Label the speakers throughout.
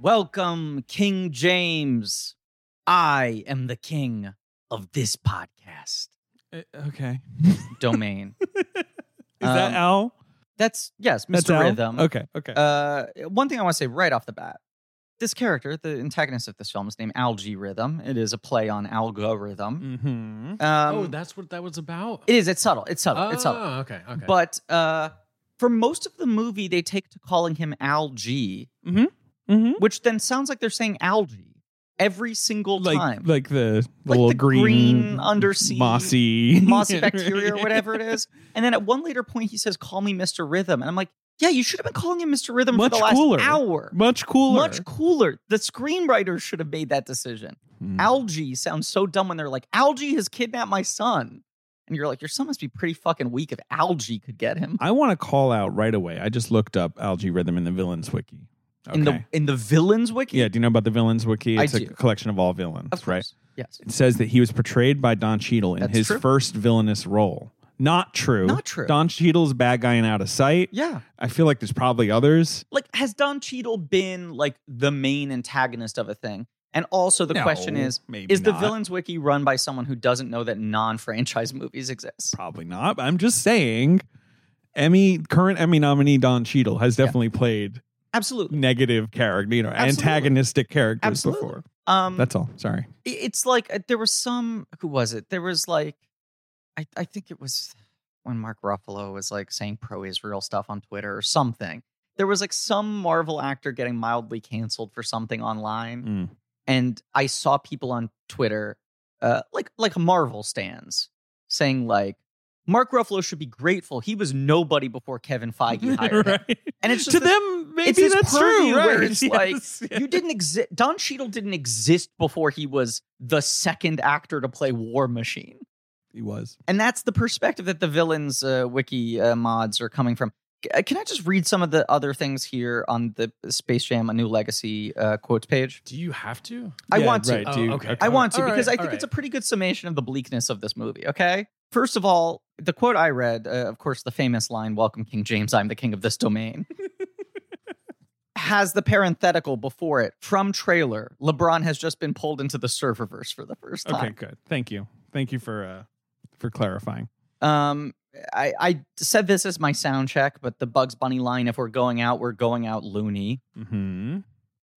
Speaker 1: Welcome, King James. I am the king of this podcast
Speaker 2: Uh, okay.
Speaker 1: domain.
Speaker 2: Is that
Speaker 1: Um,
Speaker 2: Al?
Speaker 1: That's yes, Mr.
Speaker 2: That's Al?
Speaker 1: Rhythm.
Speaker 2: Okay. Okay.
Speaker 1: Uh, one thing I want to say right off the bat. This character, the antagonist of this film, is named Algae Rhythm. It is a play on algorithm.
Speaker 2: mm-hmm.
Speaker 1: Um,
Speaker 3: oh, that's what that was about.
Speaker 1: it is. It's subtle. It's subtle.
Speaker 3: oh,
Speaker 1: It's subtle.
Speaker 4: Ah,
Speaker 3: okay, okay.
Speaker 1: But uh, for most of the movie, they take to calling him Algae,
Speaker 2: Mm-hmm.
Speaker 1: which then sounds like they're saying algae every single
Speaker 2: Like
Speaker 1: time.
Speaker 2: like the,
Speaker 1: Like
Speaker 2: the little
Speaker 1: the
Speaker 2: green,
Speaker 1: green undersea-
Speaker 2: mossy
Speaker 1: mossy bacteria or whatever it is. And then at one later point, he says, "Call me Mr. Rhythm," and I'm like, "Yeah, you should have been calling him Mr. Rhythm
Speaker 2: Much
Speaker 1: for the last
Speaker 2: cooler.
Speaker 1: hour.
Speaker 2: Much cooler.
Speaker 1: Much cooler. The screenwriter should have made that decision.
Speaker 2: Mm.
Speaker 1: Algae sounds so dumb when they're like, "Algae has kidnapped my son," and you're like, "Your son must be pretty fucking weak if algae could get him."
Speaker 2: I want to call out right away. I just looked up algae rhythm in the villains wiki. Uh, Okay.
Speaker 1: In the in the villains wiki,
Speaker 2: yeah. Do you know about the villains wiki?
Speaker 1: I
Speaker 2: It's a
Speaker 1: do.
Speaker 2: collection of all villains,
Speaker 1: of course,
Speaker 2: right?
Speaker 1: yes,
Speaker 2: It says that he was portrayed by Don Cheadle in
Speaker 1: That's
Speaker 2: his
Speaker 1: true.
Speaker 2: first villainous role. Not true.
Speaker 1: Not true.
Speaker 2: Don Cheadle's bad guy and out of sight.
Speaker 1: yeah.
Speaker 2: I feel like there's probably others.
Speaker 1: Like, has Don Cheadle been like the main antagonist of a thing? And also, the question
Speaker 2: No,
Speaker 1: is,
Speaker 2: maybe
Speaker 1: Is the
Speaker 2: not.
Speaker 1: villains wiki run by someone who doesn't know that non-franchise movies exist?
Speaker 2: Probably not. but I'm just saying, Emmy current Emmy nominee Don Cheadle has
Speaker 1: Yeah.
Speaker 2: definitely played
Speaker 1: Absolutely.
Speaker 2: negative character, you know,
Speaker 1: Absolutely.
Speaker 2: antagonistic characters
Speaker 1: Absolutely.
Speaker 2: before.
Speaker 1: Um,
Speaker 2: Mm, That's all. Sorry.
Speaker 1: i- it's like uh, there was some. Who was it? There was like, I I think it was when Mark Ruffalo was like saying pro-Israel stuff on Twitter or something. There was like some Marvel actor getting mildly canceled for something online,
Speaker 2: Mm.
Speaker 1: and I saw people on Twitter, uh, like like Marvel stands, saying like. Mark Ruffalo should be grateful. He was nobody before Kevin Feige hired him.
Speaker 2: Right.
Speaker 1: And it's just
Speaker 2: to
Speaker 1: this-
Speaker 2: them, maybe
Speaker 1: it's his
Speaker 2: that's
Speaker 1: purview
Speaker 2: true. Right?
Speaker 1: where it's like,
Speaker 2: yes.
Speaker 1: you didn't exist. Don Cheadle didn't exist before he was the second actor to play War Machine,
Speaker 2: he was.
Speaker 1: and that's the perspective that the villains uh, wiki uh, mods are coming from. C- uh, Can I just read some of the other things here on the Space Jam: A New Legacy uh, quotes page?
Speaker 3: Do you have to?
Speaker 1: I want to.
Speaker 3: Oh,
Speaker 2: dude.
Speaker 3: okay.
Speaker 1: I want to
Speaker 3: All right,
Speaker 1: because I
Speaker 3: all
Speaker 1: think
Speaker 3: right.
Speaker 1: it's a pretty good summation of the bleakness of this movie. Okay, first of all, the quote I read, uh, of course, the famous line "Welcome, King James. I'm the king of this domain." Has the parenthetical before it from trailer? LeBron has just been pulled into the serververse for the first time.
Speaker 2: Okay, good. Thank you. Thank you for uh for clarifying.
Speaker 1: Um, I, I said this as my sound check, but the Bugs Bunny line: "If we're going out, we're going out loony."
Speaker 2: Mm-hmm.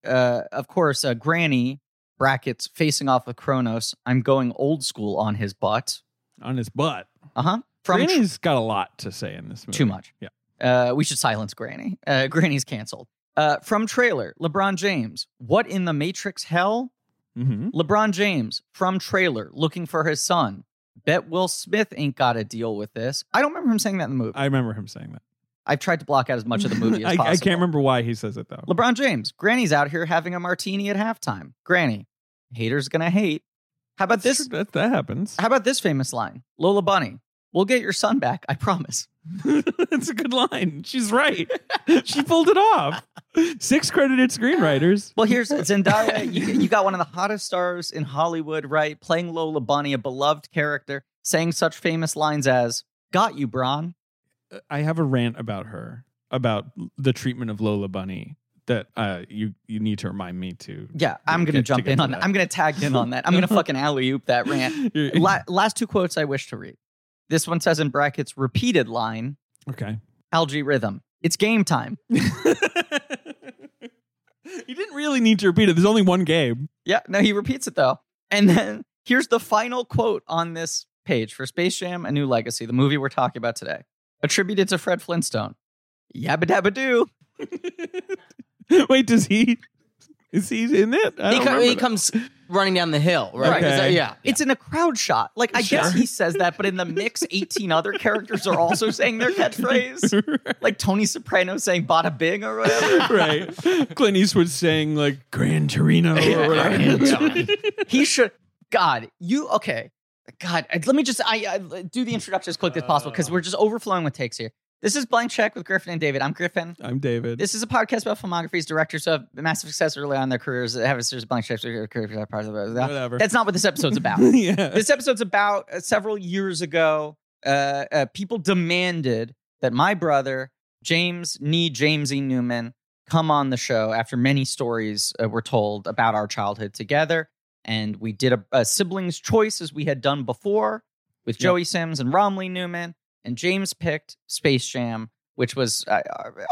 Speaker 1: Uh, of course, uh, Granny brackets facing off with Kronos. I'm going old school on his butt.
Speaker 2: On his butt.
Speaker 1: Uh huh. From
Speaker 2: From Granny's got a lot to say in this movie.
Speaker 1: Too much.
Speaker 2: Yeah.
Speaker 1: Uh, we should silence Granny. Uh, Granny's canceled. Uh, from trailer, LeBron James. What in the Matrix hell?
Speaker 2: Mm-hmm.
Speaker 1: LeBron James from trailer looking for his son. Bet Will Smith ain't got to deal with this. I don't remember him saying that in the movie.
Speaker 2: I remember him saying that.
Speaker 1: I've tried to block out as much of the movie as
Speaker 2: I,
Speaker 1: possible.
Speaker 2: I can't remember why he says it though.
Speaker 1: LeBron James. Granny's out here having a martini at halftime. Granny, haters gonna hate. How about
Speaker 2: That's
Speaker 1: this?
Speaker 2: true. that, that happens.
Speaker 1: How about this famous line? Lola Bunny. We'll get your son back. I promise.
Speaker 2: It's a good line. She's right. she pulled it off. Six credited screenwriters.
Speaker 1: Well, here's Zendaya. you, you got one of the hottest stars in Hollywood, right? Playing Lola Bunny, a beloved character, saying such famous lines as "Got you, Bron."
Speaker 2: I have a rant about her about the treatment of Lola Bunny that uh, you you need to remind me to.
Speaker 1: Yeah, I'm gonna
Speaker 2: Get-
Speaker 1: jump
Speaker 2: to get
Speaker 1: in
Speaker 2: to
Speaker 1: on that.
Speaker 2: that.
Speaker 1: I'm gonna tag in on that. I'm gonna fucking alley oop that rant.
Speaker 2: You're-
Speaker 1: La- last two quotes I wish to read. This one says in brackets, "Repeated line,
Speaker 2: okay.
Speaker 1: algae rhythm. It's game time."
Speaker 2: you didn't really need to repeat it. There's only one game.
Speaker 1: Yeah, no, he repeats it though. And then here's the final quote on this page for Space Jam: A New Legacy, the movie we're talking about today, attributed to Fred Flintstone. Yabba dabba doo.
Speaker 2: Wait, does he? Is he in it? I
Speaker 3: He,
Speaker 2: don't
Speaker 3: co-
Speaker 2: remember
Speaker 3: he
Speaker 2: that.
Speaker 3: comes running down the hill, right?
Speaker 2: Right.
Speaker 3: Is that-
Speaker 2: Okay.
Speaker 3: yeah.
Speaker 1: It's in a crowd shot. Like I guess
Speaker 2: Sure.
Speaker 1: he says that, but in the mix, 18 other characters are also saying their catchphrase. Like Tony Soprano saying bada bing or whatever.
Speaker 2: right. Clint Eastwood saying like Gran Torino or whatever.
Speaker 3: Yeah.
Speaker 1: He should God, you okay. God, I- let me just I, I do the introduction as quickly as possible because we're just overflowing with takes here. This is Blank Check with Griffin and David. I'm Griffin.
Speaker 2: I'm David.
Speaker 1: This is a podcast about filmographies, directors who have massive success early on in their careers, that have a series of blank checks.
Speaker 2: Whatever.
Speaker 3: uh,
Speaker 1: Whatever. That's not what this episode's about.
Speaker 2: yeah.
Speaker 1: this episode's about uh, several years ago. Uh, uh, people demanded that my brother James Nee Jamesy Newman come on the show after many stories uh, were told about our childhood together. And we did a, a siblings choice as we had done before with
Speaker 2: Yep.
Speaker 1: Joey Sims and Romley Newman. And James picked Space Jam, which was uh,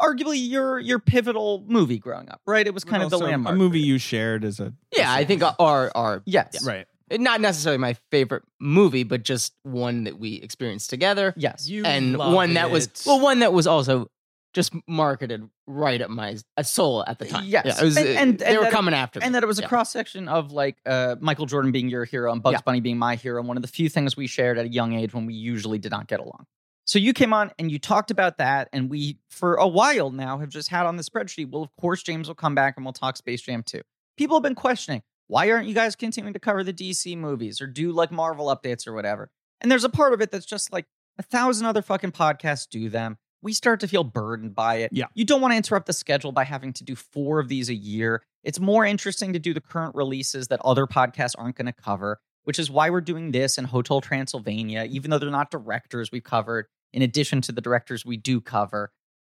Speaker 1: arguably your your pivotal movie growing up, right? It was kind of the
Speaker 2: Also,
Speaker 1: landmark.
Speaker 2: A movie
Speaker 1: for
Speaker 2: you shared as a
Speaker 3: Yeah, I think our our
Speaker 1: Yes.
Speaker 2: right.
Speaker 3: not necessarily my favorite movie, but just one that we experienced together,
Speaker 1: Yes.
Speaker 4: You
Speaker 3: and
Speaker 4: loved
Speaker 3: one that was
Speaker 4: it.
Speaker 3: well, one that was also just marketed right at my uh, soul at the time.
Speaker 1: Yes.
Speaker 3: yeah, it was,
Speaker 1: And-
Speaker 3: uh,
Speaker 1: and-
Speaker 3: they
Speaker 1: and
Speaker 3: were
Speaker 1: that-
Speaker 3: coming after,
Speaker 1: and
Speaker 3: me.
Speaker 1: that it was a
Speaker 3: Yeah.
Speaker 1: cross section of like uh, Michael Jordan being your hero and Bugs
Speaker 3: Yeah.
Speaker 1: Bunny being my hero. And one of the few things we shared at a young age when we usually did not get along. So you came on and you talked about that, and we for a while now have just had on the spreadsheet. Well, of course, James will come back and we'll talk Space Jam too. People have been questioning why aren't you guys continuing to cover the DC movies or do like Marvel updates or whatever. And there's a part of it that's just like a thousand other fucking podcasts do them. We start to feel burdened by it.
Speaker 2: Yeah.
Speaker 1: You don't want to interrupt the schedule by having to do four of these a year. It's more interesting to do the current releases that other podcasts aren't going to cover, which is why we're doing this and Hotel Transylvania, even though they're not directors we've covered, in addition to the directors we do cover.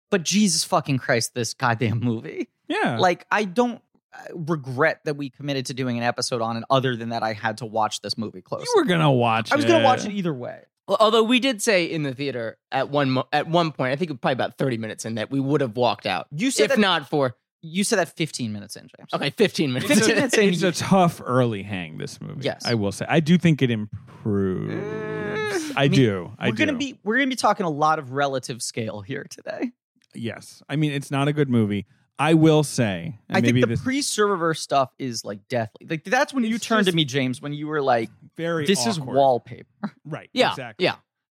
Speaker 1: But Jesus fucking Christ, this goddamn movie.
Speaker 2: Yeah.
Speaker 1: Like, I don't uh, regret that we committed to doing an episode on it, other than that I had to watch this movie close.
Speaker 2: you were gonna watch.
Speaker 1: I was going to watch it either way.
Speaker 3: Well, although we did say in the theater at one mo- at one point, I think it was probably about thirty minutes in that we would have walked out
Speaker 1: You
Speaker 3: if
Speaker 1: said that,
Speaker 3: not for
Speaker 1: you said that 15 minutes in, James.
Speaker 3: okay, fifteen minutes.
Speaker 1: 15 minutes in.
Speaker 2: It's a tough early hang. This movie.
Speaker 1: Yes.
Speaker 2: I will say. I do think it improves. I
Speaker 1: Mm. mean,
Speaker 2: do. I
Speaker 1: we're
Speaker 2: do.
Speaker 1: gonna be we're gonna be talking a lot of relative scale here today.
Speaker 2: Yes. I mean, it's not a good movie. I will say. And
Speaker 1: I
Speaker 2: maybe
Speaker 1: think the
Speaker 2: this
Speaker 1: pre-server stuff is like deathly. Like that's when you
Speaker 2: It's
Speaker 1: turned to
Speaker 2: just
Speaker 1: me, James, when you were like,
Speaker 2: very.
Speaker 1: "This is
Speaker 2: awkward.
Speaker 1: wallpaper."
Speaker 2: Right.
Speaker 3: Yeah,
Speaker 2: Exactly.
Speaker 3: yeah.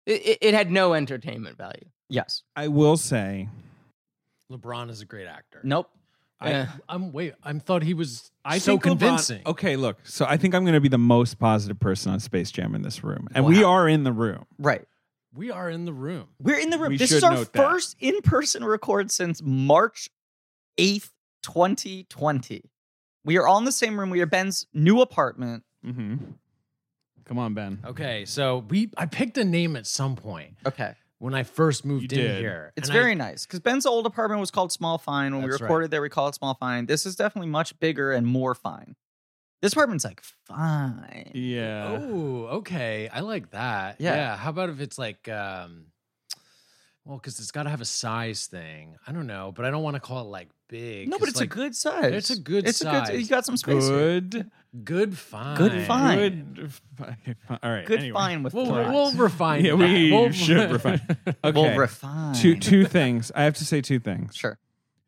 Speaker 3: It, it- it had no entertainment value.
Speaker 1: Yes.
Speaker 2: I will say.
Speaker 4: LeBron is a great actor.
Speaker 1: Nope.
Speaker 4: I,
Speaker 3: Yeah.
Speaker 4: I'm wait. I thought he was
Speaker 2: I
Speaker 4: so
Speaker 2: think LeBron-
Speaker 4: convincing.
Speaker 1: Oh.
Speaker 2: okay, look. So I think I'm going to be the most positive person on Space Jam in this room, and we
Speaker 1: Wow.
Speaker 2: are in the room.
Speaker 1: Right.
Speaker 4: We are in the room.
Speaker 1: We're in the room.
Speaker 2: We
Speaker 1: this is
Speaker 2: should
Speaker 1: our
Speaker 2: note that.
Speaker 1: first in-person record since March eighth, twenty twenty. We are all in the same room. We are Ben's new apartment.
Speaker 2: Mm-hmm. Come on, Ben.
Speaker 4: Okay, so we I picked a name at some point
Speaker 1: Okay.
Speaker 4: when I first moved
Speaker 2: You
Speaker 4: in
Speaker 2: did.
Speaker 4: here.
Speaker 1: It's
Speaker 4: and I-
Speaker 1: very nice because Ben's old apartment was called Small Fine. When we
Speaker 4: That's right.
Speaker 1: recorded there, we called it Small Fine. This is definitely much bigger and more fine. This apartment's like fine.
Speaker 2: Yeah.
Speaker 4: oh, okay. I like that.
Speaker 1: Yeah.
Speaker 4: Yeah. How about if it's like um well, because it's gotta have a size thing. I don't know, but I don't want to call it like big.
Speaker 1: No,
Speaker 4: 'cause,
Speaker 1: but it's
Speaker 4: like,
Speaker 1: a good size.
Speaker 4: it's a good
Speaker 1: it's A good,
Speaker 4: size.
Speaker 1: you got some space. here.
Speaker 2: Good.
Speaker 4: good fine.
Speaker 1: Good fine.
Speaker 2: Good. fi- fi- All right.
Speaker 1: Good
Speaker 2: anyway.
Speaker 1: fine with
Speaker 4: We'll,
Speaker 1: flies.
Speaker 4: we'll refine.
Speaker 2: Yeah,
Speaker 4: that.
Speaker 2: we
Speaker 4: We'll-
Speaker 2: should refine. Okay.
Speaker 1: We'll refine.
Speaker 2: two two things. I have to say two things.
Speaker 1: Sure.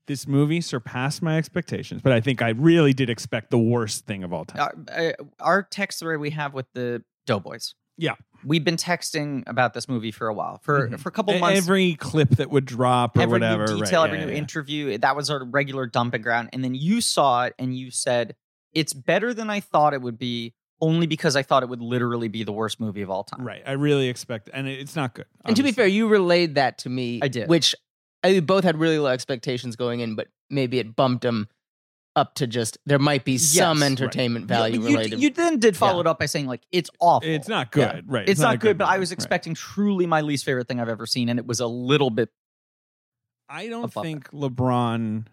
Speaker 2: This movie surpassed my expectations, but I think I really did expect the worst thing of all time.
Speaker 1: Our, uh, our text thread we have with the Doughboys.
Speaker 2: Yeah.
Speaker 1: We've been texting about this movie for a while, for
Speaker 2: Mhm.
Speaker 1: for a couple
Speaker 2: E-
Speaker 1: months.
Speaker 2: every clip that would drop or
Speaker 1: every
Speaker 2: whatever,
Speaker 1: new
Speaker 2: right,
Speaker 1: detail, every
Speaker 2: yeah,
Speaker 1: new
Speaker 2: yeah.
Speaker 1: interview. That was our regular dumping ground. And then you saw it and you said, it's better than I thought it would be, only because I thought it would literally be the worst movie of all time.
Speaker 2: Right. I really expect, and it- it's not good.
Speaker 3: And to be
Speaker 2: obviously.
Speaker 3: fair, you relayed that to me.
Speaker 1: I did.
Speaker 3: Which I we both had really low expectations going in, but maybe it bumped them up to just there might be
Speaker 1: Yes,
Speaker 3: some
Speaker 1: right.
Speaker 3: entertainment
Speaker 1: You-
Speaker 3: value
Speaker 1: you,
Speaker 3: related.
Speaker 1: You then did follow
Speaker 3: Yeah.
Speaker 1: it up by saying, like, it's awful.
Speaker 2: it's not good.
Speaker 3: Yeah.
Speaker 2: Right.
Speaker 1: It's, not,
Speaker 2: a
Speaker 1: good, but I
Speaker 2: movie,
Speaker 1: was
Speaker 2: right.
Speaker 1: expecting truly my least favorite thing I've ever seen, and it was a little bit.
Speaker 2: I don't
Speaker 1: above
Speaker 2: think LeBron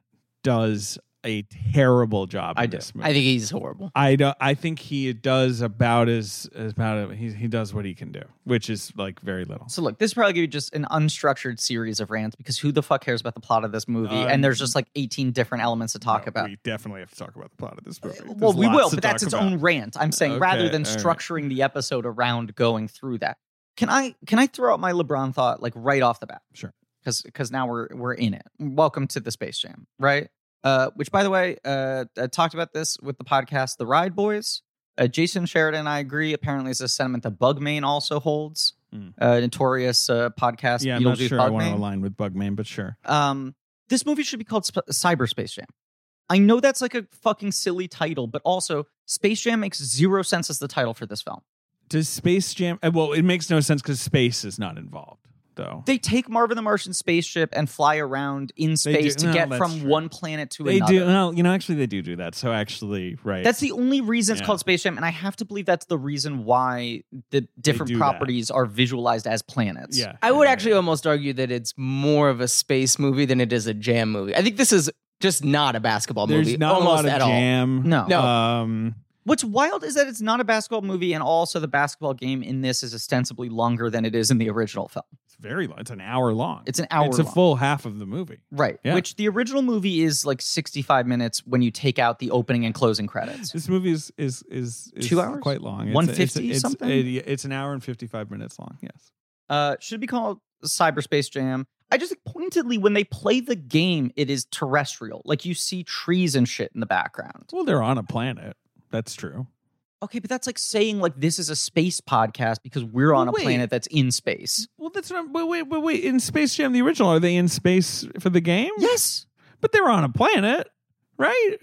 Speaker 2: does a terrible job.
Speaker 1: I
Speaker 2: in
Speaker 1: do.
Speaker 2: This movie.
Speaker 3: I think he's horrible.
Speaker 2: I do, I think he does about as as about he he does what he can do, which is like very little.
Speaker 1: So look, this is probably gonna be just an unstructured series of rants because who the fuck cares about the plot of this movie?
Speaker 2: Um,
Speaker 1: and there's just like 18 different elements to talk
Speaker 2: No,
Speaker 1: about.
Speaker 2: We definitely have to talk about the plot of this movie. There's
Speaker 1: well, we
Speaker 2: lots
Speaker 1: will,
Speaker 2: to
Speaker 1: but that's
Speaker 2: talk
Speaker 1: its
Speaker 2: about.
Speaker 1: own rant. I'm saying rather
Speaker 2: Okay,
Speaker 1: than
Speaker 2: all right.
Speaker 1: structuring the episode around going through that. Can I can I throw out my LeBron thought like right off the bat?
Speaker 2: Sure.
Speaker 1: Because because now we're we're in it. Welcome to the Space Jam, right? Uh, which by the way, uh, I talked about this with the podcast, The Ride Boys. Uh, Jason Sheridan and I agree. Apparently, it's a sentiment that Bugmain also holds.
Speaker 2: Mm.
Speaker 1: Uh, notorious uh, podcast.
Speaker 2: Yeah, I'm not
Speaker 1: Beetlejuice
Speaker 2: sure I want to
Speaker 1: Bugmain.
Speaker 2: align with Bugman, but sure.
Speaker 1: Um, this movie should be called Sp- Cyberspace Jam. I know that's like a fucking silly title, but also Space Jam makes zero sense as the title for this film.
Speaker 2: Does Space Jam? uh, Well, it makes no sense because space is not involved, though.
Speaker 1: They take Marvin the Martian spaceship and fly around in
Speaker 2: They
Speaker 1: space
Speaker 2: do-
Speaker 1: to
Speaker 2: no,
Speaker 1: get
Speaker 2: that's
Speaker 1: from
Speaker 2: true.
Speaker 1: one planet to
Speaker 2: They
Speaker 1: another.
Speaker 2: do. No, you know, actually, they do do that. So actually, right?
Speaker 1: That's the only reason it's
Speaker 2: Yeah.
Speaker 1: called Space Jam, and I have to believe that's the reason why the different
Speaker 2: do that.
Speaker 1: properties are visualized as planets.
Speaker 2: yeah.
Speaker 3: I would
Speaker 2: yeah,
Speaker 3: actually almost argue that it's more of a space movie than it is a jam movie. I think this is just not a basketball
Speaker 2: There's
Speaker 3: movie.
Speaker 2: not
Speaker 3: almost
Speaker 2: a lot of
Speaker 3: at
Speaker 2: jam.
Speaker 1: No.
Speaker 3: No.
Speaker 2: Um,
Speaker 1: What's wild is that it's not a basketball movie, and also the basketball game in this is ostensibly longer than it is in the original film.
Speaker 2: it's very long. It's an hour long.
Speaker 1: It's an hour.
Speaker 2: It's a
Speaker 1: long.
Speaker 2: full half of the movie.
Speaker 1: right?
Speaker 2: Yeah.
Speaker 1: Which the original movie is like sixty-five minutes when you take out the opening and closing credits.
Speaker 2: This movie is is is, is
Speaker 1: Two hours?
Speaker 2: quite long. It's-
Speaker 1: 150
Speaker 2: it's, it's,
Speaker 1: something?
Speaker 2: it- it's an hour and fifty five minutes long. Yes.
Speaker 1: Uh, should be called Cyberspace Jam. I just pointedly when they play the game, it is terrestrial. Like you see trees and shit in the background.
Speaker 2: Well, they're on a planet. That's true.
Speaker 1: Okay, but that's like saying like this is a space podcast because we're on a
Speaker 2: Wait.
Speaker 1: planet that's in space.
Speaker 2: Well, that's what I'm. But wait, but wait. In Space Jam, the original, are they in space for the game?
Speaker 1: Yes.
Speaker 2: But they're on a planet, right?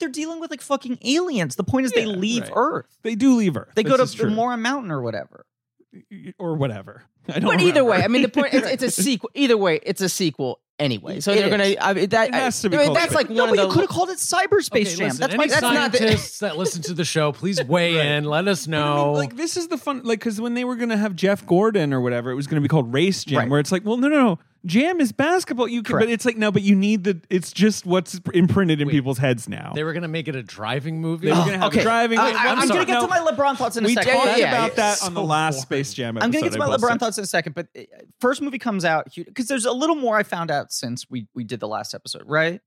Speaker 1: They're dealing with like fucking aliens. The point is they
Speaker 2: Yeah,
Speaker 1: leave
Speaker 2: right.
Speaker 1: Earth.
Speaker 2: They do leave Earth.
Speaker 1: They go to
Speaker 2: This is
Speaker 1: the
Speaker 2: true.
Speaker 1: Mora Mountain or whatever.
Speaker 2: or whatever. I don't
Speaker 3: all. But either
Speaker 2: remember.
Speaker 3: way, I mean, the point it's, it's a sequel. Either way, it's a sequel anyway. So
Speaker 1: It
Speaker 3: they're
Speaker 1: is.
Speaker 3: gonna. I mean, that
Speaker 2: It has to be
Speaker 3: I mean,
Speaker 2: called
Speaker 3: that's like
Speaker 1: No,
Speaker 3: one
Speaker 1: but you
Speaker 3: of the.
Speaker 1: could have called it Cyberspace
Speaker 4: Okay,
Speaker 1: Jam.
Speaker 4: listen,
Speaker 1: that's my
Speaker 4: any
Speaker 1: that's not
Speaker 3: the-
Speaker 4: scientists that listen to the show, please weigh in. Let us
Speaker 2: But I mean,
Speaker 4: know.
Speaker 2: like this is the fun, like because when they were gonna have Jeff Gordon or whatever, it was gonna be called Race Jam,
Speaker 1: Right.
Speaker 2: where it's like, well, no, no, no, Jam is basketball. You can, but
Speaker 1: Correct.
Speaker 2: it's like no, but you need the. It's just what's imprinted in
Speaker 4: Wait.
Speaker 2: people's heads now.
Speaker 4: they were gonna make it a driving movie.
Speaker 2: They were gonna have
Speaker 1: Oh, okay.
Speaker 2: driving.
Speaker 1: I,
Speaker 2: Wait,
Speaker 1: I,
Speaker 2: I'm
Speaker 1: I'm,
Speaker 2: sorry,
Speaker 1: gonna get to
Speaker 2: no.
Speaker 1: my LeBron thoughts in a
Speaker 2: we
Speaker 1: second.
Speaker 2: talked
Speaker 3: Yeah,
Speaker 2: about
Speaker 3: yeah.
Speaker 2: that
Speaker 4: So
Speaker 2: on the last
Speaker 4: boring.
Speaker 2: Space Jam.
Speaker 1: I'm gonna get to
Speaker 2: episode,
Speaker 1: my
Speaker 2: I
Speaker 1: LeBron
Speaker 2: busted.
Speaker 1: thoughts in a second, but uh, first movie comes out because there's a little more I found out since we we did the last episode, right?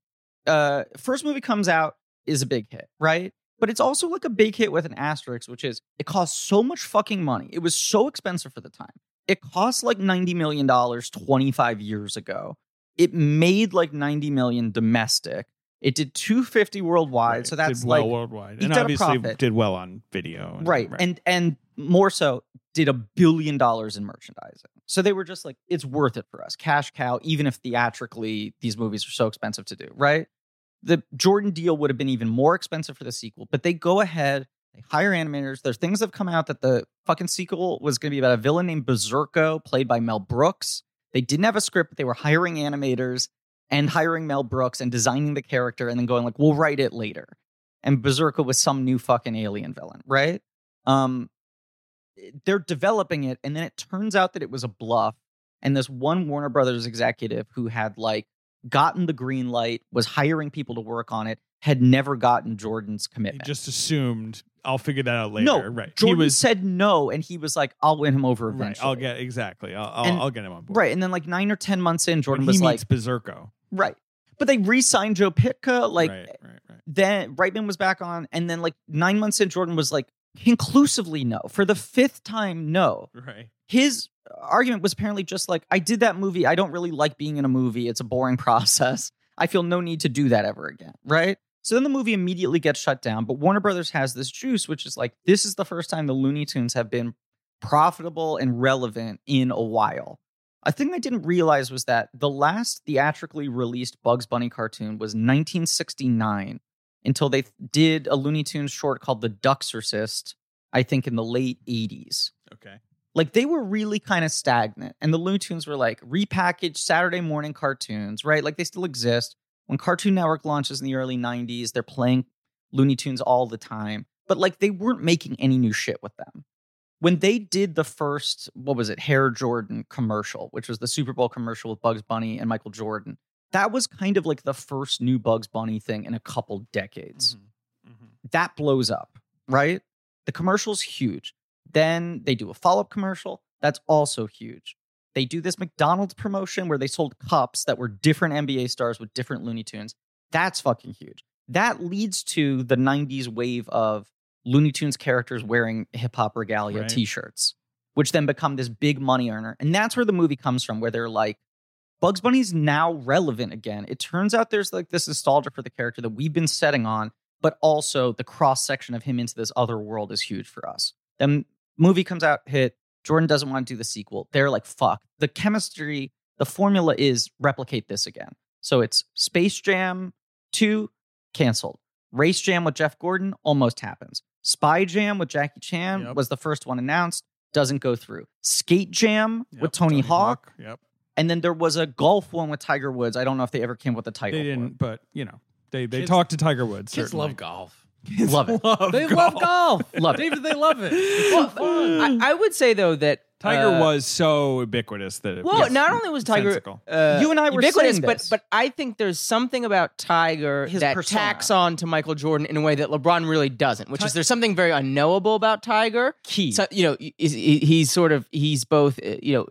Speaker 1: Uh, first movie comes out is a big hit, right? But it's also like a big hit with an asterisk, which is it cost so much fucking money. It was so expensive for the time. It cost like ninety million dollars 25 years ago. It made like 90 million domestic. It did 250 worldwide,
Speaker 2: Right.
Speaker 1: so that's
Speaker 2: did well
Speaker 1: like
Speaker 2: worldwide,
Speaker 1: it
Speaker 2: and
Speaker 1: did a
Speaker 2: obviously
Speaker 1: profit.
Speaker 2: did well on video. and-
Speaker 1: right. and and more so did a billion dollars in merchandising so they were just like it's worth it for us cash cow even if theatrically these movies are so expensive to do right the jordan deal would have been even more expensive for the sequel but they go ahead they hire animators there's things that have come out that the fucking sequel was going to be about a villain named berserko played by mel brooks they didn't have a script but they were hiring animators and hiring mel brooks and designing the character and then going like we'll write it later and berserker was some new fucking alien villain right um they're developing it and then it turns out that it was a bluff and this one warner brothers executive who had like gotten the green light was hiring people to work on it had never gotten jordan's
Speaker 2: he
Speaker 1: commitment
Speaker 2: just assumed I'll figure that out later.
Speaker 1: No,
Speaker 2: right.
Speaker 1: jordan
Speaker 2: he was
Speaker 1: said no and he was like i'll win him over eventually
Speaker 2: right. I'll get exactly. I'll I'll,
Speaker 1: And-
Speaker 2: I'll get him on board.
Speaker 1: right and then like nine or ten months in
Speaker 2: When
Speaker 1: jordan
Speaker 2: he
Speaker 1: was
Speaker 2: meets
Speaker 1: like
Speaker 2: Berserko.
Speaker 1: right but they re-signed joe pitka like
Speaker 2: right, right, right.
Speaker 1: then Reitman was back on, and then like nine months in, Jordan was like conclusively no for the fifth time. No,
Speaker 2: Right.
Speaker 1: his argument was apparently just like, I did that movie. I don't really like being in a movie. It's a boring process. I feel no need to do that ever again. Right. So then the movie immediately gets shut down. But Warner Brothers has this juice, which is like, this is the first time the Looney Tunes have been profitable and relevant in a while. A thing I didn't realize was that the last theatrically released Bugs Bunny cartoon was 1969 until they did a Looney Tunes short called The Duxorcist, I think in the late 80s
Speaker 2: Okay.
Speaker 1: like they were really kind of stagnant and the looney tunes were like repackaged saturday morning cartoons right like they still exist when cartoon network launches in the early 90s they're playing looney tunes all the time but like they weren't making any new shit with them when they did the first what was it hair jordan commercial which was the super bowl commercial with bugs bunny and michael jordan that was kind of like the first new bugs bunny thing in a couple decades
Speaker 2: Mm-hmm.
Speaker 1: that blows up, right? The commercial's huge. Then they do a follow up commercial. That's also huge. They do this McDonald's promotion where they sold cups that were different NBA stars with different Looney Tunes. That's fucking huge. That leads to the 90s wave of Looney Tunes characters wearing hip hop regalia
Speaker 2: Right.
Speaker 1: t shirts, which then become this big money earner. And that's where the movie comes from, where they're like, Bugs Bunny's now relevant again. It turns out there's like this nostalgia for the character that we've been setting on but also the cross section of him into this other world is huge for us. Then movie comes out, hit. Jordan doesn't want to do the sequel. They're like, fuck. The chemistry, the formula is replicate this again. So it's Space Jam 2, canceled. Race Jam with Jeff Gordon almost happens. Spy Jam with Jackie Chan
Speaker 2: Yep.
Speaker 1: was the first one announced, doesn't go through. Skate Jam
Speaker 2: Yep,
Speaker 1: with Tony, Hawk.
Speaker 2: Yep.
Speaker 1: And then there was a golf one with Tiger Woods. I don't know if they ever came with the title.
Speaker 2: They
Speaker 1: for it.
Speaker 2: didn't, but you know, they they
Speaker 4: Kids-
Speaker 2: talked to Tiger Woods.
Speaker 4: Kids
Speaker 2: certainly.
Speaker 4: love golf.
Speaker 2: Kids
Speaker 1: Love it.
Speaker 2: love
Speaker 4: They
Speaker 2: golf.
Speaker 4: love golf.
Speaker 1: Love it.
Speaker 4: David, they love it. It's so
Speaker 3: Well,
Speaker 4: fun.
Speaker 1: Hmm.
Speaker 3: I, I would say though that
Speaker 2: Tiger
Speaker 3: Uh,
Speaker 2: was so ubiquitous that it
Speaker 3: Well,
Speaker 2: was
Speaker 3: not only was Tiger
Speaker 2: sensical.
Speaker 3: uh,
Speaker 1: You and I were
Speaker 3: ubiquitous,
Speaker 1: saying
Speaker 3: but
Speaker 1: this.
Speaker 3: but I think there's something about Tiger
Speaker 1: His
Speaker 3: that
Speaker 1: persona.
Speaker 3: tacks on to Michael Jordan in a way that LeBron really doesn't. Which
Speaker 2: Ti-
Speaker 3: is there's something very unknowable about Tiger.
Speaker 1: Key.
Speaker 3: So you know, he's, he's sort of he's both uh, you know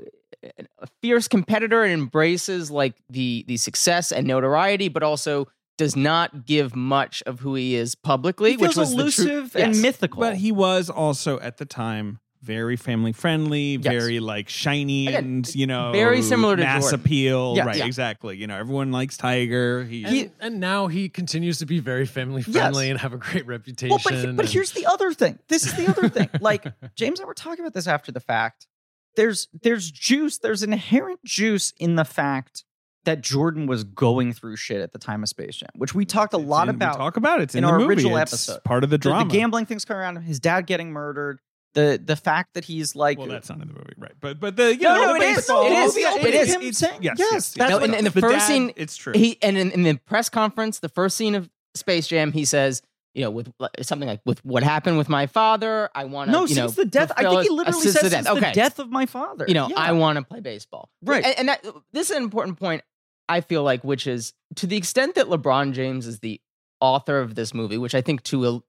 Speaker 3: a fierce competitor and embraces like the the success and notoriety, but also does not give much of who he is publicly,
Speaker 1: he
Speaker 3: which
Speaker 1: feels
Speaker 3: was the true-
Speaker 1: elusive and
Speaker 3: Yes.
Speaker 1: mythical.
Speaker 2: But he was also at the time very family friendly,
Speaker 3: Yes.
Speaker 2: very like shiny
Speaker 3: Again,
Speaker 2: and you know
Speaker 3: very similar to
Speaker 2: mass
Speaker 3: Jordan.
Speaker 2: appeal.
Speaker 3: Yeah,
Speaker 2: right,
Speaker 3: yeah.
Speaker 2: exactly. You know, everyone likes Tiger. He,
Speaker 4: And, and now he continues to be very family friendly and have a great reputation.
Speaker 1: Well, but, he- but
Speaker 4: and-
Speaker 1: here's the other thing. This is the other thing. Like James and I were talking about this after the fact. There's there's juice. There's inherent juice in the fact that Jordan was going through shit at the time of Space Jam, which we talked a
Speaker 2: it's
Speaker 1: lot
Speaker 2: in- Mm, we
Speaker 1: about.
Speaker 2: talk about it. It's
Speaker 1: in
Speaker 2: in, the
Speaker 1: our
Speaker 2: movie.
Speaker 1: original
Speaker 2: It's
Speaker 1: episode.
Speaker 2: Part of the
Speaker 1: The-
Speaker 2: drama.
Speaker 1: The, gambling things coming around him. His dad getting murdered. The the fact that he's like
Speaker 2: well, that's not in the movie, right? But but the you
Speaker 3: No,
Speaker 2: know
Speaker 3: no,
Speaker 2: the
Speaker 3: it is.
Speaker 2: baseball-
Speaker 3: It is.
Speaker 2: the
Speaker 3: It
Speaker 2: opening-
Speaker 3: is.
Speaker 2: It's,
Speaker 1: Saying-
Speaker 2: yes,
Speaker 1: yes,
Speaker 2: yes.
Speaker 1: that's
Speaker 2: yes.
Speaker 3: No, and- and the first
Speaker 2: dad-
Speaker 3: scene-
Speaker 2: It's true.
Speaker 3: He and in, in the press conference, the first scene of Space Jam, he says, you know, with like, something like with what happened with my father, I want to
Speaker 1: no
Speaker 3: you
Speaker 1: since
Speaker 3: know,
Speaker 1: the death. I
Speaker 3: fulfill
Speaker 1: think he
Speaker 3: it- uh,
Speaker 1: literally
Speaker 3: since
Speaker 1: says
Speaker 3: the death.
Speaker 1: since
Speaker 3: okay.
Speaker 1: the death of my father.
Speaker 3: You know,
Speaker 1: Yeah.
Speaker 3: I want to play baseball.
Speaker 1: Right.
Speaker 3: And, and that this is an important point I feel like, which is to the extent that LeBron James is the author of this movie, which I think to a,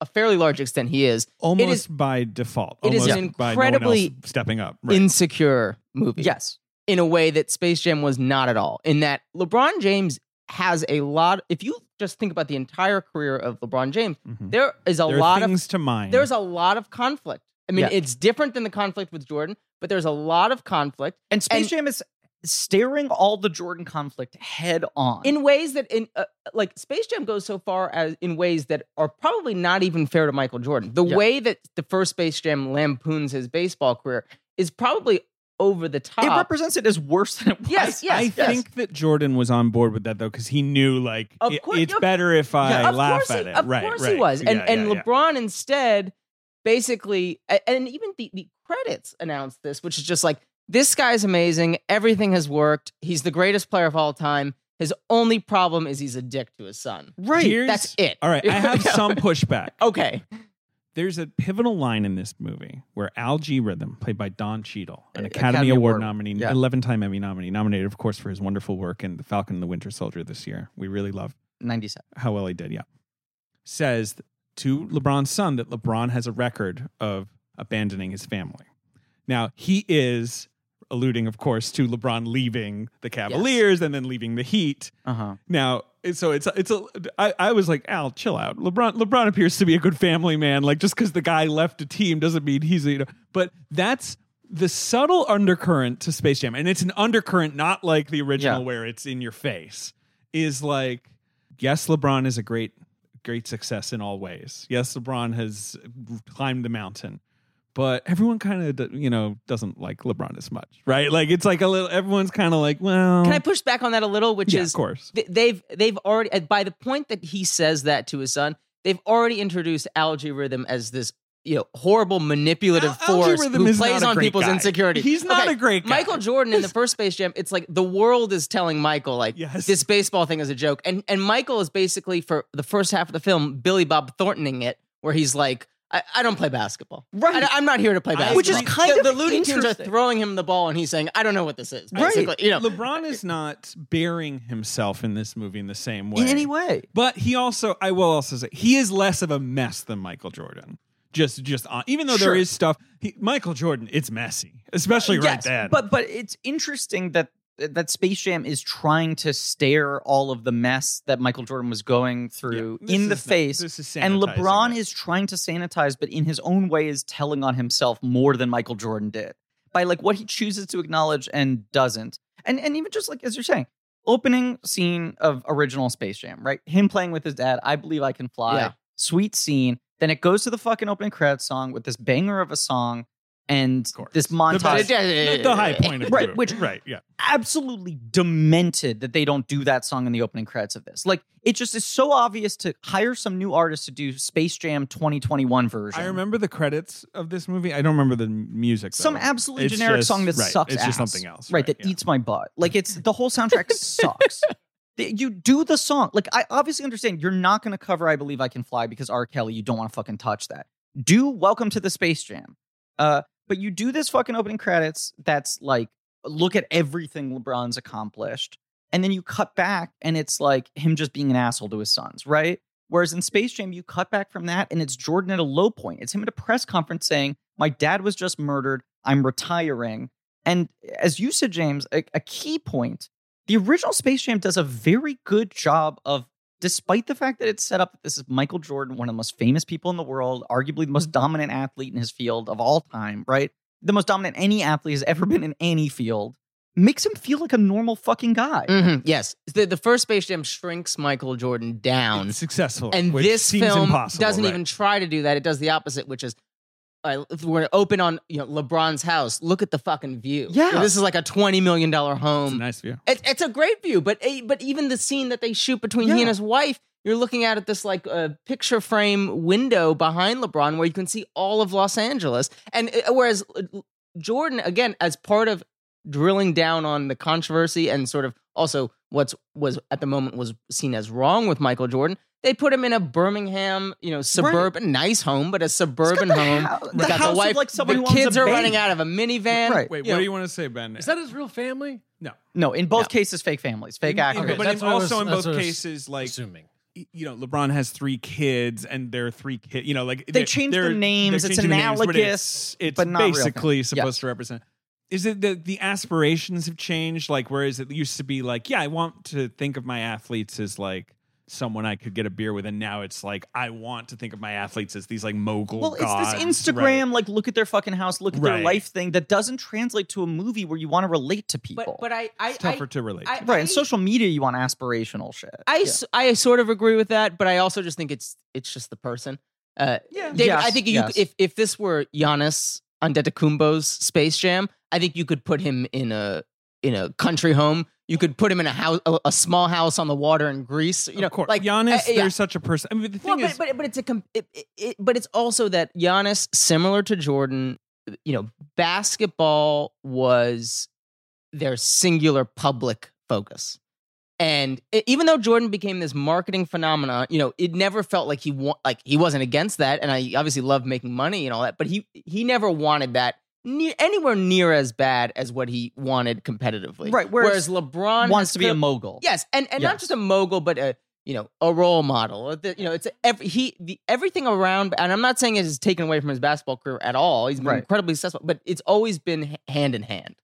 Speaker 3: a fairly large extent he is,
Speaker 2: almost by default.
Speaker 3: it is
Speaker 2: almost
Speaker 3: an
Speaker 2: by no one else
Speaker 3: incredibly
Speaker 2: stepping up. Right.
Speaker 3: insecure movie.
Speaker 1: yes.
Speaker 3: in a way that Space Jam was not at all. In that LeBron James has a lot. If you just think about the entire career of LeBron James,
Speaker 2: Mhm.
Speaker 3: there is a
Speaker 2: There are
Speaker 3: lot of
Speaker 2: things to mind.
Speaker 3: there's a lot of conflict. I mean,
Speaker 1: Yeah.
Speaker 3: it's different than the conflict with Jordan, but there's a lot of conflict
Speaker 1: And Space
Speaker 3: And-
Speaker 1: Jam is staring all the Jordan conflict head on.
Speaker 3: in ways that in uh, like Space Jam goes so far as in ways that are probably not even fair to Michael Jordan. The
Speaker 1: Yeah.
Speaker 3: way that the first Space Jam lampoons his baseball career is probably over the top.
Speaker 1: it represents it as worse than it was.
Speaker 3: yes, yes,
Speaker 2: I
Speaker 3: yes.
Speaker 2: think that Jordan was on board with that though, because he knew like
Speaker 3: Of
Speaker 2: it-
Speaker 3: course-
Speaker 2: it's
Speaker 3: of-
Speaker 2: better if I
Speaker 3: Yeah, of
Speaker 2: laugh
Speaker 3: course
Speaker 2: at
Speaker 3: he,
Speaker 2: it.
Speaker 3: Of
Speaker 2: right,
Speaker 3: course
Speaker 2: right.
Speaker 3: he was. And
Speaker 2: Yeah,
Speaker 3: and
Speaker 2: yeah, yeah.
Speaker 3: LeBron instead basically a- and even the, the credits announced this, which is just like this guy's amazing. Everything has worked. He's the greatest player of all time. His only problem is he's a dick to his son.
Speaker 1: Right.
Speaker 2: Here's-
Speaker 3: That's it.
Speaker 2: All right, I have some pushback.
Speaker 3: Okay.
Speaker 2: There's a pivotal line in this movie where Al G. Rhythm, played by Don Cheadle, an
Speaker 1: Uh,
Speaker 2: Academy,
Speaker 1: Academy
Speaker 2: Award,
Speaker 1: Award.
Speaker 2: nominee,
Speaker 1: Yeah.
Speaker 2: 11 time Emmy nominee, nominated, of course, for his wonderful work in The Falcon and the Winter Soldier this year. We really love
Speaker 1: 97.
Speaker 2: how well he did, yeah. Says to LeBron's son that LeBron has a record of abandoning his family. Now, he is alluding, of course, to LeBron leaving the Cavaliers and then leaving the Heat.
Speaker 1: Uh-huh.
Speaker 2: Now, so it's it's a. I, I was like, Al, chill out. LeBron LeBron appears to be a good family man. Like just because the guy left a team doesn't mean he's a, you know. But that's the subtle undercurrent to Space Jam, and it's an undercurrent not like the original
Speaker 1: Yeah.
Speaker 2: where it's in your face. Is like, yes, LeBron is a great great success in all ways. Yes, LeBron has climbed the mountain. But everyone kind of, you know, doesn't like LeBron as much, right? Like it's like a little. Everyone's kind of like, well,
Speaker 3: Can I push back on that a little? Which
Speaker 2: yeah,
Speaker 3: is
Speaker 2: of course.
Speaker 3: th- they've they've already uh, by the point that he says that to his son, they've already introduced algae rhythm as this you know horrible manipulative
Speaker 2: Al-
Speaker 3: force
Speaker 2: Algorithm
Speaker 3: who
Speaker 2: is
Speaker 3: plays
Speaker 2: not a
Speaker 3: on
Speaker 2: great
Speaker 3: people's
Speaker 2: guy.
Speaker 3: insecurity.
Speaker 2: He's not
Speaker 3: Okay,
Speaker 2: a great guy.
Speaker 3: Michael Jordan in the first Space Jam. It's like the world is telling Michael like
Speaker 2: Yes.
Speaker 3: this baseball thing is a joke, and and Michael is basically for the first half of the film Billy Bob Thorntoning it, where he's like. I, I don't play basketball.
Speaker 1: Right.
Speaker 3: I, am not here to play basketball.
Speaker 2: Which is
Speaker 1: kind
Speaker 3: the,
Speaker 1: of
Speaker 3: the Looney Tunes are
Speaker 1: interesting.
Speaker 3: throwing him the ball, and he's saying, "I don't know what this is."
Speaker 1: Right.
Speaker 3: Basically, you know,
Speaker 2: LeBron is not bearing himself in this movie in the same way.
Speaker 1: In any way.
Speaker 2: But he also, I will also say, he is less of a mess than Michael Jordan. Just, just on, even though
Speaker 1: Sure.
Speaker 2: there is stuff, he, Michael Jordan, it's messy, especially right
Speaker 1: yes,
Speaker 2: then.
Speaker 1: But but it's interesting that that Space Jam is trying to stare all of the mess that Michael Jordan was going through
Speaker 2: This
Speaker 1: in the
Speaker 2: is not-
Speaker 1: face.
Speaker 2: this is
Speaker 1: and
Speaker 2: sanitizing
Speaker 1: LeBron
Speaker 2: it.
Speaker 1: is trying to sanitize, but in his own way is telling on himself more than Michael Jordan did. By like what he chooses to acknowledge and doesn't. And and even just like as you're saying, opening scene of original Space Jam, right? Him playing with his dad, I believe I can fly.
Speaker 3: Yeah.
Speaker 1: Sweet scene. Then it goes to the fucking opening credits song with this banger of a song and
Speaker 2: course.
Speaker 1: this
Speaker 2: The
Speaker 1: montage
Speaker 2: best. the, the high point of the
Speaker 1: Right,
Speaker 2: movie.
Speaker 1: which-
Speaker 2: right, yeah,
Speaker 1: absolutely demented that they don't do that song in the opening credits of this. Like it just is so obvious to hire some new artist to do Space Jam 2021 version.
Speaker 2: I remember the credits of this movie. I don't remember the music. Though.
Speaker 1: some absolutely
Speaker 2: It's
Speaker 1: generic
Speaker 2: just-
Speaker 1: song that
Speaker 2: right,
Speaker 1: sucks.
Speaker 2: It's just
Speaker 1: ass.
Speaker 2: something else,
Speaker 1: right? that
Speaker 2: yeah.
Speaker 1: eats my butt. Like it's the whole soundtrack sucks. The- You do the song. Like I obviously understand you're not going to cover "I Believe I Can Fly" because R. Kelly. You don't want to fucking touch that. Do "Welcome to the Space Jam," uh, But you do this fucking opening credits that's like, look at everything LeBron's accomplished. And then you cut back and it's like him just being an asshole to his sons, right? Whereas in Space Jam, you cut back from that and it's Jordan at a low point. It's him at a press conference saying, My dad was just murdered. I'm retiring. And as you said, James, a, a key point the original Space Jam does a very good job of, despite the fact that it's set up that this is Michael Jordan, one of the most famous people in the world, arguably the most
Speaker 2: Mm-hmm.
Speaker 1: dominant athlete in his field of all time, right? The most dominant any athlete has ever been in any field, makes him feel like a normal fucking guy.
Speaker 2: Mm-hmm.
Speaker 3: Mhm, Yes, the the first Space Jam shrinks Michael Jordan down,
Speaker 2: Successful.
Speaker 3: and
Speaker 2: which
Speaker 3: this
Speaker 2: seems
Speaker 3: film
Speaker 2: impossible,
Speaker 3: doesn't
Speaker 2: right.
Speaker 3: even try to do that. It does the opposite, which is uh, if we're gonna open on you know LeBron's house. Look at the fucking view.
Speaker 1: Yeah.
Speaker 3: this is like a twenty million dollar
Speaker 2: It's a
Speaker 3: home.
Speaker 2: nice view.
Speaker 3: It, it's a great view, but eh, but even the scene that they shoot between he
Speaker 1: Yeah.
Speaker 3: and his wife, you're looking out at this like uh, picture frame window behind LeBron, where you can see all of Los Angeles. And eh, whereas eh, Jordan, again, as part of drilling down on the controversy and sort of also what's was at the moment was seen as wrong with Michael Jordan, they put him in a Birmingham, you know, suburban, nice home, but a suburban
Speaker 1: the
Speaker 3: home.
Speaker 1: hou-
Speaker 3: He's
Speaker 1: the
Speaker 3: got
Speaker 1: house
Speaker 3: the
Speaker 1: of,
Speaker 3: wife,
Speaker 1: like, someone
Speaker 3: the
Speaker 1: who owns a
Speaker 3: kids are
Speaker 1: bank.
Speaker 3: running out of a minivan.
Speaker 1: Right.
Speaker 2: Wait,
Speaker 3: You
Speaker 2: what
Speaker 3: know,
Speaker 2: do you want to say, Ben?
Speaker 4: Is that his real family?
Speaker 1: No, in both cases, fake families, fake
Speaker 2: In- in-
Speaker 1: actors.
Speaker 4: Okay,
Speaker 2: but
Speaker 4: that's
Speaker 2: in-
Speaker 4: what I was-
Speaker 2: also in
Speaker 4: that's
Speaker 2: both
Speaker 4: what I was
Speaker 2: cases, like
Speaker 4: Assuming.
Speaker 2: y- you know, LeBron has three kids, and their three kids. You know, like
Speaker 1: They
Speaker 2: they're-
Speaker 1: changed the
Speaker 2: they're-
Speaker 1: names,
Speaker 2: they're
Speaker 1: it's
Speaker 2: changing the names, but
Speaker 1: analogous,
Speaker 2: it's, it's
Speaker 1: but not real
Speaker 2: basically
Speaker 1: thing. Yeah.
Speaker 2: supposed to represent. Is it that the aspirations have changed? Like, whereas it used to be like, yeah, I want to think of my athletes as like someone I could get a beer with, and now it's like I want to think of my athletes as these like mogul.
Speaker 1: Well,
Speaker 2: Oh,
Speaker 1: it's
Speaker 2: gods,
Speaker 1: this
Speaker 2: right?
Speaker 1: Instagram, like, look at their fucking house, look at
Speaker 2: Right.
Speaker 1: their life thing that doesn't translate to a movie where you want to relate to people.
Speaker 3: But but I I,
Speaker 2: It's
Speaker 3: I
Speaker 2: tougher to relate.
Speaker 3: I-
Speaker 2: to.
Speaker 1: right, in social media, you want aspirational shit.
Speaker 3: I,
Speaker 1: Yeah.
Speaker 3: s- I sort of agree with that, but I also just think it's it's just the person. Uh,
Speaker 1: Yeah.
Speaker 3: David,
Speaker 1: Yes,
Speaker 3: I think you,
Speaker 1: yes.
Speaker 3: if if this were Giannis Antetokounmpo's Space Jam, I think you could put him in a in a country home. You could put him in a house, a, a small house on the water in Greece. You know,
Speaker 2: of course,
Speaker 3: like
Speaker 2: Giannis,
Speaker 3: uh, yeah.
Speaker 2: there's such a person. I mean, the
Speaker 3: Well,
Speaker 2: thing
Speaker 3: but,
Speaker 2: is,
Speaker 3: but but it's a com- it, it, it, but it's also that Giannis, similar to Jordan, you know, basketball was their singular public focus, and e- even though Jordan became this marketing phenomenon, you know, it never felt like he wa- like he wasn't against that, and I obviously love making money and all that, but he he never wanted that. Near, anywhere near as bad as what he wanted competitively,
Speaker 1: Right, whereas
Speaker 3: LeBron
Speaker 1: wants
Speaker 3: has
Speaker 1: to be a
Speaker 3: clear-
Speaker 1: mogul.
Speaker 3: Yes, and and not
Speaker 1: Yes.
Speaker 3: just a mogul, but a you know a role model. Uh, the- you know, it's a, every, he the, everything around. And I'm not saying it is taken away from his basketball career at all. He's been
Speaker 1: Right.
Speaker 3: incredibly successful, but it's always been h- hand in hand.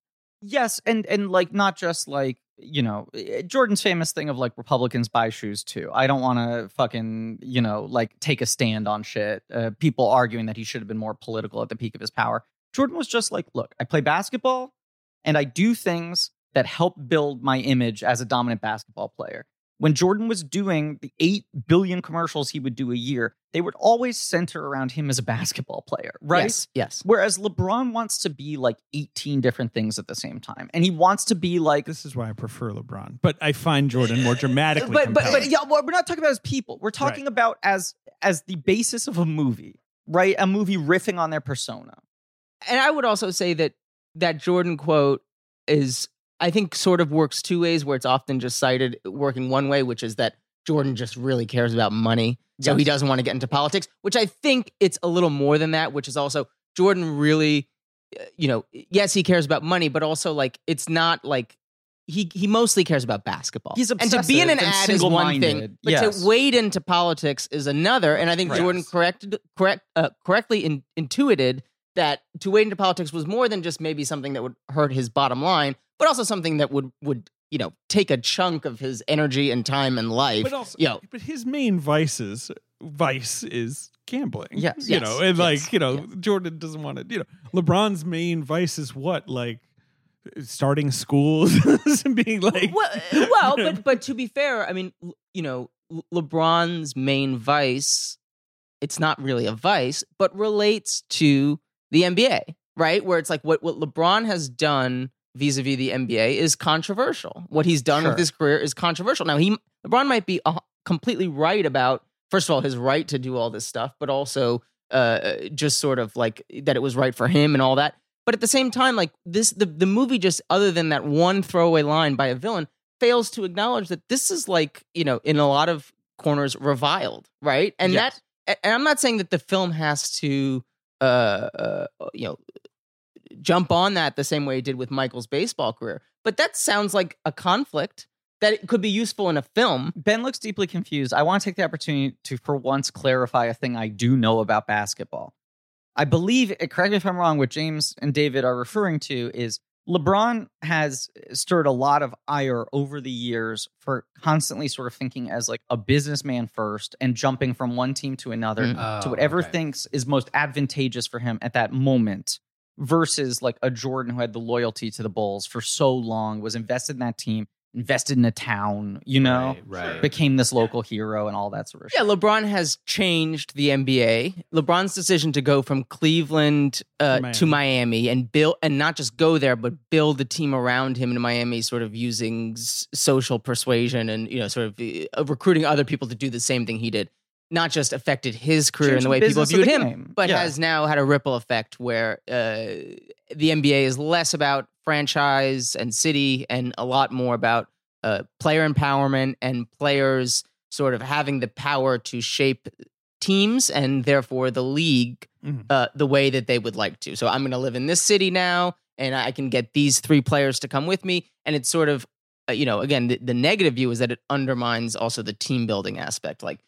Speaker 1: Yes, and and like not just like you know eh, Jordan's famous thing of like Republicans buy shoes too. I don't want to fucking you know like take a stand on shit. Uh, people arguing that he should have been more political at the peak of his power. Jordan was just like, look, I play basketball, and I do things that help build my image as a dominant basketball player. When Jordan was doing the 8 billion commercials he would do a year, they would always center around him as a basketball player, right?
Speaker 3: Yes. yes.
Speaker 1: Whereas LeBron wants to be like 18 different things at the same time. And he wants to be like,
Speaker 2: this is why I prefer LeBron, but I find Jordan more dramatically.
Speaker 1: but, but, but
Speaker 2: compelling.
Speaker 1: yeah, well, we're not talking about as people. We're talking about as, as the basis of a movie, right? A movie riffing on their persona.
Speaker 3: and I would also say that that Jordan quote is I think sort of works two ways where it's often just cited working one way which is that Jordan just really cares about money so he
Speaker 1: Yes.
Speaker 3: doesn't want to get into politics which I think it's a little more than that which is also Jordan really uh, you know yes he cares about money but also like it's not like he he mostly cares about basketball.
Speaker 1: He's
Speaker 3: and to be in an
Speaker 1: obsessive and
Speaker 3: ad is one thing,
Speaker 1: single-minded,
Speaker 3: but
Speaker 1: yes.
Speaker 3: to wade into politics is another. And I think
Speaker 2: Right.
Speaker 3: Jordan
Speaker 2: Yes.
Speaker 3: corrected correct uh, correctly in, intuited that to wade into politics was more than just maybe something that would hurt his bottom line, but also something that would would you know take a chunk of his energy and time and life.
Speaker 2: But also,
Speaker 3: you know,
Speaker 2: but his main vices vice is gambling.
Speaker 1: Yes.
Speaker 2: you
Speaker 3: Yes.
Speaker 2: know, and
Speaker 3: Yes.
Speaker 2: like you know,
Speaker 3: Yes.
Speaker 2: Jordan doesn't want to. You know, LeBron's main vice is what like starting schools and being like
Speaker 3: well, eh, well, but but to be fair, I mean, l- you know, L- LeBron's main vice, it's not really a vice, but relates to the NBA, right? Where it's like what what LeBron has done vis-a-vis the NBA is controversial. What he's done
Speaker 1: Sure.
Speaker 3: with his career is controversial. Now, he LeBron might be uh, completely right about first of all his right to do all this stuff, but also uh, just sort of like that it was right for him and all that. But at the same time, like this, the the movie just other than that one throwaway line by a villain fails to acknowledge that this is like you know in a lot of corners reviled, right? And
Speaker 1: Yes.
Speaker 3: that, and I'm not saying that the film has to, uh, uh you know, jump on that the same way he did with Michael's baseball career. But that sounds like a conflict that it could be useful in a film.
Speaker 1: Ben looks deeply confused. I want to take the opportunity to, for once, clarify a thing I do know about basketball. I believe, uh, correct me if I'm wrong, what James and David are referring to is LeBron has uh, stirred a lot of ire over the years for constantly sort of thinking as like a businessman first and jumping from one team to another
Speaker 3: Mm.
Speaker 4: Oh,
Speaker 1: to whatever
Speaker 4: okay.
Speaker 1: thinks is most advantageous for him at that moment versus like a Jordan who had the loyalty to the Bulls for so long, was invested in that team, invested in a town, you know?
Speaker 4: Right, right.
Speaker 1: became this local hero and all that sort of
Speaker 3: Yeah,
Speaker 1: shit.
Speaker 3: LeBron has changed the NBA. LeBron's decision to go from Cleveland uh,
Speaker 2: Miami.
Speaker 3: to Miami and build, and not just go there, but build the team around him in Miami, sort of using s- social persuasion and you know, sort of uh, recruiting other people to do the same thing he did. Not just affected his career and
Speaker 1: Changed the
Speaker 3: the way people
Speaker 1: business of
Speaker 3: viewed
Speaker 1: the
Speaker 3: him,
Speaker 1: game.
Speaker 3: but
Speaker 1: Yeah.
Speaker 3: has now had a ripple effect where uh, the NBA is less about franchise and city and a lot more about uh, player empowerment and players sort of having the power to shape teams and therefore the league
Speaker 1: Mm-hmm.
Speaker 2: Mhm.
Speaker 3: uh, the way that they would like to. So I'm going to live in this city now, and I can get these three players to come with me. And it's sort of, uh, you know, again, the, the negative view is that it undermines also the team building aspect. Like,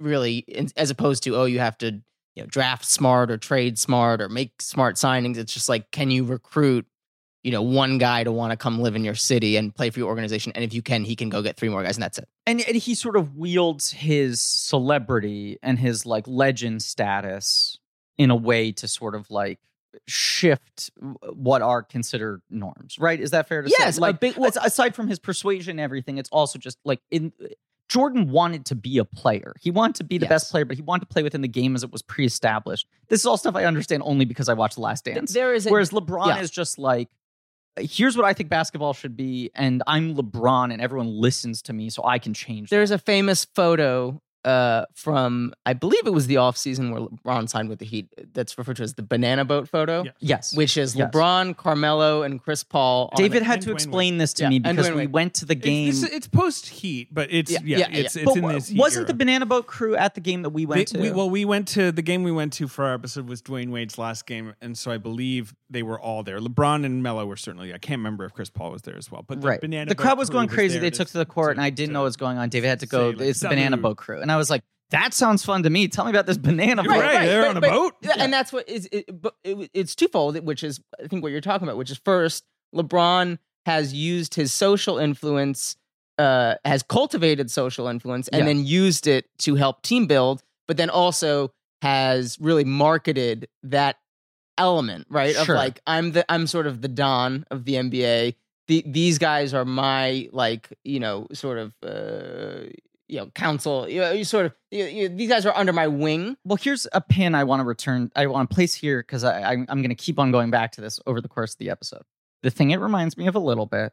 Speaker 3: really, in, as opposed to, oh, you have to, you know, draft smart or trade smart or make smart signings. It's just like, can you recruit? You know, one guy to want to come live in your city and play for your organization, and if you can, he can go get three more guys, and that's it.
Speaker 1: And, and he sort of wields his celebrity and his like legend status in a way to sort of like shift w- what are considered norms, right? Is that fair to say?
Speaker 3: Yes, a
Speaker 1: like
Speaker 3: big- well-
Speaker 1: as- aside from his persuasion and everything, it's also just like in Jordan wanted to be a player. He wanted to be the
Speaker 3: Yes.
Speaker 1: best player, but he wanted to play within the game as it was pre-established. This is all stuff I understand only because I watched The Last
Speaker 3: Th-
Speaker 1: Dance.
Speaker 3: There is a
Speaker 1: Whereas LeBron
Speaker 3: yeah.
Speaker 1: is just like, uh, here's what I think basketball should be, and I'm LeBron, and everyone listens to me, so I can change.
Speaker 3: There's a famous photo uh, from, I believe it was the offseason where LeBron signed with the Heat that's referred to as the banana boat photo,
Speaker 2: Yeah.
Speaker 1: that. yes.
Speaker 3: which is
Speaker 1: Yes.
Speaker 3: LeBron, Carmelo, and Chris Paul. on
Speaker 1: David
Speaker 2: it.
Speaker 1: had
Speaker 2: And
Speaker 1: to
Speaker 2: Dwayne
Speaker 1: explain this to
Speaker 3: Yeah,
Speaker 1: me
Speaker 3: and
Speaker 1: because
Speaker 3: Dwayne
Speaker 1: we
Speaker 3: Wade.
Speaker 1: went to the game.
Speaker 2: It's, it's, post heat, but it's
Speaker 3: Yeah,
Speaker 2: yeah,
Speaker 3: yeah,
Speaker 2: it's
Speaker 3: yeah.
Speaker 2: it's
Speaker 1: but
Speaker 2: in
Speaker 1: wa-
Speaker 2: this. Heat
Speaker 1: wasn't
Speaker 2: era.
Speaker 1: the Banana Boat crew at the game that we went
Speaker 2: They-
Speaker 1: to?
Speaker 2: we- well, we went to the game we went to for our episode was Dwayne Wade's last game, and so I believe they were all there. LeBron and Melo were certainly. I can't remember if Chris Paul was there as well, but the
Speaker 1: right.
Speaker 2: banana
Speaker 1: The
Speaker 2: boat
Speaker 1: crowd was
Speaker 2: crew
Speaker 1: going crazy.
Speaker 2: there
Speaker 1: They took to the court, and I didn't
Speaker 2: to-
Speaker 1: know what was going on. David had to go.
Speaker 2: say, like,
Speaker 1: it's the Banana
Speaker 2: salute.
Speaker 1: Boat crew, and I was like, that sounds fun to me. Tell me about this Banana
Speaker 2: You're
Speaker 1: Boat.
Speaker 2: right. they're on a boat.
Speaker 3: Yeah, And that's what is it, but it, it's twofold, which is I think what you're talking about, which is first, LeBron has used his social influence, uh, has cultivated social influence, and
Speaker 1: Yeah.
Speaker 3: then used it to help team build, but then also has really marketed that element, right? Of
Speaker 1: Sure.
Speaker 3: like I'm the I'm sort of the don of the NBA. The, these guys are my like you know sort of uh, you know council. You, know, you sort of you, you, these guys are under my wing.
Speaker 1: Well, here's a pin I want to return. I want to place here because I, I, I'm going to keep on going back to this over the course of the episode. The thing it reminds me of a little bit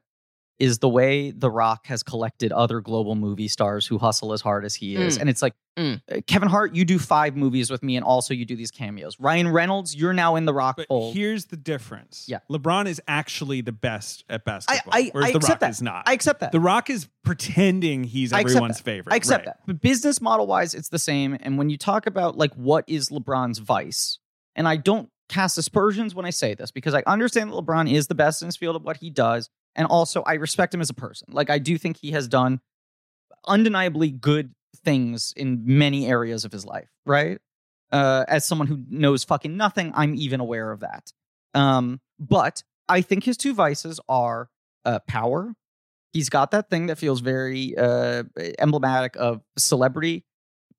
Speaker 1: is the way The Rock has collected other global movie stars who hustle as hard as he is.
Speaker 3: Mm.
Speaker 1: And it's like,
Speaker 3: Mm.
Speaker 1: uh, Kevin Hart, you do five movies with me, and also you do these cameos. Ryan Reynolds, you're now in The Rock
Speaker 2: But
Speaker 1: fold.
Speaker 2: here's the difference.
Speaker 1: Yeah.
Speaker 2: LeBron is actually the best at basketball.
Speaker 1: I- I
Speaker 2: whereas the
Speaker 1: accept
Speaker 2: Rock
Speaker 1: that.
Speaker 2: is not.
Speaker 1: I accept that.
Speaker 2: the Rock is pretending he's
Speaker 1: I accept
Speaker 2: everyone's favorite.
Speaker 1: I accept
Speaker 2: right.
Speaker 1: that. But business model wise, it's the same. And when you talk about like what is LeBron's vice, and I don't cast aspersions when I say this because I understand that LeBron is the best in his field of what he does. And also, I respect him as a person. Like, I do think he has done undeniably good things in many areas of his life, right? Uh, as someone who knows fucking nothing, I'm even aware of that. Um, but I think his two vices are uh, power. He's got that thing that feels very uh, emblematic of celebrity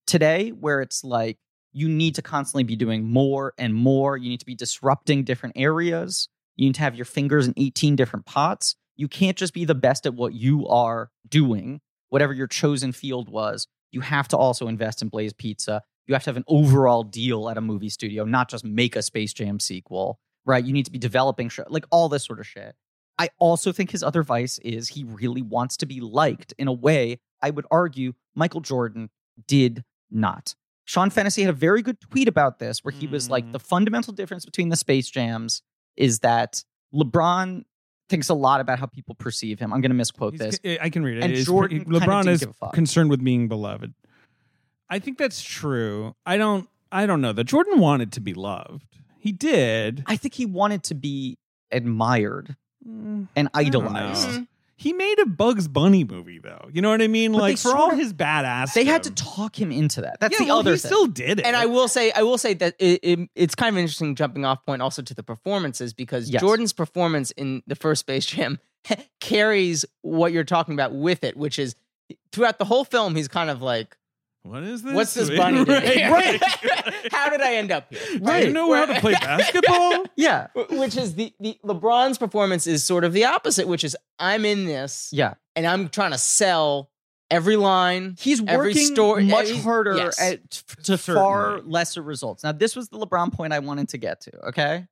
Speaker 1: today, where it's like you need to constantly be doing more and more. You need to be disrupting different areas. You need to have your fingers in 18 different pots. You can't just be the best at what you are doing, whatever your chosen field was. You have to also invest in Blaze Pizza. You have to have an overall deal at a movie studio, not just make a Space Jam sequel, right? You need to be developing show, like all this sort of shit. I also think his other vice is he really wants to be liked in a way I would argue Michael Jordan did not. Sean Fennessy had a very good tweet about this where he was like,
Speaker 2: Mhm.
Speaker 1: the fundamental difference between the Space Jams is that LeBron thinks a lot about how people perceive him. I'm going to misquote
Speaker 2: He's-
Speaker 1: this.
Speaker 2: I- I can read it.
Speaker 1: And
Speaker 2: It is-
Speaker 1: Jordan kinda
Speaker 2: LeBron
Speaker 1: didn't
Speaker 2: is
Speaker 1: give a fuck.
Speaker 2: concerned with being beloved. I think that's true. I don't. I don't know that Jordan wanted to be loved. He did.
Speaker 1: I think he wanted to be admired
Speaker 2: Mm,
Speaker 1: and
Speaker 2: don't
Speaker 3: Mm-hmm.
Speaker 1: idolized.
Speaker 2: know. He made a Bugs Bunny movie though. You know what I mean?
Speaker 1: But they
Speaker 2: like for
Speaker 1: sort
Speaker 2: all
Speaker 1: of-
Speaker 2: his badass,
Speaker 1: They had to talk him into that. That's
Speaker 2: yeah,
Speaker 1: the
Speaker 2: well,
Speaker 1: other
Speaker 2: he
Speaker 1: thing.
Speaker 2: still did it.
Speaker 3: And I will say, I will say that it, it, it's kind of an interesting jumping off point also to the performances because
Speaker 1: Yes.
Speaker 3: Jordan's performance in the first Space Jam carries what you're talking about with it, which is throughout the whole film, he's kind of like,
Speaker 2: What is this?
Speaker 3: "What's this bunny doing? here?
Speaker 2: Right.
Speaker 3: How did I end up here?"
Speaker 2: Do you know how to play basketball?
Speaker 1: yeah,
Speaker 3: Which is the, the LeBron's performance is sort of the opposite, which is I'm in this
Speaker 1: yeah.
Speaker 3: and I'm trying to sell every line.
Speaker 1: He's
Speaker 3: Every
Speaker 1: working
Speaker 3: story-
Speaker 1: much
Speaker 3: every-
Speaker 1: harder
Speaker 3: yes.
Speaker 1: at, f- to
Speaker 2: Certainly.
Speaker 1: far lesser results. Now, this was the LeBron point I wanted to get to. Okay,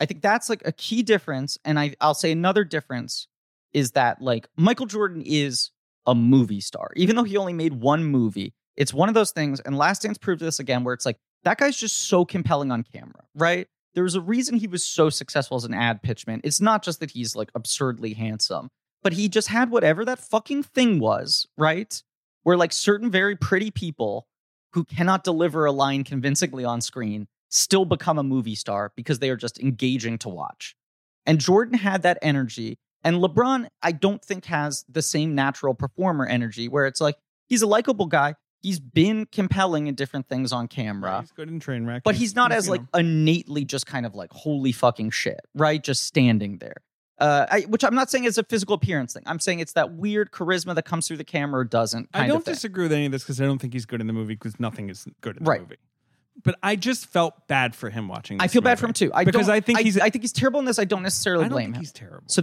Speaker 1: I think that's like a key difference, and I I'll say another difference is that like Michael Jordan is a movie star, even though he only made one movie. It's one of those things, and Last Dance proved this again, where it's like that guy's just so compelling on camera, right? There was a reason he was so successful as an ad pitchman. It's not just that he's like absurdly handsome, but he just had whatever that fucking thing was, right? Where like certain very pretty people who cannot deliver a line convincingly on screen still become a movie star because they are just engaging to watch. And Jordan had that energy. And LeBron, I don't think, has the same natural performer energy where it's like he's a likable guy. He's been compelling in different things on camera.
Speaker 2: He's good in train wreck,
Speaker 1: But he's not as
Speaker 2: you
Speaker 1: like
Speaker 2: know.
Speaker 1: innately just kind of like holy fucking shit, right? Just standing there. Uh, I, which I'm not saying is a physical appearance thing. I'm saying it's that weird charisma that comes through the camera or doesn't. Kind
Speaker 2: I don't
Speaker 1: of thing.
Speaker 2: disagree with any of this because I don't think he's good in the movie because nothing is good in the
Speaker 1: Right.
Speaker 2: movie. But I just felt bad for him watching. This
Speaker 1: I feel bad
Speaker 2: movie.
Speaker 1: for him too. I
Speaker 2: Because
Speaker 1: don't-
Speaker 2: I think he's-
Speaker 1: I think he's terrible in this. I don't necessarily
Speaker 2: I don't
Speaker 1: blame
Speaker 2: think
Speaker 1: him.
Speaker 2: he's terrible.
Speaker 1: So-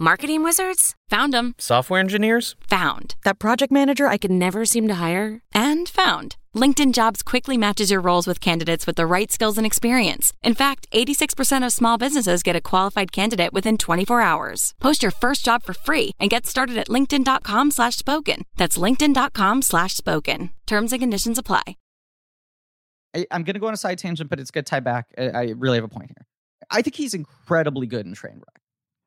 Speaker 5: Marketing wizards? Found them.
Speaker 6: Software engineers?
Speaker 5: Found.
Speaker 7: That project manager I could never seem to hire?
Speaker 5: And found. LinkedIn Jobs quickly matches your roles with candidates with the right skills and experience. In fact, 86% of small businesses get a qualified candidate within 24 hours. Post your first job for free and get started at linkedin.com slash spoken. That's linkedin.com slash spoken. Terms and conditions apply.
Speaker 1: I, I'm going to go on a side tangent, but it's good tie back. I, I really have a point here. I think he's incredibly good in Trainwreck.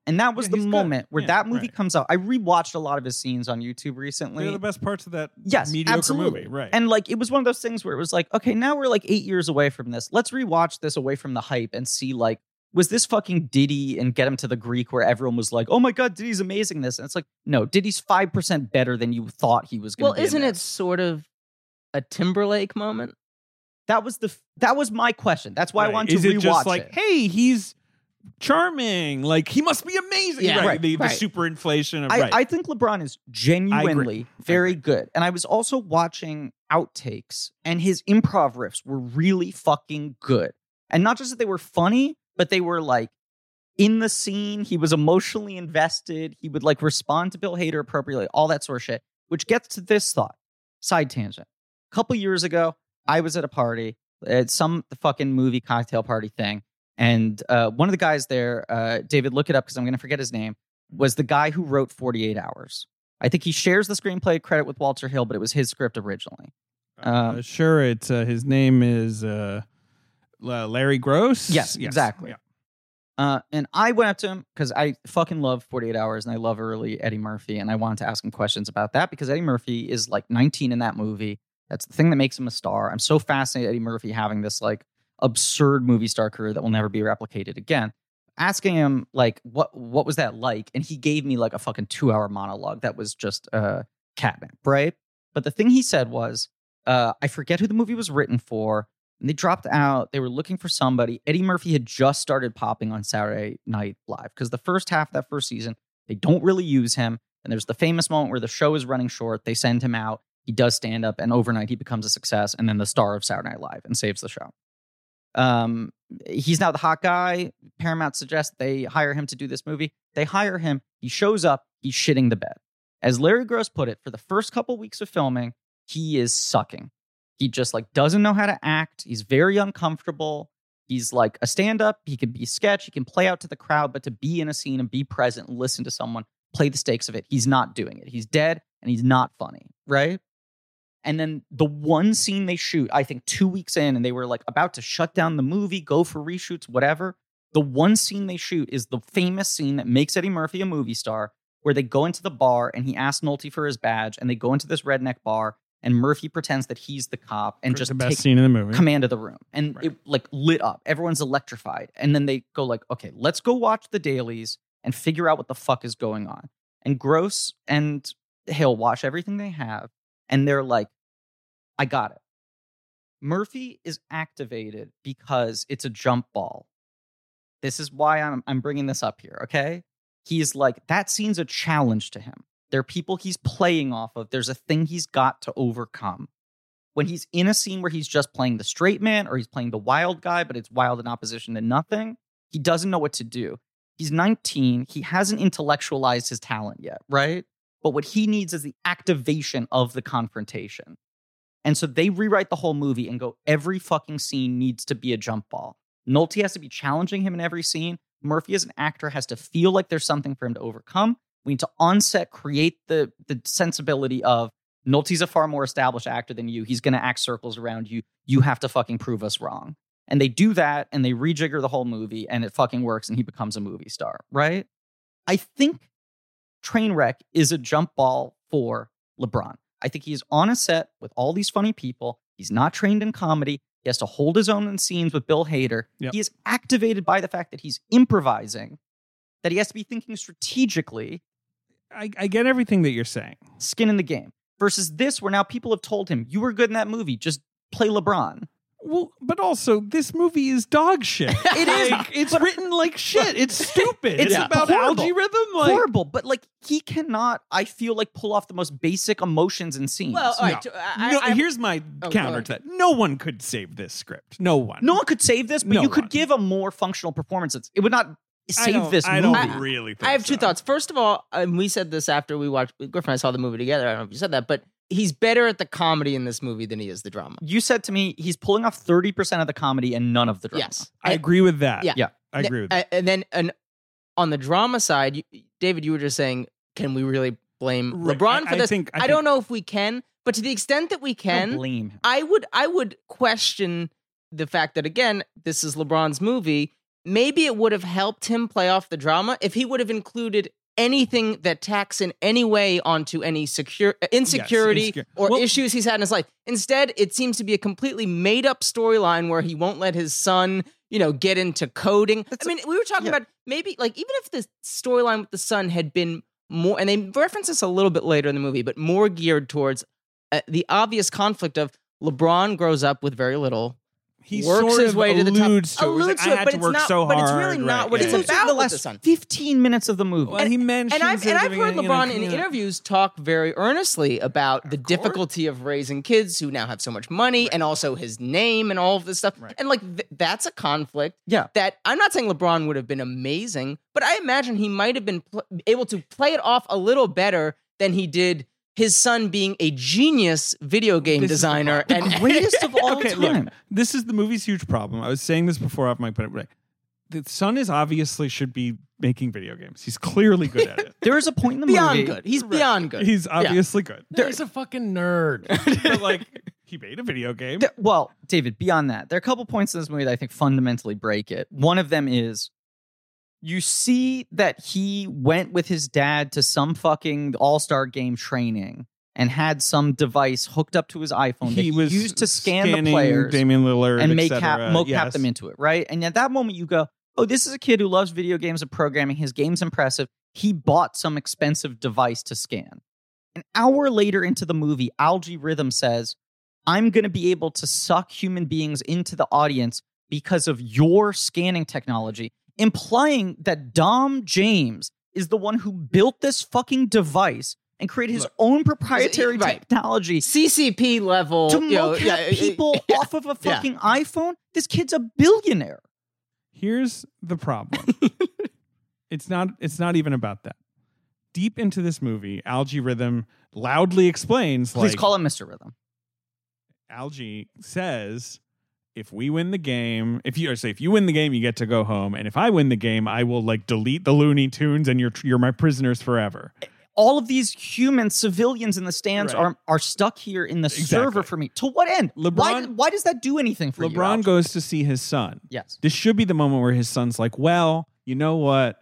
Speaker 1: And that was
Speaker 2: Yeah,
Speaker 1: the
Speaker 2: he's good.
Speaker 1: moment where
Speaker 2: Yeah,
Speaker 1: that movie
Speaker 2: right.
Speaker 1: comes out. I rewatched a lot of his scenes on YouTube
Speaker 2: They're
Speaker 1: recently.
Speaker 2: the best parts of that
Speaker 1: yes,
Speaker 2: mediocre
Speaker 1: absolutely.
Speaker 2: movie, right?
Speaker 1: And like it was one of those things where it was like, okay, now we're like eight years away from this. Let's rewatch this away from the hype and see like, was this fucking Diddy and get him to the Greek where everyone was like, oh my god, Diddy's amazing in this, and it's like, no, Diddy's five percent better than you thought he was. going
Speaker 3: Well, isn't it sort of a Timberlake moment?
Speaker 1: That was the f- that was my question. That's why I
Speaker 2: Right.
Speaker 1: wanted to
Speaker 2: is
Speaker 1: rewatch
Speaker 2: it just like,
Speaker 1: it.
Speaker 2: hey, he's charming. Like he must be amazing.
Speaker 3: Yeah.
Speaker 2: right.
Speaker 1: Right,
Speaker 2: The,
Speaker 3: right.
Speaker 2: the super inflation of
Speaker 1: I,
Speaker 2: right.
Speaker 1: I think LeBron is genuinely very good. And I was also watching outtakes, and his improv riffs were really fucking good. And not just that they were funny, but they were like in the scene. He was emotionally invested. He would like respond to Bill Hader appropriately, all that sort of shit, which gets to this thought side tangent. A couple years ago, I was at a party at some fucking movie cocktail party thing. And uh, one of the guys there, uh, David, look it up because I'm going to forget his name was the guy who wrote 48 Hours. I think he shares the screenplay credit with Walter Hill, but it was his script originally.
Speaker 2: Uh,
Speaker 1: um,
Speaker 2: sure, it's uh, his name is uh, La- Larry Gross.
Speaker 1: Yes, exactly.
Speaker 2: Yeah.
Speaker 1: Uh, and I went up to him because I fucking love 48 Hours and I love early Eddie Murphy. And I wanted to ask him questions about that because Eddie Murphy is like 19 in that movie. That's the thing that makes him a star. I'm so fascinated Eddie Murphy having this like absurd movie star career that will never be replicated again. Asking him like what what was that like, and he gave me like a fucking two hour monologue that was just uh, catnip, right? But the thing he said was, uh, I forget who the movie was written for, and they dropped out. They were looking for somebody. Eddie Murphy had just started popping on Saturday Night Live because the first half of that first season, they don't really use him. And there's the famous moment where the show is running short. They send him out. He does stand up, and overnight he becomes a success and then the star of Saturday Night Live and saves the show. Um, he's now the hot guy. Paramount suggests they hire him to do this movie. They hire him. He shows up. He's shitting the bed. As Larry Gross put it, for the first couple weeks of filming, he is sucking. He just like doesn't know how to act. He's very uncomfortable. He's like a stand up. He can be sketch. He can play out to the crowd, but to be in a scene and be present and listen to someone play the stakes of it, he's not doing it. He's dead and he's not funny, right? And then the one scene they shoot, I think two weeks in, and they were like about to shut down the movie, go for reshoots, whatever. The one scene they shoot is the famous scene that makes Eddie Murphy a movie star, where they go into the bar and he asks Nolte for his badge, and they go into this redneck bar, and Murphy pretends that he's the cop and just
Speaker 2: the best
Speaker 1: takes
Speaker 2: scene in the movie.
Speaker 1: command of the room and
Speaker 2: Right.
Speaker 1: it like lit up everyone's electrified and then they go like okay let's go watch the dailies and figure out what the fuck is going on and gross and hill watch everything they have and they're like i got it murphy is activated because it's a jump ball this is why i'm, I'm bringing this up here okay he's like that scene's a challenge to him there are people he's playing off of there's a thing he's got to overcome when he's in a scene where he's just playing the straight man or he's playing the wild guy, but it's wild in opposition to nothing, he doesn't know what to do. He's 19. He hasn't intellectualized his talent yet, right? But what he needs is the activation of the confrontation. And so they rewrite the whole movie and go, every fucking scene needs to be a jump ball. Nolte has to be challenging him in every scene. Murphy, as an actor, has to feel like there's something for him to overcome. We need to onset create the, the sensibility of Nolte's a far more established actor than you. He's going to act circles around you. You have to fucking prove us wrong. And they do that and they rejigger the whole movie and it fucking works and he becomes a movie star, right? I think Trainwreck is a jump ball for LeBron. I think he's on a set with all these funny people. He's not trained in comedy. He has to hold his own in scenes with Bill Hader.
Speaker 2: Yep.
Speaker 1: He is activated by the fact that he's improvising, that he has to be thinking strategically,
Speaker 2: I, I get everything that you're saying.
Speaker 1: skin in the game. Versus this, where now people have told him, you were good in that movie, just play LeBron.
Speaker 2: Well, but also this movie is dog shit.
Speaker 1: It is.
Speaker 2: Like, it's
Speaker 1: But-
Speaker 2: written like shit. It's stupid.
Speaker 1: It's
Speaker 2: It's, about
Speaker 1: horrible.
Speaker 2: algae rhythm. Like,
Speaker 1: horrible, but like he cannot, I feel like, pull off the most basic emotions and scenes.
Speaker 3: Well, all right.
Speaker 2: No.
Speaker 3: to- I,
Speaker 2: no,
Speaker 3: I-
Speaker 2: here's my
Speaker 3: Oh,
Speaker 2: counter to that. No one could save this script. No one.
Speaker 1: no one could save this, but
Speaker 2: No
Speaker 1: you could
Speaker 2: one.
Speaker 1: give a more functional performance. It's- It would not
Speaker 2: I
Speaker 1: save
Speaker 2: don't,
Speaker 1: this
Speaker 2: I
Speaker 1: movie.
Speaker 2: don't really. Think
Speaker 3: I have two
Speaker 2: so.
Speaker 3: thoughts. First of all, and we said this after we watched Griffin and I saw the movie together. I don't know if you said that, but he's better at the comedy in this movie than he is the drama.
Speaker 1: you said to me he's pulling off 30% of the comedy and none of the drama.
Speaker 3: Yes,
Speaker 2: I agree with that.
Speaker 3: Yeah. Uh,
Speaker 1: Yeah.
Speaker 2: I agree with that.
Speaker 3: And, and then and on the drama side, you, David, you were just saying, can we really blame
Speaker 2: Right.
Speaker 3: um, LeBron
Speaker 2: I-
Speaker 3: for
Speaker 2: I
Speaker 3: this?
Speaker 2: think- I
Speaker 3: I don't know if we can, but to the extent that we
Speaker 1: I
Speaker 3: can,
Speaker 1: don't blame him.
Speaker 3: I would I would question the fact that again, this is LeBron's movie. Maybe it would have helped him play off the drama if he would have included anything that tacks in any way onto any secure uh, insecurity
Speaker 2: insecure-
Speaker 3: or
Speaker 2: Well-
Speaker 3: issues he's had in his life. Instead, it seems to be a completely made up storyline where he won't let his son, you know, get into coding. I mean, we were talking
Speaker 1: yeah.
Speaker 3: about maybe like even if the storyline with the son had been more and they reference this a little bit later in the movie, but more geared towards uh, the obvious conflict of LeBron grows up with very little.
Speaker 2: He
Speaker 3: works
Speaker 2: sort
Speaker 3: his
Speaker 2: of
Speaker 3: way to the top.
Speaker 2: alludes to it. He's
Speaker 3: Alludes
Speaker 2: like,
Speaker 3: to
Speaker 2: I
Speaker 3: it,
Speaker 2: had
Speaker 3: but
Speaker 2: to
Speaker 3: it's
Speaker 2: work
Speaker 3: not-
Speaker 2: so
Speaker 3: but
Speaker 2: hard.
Speaker 3: it's really not
Speaker 2: right,
Speaker 3: what
Speaker 2: yeah,
Speaker 3: it's
Speaker 2: yeah.
Speaker 3: about.
Speaker 1: the
Speaker 3: with the
Speaker 1: last
Speaker 3: son.
Speaker 1: 15 minutes of the movie.
Speaker 2: Well, he mentions
Speaker 3: And I've
Speaker 2: at
Speaker 3: and
Speaker 2: the
Speaker 3: I've heard
Speaker 2: beginning, you know,
Speaker 3: LeBron in
Speaker 2: yeah.
Speaker 3: interviews talk very earnestly about the difficulty of raising kids who now have so much money and also his name and all of this stuff.
Speaker 2: Right.
Speaker 3: And like th- that's a conflict
Speaker 1: yeah.
Speaker 3: that I'm not saying LeBron would have been amazing, but I imagine he might have been pl- able to play it off a little better than he did his son being a genius video game
Speaker 2: This is the
Speaker 3: designer
Speaker 2: problem.
Speaker 3: and
Speaker 1: Greatest of all
Speaker 2: okay,
Speaker 1: time.
Speaker 2: look, this is the movie's huge problem. I was saying this before off my put it right. The son is obviously should be making video games. He's clearly good at it.
Speaker 1: There is a point in the
Speaker 3: beyond
Speaker 1: movie.
Speaker 3: good. He's beyond good.
Speaker 2: He's
Speaker 3: Yeah.
Speaker 2: obviously good.
Speaker 4: He's a fucking nerd.
Speaker 2: But like he made a video game.
Speaker 1: There- well, David, beyond that, there are a couple points in this movie that I think fundamentally break it. One of them is you see that he went with his dad to some fucking all star game training and had some device hooked up to his iPhone that
Speaker 2: he was
Speaker 1: used to scan the
Speaker 2: scanning
Speaker 1: players
Speaker 2: Damian Lillard,
Speaker 1: and
Speaker 2: et
Speaker 1: make cap,
Speaker 2: cetera.
Speaker 1: mocap
Speaker 2: Yes.
Speaker 1: them into it, right? And at that moment, you go, "Oh, this is a kid who loves video games and programming. His game's impressive. He bought some expensive device to scan." An hour later into the movie, Algae Rhythm says, "I'm going to be able to suck human beings into the audience because of your scanning technology," implying that Dom James is the one who built this fucking device and created his
Speaker 2: Look.
Speaker 1: own proprietary
Speaker 3: Right.
Speaker 1: technology
Speaker 3: CCP level
Speaker 1: to
Speaker 3: you know,
Speaker 1: mocap
Speaker 3: yeah,
Speaker 1: people off of a
Speaker 3: yeah.
Speaker 1: fucking iPhone? This kid's a billionaire.
Speaker 2: Here's the problem. it's not it's not even about that. Deep into this movie, Algae Rhythm loudly explains
Speaker 1: Please
Speaker 2: like
Speaker 1: call him Mr. Rhythm.
Speaker 2: Algae says, if we win the game, if you or say if you win the game, you get to go home, and if I win the game, I will like delete the Looney Tunes, and you're tr- you're my prisoners forever.
Speaker 1: all of these human civilians in the stands
Speaker 2: Right.
Speaker 1: are are stuck here in the server
Speaker 2: Exactly.
Speaker 1: for me. To what end? why,
Speaker 2: LeBron-
Speaker 1: why does that do anything for you?
Speaker 2: LeBron
Speaker 1: Alex?
Speaker 2: goes to see his son.
Speaker 1: Yes.
Speaker 2: This should be the moment where his son's like, "Well, you know what?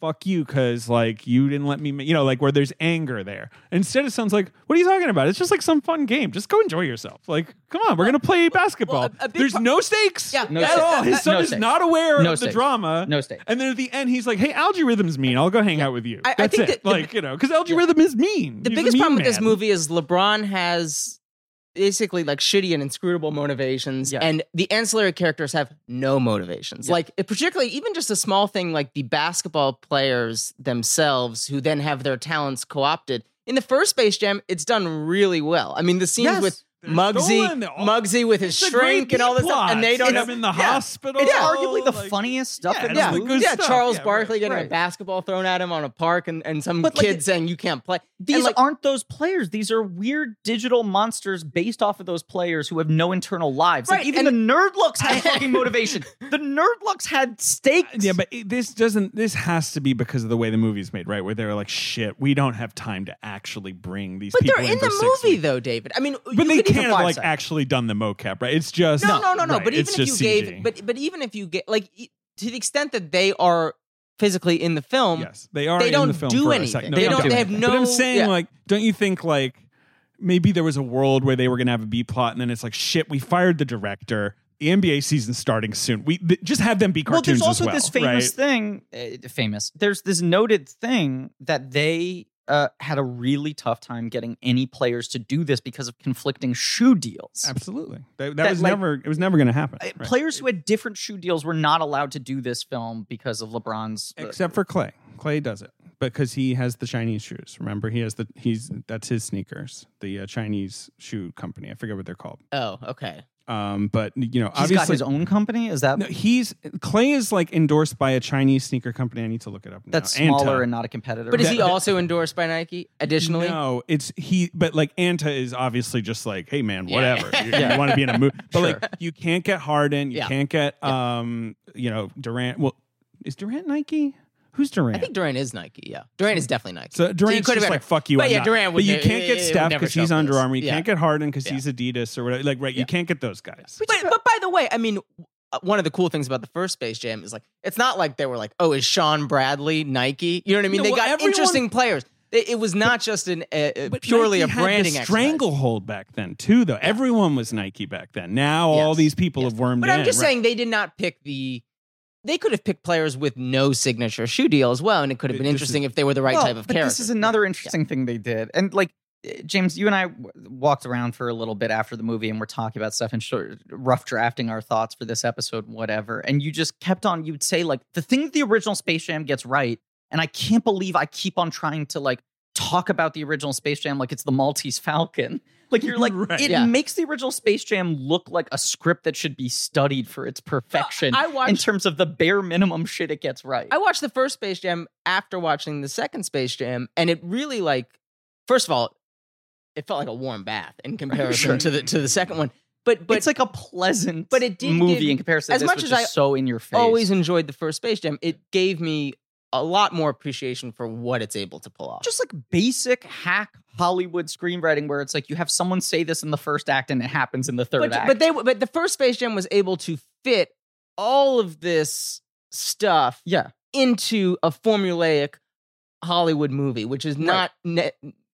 Speaker 2: Fuck you, because like you didn't let me, ma-" you know, like where there's anger there." Instead, it sounds like, "What are you talking about? It's just like some fun game. Just go enjoy yourself. Like, come on, we're gonna play basketball.
Speaker 3: a- a big
Speaker 2: there's
Speaker 3: part-
Speaker 2: no stakes
Speaker 3: Yeah,
Speaker 1: No
Speaker 2: at
Speaker 1: stakes.
Speaker 2: all. His son
Speaker 1: No
Speaker 2: is
Speaker 1: stakes.
Speaker 2: not aware
Speaker 1: No
Speaker 2: of the
Speaker 1: stakes.
Speaker 2: drama.
Speaker 1: No stakes.
Speaker 2: And then at the end, he's like, "Hey, algorithm's mean. I'll go hang out with you.
Speaker 3: I- I
Speaker 2: That's
Speaker 3: think
Speaker 2: it.
Speaker 3: that the-
Speaker 2: like, you know, because algorithm is mean.
Speaker 3: the
Speaker 2: He's a
Speaker 3: biggest
Speaker 2: mean
Speaker 3: problem with this
Speaker 2: man.
Speaker 3: movie is LeBron has basically like shitty and inscrutable motivations,
Speaker 1: Yeah.
Speaker 3: and the ancillary characters have no motivations.
Speaker 1: Yeah.
Speaker 3: Like, it- particularly even just a small thing like the basketball players themselves, who then have their talents co opted. In the first Space Jam, it's done really well. I mean, the scenes
Speaker 1: Yes.
Speaker 3: with
Speaker 2: They're
Speaker 3: Mugsy,
Speaker 2: stolen. They're all-
Speaker 3: Mugsy with his
Speaker 2: It's a
Speaker 3: shrink
Speaker 2: great
Speaker 3: and all this stuff,
Speaker 2: B-plot.
Speaker 3: and they don't
Speaker 2: Get
Speaker 3: have
Speaker 2: him in the
Speaker 3: yeah.
Speaker 2: hospital.
Speaker 1: It's arguably the
Speaker 2: Oh, like-
Speaker 1: funniest stuff
Speaker 2: Yeah,
Speaker 1: in
Speaker 2: it's
Speaker 1: the
Speaker 3: yeah,
Speaker 2: the
Speaker 1: movie.
Speaker 2: good
Speaker 3: yeah,
Speaker 2: stuff.
Speaker 3: Charles
Speaker 2: Yeah, right,
Speaker 3: Barkley getting a
Speaker 1: right.
Speaker 3: basketball thrown at him on a park, and, and some
Speaker 1: But, like,
Speaker 3: kid
Speaker 1: it-
Speaker 3: saying you can't play.
Speaker 1: These
Speaker 3: and, like,
Speaker 1: aren't those players. These are weird digital monsters based off of those players who have no internal lives. Like
Speaker 3: Right,
Speaker 1: even
Speaker 3: and-
Speaker 1: the nerd looks had fucking motivation. The nerd looks had stakes.
Speaker 2: Yeah, but it, this doesn't. This has to be because of the way the movie's made, right? Where they're like, "Shit, we don't have time to actually bring these
Speaker 3: But
Speaker 2: people
Speaker 3: they're in
Speaker 2: for
Speaker 3: the
Speaker 2: six
Speaker 3: movie,
Speaker 2: weeks."
Speaker 3: though, David. I mean, you
Speaker 2: But they
Speaker 3: could even
Speaker 2: can't have
Speaker 3: find
Speaker 2: like
Speaker 3: some.
Speaker 2: actually done the mocap, right? It's just
Speaker 3: No, no, no, no.
Speaker 2: right,
Speaker 3: But
Speaker 2: it's
Speaker 3: even if you
Speaker 2: just
Speaker 3: gave,
Speaker 2: CG.
Speaker 3: but but even if you get like e- to the extent that they are physically in the film,
Speaker 2: yes, they are.
Speaker 3: they
Speaker 2: in
Speaker 3: don't
Speaker 2: the film
Speaker 3: do
Speaker 2: for a
Speaker 3: anything.
Speaker 2: second.
Speaker 1: They don't-
Speaker 2: do
Speaker 1: they
Speaker 3: have
Speaker 2: anything. But
Speaker 3: no-
Speaker 2: I'm saying,
Speaker 3: yeah.
Speaker 2: like, don't you think like maybe there was a world where they were gonna have a B plot, and then it's like, shit, we fired the director. The NBA season's starting soon. We th- just have them be
Speaker 1: well,
Speaker 2: cartoons
Speaker 1: there's also
Speaker 2: as well.
Speaker 1: this famous
Speaker 2: right?
Speaker 1: thing. Uh, famous. There's this noted thing that they uh, had a really tough time getting any players to do this because of conflicting shoe deals.
Speaker 2: Absolutely. That, that,
Speaker 1: That,
Speaker 2: was
Speaker 1: like-
Speaker 2: never. It was never going to happen.
Speaker 1: Uh,
Speaker 2: Right.
Speaker 1: Players who had different shoe deals were not allowed to do this film because of LeBron's. uh,
Speaker 2: except for Clay. Clay does it because he has the Chinese shoes. Remember, he has the he's that's his sneakers. The uh, Chinese shoe company. I forget what they're called.
Speaker 3: Oh, okay.
Speaker 2: Um, but you know,
Speaker 1: he's
Speaker 2: obviously.
Speaker 1: got his own company. Is that
Speaker 2: no, he's Clay is like endorsed by a Chinese sneaker company. I need to look it up. Now.
Speaker 1: that's smaller
Speaker 2: Anta.
Speaker 1: and not a competitor?
Speaker 3: But is
Speaker 2: That-
Speaker 3: he
Speaker 2: that-
Speaker 3: also endorsed by Nike? Additionally,
Speaker 2: No, it's he, but like Anta is obviously just like, hey man,
Speaker 3: Yeah.
Speaker 2: whatever. You,
Speaker 1: Yeah.
Speaker 2: want to be in a movie, but
Speaker 1: Sure.
Speaker 2: like you can't get Harden, you
Speaker 3: Yeah.
Speaker 2: can't get um, you know Durant. Well, is Durant Nike? Who's Durant?
Speaker 3: I think Durant is Nike. Yeah, Durant is definitely Nike.
Speaker 2: So Durant's
Speaker 3: could have
Speaker 2: just
Speaker 3: been
Speaker 2: like
Speaker 3: a-
Speaker 2: fuck you.
Speaker 3: But
Speaker 2: I'm
Speaker 3: yeah,
Speaker 2: not.
Speaker 3: Durant
Speaker 2: But
Speaker 3: would
Speaker 2: you
Speaker 3: ne-
Speaker 2: can't
Speaker 3: it-
Speaker 2: get
Speaker 3: it would
Speaker 2: Steph
Speaker 3: never
Speaker 2: because he's
Speaker 3: show up
Speaker 2: Under
Speaker 3: this.
Speaker 2: Armour. You
Speaker 3: Yeah.
Speaker 2: can't get Harden because
Speaker 3: Yeah.
Speaker 2: he's Adidas or whatever. Like right, you
Speaker 3: Yeah.
Speaker 2: can't get those guys.
Speaker 3: But, but by the way, I mean, uh, one of the cool things about the first Space Jam is like it's not like they were like, oh, is Sean Bradley Nike? You know what I mean?
Speaker 2: No,
Speaker 3: they
Speaker 2: well,
Speaker 3: got
Speaker 2: everyone-
Speaker 3: interesting players. It, it was not just an uh, uh, purely
Speaker 2: Nike
Speaker 3: a branding
Speaker 2: had the
Speaker 3: exercise.
Speaker 2: stranglehold back then too, though. Everyone was Nike back then. Now all
Speaker 3: Yes.
Speaker 2: these people
Speaker 3: Yes.
Speaker 2: have wormed
Speaker 3: But
Speaker 2: in.
Speaker 3: I'm just
Speaker 2: right.
Speaker 3: saying they did not pick the. They could have picked players with no signature shoe deal as well, and it could have been
Speaker 2: This is-
Speaker 3: interesting if they were the right
Speaker 1: Well,
Speaker 3: type of
Speaker 1: but
Speaker 3: character.
Speaker 1: This is another interesting thing they did. And like eh, James, you and I w- walked around for a little bit after the movie, and we're talking about stuff and short, rough drafting our thoughts for this episode, whatever. And you just kept on. You'd say like the thing that the original Space Jam gets right, and I can't believe I keep on trying to like talk about the original Space Jam like it's the Maltese Falcon. Like you're like
Speaker 2: Right.
Speaker 1: it
Speaker 3: Yeah.
Speaker 1: makes the original Space Jam look like a script that should be studied for its perfection
Speaker 3: I
Speaker 1: in
Speaker 3: watched.
Speaker 1: terms of the bare minimum shit it gets right.
Speaker 3: I watched the first Space Jam after watching the second Space Jam, and it really like. First of all, it felt like a warm bath in comparison
Speaker 1: Sure.
Speaker 3: to the to the second one. But but
Speaker 1: it's like a pleasant
Speaker 3: But it did
Speaker 1: movie
Speaker 3: give-
Speaker 1: in comparison
Speaker 3: as
Speaker 1: to this,
Speaker 3: much
Speaker 1: which
Speaker 3: as
Speaker 1: is
Speaker 3: I
Speaker 1: so in your face
Speaker 3: always enjoyed the first Space Jam. It gave me a lot more appreciation for what it's able to pull off.
Speaker 1: just like basic hack hollywood screenwriting where it's like you have someone say this in the first act and it happens in the third
Speaker 3: but,
Speaker 1: act
Speaker 3: but they but the first Space Jam was able to fit all of this stuff
Speaker 1: yeah
Speaker 3: into a formulaic Hollywood movie, which is not ne-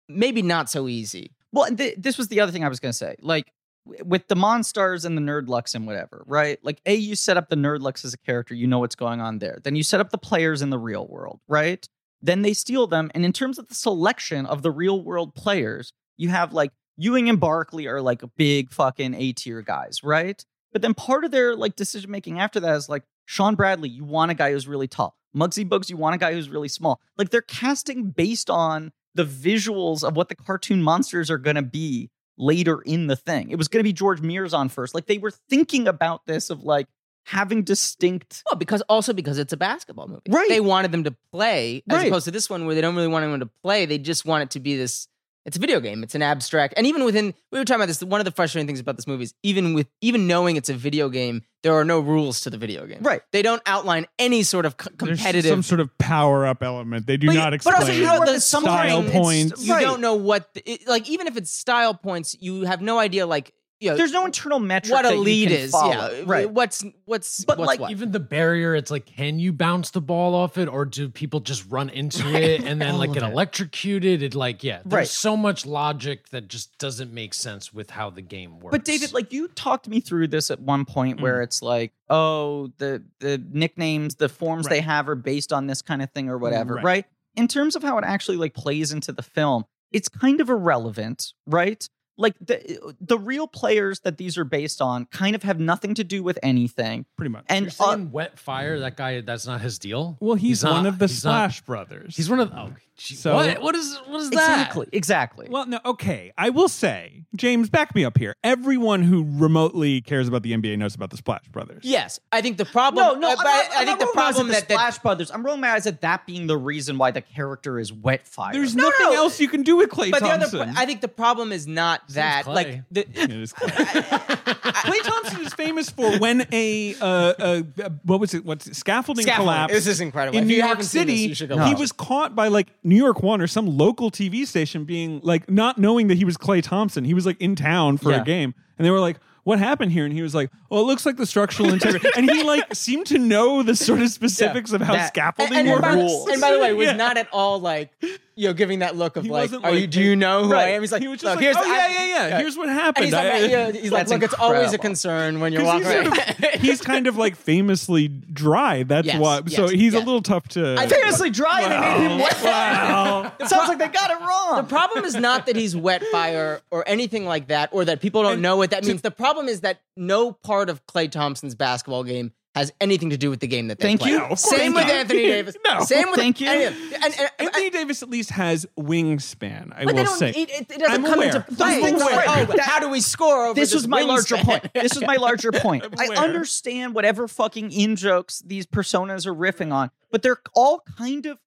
Speaker 3: maybe not so easy.
Speaker 1: well and th- this was the other thing i was going to say like w- with the monstars and the nerdlux and whatever right like a you set up the nerdlux as a character you know what's going on there then you set up the players in the real world right then they steal them and in terms of the selection of the real world players you have like Ewing and Barkley are like big fucking A tier guys, right? But then part of their like decision making after that is like Sean Bradley, you want a guy who's really tall. Muggsy Bugs, you want a guy who's really small. Like they're casting based on the visuals of what the cartoon monsters are gonna be later in the thing. It was gonna be George Mears on first. Like they were thinking about this of like having distinct
Speaker 3: Well, because also because it's a basketball movie,
Speaker 1: Right.
Speaker 3: They wanted them to play as
Speaker 1: Right.
Speaker 3: opposed to this one where they don't really want anyone to play. They just want it to be this. it's a video game. It's an abstract. And even within, we were talking about this. One of the frustrating things about this movie is even with even knowing it's a video game, there are no rules to the video game.
Speaker 1: Right.
Speaker 3: They don't outline any sort of co-
Speaker 2: There's
Speaker 3: competitive.
Speaker 2: some sort of power up element. They do
Speaker 3: But-
Speaker 2: not
Speaker 3: but
Speaker 2: explain.
Speaker 3: also, you know, the
Speaker 2: style points.
Speaker 3: you don't know what the, it, like even if it's style points, you have no idea like you know
Speaker 1: There's no internal metric.
Speaker 3: what a
Speaker 1: that you
Speaker 3: lead
Speaker 1: can
Speaker 3: is.
Speaker 1: follow.
Speaker 3: Yeah.
Speaker 1: right.
Speaker 3: What's what's
Speaker 1: But,
Speaker 3: what's
Speaker 1: like,
Speaker 3: what?
Speaker 4: Even the barrier, it's like, can you bounce the ball off it, or do people just run into it and then
Speaker 1: All
Speaker 4: like
Speaker 1: of
Speaker 4: get
Speaker 1: it.
Speaker 4: electrocuted? It like, yeah, there's
Speaker 1: Right.
Speaker 4: so much logic that just doesn't make sense with how the game works.
Speaker 1: But David, like you talked me through this at one
Speaker 3: Mm-hmm.
Speaker 1: point where it's like, oh, the the nicknames, the forms they
Speaker 2: Right.
Speaker 1: have are based on this kind of thing or whatever,
Speaker 2: Right.
Speaker 1: right. In terms of how it actually like plays into the film, it's kind of irrelevant, right? Like the uh, the real players that these are based on kind of have nothing to do with anything.
Speaker 2: pretty much.
Speaker 1: And
Speaker 4: You're saying wet fire, that guy, that's not his deal.
Speaker 2: well, he's,
Speaker 4: not-
Speaker 2: one of the
Speaker 4: he's not-
Speaker 2: Slash brothers.
Speaker 4: he's one of. Oh, gee,
Speaker 2: So-
Speaker 4: what? What is? What is that?
Speaker 1: exactly, exactly.
Speaker 2: Well, no, okay. I will say, James, back me up here. Everyone who remotely cares about the NBA knows about the Splash Brothers.
Speaker 3: yes, I think the problem.
Speaker 1: no, no,
Speaker 3: uh,
Speaker 1: I'm
Speaker 3: but
Speaker 1: not-
Speaker 3: I
Speaker 1: I'm not
Speaker 3: think the
Speaker 1: rolling my eyes at
Speaker 3: problem
Speaker 1: the
Speaker 3: that, that
Speaker 1: Splash Brothers. I'm rolling my eyes at that being the reason why the character is wet fire.
Speaker 2: There's
Speaker 1: No,
Speaker 2: nothing
Speaker 1: no,
Speaker 2: else you can do with Clay
Speaker 3: but the other,
Speaker 2: Thompson.
Speaker 3: pro- I think the problem is not that
Speaker 4: Clay.
Speaker 3: like the,
Speaker 2: It is Clay. Clay Thompson is famous for when a uh, uh, what was it? What's it? scaffolding,
Speaker 3: Scaffolding.
Speaker 2: collapsed?
Speaker 3: This is incredible.
Speaker 2: In
Speaker 3: If
Speaker 2: New
Speaker 3: you
Speaker 2: York
Speaker 3: haven't seen
Speaker 2: City,
Speaker 3: this, you should go
Speaker 2: he
Speaker 3: watch
Speaker 2: was caught by like New York One or some local TV station being like not knowing that he was Clay Thompson. He was like in town for a
Speaker 1: Yeah.
Speaker 2: game, and they were like. What happened here? And he was like, "Oh, it looks like the structural integrity." and he like seemed to know the sort of specifics of how
Speaker 1: That-
Speaker 2: scaffolding
Speaker 3: and, and,
Speaker 2: works.
Speaker 3: by,
Speaker 1: rules.
Speaker 3: and by the way, was
Speaker 2: Yeah.
Speaker 3: not at all like you know giving that look of
Speaker 2: He
Speaker 3: like,
Speaker 2: wasn't
Speaker 3: are
Speaker 2: like-
Speaker 3: you do you know who I
Speaker 2: Right.
Speaker 3: am? He's like,
Speaker 2: He was just
Speaker 3: "Look,
Speaker 2: like,
Speaker 3: here's
Speaker 2: "Oh,
Speaker 3: I-
Speaker 2: yeah, yeah, yeah. Here's what happened."
Speaker 3: And he's like,
Speaker 2: I-
Speaker 3: yeah, he's like
Speaker 1: That's
Speaker 3: look, it's always a
Speaker 1: incredible.
Speaker 3: concern when you're
Speaker 2: 'Cause
Speaker 3: walking.
Speaker 2: he's, sort of- he's kind of like famously dry. That's
Speaker 3: Yes,
Speaker 2: why. So
Speaker 3: yes,
Speaker 2: he's a
Speaker 3: yeah.
Speaker 2: little tough to.
Speaker 3: I think-
Speaker 1: Famously dry, and they made him wet
Speaker 2: wow.
Speaker 1: It sounds like they got it wrong.
Speaker 3: The problem is not that he's wet fire or anything like that, or that people don't know what that means. The problem is that no part of Clay Thompson's basketball game has anything to do with the game that they
Speaker 1: Thank
Speaker 3: play.
Speaker 1: you. No, of
Speaker 3: Same
Speaker 1: course
Speaker 3: with
Speaker 1: not.
Speaker 3: Anthony Davis.
Speaker 2: No.
Speaker 3: Same with
Speaker 1: Thank you.
Speaker 3: any of- And, and, and,
Speaker 2: Anthony Davis at least has wingspan. I
Speaker 3: but they
Speaker 2: will
Speaker 3: don't,
Speaker 2: say.
Speaker 3: it, it- it doesn't
Speaker 2: I'm
Speaker 3: come
Speaker 2: aware.
Speaker 3: into
Speaker 2: Those
Speaker 3: play.
Speaker 1: things
Speaker 3: It's like,
Speaker 1: are-
Speaker 3: oh, how do we score over
Speaker 1: this
Speaker 3: this
Speaker 1: was my larger
Speaker 3: wingspan?
Speaker 1: point. This was my larger point. I
Speaker 2: Where?
Speaker 1: understand whatever fucking in jokes these personas are riffing on, but they're all kind of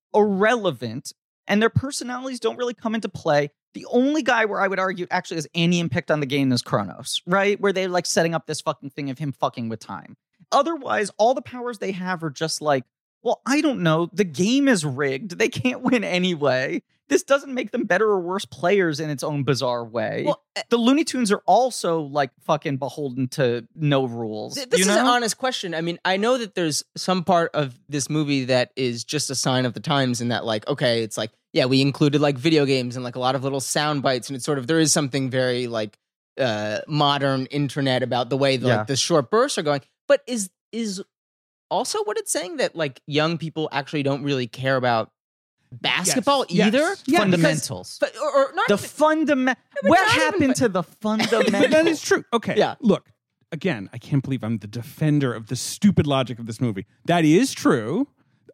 Speaker 1: irrelevant and their personalities don't really come into play. The only guy where I would argue actually has any impact on the game is Kronos, right? Where they're like setting up this fucking thing of him fucking with time. Otherwise, all the powers they have are just like, well, I don't know. The game is rigged. They can't win anyway. This doesn't make them better or worse players in its own bizarre way
Speaker 3: Well, eh
Speaker 1: the Looney Tunes are also like fucking beholden to no rules.
Speaker 3: Th- This
Speaker 1: you
Speaker 3: is an
Speaker 1: know?
Speaker 3: honest question. I mean, I know that there's some part of this movie that is just a sign of the times, in that, like, okay, it's like, yeah, we included like video games and like a lot of little sound bites, and it's sort of there is something very like uh modern internet about the way the,
Speaker 1: Yeah.
Speaker 3: like, the short bursts are going. But is is also what it's saying that like young people actually don't really care about basketball
Speaker 2: Yes.
Speaker 3: either?
Speaker 2: Yes.
Speaker 3: because-
Speaker 1: fundamentals.
Speaker 3: but, or, or not
Speaker 1: the fundament. What
Speaker 3: not even-
Speaker 1: happened to the fundamentals?
Speaker 2: but that is true. Okay.
Speaker 3: Yeah.
Speaker 2: Look, again, I can't believe I'm the defender of the stupid logic of this movie. That is true.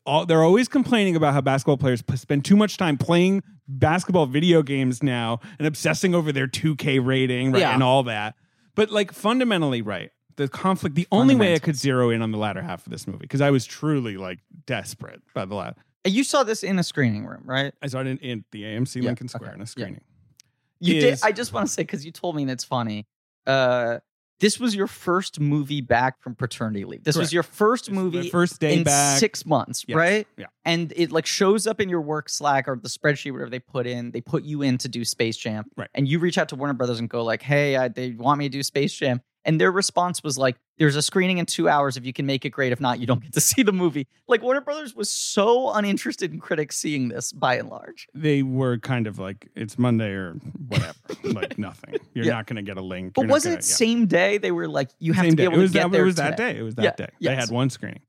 Speaker 2: All, they're always complaining about how basketball players p- spend too much time playing basketball video games now and obsessing over their 2K rating right,
Speaker 3: Yeah.
Speaker 2: and all that. But like fundamentally, right? The conflict. The only way I
Speaker 1: Fundamentals.
Speaker 2: could zero in on the latter half of this movie because I was truly like desperate by the last.
Speaker 1: You saw this in a screening room, right?
Speaker 2: I saw it in, in the AMC
Speaker 1: Yeah,
Speaker 2: Lincoln Square
Speaker 1: okay,
Speaker 2: in a
Speaker 1: yeah.
Speaker 2: screening.
Speaker 1: You
Speaker 2: Is-
Speaker 1: did. I just want to say because you told me and it's funny. Uh, this was your first movie back from paternity leave. This
Speaker 2: Correct.
Speaker 1: was your first
Speaker 2: This is my
Speaker 1: movie
Speaker 2: first day
Speaker 1: in
Speaker 2: back.
Speaker 1: six months,
Speaker 2: Yes,
Speaker 1: right?
Speaker 2: yeah.
Speaker 1: And it like shows up in your work Slack or the spreadsheet, whatever they put in. They put you in to do Space Jam,
Speaker 2: Right.
Speaker 1: And you reach out to Warner Brothers and go like, "Hey, I, they want me to do Space Jam." And their response was like, "There's a screening in two hours. If you can make it, great. If not, you don't get to see the movie." Like Warner Brothers was so uninterested in critics seeing this by and large.
Speaker 2: they were kind of like it's Monday or whatever, like nothing. You're
Speaker 1: Yeah.
Speaker 2: not going to get a link.
Speaker 1: But
Speaker 2: You're not
Speaker 1: wasn't
Speaker 2: gonna-
Speaker 1: it
Speaker 2: yeah.
Speaker 1: same day? They were like, "You have
Speaker 2: Same
Speaker 1: to be
Speaker 2: day.
Speaker 1: able
Speaker 2: it was
Speaker 1: to get
Speaker 2: that,
Speaker 1: there
Speaker 2: It was
Speaker 1: today.
Speaker 2: that day. It was that
Speaker 1: Yeah,
Speaker 2: day. They
Speaker 1: yes.
Speaker 2: had one screening.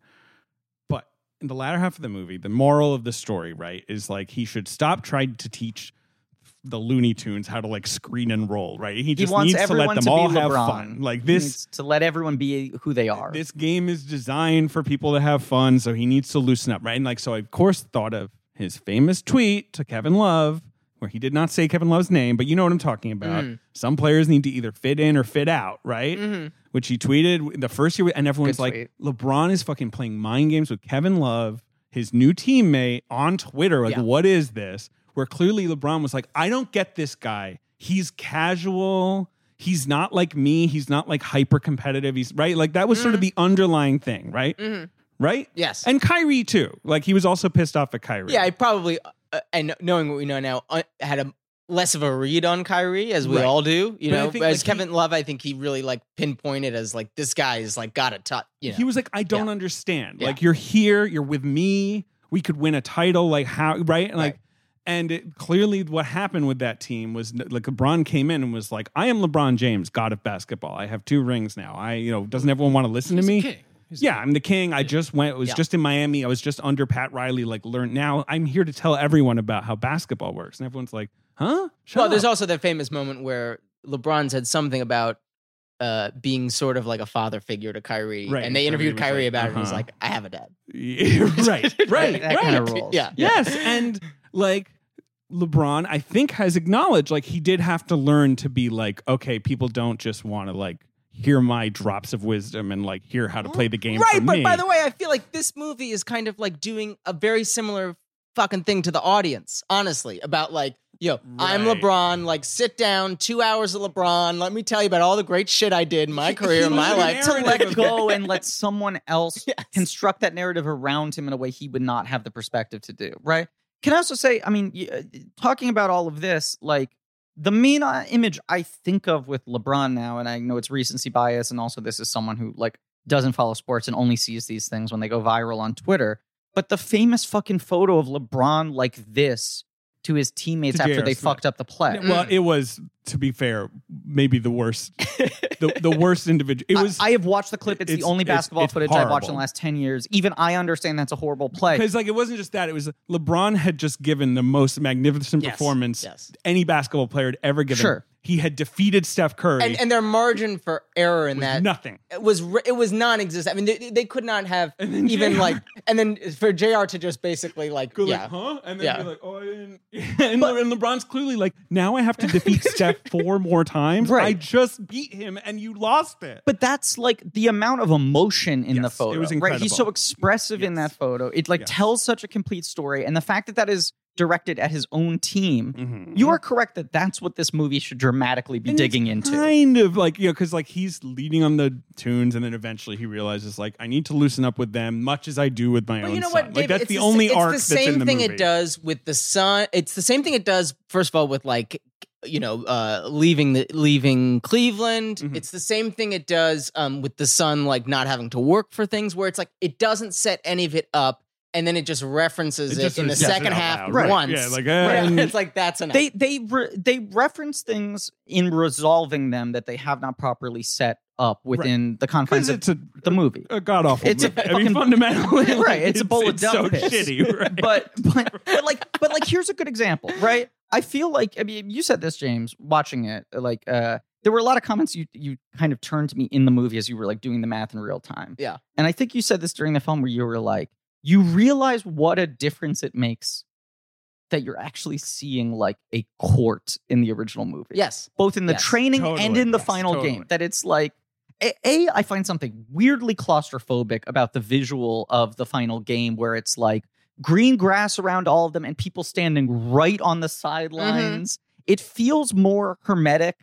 Speaker 2: But in the latter half of the movie, the moral of the story, right, is like he should stop trying to teach the Looney Tunes how to like screen and roll, right? He just
Speaker 1: wants
Speaker 2: needs to
Speaker 1: everyone
Speaker 2: let them
Speaker 1: to be
Speaker 2: all have
Speaker 1: LeBron. Mm-hmm.
Speaker 2: fun. Like
Speaker 1: He
Speaker 2: this
Speaker 1: needs to let everyone be who they are.
Speaker 2: this game is designed for people to have fun, so he needs to loosen up, right? And like, so I of course thought of his famous tweet to Kevin Love, where he did not say Kevin Love's name, but you know what I'm talking about.
Speaker 1: Mm-hmm.
Speaker 2: Some players need to either fit in or fit out, right? Which he tweeted the first year, and everyone's
Speaker 1: Good
Speaker 2: like,
Speaker 1: tweet.
Speaker 2: LeBron is fucking playing mind games with Kevin Love, his new teammate, on Twitter. Like,
Speaker 3: Yeah.
Speaker 2: what is this? where clearly LeBron was like, I don't get this guy. He's casual. He's not like me. He's not like hyper competitive. He's right. Like that was sort of the underlying thing, right? Right?
Speaker 3: Mm-hmm. Yes.
Speaker 2: And Kyrie too. Like he was also pissed off at Kyrie.
Speaker 3: yeah, I probably, uh, and knowing what we know now, uh, had a less of a read on Kyrie as we
Speaker 2: Right.
Speaker 3: all do. You
Speaker 2: But I
Speaker 3: know,
Speaker 2: think,
Speaker 3: as
Speaker 2: like, he-
Speaker 3: Kevin Love, I think he really like pinpointed as like this guy is like got a touch. You know,
Speaker 2: He was like, I don't
Speaker 3: Yeah.
Speaker 2: understand.
Speaker 3: Yeah.
Speaker 2: Like you're here, you're with me. We could win a title. Like how right? And like
Speaker 3: Right.
Speaker 2: and it, clearly what happened with that team was like LeBron came in and was like, I am LeBron James, god of basketball. I have two rings now. I, you know, doesn't everyone want to listen
Speaker 4: He's
Speaker 2: to me?
Speaker 4: the king. He's the
Speaker 2: yeah, I'm the king. I just went. It was
Speaker 3: Yeah.
Speaker 2: just in Miami. I was just under Pat Riley. Like, learn now. I'm here to tell everyone about how basketball works, and everyone's like, "Huh?" Shut
Speaker 3: well,
Speaker 2: up.
Speaker 3: there's also that famous moment where LeBron said something about uh, being sort of like a father figure to Kyrie,
Speaker 2: Right,
Speaker 3: and they
Speaker 2: and Kyrie
Speaker 3: interviewed
Speaker 2: was like,
Speaker 3: Kyrie about it. and He's
Speaker 2: "Uh-huh."
Speaker 3: like, I have a dad.
Speaker 2: right, right,
Speaker 1: that
Speaker 2: right.
Speaker 1: kind of rules.
Speaker 3: Yeah.
Speaker 2: Yes, and like LeBron, I think has acknowledged like he did have to learn to be like, okay, people don't just want to like hear my drops of wisdom and like hear how to play the game.
Speaker 3: Right,
Speaker 2: for
Speaker 3: but
Speaker 2: me.
Speaker 3: by the way, I feel like this movie is kind of like doing a very similar fucking thing to the audience, honestly, about like, yo, I'm
Speaker 2: Right.
Speaker 3: LeBron, like sit down, two hours of LeBron, let me tell you about all the great shit I did in my career, in my
Speaker 2: was
Speaker 3: life.
Speaker 1: to let go and let someone else construct that narrative around him in a way he would not have the perspective to do, right? Can I also say, I mean, y- uh, talking about all of this, like the main uh, image I think of with LeBron now, and I know it's recency bias, and also this is someone who like doesn't follow sports and only sees these things when they go viral on Twitter. But the famous fucking photo of LeBron like this to his teammates
Speaker 2: To
Speaker 1: after
Speaker 2: J.R.
Speaker 1: they
Speaker 2: Smith.
Speaker 1: fucked up the play.
Speaker 2: well,
Speaker 3: mm.
Speaker 2: it was to be fair, maybe the worst, the, the worst individual. It
Speaker 1: I-
Speaker 2: was
Speaker 1: I, have watched the clip. It's,
Speaker 2: it's-
Speaker 1: the only
Speaker 2: it's-
Speaker 1: basketball
Speaker 2: it's
Speaker 1: footage I've watched in
Speaker 2: horrible.
Speaker 1: the last ten years. Even I understand that's a horrible play.
Speaker 2: Because like it wasn't just that; it was LeBron had just given the most magnificent
Speaker 3: Yes,
Speaker 2: performance
Speaker 3: yes.
Speaker 2: any basketball player had ever given.
Speaker 1: Sure.
Speaker 2: he had defeated Steph Curry.
Speaker 3: And, and their margin for error in
Speaker 2: with
Speaker 3: that
Speaker 2: nothing.
Speaker 3: it was re- it was non-existent. I mean, they, they could not have
Speaker 2: And then
Speaker 3: even
Speaker 2: JR.
Speaker 3: like, and then for Jr. to just basically like,
Speaker 2: Go
Speaker 3: Oh, yeah,
Speaker 2: like, huh? And then
Speaker 3: Yeah.
Speaker 2: be like, oh, I didn't. and, Le- and LeBron's clearly like, now I have to defeat Steph four more times.
Speaker 1: Right.
Speaker 2: I just beat him, and you lost it.
Speaker 1: But that's like the amount of emotion in the
Speaker 2: Yes, it
Speaker 1: photo.
Speaker 2: was
Speaker 1: right? He's so
Speaker 2: incredible.
Speaker 1: expressive in
Speaker 2: Yes.
Speaker 1: that photo. It like
Speaker 2: Yes.
Speaker 1: tells such a complete story, and the fact that that is directed at his own team.
Speaker 2: Mhm.
Speaker 1: You are correct that that's what this movie should dramatically be
Speaker 2: And
Speaker 1: digging
Speaker 2: it's
Speaker 1: into.
Speaker 2: Kind of like, you know, because like he's leading on the tunes, and then eventually he realizes, like, I need to loosen up with them, much as I do with my
Speaker 3: But
Speaker 2: own
Speaker 3: you know
Speaker 2: son.
Speaker 3: what,
Speaker 2: like,
Speaker 3: David?
Speaker 2: that's
Speaker 3: it's
Speaker 2: the
Speaker 3: s-
Speaker 2: only
Speaker 3: it's
Speaker 2: arc
Speaker 3: the
Speaker 2: that's
Speaker 3: same
Speaker 2: in the
Speaker 3: thing
Speaker 2: movie.
Speaker 3: it does with the sun. It's the same thing it does. First of all, with like you know, uh, leaving the leaving Cleveland.
Speaker 2: Mhm.
Speaker 3: It's the same thing it does um, with the sun, like not having to work for things. Where it's like it doesn't set any of it up, and then it just references it,
Speaker 2: just
Speaker 3: in
Speaker 2: sort
Speaker 3: the
Speaker 2: of says it
Speaker 3: second
Speaker 2: out
Speaker 3: half
Speaker 2: loud, right.
Speaker 3: once.
Speaker 2: Yeah, like, eh,
Speaker 3: Right.
Speaker 2: and-
Speaker 3: it's like that's enough.
Speaker 1: they they re- they reference things in resolving them that they have not properly set up within the confines
Speaker 2: Because
Speaker 1: of
Speaker 2: it's a
Speaker 1: the movie.
Speaker 2: a god awful.
Speaker 1: It's a
Speaker 2: I mean,
Speaker 1: fucking-
Speaker 2: fundamentally,
Speaker 1: Right,
Speaker 2: like,
Speaker 1: it's a bowl of
Speaker 2: it's
Speaker 1: duck
Speaker 2: so
Speaker 1: piss.
Speaker 2: shitty, right?
Speaker 1: but, but but like but like here's a good example, right? I feel like I mean you said this, James, watching it. Like uh there were a lot of comments you you kind of turned to me in the movie as you were like doing the math in real time.
Speaker 3: Yeah.
Speaker 1: And I think you said this during the film where you were like, you realize what a difference it makes that you're actually seeing like a court in the original movie
Speaker 3: yes,
Speaker 1: both in the
Speaker 3: Yes.
Speaker 1: training and
Speaker 2: Totally.
Speaker 1: in the
Speaker 2: Yes,
Speaker 1: final
Speaker 2: totally.
Speaker 1: game. That it's like, a, a, I find something weirdly claustrophobic about the visual of the final game where it's like green grass around all of them and people standing right on the sidelines. It feels more hermetic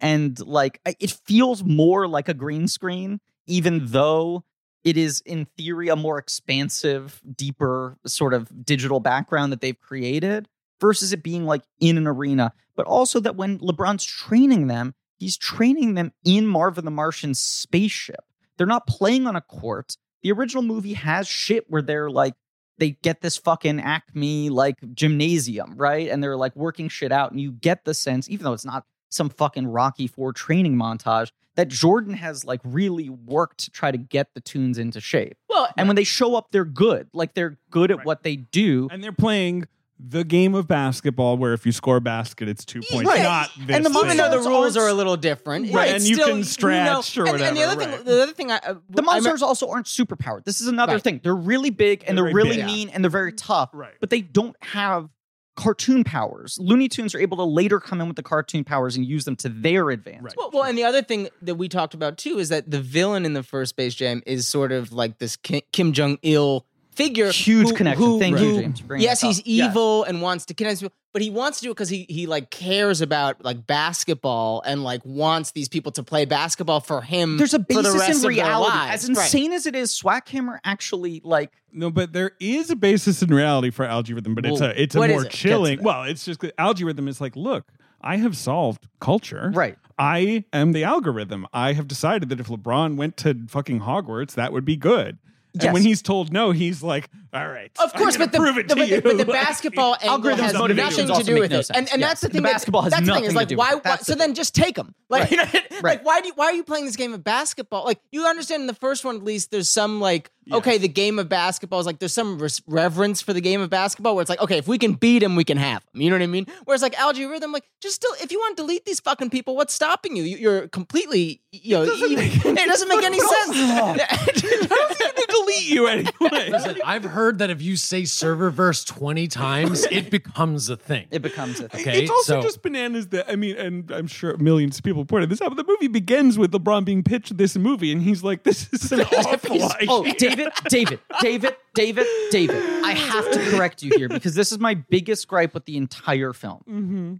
Speaker 1: and like I- it feels more like a green screen, even though it is in theory a more expansive, deeper sort of digital background that they've created versus it being like in an arena, but also that when LeBron's training them, he's training them in Marvin the Martian's spaceship. They're not playing on a court. The original movie has shit where they're like, they get this fucking Acme like gymnasium, right? And they're like working shit out. And you get the sense, even though it's not some fucking Rocky Four training montage, that Jordan has like really worked to try to get the tunes into shape.
Speaker 3: well,
Speaker 1: And when they show up, they're good. Like they're good at
Speaker 2: Right.
Speaker 1: what they do.
Speaker 2: and they're playing the game of basketball where if you score a basket, it's two points,
Speaker 1: Right.
Speaker 2: not this.
Speaker 1: And the
Speaker 2: thing.
Speaker 3: even though the
Speaker 1: Monsters
Speaker 3: rules
Speaker 1: aren't-
Speaker 3: are a little different,
Speaker 2: Right,
Speaker 3: it's
Speaker 2: and you
Speaker 3: still-
Speaker 2: can
Speaker 3: know-
Speaker 2: stretch or
Speaker 3: and- And the
Speaker 2: whatever,
Speaker 3: other
Speaker 2: right.
Speaker 3: thing, the other thing, I, uh,
Speaker 1: The
Speaker 3: I
Speaker 1: monsters also aren't superpowered. This is another
Speaker 3: Right.
Speaker 1: thing. They're really big and
Speaker 2: They're
Speaker 1: they're,
Speaker 2: very
Speaker 1: really
Speaker 2: big.
Speaker 1: mean and they're very tough,
Speaker 2: Right.
Speaker 1: but they don't have cartoon powers. Looney Tunes are able to later come in with the cartoon powers and use them to their advantage.
Speaker 2: Right.
Speaker 3: Well, well, and the other thing that we talked about too is that the villain in the first Space Jam is sort of like this Ki- Kim Jong Il figure.
Speaker 1: Huge
Speaker 3: who-
Speaker 1: connection.
Speaker 3: who-
Speaker 1: Thank you,
Speaker 3: who-
Speaker 1: James. for bringing
Speaker 3: Yes,
Speaker 1: that
Speaker 3: he's
Speaker 1: up. Yes.
Speaker 3: evil and wants to connect, with people, but he wants to do it because he he like cares about like basketball and like wants these people to play basketball for him.
Speaker 1: There's a
Speaker 3: Mm, for the rest
Speaker 1: basis
Speaker 3: of their
Speaker 1: in reality.
Speaker 3: lives.
Speaker 1: As
Speaker 3: Right.
Speaker 1: insane as it is, Swaghammer actually like
Speaker 2: No, but there is a basis in reality for algorithm, but it's
Speaker 1: Well,
Speaker 2: a it's a
Speaker 3: what is
Speaker 2: more
Speaker 3: it? Get to
Speaker 2: chilling.
Speaker 3: that.
Speaker 2: Well, it's just that algorithm is like, look, I have solved culture.
Speaker 1: Right.
Speaker 2: I am the algorithm. I have decided that if LeBron went to fucking Hogwarts, that would be good. And
Speaker 1: Yes.
Speaker 2: when he's told no, he's like, all right.
Speaker 3: Of
Speaker 2: I'm
Speaker 3: course,
Speaker 2: gonna
Speaker 3: but the,
Speaker 2: prove it
Speaker 3: the-
Speaker 2: to
Speaker 3: but, the,
Speaker 2: you.
Speaker 3: but the
Speaker 2: Like,
Speaker 3: basketball angle
Speaker 1: Algorithms
Speaker 3: has
Speaker 1: motivations
Speaker 3: nothing to
Speaker 1: also
Speaker 3: do
Speaker 1: make
Speaker 3: with
Speaker 1: no
Speaker 3: it, and
Speaker 1: sense.
Speaker 3: and
Speaker 1: Yeah.
Speaker 3: that's the
Speaker 1: The
Speaker 3: thing. that-
Speaker 1: basketball has
Speaker 3: that's the thing
Speaker 1: nothing
Speaker 3: is
Speaker 1: to
Speaker 3: like
Speaker 1: do with
Speaker 3: why
Speaker 1: it. That's
Speaker 3: so
Speaker 1: the
Speaker 3: then just take them like
Speaker 1: Right.
Speaker 3: you know, like
Speaker 1: Right.
Speaker 3: why do you, why are you playing this game of basketball like you understand in the first one at least there's some like okay the game of basketball is like there's some res- reverence for the game of basketball where it's like okay if we can beat him we can have him you know what I mean whereas like algorithm like just still if you want to delete these fucking people what's stopping you You- you're completely you know you- it doesn't make, any sense.
Speaker 2: They delete you anyway.
Speaker 4: Listen, I've heard that if you say serververse 20 times, it becomes a thing.
Speaker 1: it becomes a thing.
Speaker 4: Okay,
Speaker 2: it's also
Speaker 4: so-
Speaker 2: just bananas that I mean, and I'm sure millions of people pointed this out. But the movie begins with LeBron being pitched this movie, and he's like, "This is an awful idea."
Speaker 1: Oh, David, David, David, David, David. I have to correct you here because this is my biggest gripe with the entire film.
Speaker 3: Mm-hmm.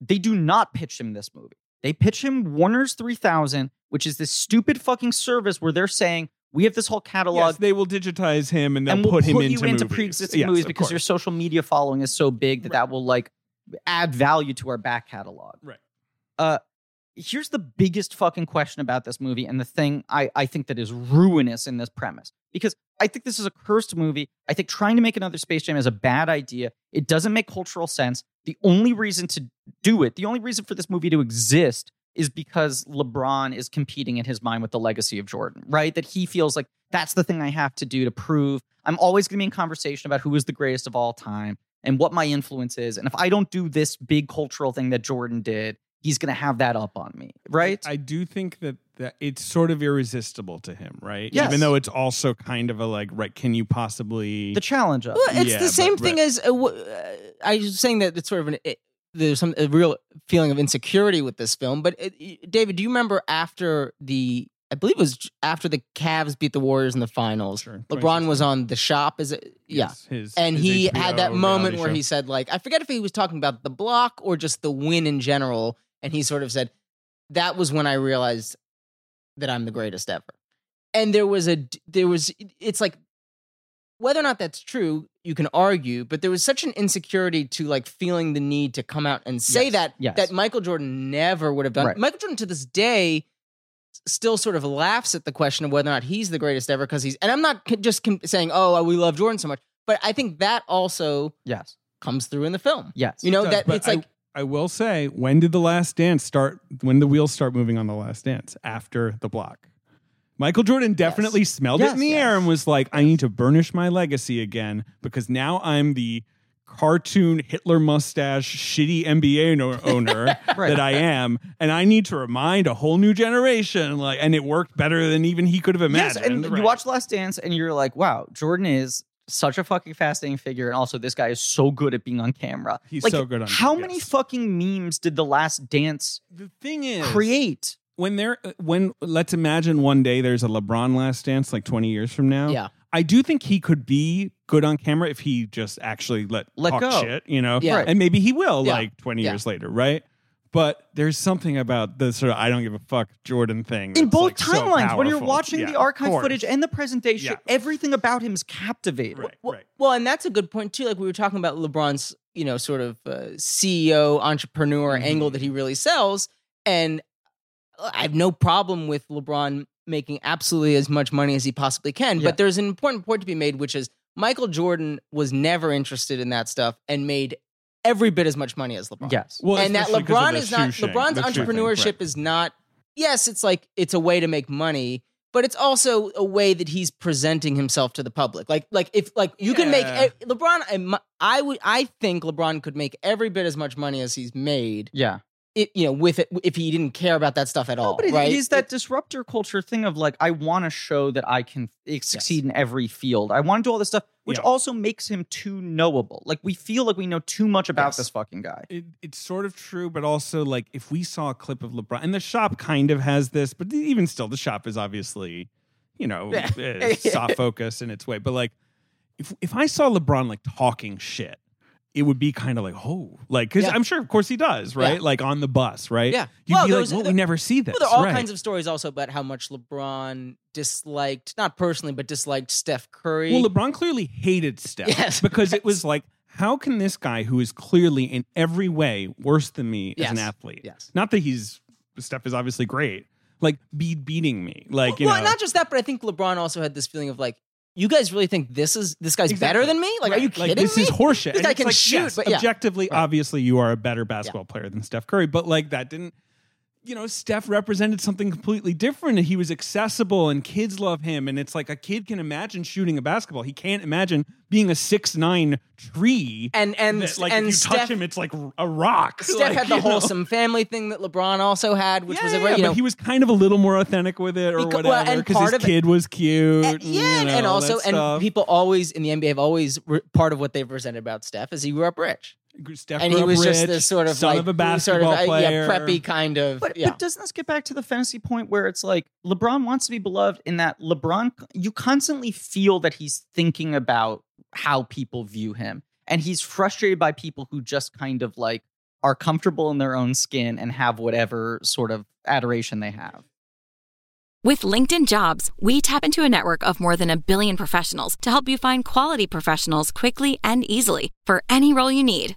Speaker 1: They do not pitch him this movie. They pitch him Warner's 3000, which is this stupid fucking service where they're saying, we have this whole catalog.
Speaker 2: Yes, they will digitize him and they'll
Speaker 1: and we'll
Speaker 2: put him
Speaker 1: you
Speaker 2: into,
Speaker 1: into
Speaker 2: movies.
Speaker 1: pre-existing
Speaker 2: Yes,
Speaker 1: movies
Speaker 2: of
Speaker 1: because your
Speaker 2: course.
Speaker 1: social media following is so big that that will like add value to our back catalog.
Speaker 2: Right.
Speaker 1: Uh, here's the biggest fucking question about this movie, and the thing I I think that is ruinous in this premise because I think this is a cursed movie. I think trying to make another Space Jam is a bad idea. It doesn't make cultural sense. The only reason to do it, the only reason for this movie to exist is because LeBron is competing in his mind with the legacy of Jordan, right? That he feels like that's the thing I have to do to prove I'm always going to be in conversation about who is the greatest of all time and what my influence is. And if I don't do this big cultural thing that Jordan did, he's going to have that up on me, right?
Speaker 2: I do think that, that it's sort of irresistible to him, right?
Speaker 1: Yes.
Speaker 2: Even though it's also kind of a like, right? Can you possibly?
Speaker 1: the challenge of
Speaker 2: Well,
Speaker 1: it.
Speaker 3: Well, it's
Speaker 2: Yeah,
Speaker 3: the
Speaker 2: but-
Speaker 3: same thing
Speaker 2: right.
Speaker 3: as uh, w- uh, I was saying that it's sort of an it, there's some a real feeling of insecurity with this film. But it, it- David, do you remember after the I believe it was j- after the Cavs beat the Warriors in the finals?
Speaker 2: Sure,
Speaker 3: LeBron was on the shop. Is it? Yeah.
Speaker 2: Yes, his-
Speaker 3: And
Speaker 2: his
Speaker 3: he
Speaker 2: HBO
Speaker 3: had that moment
Speaker 2: reality
Speaker 3: where
Speaker 2: show.
Speaker 3: he said, like, I forget if he was talking about the block or just the win in general. And he sort of said, that was when I realized that I'm the greatest ever. And there was a, there was, it's like, whether or not that's true, you can argue, but there was such an insecurity to like feeling the need to come out and say
Speaker 1: Yes,
Speaker 3: that,
Speaker 1: yes.
Speaker 3: that Michael Jordan never would have done.
Speaker 1: Right.
Speaker 3: Michael Jordan to this day, still sort of laughs at the question of whether or not he's the greatest ever because he's and I'm not con- just con- saying oh we love Jordan so much but I think that also
Speaker 1: Yes.
Speaker 3: comes through in the film
Speaker 1: Yes.
Speaker 3: you know
Speaker 2: does,
Speaker 3: that
Speaker 2: but
Speaker 3: it's
Speaker 2: I-
Speaker 3: like
Speaker 2: I will say, when did the last dance start? When the wheels start moving on the last dance after the block? Michael Jordan definitely smelled it
Speaker 1: Yes,
Speaker 2: in the
Speaker 1: yes.
Speaker 2: air and was like, I need to burnish my legacy again because now I'm the cartoon Hitler mustache shitty NBA no- owner
Speaker 1: Right.
Speaker 2: that I am. And I need to remind a whole new generation. Like, and it worked better than even he could have
Speaker 1: Yes,
Speaker 2: imagined.
Speaker 1: and
Speaker 2: right?
Speaker 1: you watch Last Dance and you're like, wow, Jordan is such a fucking fascinating figure. And also, this guy is so good at being on camera.
Speaker 2: He's
Speaker 1: Like,
Speaker 2: so good on-
Speaker 1: How many
Speaker 2: yes.
Speaker 1: fucking memes did The Last Dance
Speaker 2: the thing is
Speaker 1: create?
Speaker 2: when there when let's imagine one day there's a LeBron last dance like 20 years from now.
Speaker 3: Yeah.
Speaker 2: I do think he could be good on camera if he just actually let,
Speaker 1: Let
Speaker 2: talk
Speaker 1: go.
Speaker 2: shit, you know.
Speaker 3: Yeah.
Speaker 2: And maybe he will
Speaker 3: Yeah.
Speaker 2: like 20
Speaker 3: Yeah.
Speaker 2: years later, right? But there's something about the sort of I don't give a fuck Jordan thing.
Speaker 1: In
Speaker 2: that's,
Speaker 1: both
Speaker 2: like, so
Speaker 1: timelines, when you're
Speaker 2: powerful.
Speaker 1: watching
Speaker 2: Yeah,
Speaker 1: the
Speaker 2: of
Speaker 1: archive
Speaker 2: course.
Speaker 1: footage and the presentation,
Speaker 2: Yeah.
Speaker 1: everything about him is captivating.
Speaker 2: right,
Speaker 3: well,
Speaker 2: right.
Speaker 3: well and that's a good point too like we were talking about LeBron's you know sort of uh, CEO entrepreneur angle that he
Speaker 2: Mm-hmm.
Speaker 3: really sells and I have no problem with LeBron making absolutely as much money as he possibly can
Speaker 1: Yeah.
Speaker 3: but there's an important point to be made which is Michael Jordan was never interested in that stuff and made every bit as much money as LeBron
Speaker 1: Yes.
Speaker 2: Well,
Speaker 3: and that
Speaker 2: especially 'cause of
Speaker 3: LeBron
Speaker 2: the
Speaker 3: is not
Speaker 2: shoe shame, the
Speaker 3: LeBron's
Speaker 2: shoe thing,
Speaker 3: entrepreneurship
Speaker 2: right.
Speaker 3: is not. Yes, it's like it's a way to make money, but it's also a way that he's presenting himself to the public. Like, like if like you can make
Speaker 2: Yeah.
Speaker 3: e- LeBron, I mu- I would I think LeBron could make every bit as much money as he's made.
Speaker 1: Yeah.
Speaker 3: It, you know, with it if he didn't care about that stuff at all,
Speaker 1: No, but it-
Speaker 3: right?
Speaker 1: it is that disruptor culture thing of like, I want to show that I can eh, succeed in every field. I want to do all this stuff, which
Speaker 2: Yeah.
Speaker 1: also makes him too knowable. Like, we feel like we know too much about
Speaker 2: Yes.
Speaker 1: this fucking guy.
Speaker 2: It, it's sort of true, but also like if we saw a clip of LeBron, and the shop kind of has this, but even still, the shop is obviously, you know, uh, soft focus eh, in its way. But like if if I saw LeBron like talking shit, it would be kind of like oh, like because
Speaker 3: Yeah.
Speaker 2: I'm sure, of course, he does, right?
Speaker 3: Yeah.
Speaker 2: Like on the bus, right?
Speaker 3: Yeah.
Speaker 2: You'd
Speaker 3: Well,
Speaker 2: be
Speaker 3: there
Speaker 2: like,
Speaker 3: was-
Speaker 2: well,
Speaker 3: there-
Speaker 2: we never see this.
Speaker 3: Well, there are all
Speaker 2: right?
Speaker 3: kinds of stories also about how much LeBron disliked, not personally, but disliked Steph Curry.
Speaker 2: Well, LeBron clearly hated Steph
Speaker 3: Yes.
Speaker 2: because it was like, how can this guy who is clearly in every way worse than me as an
Speaker 3: Yes.
Speaker 2: athlete?
Speaker 3: Yes.
Speaker 2: Not that he's Steph is obviously great. Like be beating me. Like you
Speaker 3: well,
Speaker 2: know.
Speaker 3: not just that, but I think LeBron also had this feeling of like, you guys really think this is this guy's
Speaker 2: Exactly.
Speaker 3: better than me? Like, are you
Speaker 2: Right.
Speaker 3: kidding
Speaker 2: like, this
Speaker 3: me?
Speaker 2: is horseshit.
Speaker 3: This
Speaker 2: And
Speaker 3: guy
Speaker 2: it's
Speaker 3: can
Speaker 2: like,
Speaker 3: shoot,
Speaker 2: yes,
Speaker 3: but yeah.
Speaker 2: objectively,
Speaker 3: Right.
Speaker 2: obviously, you are a better basketball player than Steph Curry. But like that didn't, you know, Steph represented something completely different. He was accessible, and kids love him. And it's like a kid can imagine shooting a basketball. He can't imagine being a six nine tree.
Speaker 3: And and
Speaker 2: that, like
Speaker 3: and
Speaker 2: if you touch
Speaker 3: Steph,
Speaker 2: him, it's like a rock.
Speaker 3: Steph
Speaker 2: Like,
Speaker 3: had the
Speaker 2: you know.
Speaker 3: wholesome family thing that LeBron also had, which
Speaker 2: yeah,
Speaker 3: was a
Speaker 2: yeah,
Speaker 3: great,
Speaker 2: yeah,
Speaker 3: you know,
Speaker 2: but he was kind of a little more authentic with it, or
Speaker 3: Becau- well,
Speaker 2: whatever,
Speaker 3: and
Speaker 2: because
Speaker 3: part
Speaker 2: his
Speaker 3: of it-
Speaker 2: kid was cute.
Speaker 3: And-
Speaker 2: you
Speaker 3: yeah, and- and
Speaker 2: know, all
Speaker 3: also,
Speaker 2: that
Speaker 3: and
Speaker 2: stuff.
Speaker 3: people always in the NBA have always re- part of what they've resented about Steph is he grew up rich,
Speaker 2: Steph
Speaker 3: and he
Speaker 2: grew up
Speaker 3: was just
Speaker 2: rich,
Speaker 3: this sort of
Speaker 2: son
Speaker 3: like
Speaker 2: of a
Speaker 3: sort
Speaker 2: basketball
Speaker 3: of uh,
Speaker 2: player,
Speaker 3: yeah, preppy kind of,
Speaker 1: But,
Speaker 3: yeah.
Speaker 1: but doesn't this get back to the fantasy point where it's like LeBron wants to be beloved in that LeBron, you constantly feel that he's thinking about how people view him. And he's frustrated by people who just kind of like are comfortable in their own skin and have whatever sort of adoration they have.
Speaker 5: With LinkedIn Jobs, we tap into a network of more than a billion professionals to help you find quality professionals quickly and easily for any role you need.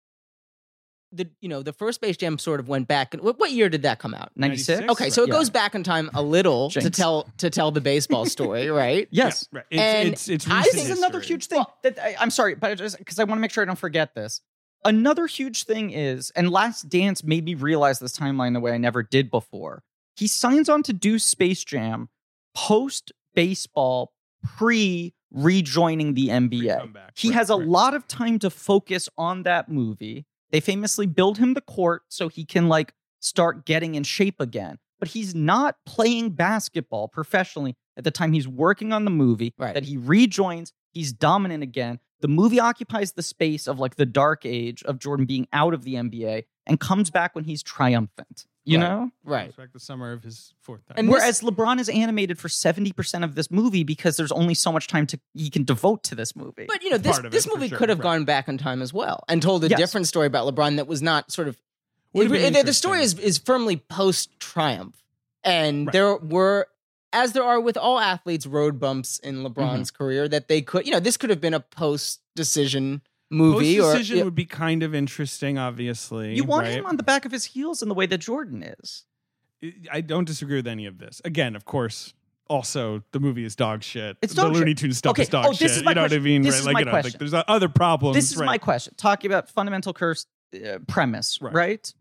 Speaker 3: the you know the first Space Jam sort of went back. And what, what year did that come out?
Speaker 1: 96?
Speaker 2: 96?
Speaker 3: Okay, so it
Speaker 1: Yeah.
Speaker 3: goes back in time a little to
Speaker 1: Jinx.
Speaker 3: tell to tell the baseball story, right?
Speaker 1: Yes.
Speaker 2: Yeah, right. It's,
Speaker 3: And
Speaker 2: it's, it's
Speaker 3: I
Speaker 2: recent
Speaker 1: this is
Speaker 2: history.
Speaker 1: another huge thing that I, I'm sorry, but because I want to make sure I don't forget this. Another huge thing is, and Last Dance made me realize this timeline the way I never did before. He signs on to do Space Jam post baseball, pre rejoining the NBA.
Speaker 2: Pre-comeback,
Speaker 1: He
Speaker 2: right,
Speaker 1: has a
Speaker 2: right.
Speaker 1: lot of time to focus on that movie. They famously build him the court so he can like start getting in shape again. But he's not playing basketball professionally at the time he's working on the movie
Speaker 3: Right.
Speaker 1: that he rejoins. He's dominant again. The movie occupies the space of like the dark age of Jordan being out of the NBA and comes back when he's triumphant, you
Speaker 3: Right.
Speaker 1: know?
Speaker 3: Right.
Speaker 2: Back the summer of his fourth time.
Speaker 3: And this-
Speaker 1: Whereas LeBron is animated for 70% of this movie because there's only so much time to he can devote to this movie.
Speaker 3: But you know this
Speaker 2: Part of it,
Speaker 3: this
Speaker 2: for
Speaker 3: movie
Speaker 2: sure,
Speaker 3: could have
Speaker 2: right.
Speaker 3: gone back in time as well and told a
Speaker 1: Yes.
Speaker 3: different story about LeBron that was not sort of
Speaker 2: Would have
Speaker 3: It-
Speaker 2: been
Speaker 3: it- the- the story is
Speaker 2: interesting.
Speaker 3: is firmly post triumph, and
Speaker 2: Right.
Speaker 3: there were, as there are with all athletes, road bumps
Speaker 2: Mm-hmm.
Speaker 3: in LeBron's career that they could, you know, this could have been a post decision movie
Speaker 2: Post
Speaker 3: or
Speaker 2: decision
Speaker 3: yeah,
Speaker 2: would be kind of interesting. Obviously,
Speaker 1: you want
Speaker 2: right?
Speaker 1: him on the back of his heels in the way that Jordan is.
Speaker 2: I don't disagree with any of this. Again, of course. Also, the movie is dog shit.
Speaker 1: It's
Speaker 2: the
Speaker 1: dog
Speaker 2: Looney
Speaker 1: shit.
Speaker 2: Tunes stuff
Speaker 1: Okay,
Speaker 2: is dog
Speaker 1: oh, this
Speaker 2: shit.
Speaker 1: is
Speaker 2: you
Speaker 1: my
Speaker 2: know what I
Speaker 1: question.
Speaker 2: mean?
Speaker 1: This
Speaker 2: right?
Speaker 1: is
Speaker 2: like,
Speaker 1: my
Speaker 2: you know, like,
Speaker 1: question.
Speaker 2: there's other problems.
Speaker 1: This is
Speaker 2: right?
Speaker 1: my question. Talking about fundamental curse uh, premise,
Speaker 2: Right.
Speaker 1: right.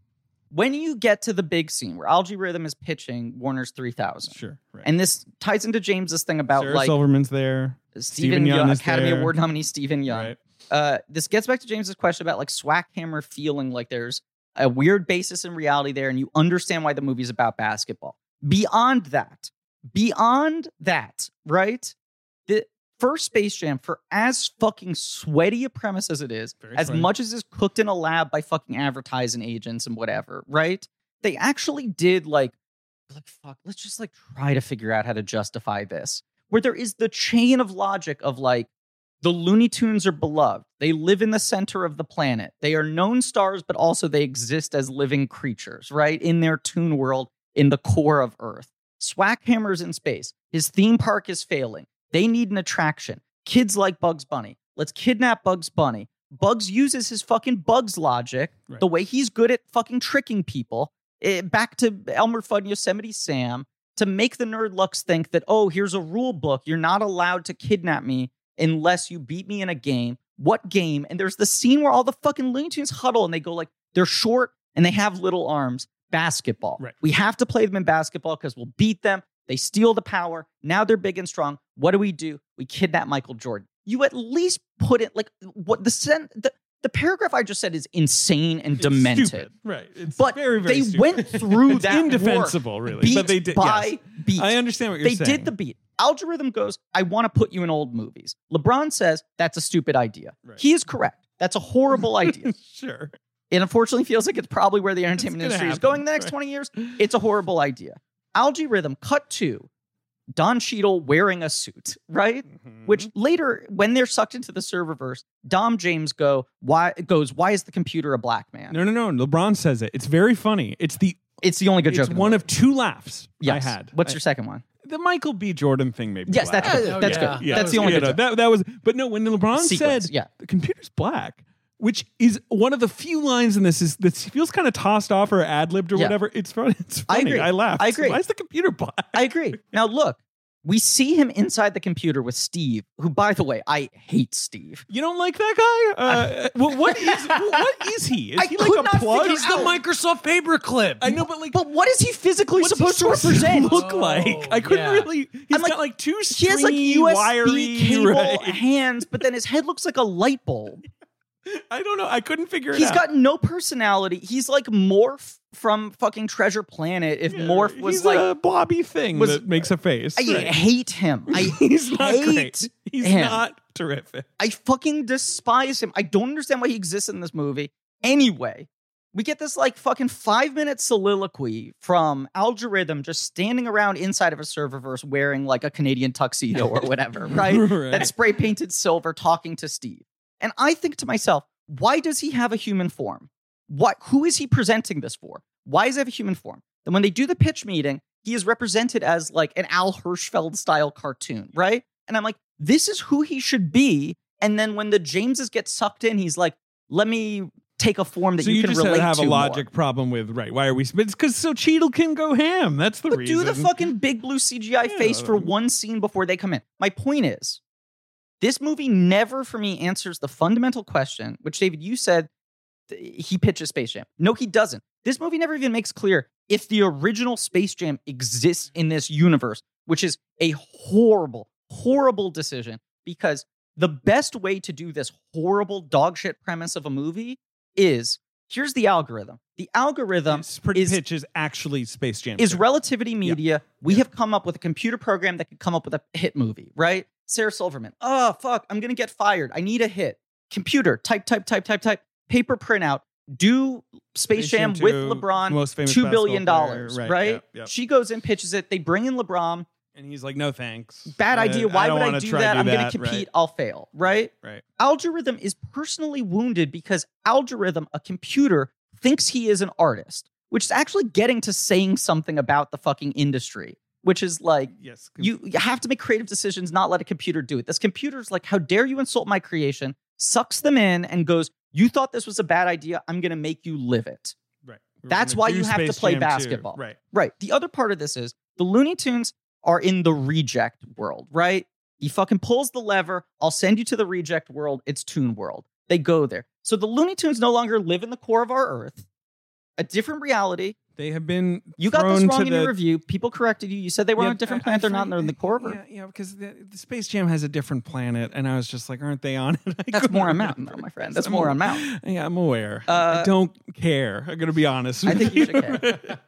Speaker 1: When you get to the big scene where Algae Rhythm is pitching Warner's 3000,
Speaker 2: Sure. Right.
Speaker 1: and this ties into James's thing about
Speaker 2: Sarah
Speaker 1: like
Speaker 2: Silverman's there.
Speaker 1: Stephen
Speaker 2: Stephen Young
Speaker 1: Young,
Speaker 2: is
Speaker 1: Academy
Speaker 2: there.
Speaker 1: Award nominee Stephen Young.
Speaker 2: Right.
Speaker 1: Uh, this gets back to James's question about like Swackhammer feeling like there's a weird basis in reality there, and you understand why the movie's about basketball. Beyond that, beyond that, right? The first Space Jam, for as fucking sweaty a premise as it is,
Speaker 2: Very
Speaker 1: as
Speaker 2: sweaty.
Speaker 1: much as is cooked in a lab by fucking advertising agents and whatever, right? They actually did like, like fuck, let's just like try to figure out how to justify this. Where there is the chain of logic of like, the Looney Tunes are beloved. They live in the center of the planet. They are known stars, but also they exist as living creatures, right? In their toon world, in the core of Earth. Swackhammer's in space. His theme park is failing. They need an attraction. Kids like Bugs Bunny. Let's kidnap Bugs Bunny. Bugs uses his fucking Bugs logic,
Speaker 2: Right.
Speaker 1: the way he's good at fucking tricking people, eh, back to Elmer Fudd and Yosemite Sam, to make the nerd Lux think that, oh, here's a rule book. You're not allowed to kidnap me unless you beat me in a game. What game? And there's the scene where all the fucking Looney Tunes huddle and they go like, they're short and they have little arms. Basketball.
Speaker 2: Right.
Speaker 1: We have to play them in basketball because we'll beat them. They steal the power. Now they're big and strong. What do we do? We kidnap Michael Jordan. You at least put it like what the sen- the, the paragraph I just said is insane and demented.
Speaker 2: Stupid. Right. It's
Speaker 1: But
Speaker 2: very, very
Speaker 1: they
Speaker 2: stupid.
Speaker 1: went through
Speaker 2: It's
Speaker 1: that work
Speaker 2: indefensible, really.
Speaker 1: Beat
Speaker 2: but they did
Speaker 1: by
Speaker 2: yes.
Speaker 1: beat.
Speaker 2: I understand what you're
Speaker 1: they
Speaker 2: saying.
Speaker 1: did the beat. Algorithm goes, I want to put you in old movies. LeBron says, that's a stupid idea.
Speaker 2: Right.
Speaker 1: He is correct. That's a horrible idea.
Speaker 2: sure.
Speaker 1: It unfortunately feels like it's probably where the entertainment
Speaker 2: gonna
Speaker 1: industry is
Speaker 2: happen,
Speaker 1: going the next
Speaker 2: right.
Speaker 1: 20 years. It's a horrible idea. Algorithm cut to Don Cheadle wearing a suit, right?
Speaker 2: Mm-hmm.
Speaker 1: Which later, when they're sucked into the serververse, Dom James go, why goes, why is the computer a black man?
Speaker 2: No, no, no. LeBron says it. It's very funny. It's the
Speaker 1: It's the only good
Speaker 2: it's
Speaker 1: joke. in the
Speaker 2: one
Speaker 1: movie.
Speaker 2: of two laughs
Speaker 1: yes.
Speaker 2: I had.
Speaker 1: What's
Speaker 2: I-
Speaker 1: your second one?
Speaker 2: the Michael B. Jordan thing? Maybe.
Speaker 1: Yes, that's
Speaker 2: laugh.
Speaker 1: good.
Speaker 4: Oh,
Speaker 1: that's
Speaker 4: yeah.
Speaker 1: good.
Speaker 4: Yeah.
Speaker 1: That's the
Speaker 2: was-
Speaker 1: only
Speaker 2: you
Speaker 1: good
Speaker 2: know,
Speaker 1: joke.
Speaker 2: that that was. But no, when LeBron
Speaker 1: Sequence,
Speaker 2: said,
Speaker 1: yeah.
Speaker 2: the computer's black." Which is one of the few lines in this is this feels kind of tossed off or ad libbed or
Speaker 1: Yeah.
Speaker 2: whatever. It's funny. It's
Speaker 1: I
Speaker 2: funny.
Speaker 1: agree.
Speaker 2: laughed.
Speaker 1: I agree.
Speaker 2: Why is the computer black?
Speaker 1: I agree. Now look, we see him inside the computer with Steve, who, by the way, I hate Steve.
Speaker 2: You don't like that guy? Uh, well, what is what is he? Is
Speaker 1: I
Speaker 2: he
Speaker 1: could
Speaker 2: like
Speaker 1: not
Speaker 2: a plug?
Speaker 1: figure
Speaker 4: He's the Microsoft paperclip.
Speaker 2: I know, but like,
Speaker 1: But what is he physically
Speaker 2: what's he
Speaker 1: supposed to
Speaker 2: supposed
Speaker 1: represent?
Speaker 2: look like? I couldn't
Speaker 1: Oh,
Speaker 4: yeah.
Speaker 2: really. He's
Speaker 1: I'm like-
Speaker 2: got like two
Speaker 1: he has like
Speaker 2: stringy,
Speaker 1: USB
Speaker 2: wiry
Speaker 1: cable
Speaker 2: right.
Speaker 1: hands, but then his head looks like a light bulb.
Speaker 2: I don't know. I couldn't figure it
Speaker 1: He's
Speaker 2: out.
Speaker 1: got no personality. He's like Morph from fucking Treasure Planet. If
Speaker 2: Yeah,
Speaker 1: Morph was
Speaker 2: he's
Speaker 1: like,
Speaker 2: a blobby thing
Speaker 1: was-
Speaker 2: that makes a face.
Speaker 1: I
Speaker 2: Right.
Speaker 1: hate him. I
Speaker 2: he's not
Speaker 1: hate
Speaker 2: great. He's
Speaker 1: him.
Speaker 2: not terrific.
Speaker 1: I fucking despise him. I don't understand why he exists in this movie. Anyway, we get this like fucking five minute soliloquy from Algorithm just standing around inside of a serververse wearing like a Canadian tuxedo or whatever, right?
Speaker 2: Right.
Speaker 1: That's spray painted silver talking to Steve. And I think to myself, why does he have a human form? What who is he presenting this for? Why does he have a human form? Then when they do the pitch meeting, he is represented as like an Al Hirschfeld style cartoon, right? And I'm like, this is who he should be. And then when the Jameses get sucked in, he's like, let me take a form that
Speaker 2: so
Speaker 1: you,
Speaker 2: you,
Speaker 1: can
Speaker 2: just
Speaker 1: relate
Speaker 2: have
Speaker 1: to
Speaker 2: a
Speaker 1: more.
Speaker 2: logic problem with right? Why are we? It's because so Cheadle can go ham. That's the
Speaker 1: But
Speaker 2: reason.
Speaker 1: do the fucking big blue CGI
Speaker 2: Yeah.
Speaker 1: face for one scene before they come in. My point is, this movie never for me answers the fundamental question, which David, you said th- he pitches Space Jam. No, he doesn't. This movie never even makes clear if the original Space Jam exists in this universe, which is a horrible, horrible decision because the best way to do this horrible dogshit premise of a movie is here's the algorithm. The algorithm
Speaker 2: This pretty
Speaker 1: is-
Speaker 2: pitch is actually Space Jam.
Speaker 1: is
Speaker 2: two.
Speaker 1: relativity media. We have come up with a computer program that could come up with a hit movie, right? Sarah Silverman. Oh fuck, I'm gonna get fired. I need a hit. Computer, type, type, type, type, type. Paper printout. Do Space, Jam, with
Speaker 2: 2,
Speaker 1: LeBron.
Speaker 2: most famous
Speaker 1: Two billion
Speaker 2: basketball player,
Speaker 1: dollars, right?
Speaker 2: right? yeah, yeah.
Speaker 1: She goes and pitches it. They bring in LeBron.
Speaker 2: And he's like, no thanks.
Speaker 1: Bad
Speaker 2: Uh,
Speaker 1: idea. Why
Speaker 2: don't
Speaker 1: would I
Speaker 2: wanna
Speaker 1: do
Speaker 2: try
Speaker 1: that? I'm gonna
Speaker 2: that,
Speaker 1: compete.
Speaker 2: right?
Speaker 1: I'll fail, right?
Speaker 2: Right.
Speaker 1: Algorithm is personally wounded because algorithm, a computer, thinks he is an artist, which is actually getting to saying something about the fucking industry, which is like
Speaker 2: Yes.
Speaker 1: you, you have to make creative decisions, not let a computer do it. This computer's like, how dare you insult my creation, sucks them in and goes, You thought this was a bad idea, I'm gonna make you live it.
Speaker 2: Right.
Speaker 1: That's why you have to play basketball.
Speaker 2: Right.
Speaker 1: Right. The other part of this is the Looney Tunes are in the reject world, right? He fucking pulls the lever. I'll send you to the reject world. It's Toon World. They go there. So the Looney Tunes no longer live in the core of our Earth, a different reality.
Speaker 2: They have been.
Speaker 1: You got this
Speaker 2: thrown
Speaker 1: wrong
Speaker 2: to
Speaker 1: in
Speaker 2: the,
Speaker 1: your review. People corrected you. You said they were on a different planet. They're not. They're in the core of Earth.
Speaker 2: Yeah, yeah, because the, the Space Jam has a different planet, and I was just like, aren't they on it? I
Speaker 1: That's
Speaker 2: couldn't
Speaker 1: more on Mountain,
Speaker 2: remember.
Speaker 1: though, my friend.
Speaker 2: Yes,
Speaker 1: That's
Speaker 2: I'm
Speaker 1: more
Speaker 2: aware.
Speaker 1: on Mountain.
Speaker 2: Yeah, I'm aware.
Speaker 1: Uh,
Speaker 2: I don't care. I'm gonna be honest.
Speaker 1: I
Speaker 2: With
Speaker 1: think you should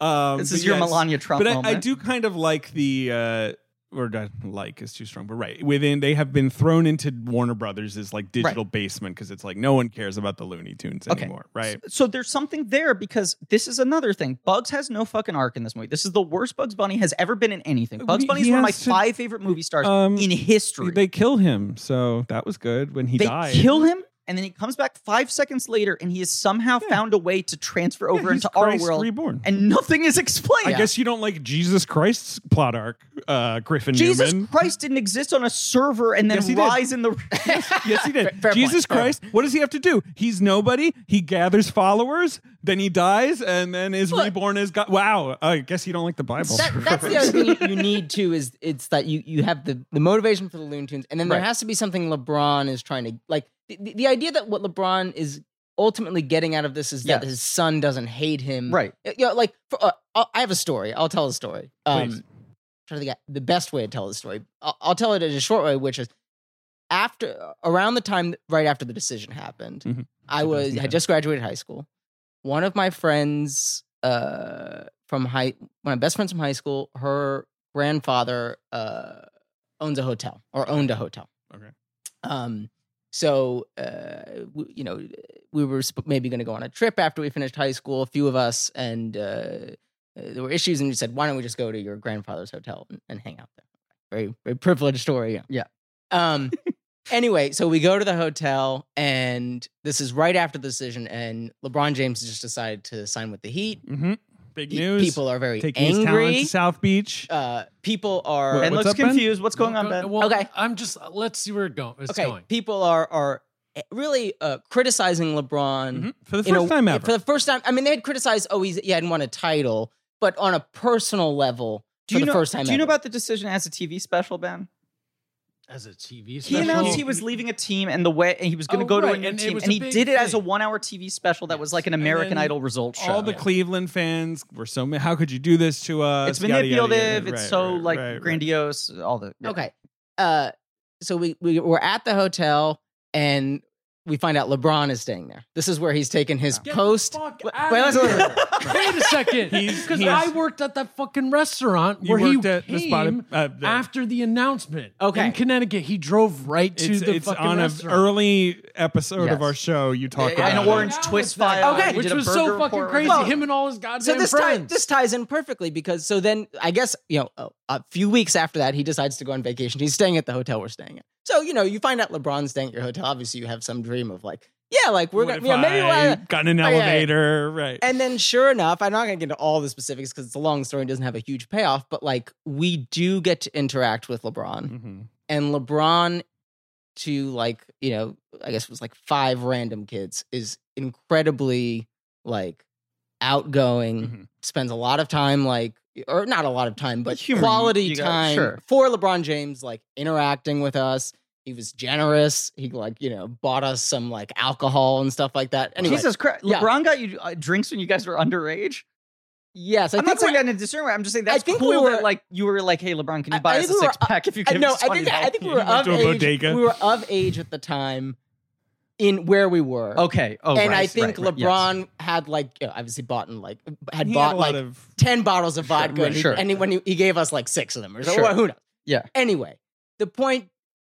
Speaker 2: um,
Speaker 1: This
Speaker 2: but
Speaker 1: is your
Speaker 2: yes.
Speaker 1: Melania Trump
Speaker 2: But I,
Speaker 1: moment.
Speaker 2: I do kind of like the. Uh, or not like is too strong, but right within they have been thrown into Warner Brothers' is like digital basement because it's like no one cares about the Looney Tunes
Speaker 1: Okay.
Speaker 2: anymore, right?
Speaker 1: So there's something there because this is another thing. Bugs has no fucking arc in this movie. This is the worst Bugs Bunny has ever been in anything. Bugs
Speaker 2: He-
Speaker 1: Bunny is
Speaker 2: Uh, he
Speaker 1: one of my
Speaker 2: has to-
Speaker 1: five favorite movie stars
Speaker 2: Um,
Speaker 1: in history.
Speaker 2: They kill him, so that was good when he
Speaker 1: they
Speaker 2: died.
Speaker 1: kill him and then he comes back five seconds later and he has somehow
Speaker 2: Yeah.
Speaker 1: found a way to transfer
Speaker 2: Yeah,
Speaker 1: over
Speaker 2: he's
Speaker 1: into
Speaker 2: Christ
Speaker 1: our world
Speaker 2: reborn.
Speaker 1: and nothing is
Speaker 2: I
Speaker 1: explained
Speaker 2: guess you don't like Jesus Christ's plot arc, uh, Griffin
Speaker 1: jesus
Speaker 2: Newman.
Speaker 1: christ didn't exist on a server and then
Speaker 2: Yes, he did.
Speaker 1: rise in the
Speaker 2: Yes, he did.
Speaker 3: fair
Speaker 2: Jesus
Speaker 3: point, fair
Speaker 2: Christ, what does he have to do? He's nobody. He gathers followers, then he dies, and then is
Speaker 3: Look-
Speaker 2: reborn as God. Wow, I guess you don't like the Bible.
Speaker 3: That, that's the other thing you, you need too is it's that you you have the, the motivation for the Looney Tunes, and then there
Speaker 1: Right.
Speaker 3: has to be something LeBron is trying to like the, the, the idea that what LeBron is ultimately getting out of this is that
Speaker 1: Yes.
Speaker 3: his son doesn't hate him,
Speaker 1: right
Speaker 3: Yeah, you know, like for, uh, I'll- I have a story. I'll tell a story. Um,
Speaker 2: Please.
Speaker 3: trying to think of the best way to tell the story. I'll, I'll tell it in a short way, which is after around the time right after the decision happened,
Speaker 2: Mhm.
Speaker 3: I was I had just graduated high school. One of my friends uh, from high, one of my best friends from high school, her grandfather uh, owns a hotel or owned a hotel.
Speaker 2: Okay.
Speaker 3: Um, so uh, we, you know, we were sp- maybe going to go on a trip after we finished high school, a few of us, and uh, uh, there were issues, and we said, "Why don't we just go to your grandfather's hotel and, and hang out there?" Very, very privileged story.
Speaker 1: Yeah.
Speaker 3: Um. anyway, so we go to the hotel, and this is right after the decision, and LeBron James just decided to sign with the Heat.
Speaker 2: Mm-hmm. Big
Speaker 3: Pe-
Speaker 2: news.
Speaker 3: People are very
Speaker 2: taking his talent
Speaker 3: angry.
Speaker 2: to South Beach.
Speaker 3: Uh, people are
Speaker 2: Wait,
Speaker 1: Ben
Speaker 2: what's
Speaker 1: looks
Speaker 2: up, Ben?
Speaker 1: confused. What's going on,
Speaker 4: Go-
Speaker 1: Ben?
Speaker 4: well,
Speaker 3: Okay.
Speaker 4: I'm just let's see where it go, it's
Speaker 3: okay.
Speaker 4: going.
Speaker 3: People are are really uh, criticizing LeBron.
Speaker 2: Mhm. For the
Speaker 3: Mm-hmm. in a-
Speaker 2: first time ever.
Speaker 3: For the first time, I mean, they had criticized. Oh, he's, he hadn't won a title, but on a personal level,
Speaker 1: Do
Speaker 3: for
Speaker 1: you
Speaker 3: the
Speaker 1: know?
Speaker 3: first time,
Speaker 1: do you know
Speaker 3: ever.
Speaker 1: about the decision as a TV special, Ben?
Speaker 4: As a TV
Speaker 1: He
Speaker 4: special,
Speaker 1: announced he was leaving a team and the way and he was going to go
Speaker 4: Oh,
Speaker 1: to a
Speaker 4: right,
Speaker 1: new
Speaker 4: and it
Speaker 1: team,
Speaker 4: was
Speaker 1: and
Speaker 4: a
Speaker 1: he
Speaker 4: big
Speaker 1: did it as a
Speaker 4: thing.
Speaker 1: one-hour TV special that was
Speaker 4: Yes.
Speaker 1: like an
Speaker 2: And
Speaker 1: American
Speaker 2: then
Speaker 1: Idol result show.
Speaker 2: all
Speaker 3: Oh,
Speaker 2: the Cleveland fans were so mad. How could you do this to uh, us?
Speaker 1: it's
Speaker 2: Yada,
Speaker 1: manipulative.
Speaker 2: yada, yada.
Speaker 1: It's
Speaker 2: Right,
Speaker 1: so
Speaker 2: right,
Speaker 1: like
Speaker 2: right, right.
Speaker 1: grandiose. All the yeah.
Speaker 3: Okay, uh, so we we were at the hotel and we find out LeBron is staying there. This is where he's taken his
Speaker 4: Get the
Speaker 3: post.
Speaker 4: fuck
Speaker 3: Wait,
Speaker 4: outta
Speaker 3: wait, let's-
Speaker 4: here. Wait a second,
Speaker 2: He's-
Speaker 4: because
Speaker 2: he's-
Speaker 4: I worked at that fucking restaurant
Speaker 2: You
Speaker 4: where he
Speaker 2: worked at
Speaker 4: came
Speaker 2: the spot of- uh, the-
Speaker 4: after the announcement.
Speaker 3: Okay.
Speaker 4: in Connecticut, he drove right to
Speaker 2: It's,
Speaker 4: the
Speaker 2: it's
Speaker 4: fucking
Speaker 2: on an
Speaker 4: restaurant.
Speaker 2: early episode
Speaker 3: Yes.
Speaker 2: of our show. You talk
Speaker 1: Yeah,
Speaker 2: about
Speaker 1: an
Speaker 2: it.
Speaker 1: orange
Speaker 4: Yeah,
Speaker 1: twist
Speaker 4: with that
Speaker 1: file.
Speaker 4: guy,
Speaker 3: Okay.
Speaker 1: They
Speaker 4: which
Speaker 1: did a
Speaker 4: was
Speaker 1: burger
Speaker 4: so fucking
Speaker 1: report.
Speaker 4: crazy.
Speaker 3: Well,
Speaker 4: Him and all his goddamn
Speaker 3: so this
Speaker 4: friends.
Speaker 3: ties, this ties in perfectly because so then I guess you know a, a few weeks after that he decides to go on vacation. He's staying at the hotel we're staying at. So you know you find out LeBron's staying at your hotel. Obviously you have some dream of like yeah like we're
Speaker 2: What
Speaker 3: gonna
Speaker 2: if
Speaker 3: you know maybe
Speaker 2: I
Speaker 3: we'll,
Speaker 2: got in an
Speaker 3: Oh, yeah, yeah.
Speaker 2: elevator, right?
Speaker 3: And then, sure enough, I'm not going to get into all the specifics because it's a long story and doesn't have a huge payoff, but like we do get to interact with LeBron.
Speaker 2: Mhm.
Speaker 3: And LeBron, to like, you know, I guess it was like five random kids, is incredibly like outgoing,
Speaker 1: Mm-hmm.
Speaker 2: Mhm.
Speaker 3: spends a lot of time, like, or not a lot of time, but
Speaker 1: Humor,
Speaker 3: quality
Speaker 1: you got-
Speaker 3: time
Speaker 1: sure.
Speaker 3: for LeBron James, like interacting with us. He was generous. He like, you know, bought us some like alcohol and stuff like that. Anyway,
Speaker 1: Jesus Christ!
Speaker 3: Yeah.
Speaker 1: LeBron got you uh, drinks when you guys were underage.
Speaker 3: yes, I
Speaker 1: I'm
Speaker 3: think
Speaker 1: not
Speaker 3: we're-
Speaker 1: saying that in a discerning way. I'm just saying that's
Speaker 3: think
Speaker 1: cool
Speaker 3: we were-
Speaker 1: that like you were like, hey, LeBron, can
Speaker 3: I-
Speaker 1: you buy
Speaker 3: I
Speaker 1: us a
Speaker 3: think we were-
Speaker 1: six pack if you
Speaker 3: I-
Speaker 1: give
Speaker 3: no,
Speaker 1: us
Speaker 3: I
Speaker 1: twenty
Speaker 3: think I think we were
Speaker 2: You went
Speaker 3: of
Speaker 2: to a
Speaker 3: age.
Speaker 2: bodega.
Speaker 3: We were of age at the time, in where we were.
Speaker 1: Okay. Oh,
Speaker 3: and
Speaker 1: right,
Speaker 3: I think
Speaker 1: right, right, yes.
Speaker 3: LeBron had like you know, obviously bought and like had
Speaker 2: He had
Speaker 3: bought
Speaker 2: a lot
Speaker 3: like
Speaker 2: of
Speaker 3: ten bottles of vodka,
Speaker 1: right,
Speaker 3: and, he,
Speaker 1: sure.
Speaker 3: and he- when he, he gave us like six of them or so,
Speaker 1: Sure.
Speaker 3: well, who knows?
Speaker 1: Yeah.
Speaker 3: Anyway, the point,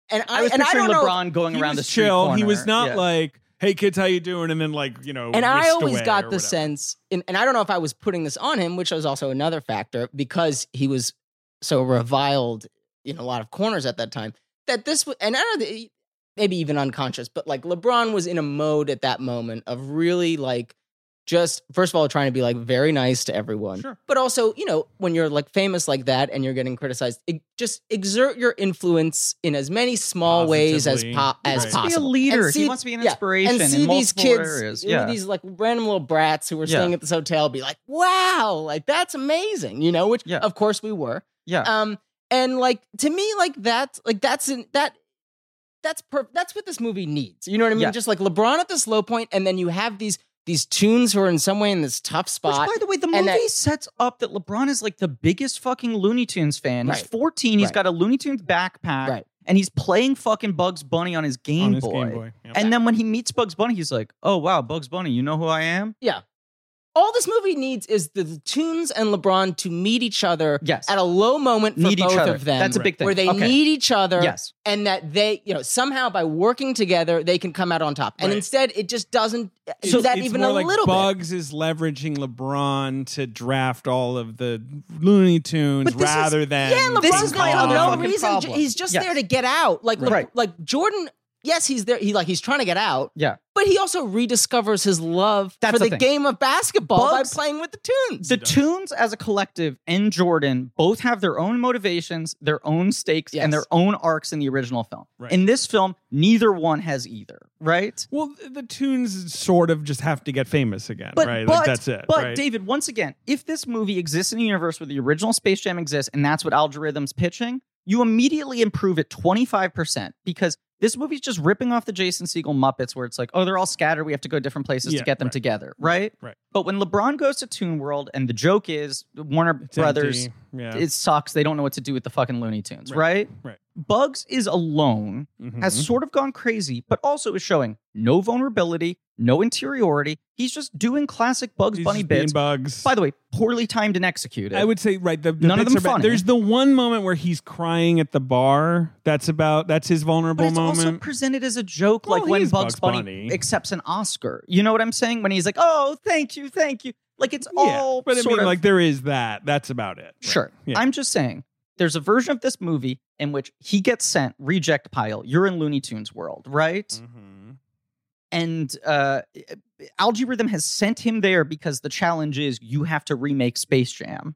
Speaker 3: and I,
Speaker 1: I was
Speaker 3: and I
Speaker 1: picturing
Speaker 3: don't know. if-
Speaker 1: LeBron going
Speaker 2: he
Speaker 1: around the
Speaker 2: was
Speaker 1: street
Speaker 2: chill. He
Speaker 1: corner.
Speaker 2: was not
Speaker 1: Yeah.
Speaker 2: like, "Hey kids, how you doing?" And then like you know,
Speaker 3: and I
Speaker 2: whisked
Speaker 3: always
Speaker 2: away
Speaker 3: got
Speaker 2: or
Speaker 3: the
Speaker 2: whatever.
Speaker 3: sense, and, and I don't know if I was putting this on him, which was also another factor because he was so reviled in a lot of corners at that time. That this was, and I don't know, that- maybe even unconscious, but like LeBron was in a mode at that moment of really like just first of all trying to be like very nice to everyone,
Speaker 2: Sure.
Speaker 3: but also you know when you're like famous like that and you're getting criticized, it, just exert your influence in as many small ways as
Speaker 2: Positively.
Speaker 3: po- as
Speaker 1: He wants to
Speaker 2: Right.
Speaker 1: be a
Speaker 3: possible.
Speaker 1: leader.
Speaker 3: And see-
Speaker 1: he wants to be an
Speaker 3: yeah,
Speaker 1: inspiration
Speaker 3: and see
Speaker 1: in
Speaker 3: these
Speaker 1: multiple
Speaker 3: kids,
Speaker 1: areas.
Speaker 3: you know,
Speaker 1: Yeah.
Speaker 3: these like random little brats who were
Speaker 1: Yeah.
Speaker 3: staying at this hotel, be like, "Wow, like that's amazing," you know. Which,
Speaker 1: Yeah.
Speaker 3: of course, we were.
Speaker 1: yeah.
Speaker 3: Um, and like to me, like that, like that's in, that, that's per- that's what this movie needs. You know what I mean?
Speaker 1: Yeah.
Speaker 3: Just like LeBron at this low point, and then you have these these tunes who are in some way in this tough spot.
Speaker 1: Which, by the way, the movie
Speaker 3: and that-
Speaker 1: sets up that LeBron is like the biggest fucking Looney Tunes fan. He's
Speaker 3: Right.
Speaker 1: 14. He's
Speaker 3: Right.
Speaker 1: got a Looney Tunes backpack,
Speaker 3: Right.
Speaker 1: and he's playing fucking Bugs Bunny on his Game
Speaker 2: on
Speaker 1: Boy.
Speaker 2: his Game Boy. Yep.
Speaker 1: And then when he meets Bugs Bunny, he's like, "Oh wow, Bugs Bunny, you know who I am?"
Speaker 3: All this movie needs is the tunes and LeBron to meet each other
Speaker 1: Yes.
Speaker 3: at a low moment for
Speaker 1: Need each
Speaker 3: both
Speaker 1: other.
Speaker 3: of them.
Speaker 1: That's a big thing.
Speaker 3: Where they
Speaker 1: Okay.
Speaker 3: need each other.
Speaker 1: Yes.
Speaker 3: and that they, you know, somehow by working together, they can come out on top. And
Speaker 2: Right.
Speaker 3: instead, it just doesn't
Speaker 2: It's-
Speaker 3: do that
Speaker 2: it's
Speaker 3: even
Speaker 2: more
Speaker 3: a
Speaker 2: like
Speaker 3: little bit.
Speaker 2: Bugs is leveraging LeBron to draft all of the Looney Tunes
Speaker 3: But this is-
Speaker 2: rather than
Speaker 3: Yeah, and
Speaker 1: This
Speaker 3: LeBron's
Speaker 1: is
Speaker 3: there
Speaker 1: my
Speaker 3: for
Speaker 1: other
Speaker 3: no
Speaker 1: fucking
Speaker 3: reason.
Speaker 1: problem.
Speaker 3: He's just
Speaker 1: Yes.
Speaker 3: there to get out. Like, Le-
Speaker 1: Right.
Speaker 3: like Jordan. Yes, he's there. He like he's trying to get out.
Speaker 1: Yeah.
Speaker 3: but he also rediscovers his love
Speaker 1: That's
Speaker 3: for
Speaker 1: the
Speaker 3: the
Speaker 1: thing.
Speaker 3: game of basketball
Speaker 1: Bugs-
Speaker 3: by playing with the tunes.
Speaker 1: The Tunes as a collective and Jordan both have their own motivations, their own stakes,
Speaker 3: Yes.
Speaker 1: and their own arcs in the original film.
Speaker 2: Right.
Speaker 1: In this film, neither one has either, right?
Speaker 2: Well, the tunes sort of just have to get famous again,
Speaker 1: But,
Speaker 2: right?
Speaker 1: but,
Speaker 2: like that's it.
Speaker 1: But
Speaker 2: right?
Speaker 1: David, once again, if this movie exists in a universe where the original Space Jam exists and that's what algorithms pitching, you immediately improve it 25% because this movie's just ripping off the Jason Siegel Muppets where it's like, oh, they're all scattered. We have to go different places
Speaker 2: Yeah,
Speaker 1: to get them
Speaker 2: right.
Speaker 1: together, right?
Speaker 2: Right.
Speaker 1: But when LeBron goes to Toon World and the joke is Warner
Speaker 2: It's
Speaker 1: Brothers
Speaker 2: empty. yeah,
Speaker 1: it sucks. They don't know what to do with the fucking Looney Tunes, right?
Speaker 2: Right.
Speaker 1: Bugs is alone has
Speaker 2: Mhm.
Speaker 1: sort of gone crazy, but also is showing no vulnerability, no interiority. He's just doing classic Bugs
Speaker 2: He's
Speaker 1: Bunny
Speaker 2: just being
Speaker 1: bits.
Speaker 2: bugs.
Speaker 1: By the way, poorly timed and executed.
Speaker 2: I would say right. The, the
Speaker 1: None of
Speaker 2: bits
Speaker 1: them
Speaker 2: are bad.
Speaker 1: funny.
Speaker 2: There's the one moment where he's crying at the bar. That's about that's his
Speaker 1: but
Speaker 2: vulnerable
Speaker 1: it's also
Speaker 2: moment.
Speaker 1: presented as a joke,
Speaker 2: Well,
Speaker 1: like when
Speaker 2: he's
Speaker 1: Bugs,
Speaker 2: Bugs
Speaker 1: Bunny,
Speaker 2: Bunny.
Speaker 1: accepts an Oscar. You know what I'm saying? When he's like, "Oh, thank you, thank you," like it's
Speaker 2: yeah,
Speaker 1: all
Speaker 2: but I
Speaker 1: sort
Speaker 2: mean,
Speaker 1: of
Speaker 2: like there is that. That's about it.
Speaker 1: Sure.
Speaker 2: Yeah.
Speaker 1: I'm just saying there's a version of this movie in which he gets sent reject pile. You're in Looney Tunes world, right?
Speaker 2: Mhm.
Speaker 1: And uh, algorithm has sent him there because the challenge is you have to remake Space Jam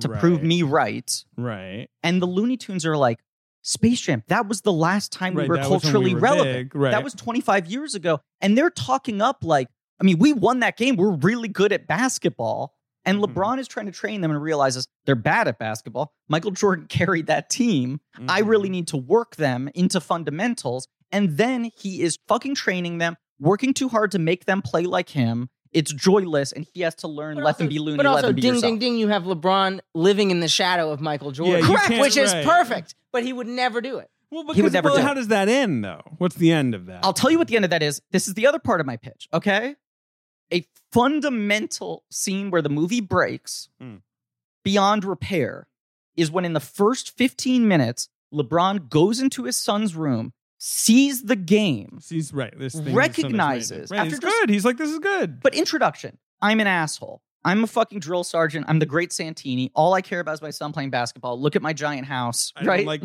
Speaker 1: to prove
Speaker 2: Right.
Speaker 1: me right.
Speaker 2: right.
Speaker 1: And the Looney Tunes are like, Space Jam, that was the last time
Speaker 2: Right,
Speaker 1: we were
Speaker 2: that was when
Speaker 1: culturally
Speaker 2: were
Speaker 1: relevant.
Speaker 2: big, Right.
Speaker 1: That was 25 years ago. And they're talking up like, I mean, we won that game. We're really good at basketball. And
Speaker 2: Mhm.
Speaker 1: LeBron is trying to train them and realizes they're bad at basketball. Michael Jordan carried that team. I really need to work them into fundamentals. And then he is fucking training them, working too hard to make them play like him. It's joyless, and he has to learn
Speaker 3: But
Speaker 1: let
Speaker 3: also-
Speaker 1: them be loony,
Speaker 3: But
Speaker 1: let
Speaker 3: also,
Speaker 1: them be
Speaker 3: ding,
Speaker 1: yourself.
Speaker 3: ding, ding, you have LeBron living in the shadow of Michael Jordan.
Speaker 2: you
Speaker 3: Correct,
Speaker 2: can't-
Speaker 3: which is
Speaker 2: right.
Speaker 3: perfect, but he would never do it.
Speaker 2: Well, because,
Speaker 1: He would never
Speaker 2: well,
Speaker 1: do
Speaker 2: how
Speaker 1: it.
Speaker 2: does that end though? What's the end of that?
Speaker 1: I'll tell you what the end of that is. This is the other part of my pitch, okay? A fundamental scene where the movie breaks
Speaker 2: Hmm.
Speaker 1: beyond repair is when, in the first 15 minutes, LeBron goes into his son's room, sees the game,
Speaker 2: He's right. This thing is something-
Speaker 1: Recognizes,
Speaker 2: Right,
Speaker 1: after
Speaker 2: he's
Speaker 1: just-
Speaker 2: good. He's like, this is good.
Speaker 1: but introduction I'm an asshole. I'm a fucking drill sergeant. I'm the great Santini. All I care about is my son playing basketball. Look at my giant house,
Speaker 2: I don't
Speaker 1: right?
Speaker 2: like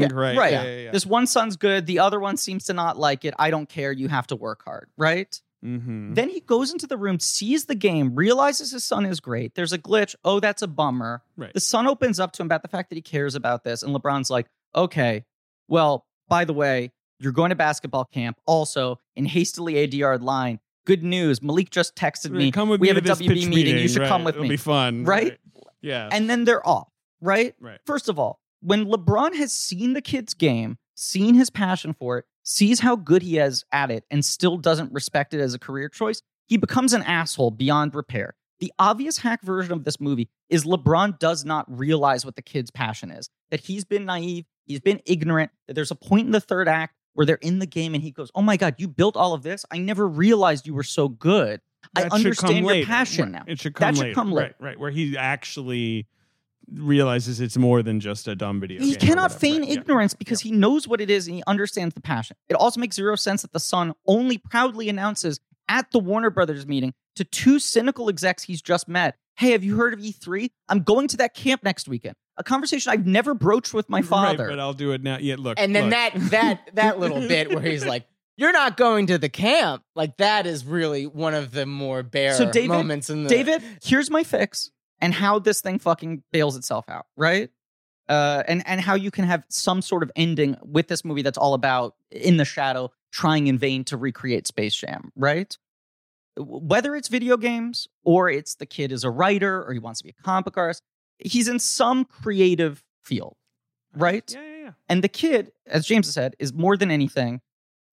Speaker 1: Yeah,
Speaker 2: right.
Speaker 1: right.
Speaker 2: Yeah, yeah, yeah.
Speaker 1: this one son's good. The other one seems to not like it. I don't care. You have to work hard, right?
Speaker 2: Mhm.
Speaker 1: Then he goes into the room, sees the game, realizes his son is great. There's a glitch. Oh, that's a bummer.
Speaker 2: Right.
Speaker 1: The son opens up to him about the fact that he cares about this. And LeBron's like, okay, well, by the way, you're going to basketball camp. Also, in hastily ADR line, good news. Malik just texted me.
Speaker 2: Come with
Speaker 1: we
Speaker 2: me
Speaker 1: have
Speaker 2: to
Speaker 1: a
Speaker 2: this
Speaker 1: WB
Speaker 2: pitch
Speaker 1: meeting. You should
Speaker 2: right.
Speaker 1: come with
Speaker 2: It'll
Speaker 1: me.
Speaker 2: be fun.
Speaker 1: Right?
Speaker 2: Yeah.
Speaker 1: And then they're off, right?
Speaker 2: Right.
Speaker 1: First of all, when LeBron has seen the kid's game, seen his passion for it, sees how good he is at it, and still doesn't respect it as a career choice, he becomes an asshole beyond repair. The obvious hack version of this movie is LeBron does not realize what the kid's passion is, that he's been naive, he's been ignorant, that there's a point in the third act where they're in the game and he goes, Oh my God, you built all of this? I never realized you were so good.
Speaker 2: That
Speaker 1: I
Speaker 2: should come
Speaker 1: understand your
Speaker 2: later.
Speaker 1: passion
Speaker 2: Right.
Speaker 1: now.
Speaker 2: It should come
Speaker 1: That should
Speaker 2: later.
Speaker 1: come later.
Speaker 2: Right, right. Where he actually realizes it's more than just a dumb video.
Speaker 1: he
Speaker 2: game or
Speaker 1: cannot
Speaker 2: whatever.
Speaker 1: feign
Speaker 2: Right, yeah.
Speaker 1: ignorance because he knows what it is and he understands the passion. It also makes zero sense that the son only proudly announces at the Warner Brothers meeting to two cynical execs he's just met, "Hey, have you heard of E3? I'm going to that camp next weekend." A conversation I've never broached with my father.
Speaker 2: Right, but I'll do it now. Yeah, look.
Speaker 3: And then
Speaker 2: look.
Speaker 3: that that that little bit where he's like, "You're not going to the camp," like that is really one of the more bare
Speaker 1: So, David-
Speaker 3: moments in the
Speaker 1: David, here's my fix and how this thing fucking bails itself out, right? Uh, and and how you can have some sort of ending with this movie that's all about in the shadow trying in vain to recreate Space Jam, right? W- Whether it's video games or it's the kid is a writer or he wants to be a comic artist, he's in some creative field, right?
Speaker 2: Yeah, yeah, yeah.
Speaker 1: And the kid, as James has said, is more than anything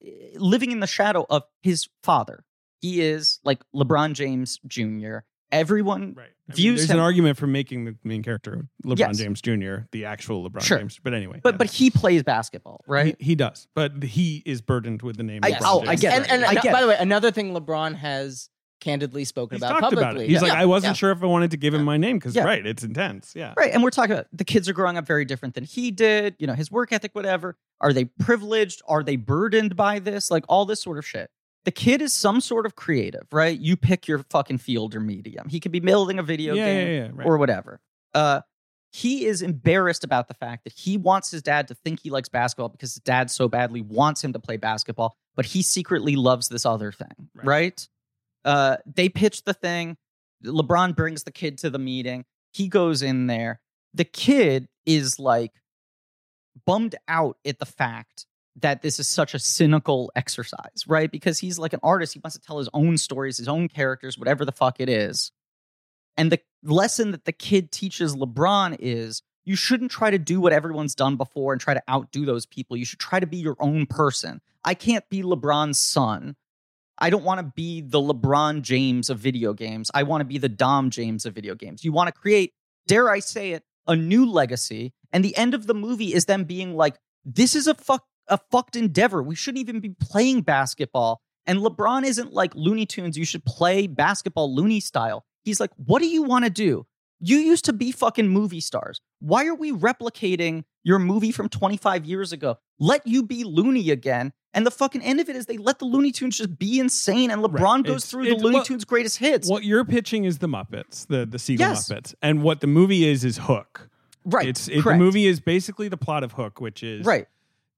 Speaker 1: eh, living in the shadow of his father. He is like LeBron James Jr. Everyone,
Speaker 2: Right. I mean,
Speaker 1: Views
Speaker 2: there's
Speaker 1: him-
Speaker 2: an argument for making the main character LeBron
Speaker 1: Yes.
Speaker 2: James Jr. the actual LeBron
Speaker 1: Sure.
Speaker 2: James. But anyway,
Speaker 1: but
Speaker 2: yeah.
Speaker 1: but he plays basketball, right?
Speaker 2: He, he does, but he is burdened with the name.
Speaker 1: I-
Speaker 2: LeBron
Speaker 1: oh, I
Speaker 2: James.
Speaker 1: get it.
Speaker 3: and, and
Speaker 1: I get
Speaker 3: by
Speaker 1: it.
Speaker 3: the way, another thing LeBron has candidly spoken
Speaker 2: He's
Speaker 3: about
Speaker 2: talked
Speaker 3: publicly.
Speaker 2: about it. He's like, I wasn't sure if I wanted to give him my name because
Speaker 1: Yeah.
Speaker 2: right, it's intense. Yeah.
Speaker 1: Right. And we're talking about the kids are growing up very different than he did, you know, his work ethic, whatever. Are they privileged? Are they burdened by this? Like all this sort of shit. The kid is some sort of creative, right? You pick your fucking field or medium. He could be building a video
Speaker 2: yeah,
Speaker 1: game.
Speaker 2: yeah, yeah, right.
Speaker 1: or whatever. Uh, he is embarrassed about the fact that he wants his dad to think he likes basketball because his dad so badly wants him to play basketball, but he secretly loves this other thing,
Speaker 2: Right.
Speaker 1: right? Uh, they pitch the thing. LeBron brings the kid to the meeting. He goes in there. The kid is like bummed out at the fact that this is such a cynical exercise, right? Because he's like an artist. He wants to tell his own stories, his own characters, whatever the fuck it is. And the lesson that the kid teaches LeBron is you shouldn't try to do what everyone's done before and try to outdo those people. You should try to be your own person. I can't be LeBron's son. I don't want to be the LeBron James of video games. I want to be the Dom James of video games. You want to create, dare I say it, a new legacy, and the end of the movie is them being like, "This is a fuck a fucked endeavor. We shouldn't even be playing basketball." And LeBron isn't like Looney Tunes. You should play basketball Looney style. He's like, "What do you want to do? You used to be fucking movie stars. Why are we replicating your movie from 25 years ago? Let you be Looney again." And the fucking end of it is they let the Looney Tunes just be insane, and LeBron
Speaker 2: Right.
Speaker 1: goes
Speaker 2: It's-
Speaker 1: through
Speaker 2: it's-
Speaker 1: the Looney
Speaker 2: well-
Speaker 1: Tunes' greatest hits.
Speaker 2: What you're pitching is the Muppets, the the Seagull
Speaker 1: Yes.
Speaker 2: Muppets, and what the movie is is Hook.
Speaker 1: right?
Speaker 2: It's it, the
Speaker 1: correct.
Speaker 2: movie is basically the plot of Hook, which is
Speaker 1: Right.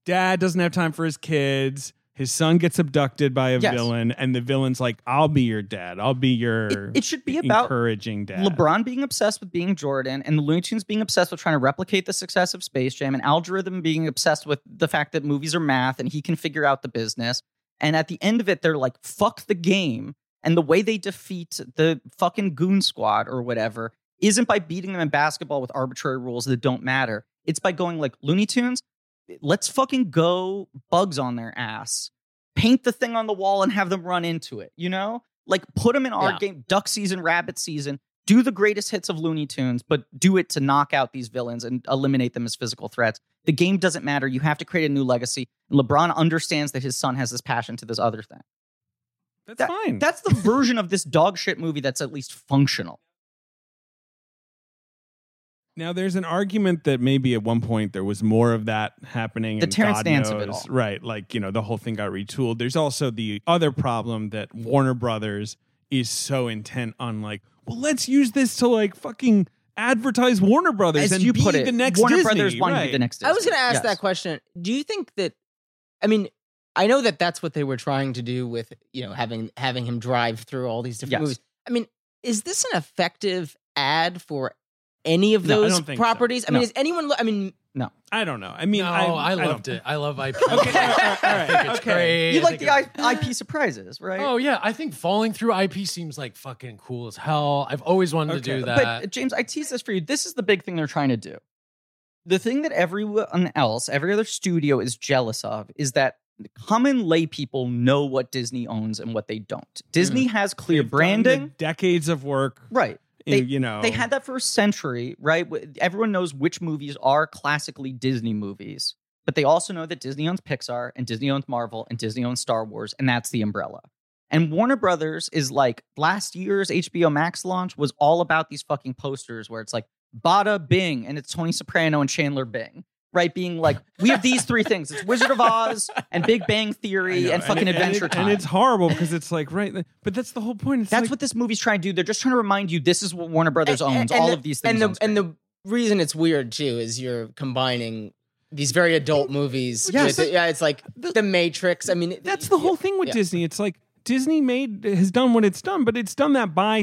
Speaker 2: dad doesn't have time for his kids. His son gets abducted by a
Speaker 1: Yes.
Speaker 2: villain, and the villain's like, "I'll be your dad. I'll be your."
Speaker 1: It, it should be about
Speaker 2: encouraging dad.
Speaker 1: LeBron being obsessed with being Jordan and the Looney Tunes being obsessed with trying to replicate the success of Space Jam and algorithm being obsessed with the fact that movies are math and he can figure out the business. And at the end of it, they're like, fuck the game. And the way they defeat the fucking goon squad or whatever isn't by beating them in basketball with arbitrary rules that don't matter. It's by going like Looney Tunes, let's fucking go bugs on their ass, paint the thing on the wall and have them run into it, you know? Like put them in our
Speaker 3: Yeah.
Speaker 1: game, duck season, rabbit season, do the greatest hits of Looney Tunes, but do it to knock out these villains and eliminate them as physical threats. The game doesn't matter. You have to create a new legacy. And LeBron understands that his son has this passion to this other thing.
Speaker 2: That's
Speaker 1: That-
Speaker 2: fine.
Speaker 1: That's the version of this dog shit movie that's at least functional.
Speaker 2: now there's an argument that maybe at one point there was more of that happening.
Speaker 1: The
Speaker 2: and
Speaker 1: Terrence
Speaker 2: God
Speaker 1: Nance of it
Speaker 2: knows-
Speaker 1: all.
Speaker 2: right? Like you know, the whole thing got retooled. There's also the other problem that Warner Brothers is so intent on, like, well, let's use this to like fucking advertise Warner Brothers
Speaker 1: As
Speaker 2: and
Speaker 1: you
Speaker 2: be
Speaker 1: put it,
Speaker 2: the next
Speaker 1: Warner
Speaker 2: Disney,
Speaker 1: Brothers wanted to be
Speaker 2: right?
Speaker 1: the next.
Speaker 3: I was
Speaker 1: Disney.
Speaker 3: going to ask
Speaker 1: Yes.
Speaker 3: that question. Do you think that? I mean, I know that that's what they were trying to do with you know having having him drive through all these different
Speaker 1: Yes.
Speaker 3: movies. I mean, is this an effective ad for any of
Speaker 2: No, I
Speaker 3: those
Speaker 2: don't think so.
Speaker 3: properties? I mean,
Speaker 1: No.
Speaker 3: is anyone? lo- I mean,
Speaker 2: I don't know. I mean,
Speaker 4: no,
Speaker 2: I,
Speaker 4: I,
Speaker 2: don't-
Speaker 4: loved it. I love IP.
Speaker 2: Okay, all right, all
Speaker 4: I think
Speaker 2: right,
Speaker 4: it's
Speaker 2: okay.
Speaker 4: great.
Speaker 1: You
Speaker 4: I
Speaker 1: like
Speaker 4: think
Speaker 1: the
Speaker 4: it's-
Speaker 1: I- IP surprises, right?
Speaker 4: Oh yeah, I think falling through IP seems like fucking cool as hell. I've always wanted to
Speaker 2: Okay.
Speaker 4: do
Speaker 1: but
Speaker 4: that.
Speaker 1: uh, James, I tease this for you. This is the big thing they're trying to do. The thing that everyone else, every other studio is jealous of is that the common lay people know what Disney owns and what they don't. Disney has clear
Speaker 2: Hmm. They've done
Speaker 1: branding.
Speaker 2: the decades of work.
Speaker 1: right.
Speaker 2: They, you know,
Speaker 1: They had that for a century, right? Wh- Everyone knows which movies are classically Disney movies, but they also know that Disney owns Pixar and Disney owns Marvel and Disney owns Star Wars, and that's the umbrella. And Warner Brothers is like last year's HBO Max launch was all about these fucking posters where it's like Bada Bing and it's Tony Soprano and Chandler Bing, right? Being like, we have these three things it's Wizard of Oz and Big Bang
Speaker 2: I
Speaker 1: Theory
Speaker 2: know,
Speaker 1: and fucking
Speaker 2: it-
Speaker 1: Adventure
Speaker 2: and it-
Speaker 1: Time.
Speaker 2: and it's horrible because it's like right, but that's the whole point. It's
Speaker 1: that's
Speaker 2: like,
Speaker 1: what this movie's trying to do. They're just trying to remind you this is what Warner Brothers
Speaker 3: and-
Speaker 1: owns,
Speaker 3: and
Speaker 1: all
Speaker 3: the-
Speaker 1: of these things.
Speaker 3: and the
Speaker 1: on
Speaker 3: and
Speaker 1: screen.
Speaker 3: the reason it's weird too is you're combining these very adult movies.
Speaker 2: Yes.
Speaker 3: with- yeah, it's like the, Matrix. I mean,
Speaker 2: That's the whole thing with
Speaker 3: yeah.
Speaker 2: Disney. It's like Disney made has done what it's done, but it's done that by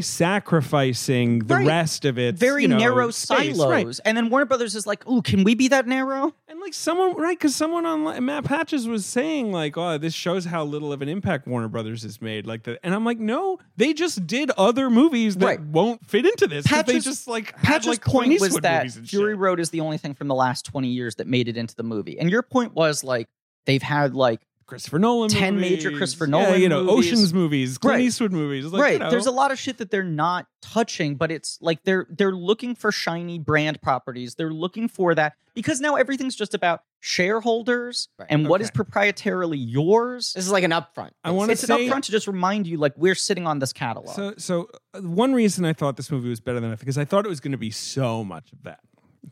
Speaker 2: sacrificing the
Speaker 1: Right.
Speaker 2: rest of its
Speaker 1: very
Speaker 2: you know,
Speaker 1: narrow
Speaker 2: space,
Speaker 1: silos.
Speaker 2: right.
Speaker 1: And then Warner Brothers is like, "Ooh, can we be that narrow?"
Speaker 2: And like someone right because someone on Matt Patches was saying like, "Oh, this shows how little of an impact Warner Brothers has made." Like that, and I'm like, no, they just did other movies that
Speaker 1: Right.
Speaker 2: won't fit into this. 'cause they
Speaker 1: Patches-
Speaker 2: just like had
Speaker 1: Patch's
Speaker 2: like Clint
Speaker 1: point was
Speaker 2: Eastwood
Speaker 1: that
Speaker 2: movies and
Speaker 1: Fury
Speaker 2: shit.
Speaker 1: Road is the only thing from the last 20 years that made it into the movie. And your point was like they've had like
Speaker 2: Christopher Nolan,
Speaker 1: 10
Speaker 2: movies.
Speaker 1: major Christopher
Speaker 2: yeah,
Speaker 1: Nolan
Speaker 2: you know,
Speaker 1: movies.
Speaker 2: Ocean's movies, Clint
Speaker 1: Right.
Speaker 2: Eastwood movies, like,
Speaker 1: right,
Speaker 2: You know,
Speaker 1: there's a lot of shit that they're not touching, but it's like they're they're looking for shiny brand properties. They're looking for that because now everything's just about shareholders
Speaker 3: Right,
Speaker 1: and what
Speaker 2: okay.
Speaker 1: is proprietarily yours.
Speaker 3: This is like an upfront.
Speaker 2: I want to
Speaker 1: It's an
Speaker 2: say
Speaker 1: upfront to just remind you like we're sitting on this catalog.
Speaker 2: So, so uh, one reason I thought this movie was better than because I thought it was going to be so much of that.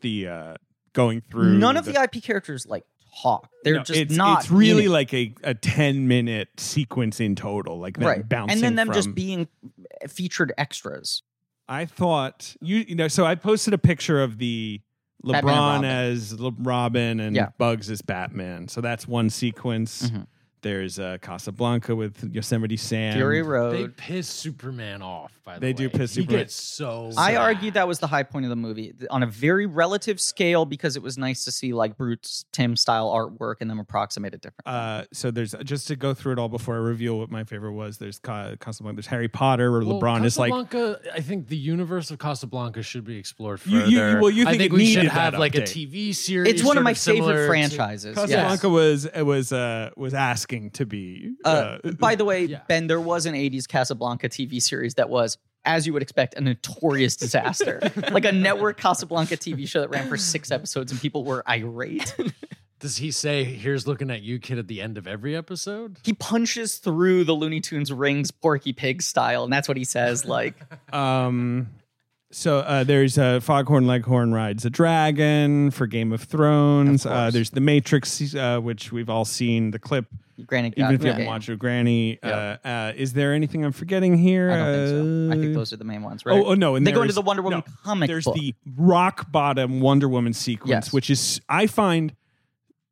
Speaker 2: The uh, going through
Speaker 1: None of the IP characters like talk. They're
Speaker 2: No,
Speaker 1: just
Speaker 2: it's,
Speaker 1: not
Speaker 2: It's really
Speaker 1: in it.
Speaker 2: like a, a ten minute sequence in total, like them bouncing
Speaker 1: and then them just
Speaker 2: from-
Speaker 1: being featured extras
Speaker 2: I thought you you know. So I posted a picture of the
Speaker 1: Batman
Speaker 2: LeBron
Speaker 1: and Robin.
Speaker 2: as Le- Robin and
Speaker 1: Yeah. Mm-hmm.
Speaker 2: Bugs as Batman. So that's one sequence. There's uh, Casablanca with Yosemite Sam.
Speaker 1: fury
Speaker 4: they
Speaker 1: road
Speaker 4: piss Superman off. By the
Speaker 2: They
Speaker 4: way,
Speaker 2: do piss
Speaker 4: He
Speaker 2: Superman-
Speaker 4: gets so.
Speaker 1: i
Speaker 4: sad.
Speaker 1: argued that was the high point of the movie th- on a very relative scale because it was nice to see like brute's tim style artwork and them approximate it different
Speaker 2: Uh, so there's just to go through it all before I reveal what my favorite was. There's Ca- Casablanca. There's Harry Potter, where
Speaker 4: Well,
Speaker 2: LeBron is like
Speaker 4: Casablanca, I think the universe of Casablanca should be explored
Speaker 2: You-
Speaker 4: further.
Speaker 2: you- well, you
Speaker 4: I
Speaker 2: think
Speaker 4: think
Speaker 2: it
Speaker 4: we should
Speaker 2: needed
Speaker 4: have
Speaker 2: that
Speaker 4: like a
Speaker 2: update.
Speaker 4: TV series.
Speaker 1: it's one
Speaker 4: sort
Speaker 1: of my
Speaker 4: similar
Speaker 1: favorite
Speaker 4: to-
Speaker 1: franchises yes.
Speaker 2: Casablanca was it was uh was asking to be.
Speaker 1: Uh, by the way,
Speaker 4: yeah.
Speaker 1: Ben, there was an 80s Casablanca TV series that was as you would expect, a notorious disaster. like a network Casablanca TV show that ran for six episodes and people were irate.
Speaker 4: Does he say, "Here's looking at you, kid" at the end of every episode?
Speaker 1: He punches through the Looney Tunes rings Porky Pig style, and that's what he says. Like,
Speaker 2: Um, so uh, there's uh, Foghorn Leghorn rides a dragon for Game of Thrones. uh, there's The Matrix, uh, which we've all seen the clip.
Speaker 1: granted,
Speaker 2: Even
Speaker 1: God,
Speaker 2: if you
Speaker 1: yeah.
Speaker 2: haven't watched it, Granny. Uh, uh, is there anything I'm forgetting here?
Speaker 1: I don't think so. I think
Speaker 2: Uh,
Speaker 1: those are the main ones, right?
Speaker 2: Oh, oh, no! And
Speaker 1: they go
Speaker 2: there's-
Speaker 1: into the Wonder Woman
Speaker 2: no,
Speaker 1: comic
Speaker 2: There's
Speaker 1: book.
Speaker 2: the rock bottom Wonder Woman sequence,
Speaker 1: Yes.
Speaker 2: which is I find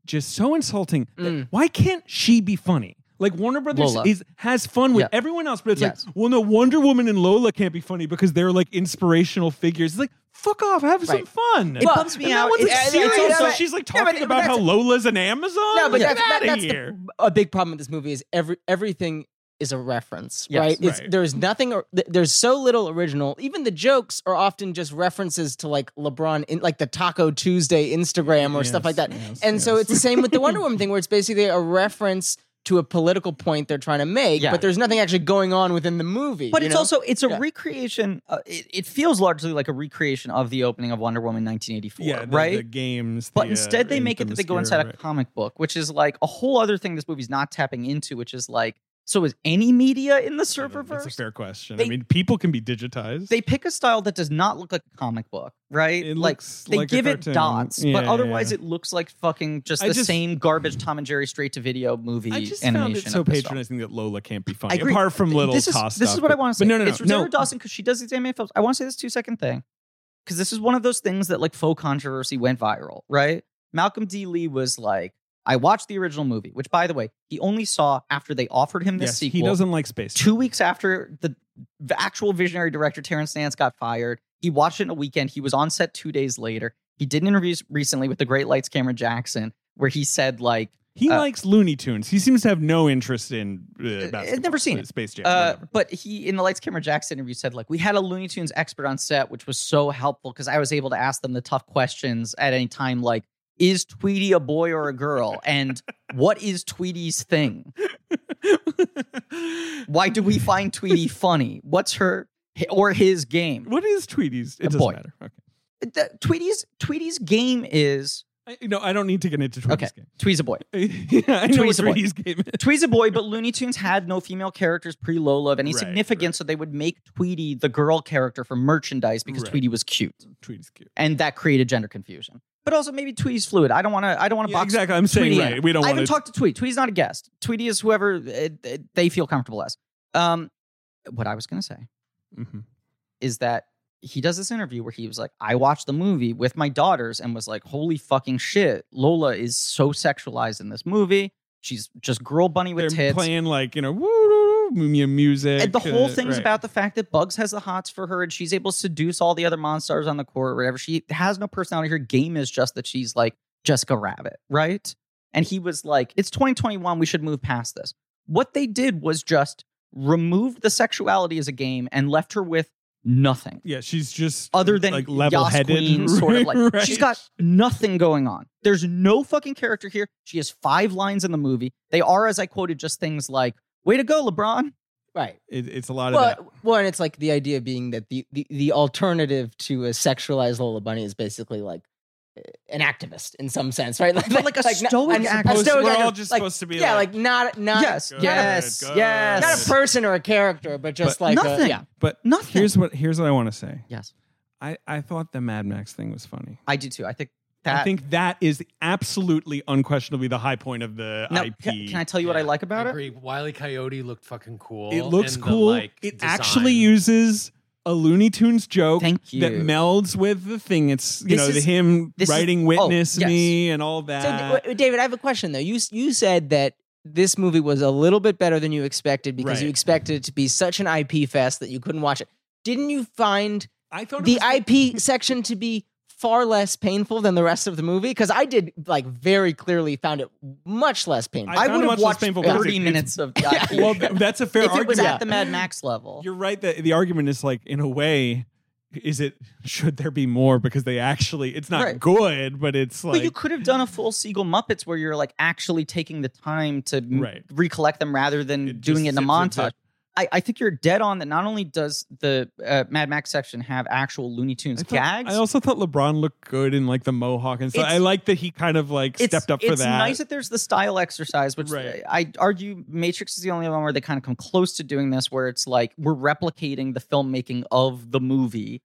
Speaker 2: just so insulting.
Speaker 3: Mm.
Speaker 2: Why can't she be funny? Like Warner Brothers
Speaker 1: Lola.
Speaker 2: is has fun with
Speaker 1: Yeah.
Speaker 2: everyone else, but it's
Speaker 1: Yes.
Speaker 2: like, well, no, Wonder Woman and Lola can't be funny because they're like inspirational figures. It's like, fuck off, have some
Speaker 1: Right.
Speaker 2: fun.
Speaker 1: It bums me
Speaker 2: and
Speaker 1: out.
Speaker 2: That one's
Speaker 1: It's-
Speaker 2: like
Speaker 1: it's
Speaker 2: serious.
Speaker 1: also-
Speaker 2: so she's like
Speaker 3: Yeah, but-
Speaker 2: talking
Speaker 3: but
Speaker 2: about how
Speaker 3: that's-
Speaker 2: Lola's an Amazon.
Speaker 3: No, but
Speaker 2: Get
Speaker 3: that's, that,
Speaker 2: outta
Speaker 3: that's
Speaker 2: here.
Speaker 3: the, a big problem with this movie is every everything is a reference,
Speaker 1: Yes.
Speaker 3: right? It's,
Speaker 2: Right.
Speaker 3: There's nothing. or- th- There's so little original. Even the jokes are often just references to like LeBron, in, like the Taco Tuesday Instagram or stuff
Speaker 2: Yes,
Speaker 3: like that.
Speaker 2: yes,
Speaker 3: and so
Speaker 2: yes.
Speaker 3: it's the same with the Wonder Woman thing, where it's basically a reference to a political point they're trying to make,
Speaker 1: Yeah.
Speaker 3: but there's nothing actually going on within the movie.
Speaker 1: but
Speaker 3: you
Speaker 1: it's
Speaker 3: know?
Speaker 1: also it's a
Speaker 3: Yeah.
Speaker 1: recreation. Uh, it, it feels largely like a recreation of the opening of Wonder Woman 1984,
Speaker 2: Yeah, the,
Speaker 1: right?
Speaker 2: the games.
Speaker 1: But
Speaker 2: the, uh,
Speaker 1: instead, they make it that they go
Speaker 2: Infamous era,
Speaker 1: inside a
Speaker 2: right.
Speaker 1: comic book, which is like a whole other thing this movie's not tapping into, which is like, so is any media in the
Speaker 2: I mean, That's a
Speaker 1: serververse?
Speaker 2: fair question. I
Speaker 1: They-
Speaker 2: mean, people can be digitized.
Speaker 1: They pick a style that does not look like a comic book, right?
Speaker 2: It
Speaker 1: like
Speaker 2: looks
Speaker 1: they
Speaker 2: like a
Speaker 1: give it
Speaker 2: cartoon.
Speaker 1: dots,
Speaker 2: Yeah,
Speaker 1: but
Speaker 2: yeah,
Speaker 1: otherwise
Speaker 2: yeah.
Speaker 1: it looks like fucking just
Speaker 2: I
Speaker 1: the
Speaker 2: just-
Speaker 1: same garbage Tom and Jerry straight to video movie
Speaker 2: I just
Speaker 1: animation.
Speaker 2: found it so
Speaker 1: of this stuff.
Speaker 2: patronizing that Lola can't be funny.
Speaker 1: I agree.
Speaker 2: Apart from little
Speaker 1: this is,
Speaker 2: toss
Speaker 1: This is
Speaker 2: stuff,
Speaker 1: what I
Speaker 2: but-
Speaker 1: want to say.
Speaker 2: But no, no, no,
Speaker 1: it's
Speaker 2: no.
Speaker 1: Sarah Dawson because she does these anime films. I want to say this two second thing because this is one of those things that like faux controversy went viral, right? Malcolm D. Lee was like, I watched the original movie, which by the way, he only saw after they offered him this
Speaker 2: Yes,
Speaker 1: sequel.
Speaker 2: he doesn't like space.
Speaker 1: two weeks after the, the actual visionary director Terrence Nance got fired. He watched it in a weekend. He was on set two days later. He did an interview recently with the Great Lights Cameron Jackson where he said like
Speaker 2: he
Speaker 1: uh,
Speaker 2: likes Looney Tunes. He seems to have no interest in uh, basketball,
Speaker 1: never seen
Speaker 2: uh,
Speaker 1: it.
Speaker 2: Space Jam.
Speaker 1: Uh,
Speaker 2: whatever.
Speaker 1: but he in the Lights Camera Jackson interview said like we had a Looney Tunes expert on set, which was so helpful because I was able to ask them the tough questions at any time, like is Tweety a boy or a girl, and what is Tweety's thing? Why do we find Tweety funny? What's her or his game?
Speaker 2: what is Tweety's? It
Speaker 1: A
Speaker 2: doesn't
Speaker 1: boy.
Speaker 2: matter. Okay.
Speaker 1: The- Tweety's Tweety's game is
Speaker 2: I, no, I don't need to get into
Speaker 1: okay.
Speaker 2: Tweety's
Speaker 1: Twee's a boy.
Speaker 2: game. yeah, I know what
Speaker 1: Tweety's a boy.
Speaker 2: Tweety's game is.
Speaker 1: Twee's a boy, but Looney Tunes had no female characters pre Lola of any
Speaker 2: Right,
Speaker 1: significance, so they would make Tweety the girl character for merchandise because
Speaker 2: Right.
Speaker 1: Tweety was cute.
Speaker 2: Tweety's cute.
Speaker 1: and that created gender confusion. But also maybe Tweety's fluid. I don't want to. I don't want to
Speaker 2: Yeah,
Speaker 1: box.
Speaker 2: exactly. I'm saying
Speaker 1: Tweety in.
Speaker 2: right. We don't
Speaker 1: I
Speaker 2: want
Speaker 1: haven't
Speaker 2: to
Speaker 1: talked to Tweet. Tweety's not a guest. Tweety is whoever uh, uh, they feel comfortable as. Um, what I was going to say
Speaker 2: Mhm.
Speaker 1: is that he does this interview where he was like, "I watched the movie with my daughters and was like, holy fucking shit, Lola is so sexualized in this movie. She's just girl bunny
Speaker 2: They're
Speaker 1: with tits."
Speaker 2: playing like you know woo, woo, woo, music.
Speaker 1: And the whole
Speaker 2: uh,
Speaker 1: thing's
Speaker 2: right.
Speaker 1: about the fact that Bugs has the hots for her and she's able to seduce all the other monsters on the court or whatever. She has no personality. Her game is just that she's like Jessica Rabbit, right? And he was like, it's 2021. We should move past this. What they did was just remove the sexuality as a game and left her with nothing
Speaker 2: Yeah, she's just
Speaker 1: other than
Speaker 2: like
Speaker 1: Yas
Speaker 2: level-headed,
Speaker 1: Queen, sort of like
Speaker 2: Right.
Speaker 1: she's got nothing going on. There's no fucking character here. She has five lines in the movie. They are, as I quoted, just things like, way to go, LeBron.
Speaker 3: right.
Speaker 2: It, it's a lot of that.
Speaker 3: Well, well, and it's like the idea being that the, the, the alternative to a sexualized Lola Bunny is basically like uh, an activist in some sense, right? Like,
Speaker 1: But like a
Speaker 3: not-
Speaker 1: stoic
Speaker 3: a
Speaker 1: activist.
Speaker 3: stoic
Speaker 2: We're all
Speaker 3: activist,
Speaker 2: just
Speaker 3: like-
Speaker 2: supposed to be
Speaker 3: yeah,
Speaker 2: like-
Speaker 3: like not not
Speaker 1: yes,
Speaker 2: Good,
Speaker 1: yes,
Speaker 2: good.
Speaker 1: yes.
Speaker 3: not a person or a character, but just
Speaker 2: But
Speaker 3: like a-
Speaker 1: nothing.
Speaker 3: yeah,
Speaker 2: But
Speaker 1: Nothing.
Speaker 2: here's what here's what I want to say.
Speaker 1: Yes,
Speaker 2: I, I thought the Mad Max thing was funny.
Speaker 1: I do too. I think that.
Speaker 2: I think that is absolutely unquestionably the high point of the
Speaker 1: No,
Speaker 2: IP.
Speaker 1: can, can I tell you what I
Speaker 4: Yeah,
Speaker 1: like about
Speaker 4: I
Speaker 1: it?
Speaker 4: agree. Wiley Coyote looked fucking cool.
Speaker 2: it looks
Speaker 4: and the,
Speaker 2: cool.
Speaker 4: like,
Speaker 2: it
Speaker 4: design.
Speaker 2: actually uses a Looney Tunes joke
Speaker 1: Thank you.
Speaker 2: that melds with the thing. It's you
Speaker 1: This
Speaker 2: know
Speaker 1: is-
Speaker 2: the him
Speaker 1: this is-
Speaker 2: writing
Speaker 1: oh,
Speaker 2: witness
Speaker 1: yes.
Speaker 2: me and all
Speaker 3: So,
Speaker 2: that.
Speaker 3: D- David, I have a question though. You you said that this movie was a little bit better than you expected because you
Speaker 2: Right.
Speaker 3: expected it to be such an IP fest that you couldn't watch it. Didn't you find
Speaker 2: I thought it
Speaker 3: the
Speaker 2: was-
Speaker 3: IP section to be far less painful than the rest of the movie? Because I did like very clearly found it much less painful.
Speaker 2: I
Speaker 1: I
Speaker 2: found
Speaker 1: would
Speaker 2: much
Speaker 1: have
Speaker 2: less
Speaker 1: watched
Speaker 2: painful because it-
Speaker 1: thirty
Speaker 2: it's-
Speaker 1: minutes of the IP.
Speaker 2: Well, th- that's a fair
Speaker 1: if it
Speaker 2: argument.
Speaker 1: was
Speaker 3: Yeah.
Speaker 1: at the Mad Max level,
Speaker 2: You're right that the argument is like in a way is it should there be more because they actually it's not
Speaker 1: Right.
Speaker 2: good but it's like
Speaker 1: but you could have done a full Siegel Muppets where you're like actually taking the time to m-
Speaker 2: Right.
Speaker 1: recollect them rather than
Speaker 2: It
Speaker 1: doing
Speaker 2: just
Speaker 1: it in a
Speaker 2: sits with
Speaker 1: montage.
Speaker 2: it.
Speaker 1: I, I think you're dead on that. Not only does the uh, Mad Max section have actual Looney Tunes
Speaker 2: I thought-
Speaker 1: gags,
Speaker 2: I also thought LeBron looked good in like the mohawk and stuff.
Speaker 1: It's-
Speaker 2: I like that he kind of like
Speaker 1: it's,
Speaker 2: stepped up for
Speaker 1: it's
Speaker 2: that.
Speaker 1: nice that there's the style exercise, which
Speaker 2: Right.
Speaker 1: I argue Matrix is the only one where they kind of come close to doing this, where it's like we're replicating the filmmaking of the movie,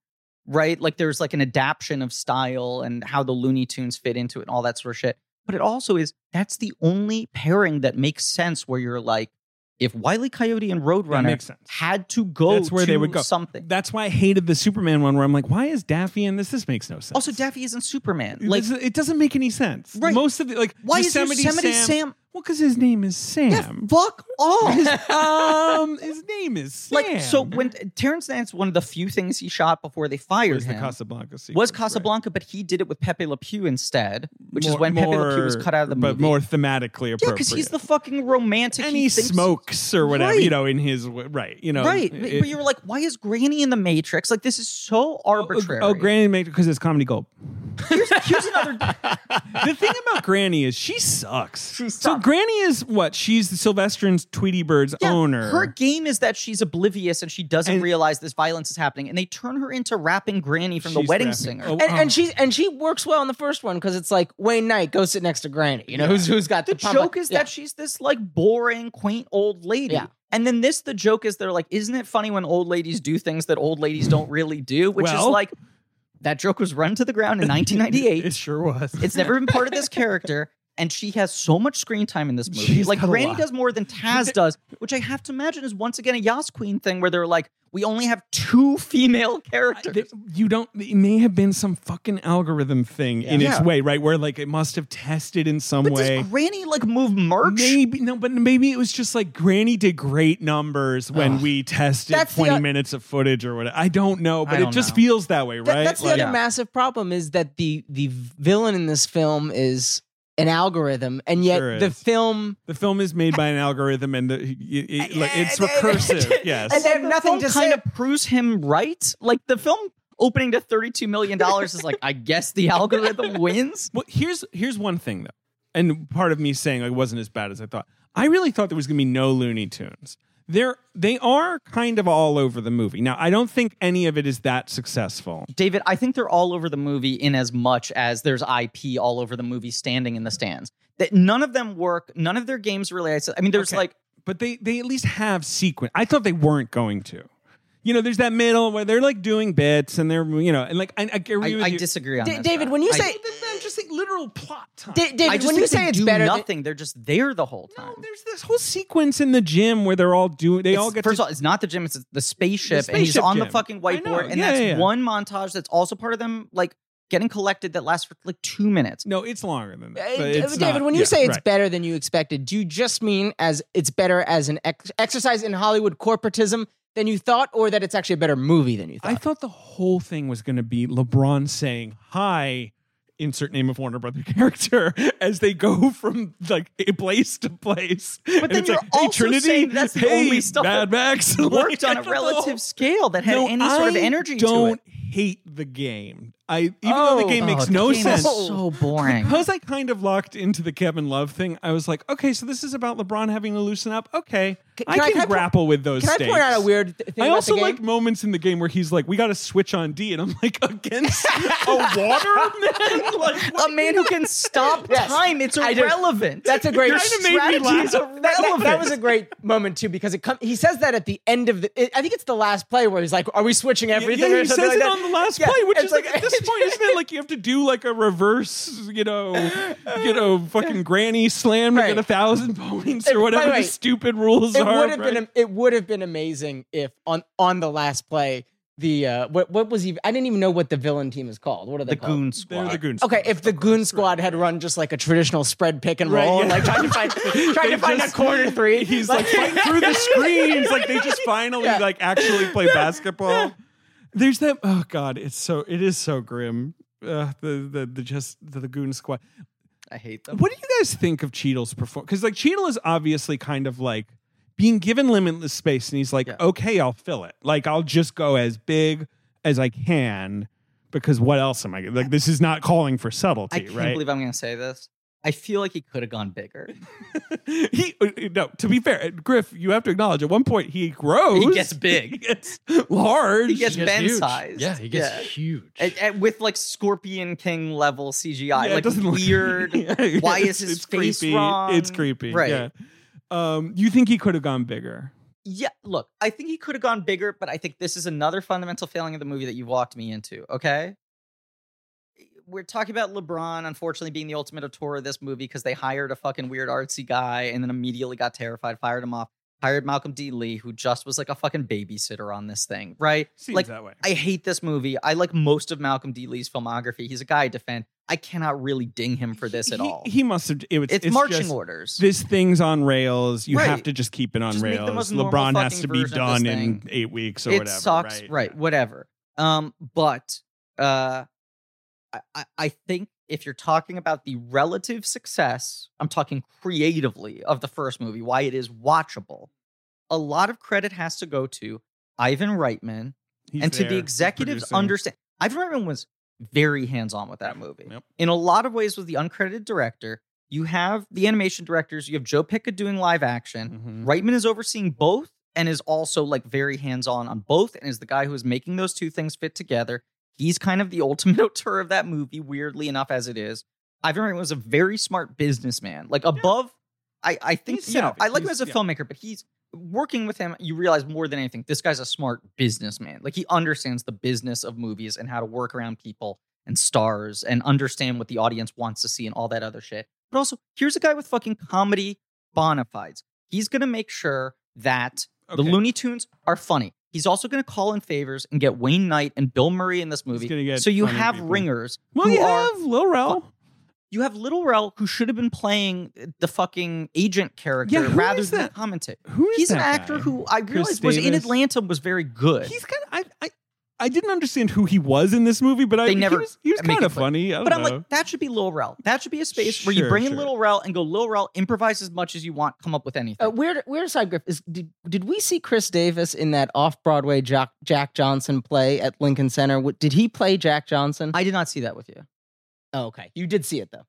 Speaker 1: right? Like there's like an adaption of style and how the Looney Tunes fit into it and all that sort of shit. But it also is that's the only pairing that makes sense where you're like, if Wiley Coyote and
Speaker 2: that
Speaker 1: Roadrunner
Speaker 2: makes sense.
Speaker 1: had to go
Speaker 2: That's where
Speaker 1: to
Speaker 2: they would go.
Speaker 1: something.
Speaker 2: That's why I hated the Superman one where I'm like, why is Daffy in this? This makes no sense.
Speaker 1: also, Daffy isn't Superman.
Speaker 2: It
Speaker 1: Like,
Speaker 2: doesn't- it doesn't make any sense.
Speaker 1: Right.
Speaker 2: Most of the like
Speaker 1: why
Speaker 2: Yosemite
Speaker 1: is Yosemite Sam?
Speaker 2: Well, because his name is Sam.
Speaker 1: Yeah, fuck off.
Speaker 2: um, his name is Sam.
Speaker 1: Like so, when Terrence Nance, one of the few things he shot before they fired
Speaker 2: was the
Speaker 1: him
Speaker 2: Casablanca sequence,
Speaker 1: was
Speaker 2: right.
Speaker 1: Casablanca, but he did it with Pepe Le Pew instead, which is
Speaker 2: More-
Speaker 1: when Pepe Le Pew was
Speaker 2: more-
Speaker 1: cut out of the movie.
Speaker 2: but more thematically appropriate.
Speaker 1: yeah, because he's the fucking romantic.
Speaker 2: and he
Speaker 1: thinks-
Speaker 2: smokes or whatever,
Speaker 1: Right.
Speaker 2: you know, in his w- right, you know,
Speaker 1: right? but-
Speaker 2: it-
Speaker 1: but you were like, why is Granny in the Matrix? Like this is so arbitrary.
Speaker 2: Oh, Granny makes because it's comedy gold.
Speaker 1: Here's, here's another.
Speaker 2: the thing about Granny is she sucks.
Speaker 1: She
Speaker 2: So
Speaker 1: sucks.
Speaker 2: Granny is what? She's Sylvester's Tweety Bird's
Speaker 1: Yeah,
Speaker 2: owner.
Speaker 1: Her game is that she's oblivious and she doesn't
Speaker 2: And-
Speaker 1: realize this violence is happening, and they turn her into rapping Granny from the
Speaker 2: She's
Speaker 1: Wedding
Speaker 2: rapping.
Speaker 1: Singer.
Speaker 2: Oh,
Speaker 3: And,
Speaker 2: um,
Speaker 3: and she and she works well in the first one because it's like Wayne Knight go sit next to Granny. You know who's who's got the,
Speaker 1: the
Speaker 3: pump-
Speaker 1: joke is
Speaker 3: Yeah.
Speaker 1: that she's this like boring, quaint old lady.
Speaker 3: Yeah.
Speaker 1: And then this, the joke is they're like, isn't it funny when old ladies do things that old ladies don't really do? Which
Speaker 2: Well-
Speaker 1: is like, that joke was run to the ground in
Speaker 2: It
Speaker 1: 1998.
Speaker 2: sure was.
Speaker 1: it's never been part of this character. And she has so much screen time in this movie.
Speaker 2: She's
Speaker 1: like
Speaker 2: got a
Speaker 1: Granny
Speaker 2: lot.
Speaker 1: does more than Taz does, which I have to imagine is once again a Yas Queen thing where they're like, we only have two female characters.
Speaker 2: Th- you don't it may have been some fucking algorithm thing in its
Speaker 1: Yeah.
Speaker 2: way right where like it must have tested in some
Speaker 1: but
Speaker 2: way
Speaker 1: does Granny like move merch?
Speaker 2: maybe no but maybe it was just like granny did great numbers when we tested
Speaker 3: That's the
Speaker 2: 20
Speaker 3: o-
Speaker 2: minutes of footage or whatever i don't know but
Speaker 1: don't
Speaker 2: it just
Speaker 1: know.
Speaker 2: feels that way
Speaker 3: That-
Speaker 2: right
Speaker 3: that's the
Speaker 2: Like-
Speaker 3: other
Speaker 1: Yeah.
Speaker 3: massive problem is that the the villain in this film is an algorithm, and yet
Speaker 2: Sure
Speaker 3: the
Speaker 2: is.
Speaker 3: film
Speaker 2: the film is made by an algorithm and the, it,
Speaker 3: Uh,
Speaker 2: it- like, it's recursive yes
Speaker 3: And they have
Speaker 1: the
Speaker 3: nothing
Speaker 1: film
Speaker 3: to
Speaker 1: kind
Speaker 3: say.
Speaker 1: of proves him right. Like the film opening to thirty-two million dollars is like, I guess the algorithm wins.
Speaker 2: Well, here's here's one thing though, and part of me saying like, it wasn't as bad as I thought. I really thought there was gonna be no Looney Tunes. They're they are kind of all over the movie. Now I don't think any of it is that successful.
Speaker 1: David, I think they're all over the movie in as much as there's IP all over the movie standing in the stands. That none of them work, none of their games really. I mean, there's
Speaker 2: Okay.
Speaker 1: like
Speaker 2: But they they at least have sequence. I thought they weren't going to. You know, there's that middle where they're like doing bits and they're you know and like I, I agree
Speaker 1: I,
Speaker 2: with
Speaker 1: I
Speaker 2: you.
Speaker 1: disagree on
Speaker 3: Da-
Speaker 1: this,
Speaker 3: David,
Speaker 1: though.
Speaker 3: when you
Speaker 1: I-
Speaker 3: say
Speaker 2: I'm just saying literal plot time.
Speaker 3: Da- David,
Speaker 1: I, just
Speaker 3: when
Speaker 1: think
Speaker 3: you
Speaker 1: they
Speaker 3: say it's
Speaker 1: do
Speaker 3: better, than-
Speaker 1: nothing. They're just there the whole time.
Speaker 2: no, there's this whole sequence in the gym where they're all doing. They
Speaker 1: It's-
Speaker 2: all get
Speaker 1: first
Speaker 2: to,
Speaker 1: of all, it's not the gym; it's the spaceship, and he's
Speaker 2: spaceship
Speaker 1: on the
Speaker 2: gym.
Speaker 1: fucking
Speaker 2: I know,
Speaker 1: whiteboard, and
Speaker 2: yeah,
Speaker 1: that's
Speaker 2: yeah, yeah.
Speaker 1: one montage that's also part of them like getting collected that lasts for like two minutes.
Speaker 2: no, it's longer than that.
Speaker 3: Uh,
Speaker 2: but
Speaker 3: D-
Speaker 2: it's
Speaker 3: David,
Speaker 2: not-
Speaker 3: when you
Speaker 2: yeah,
Speaker 3: say it's
Speaker 2: right.
Speaker 3: better than you expected, do you just mean as it's better as an ex- exercise in Hollywood corporatism than you thought, or that it's actually a better movie than you thought?
Speaker 2: I thought the whole thing was going to be LeBron saying hi, insert name of Warner Brother character, as they go from like a place to place. But
Speaker 1: then you're also saying that's the
Speaker 2: hey,
Speaker 1: only stuff that
Speaker 2: Mad Max
Speaker 1: worked
Speaker 2: Like,
Speaker 1: on
Speaker 2: I
Speaker 1: a
Speaker 2: don't know.
Speaker 1: relative scale that had
Speaker 2: No,
Speaker 1: any sort of
Speaker 2: I
Speaker 1: energy to
Speaker 2: Don't
Speaker 1: it.
Speaker 2: hate the game. I even though the
Speaker 3: Oh.
Speaker 2: game
Speaker 1: Oh,
Speaker 2: makes
Speaker 1: the
Speaker 2: no
Speaker 1: game
Speaker 2: sense.
Speaker 1: is so boring.
Speaker 2: Because I kind of locked into the Kevin Love thing, I was like, okay, so this is about LeBron having to loosen up. Okay,
Speaker 3: Can-
Speaker 2: I
Speaker 3: can I-
Speaker 2: can,
Speaker 3: can I po-
Speaker 2: grapple with those.
Speaker 3: Can I point out a
Speaker 2: stakes.
Speaker 3: weird th- thing
Speaker 2: I
Speaker 3: about
Speaker 2: also
Speaker 3: the game?
Speaker 2: like moments in the game where he's like, "We got to switch on D," and I'm like, "Against a waterman?" like,
Speaker 1: A man who can stop
Speaker 3: Yes.
Speaker 1: time. It's
Speaker 3: I do.
Speaker 1: irrelevant.
Speaker 3: That's a great
Speaker 2: You're trying to make me
Speaker 3: strategy.
Speaker 2: laugh.
Speaker 3: Is irrelevant. That, that was a great moment too because it com- he says that at the end of the. I think it's the last play where he's like, "Are we switching everything?"
Speaker 2: yeah,
Speaker 3: or
Speaker 2: he
Speaker 3: something
Speaker 2: says
Speaker 3: like
Speaker 2: it
Speaker 3: that.
Speaker 2: on the last
Speaker 3: Yeah,
Speaker 2: play, which
Speaker 3: it's
Speaker 2: is like, at this point, isn't it like you have to do like a reverse, you know, you know, fucking granny slam to
Speaker 3: Right.
Speaker 2: get a thousand points
Speaker 3: It- by
Speaker 2: or whatever
Speaker 3: the way,
Speaker 2: the stupid rules
Speaker 3: it
Speaker 2: are?
Speaker 3: would have
Speaker 2: right?
Speaker 3: been it would have been amazing if on on the last play the uh what what was he I didn't even know what the villain team is called. What are they
Speaker 1: the
Speaker 3: called?
Speaker 1: goon
Speaker 2: They were
Speaker 1: squad.
Speaker 2: the goons.
Speaker 3: Okay, if the goon squad had run just like a traditional spread pick and
Speaker 2: Right,
Speaker 3: roll,
Speaker 2: yeah.
Speaker 3: like trying to find trying to
Speaker 2: They
Speaker 3: find
Speaker 2: just-
Speaker 3: a corner three,
Speaker 2: He's like fighting through the screens. Like they just finally
Speaker 3: Yeah.
Speaker 2: like actually play basketball. There's that. Oh God, it's so it is so grim. Uh, the the the just the, the goon squad.
Speaker 1: I hate them.
Speaker 2: What do you guys think of Cheadle's performance? Because like Cheadle is obviously kind of like being given limitless space, and he's like,
Speaker 1: Yeah.
Speaker 2: okay, I'll fill it. Like I'll just go as big as I can because what else am I? Like this is not calling for
Speaker 1: I
Speaker 2: subtlety,
Speaker 1: can't
Speaker 2: right?
Speaker 1: believe I'm going to say this. I feel like he could have gone bigger.
Speaker 2: he uh, no. To be fair, Griff, you have to acknowledge at one point he grows.
Speaker 1: He gets big.
Speaker 2: He gets large.
Speaker 1: He gets
Speaker 4: He gets
Speaker 1: Ben
Speaker 4: huge.
Speaker 1: sized.
Speaker 4: Yeah, he gets huge.
Speaker 1: And- and with like Scorpion King level CGI,
Speaker 2: Yeah, it
Speaker 1: like
Speaker 2: doesn't look-
Speaker 1: weird.
Speaker 2: Yeah,
Speaker 1: Why is
Speaker 2: it's-
Speaker 1: his
Speaker 2: it's
Speaker 1: face
Speaker 2: creepy.
Speaker 1: wrong?
Speaker 2: It's creepy.
Speaker 1: Right.
Speaker 2: Yeah. Um, you think he could have gone bigger?
Speaker 1: yeah, look, I think he could have gone bigger, but I think this is another fundamental failing of the movie that you walked me into, okay? Eh, We're talking about LeBron, unfortunately, being the ultimate auteur of this movie because they hired a fucking weird artsy guy and then immediately got terrified, fired him off, hired Malcolm D. Lee, who just was like a fucking babysitter on this thing, right?
Speaker 2: Seems
Speaker 1: like,
Speaker 2: that way.
Speaker 1: I hate this movie. I like most of Malcolm D. Lee's filmography. He's a guy I defend. I cannot really ding him for this at
Speaker 2: he,
Speaker 1: all.
Speaker 2: He must have. It, was-
Speaker 1: it's,
Speaker 2: it's
Speaker 1: marching
Speaker 2: just,
Speaker 1: orders.
Speaker 2: This thing's on rails. You have
Speaker 1: Right.
Speaker 2: to just keep it on
Speaker 1: Just make the
Speaker 2: rails.
Speaker 1: most normal
Speaker 2: LeBron has
Speaker 1: fucking
Speaker 2: to be
Speaker 1: version of this
Speaker 2: done in
Speaker 1: thing.
Speaker 2: eight weeks or
Speaker 1: it
Speaker 2: whatever.
Speaker 1: sucks. Right.
Speaker 2: Right.
Speaker 1: whatever. Um, but uh, I- I, I think if you're talking about the relative success, I'm talking creatively of the first movie, why it is watchable. A lot of credit has to go to Ivan Reitman,
Speaker 2: He's
Speaker 1: and to
Speaker 2: there.
Speaker 1: the
Speaker 2: He's
Speaker 1: executives
Speaker 2: producing.
Speaker 1: understand ivan reitman was very hands-on with that movie
Speaker 2: Yep.
Speaker 1: in a lot of ways was the uncredited director you have the animation directors you have joe picca doing live action
Speaker 2: Mhm.
Speaker 1: reitman is overseeing both and is also like very hands-on on both and is the guy who is making those two things fit together he's kind of the ultimate auteur of that movie weirdly enough as it is ivan reitman was a very smart businessman like above I, I think
Speaker 2: He's
Speaker 1: you know
Speaker 2: savvy.
Speaker 1: I like him
Speaker 2: He's-
Speaker 1: as a
Speaker 2: yeah.
Speaker 1: filmmaker, but he's working with him. You realize more than anything, this guy's a smart businessman. Like he understands the business of movies and how to work around people and stars and understand what the audience wants to see and all that other shit. But also, here's a guy with fucking comedy bona fides. He's gonna make sure that the
Speaker 2: Okay.
Speaker 1: Looney Tunes are funny. He's also gonna call in favors and get Wayne Knight and Bill Murray in this
Speaker 2: gonna
Speaker 1: movie.
Speaker 2: get
Speaker 1: So you
Speaker 2: funny
Speaker 1: have
Speaker 2: people.
Speaker 1: ringers
Speaker 2: Well,
Speaker 1: who
Speaker 2: you
Speaker 1: are
Speaker 2: have Lil Rel.
Speaker 1: you have Little Rel, who should have been playing the fucking agent character
Speaker 2: Yeah, who
Speaker 1: rather
Speaker 2: is
Speaker 1: than
Speaker 2: that?
Speaker 1: commentate.
Speaker 2: Who is
Speaker 1: He's an
Speaker 2: that
Speaker 1: actor
Speaker 2: guy?
Speaker 1: who I realized was in
Speaker 2: Davis?
Speaker 1: Atlanta was very good.
Speaker 2: He's kind of I, I I didn't understand who he was in this movie, but I
Speaker 1: They
Speaker 2: he
Speaker 1: never
Speaker 2: was, he was
Speaker 1: make
Speaker 2: kind
Speaker 1: it
Speaker 2: of
Speaker 1: clear.
Speaker 2: funny. I don't
Speaker 1: but I'm
Speaker 2: know.
Speaker 1: like, that should be Lil Rel. That should be a space where you
Speaker 2: Sure,
Speaker 1: bring in
Speaker 2: sure.
Speaker 1: Little Rel and go, Lil Rel, improvise as much as you want, come up with anything.
Speaker 2: Oh.
Speaker 3: Uh, weird, weird side griff is did, did we see Chris Davis in that off Broadway Jack, Jack Johnson play at Lincoln Center? What- did he play Jack Johnson?
Speaker 1: I did not see that with you.
Speaker 3: oh, okay, you did see it though.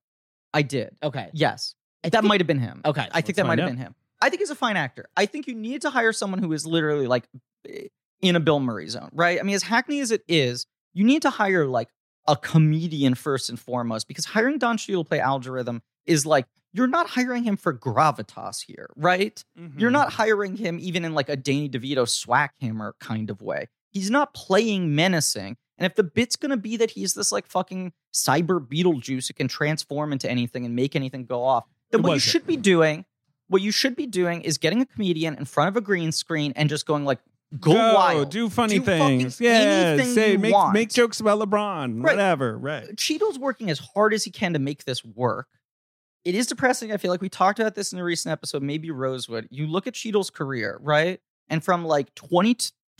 Speaker 1: I did.
Speaker 3: Okay,
Speaker 1: Yes.
Speaker 3: I
Speaker 1: that
Speaker 3: think-
Speaker 1: might have been him.
Speaker 3: Okay,
Speaker 1: I think that
Speaker 2: find
Speaker 1: might have
Speaker 2: out.
Speaker 1: been him. I think he's a fine actor. I think you need to hire someone who is literally like eh, in a Bill Murray zone, right? I mean, as hackney as it is, you need to hire like a comedian first and foremost because hiring Don Cheadle to play algorithm is like you're not hiring him for gravitas here, right?
Speaker 2: Mm-hmm.
Speaker 1: You're not hiring him even in like a Danny DeVito swackhammer kind of way. He's not playing menacing. And if the bit's gonna be that he's this like fucking cyber Beetlejuice who can transform into anything and make anything go off, then
Speaker 2: It
Speaker 1: what you
Speaker 2: wasn't.
Speaker 1: should be doing, what you should be doing is getting a comedian in front of a green screen and just going like, go,
Speaker 2: Go,
Speaker 1: wild.
Speaker 2: do funny
Speaker 1: Do fucking
Speaker 2: things. Yeah,
Speaker 1: anything
Speaker 2: say
Speaker 1: you
Speaker 2: make
Speaker 1: want.
Speaker 2: make jokes about LeBron,
Speaker 1: Right.
Speaker 2: whatever. Right.
Speaker 1: Cheadle's working as hard as he can to make this work. It is depressing. I feel like we talked about this in a recent episode, maybe Rosewood. You look at Cheadle's career, right? And from like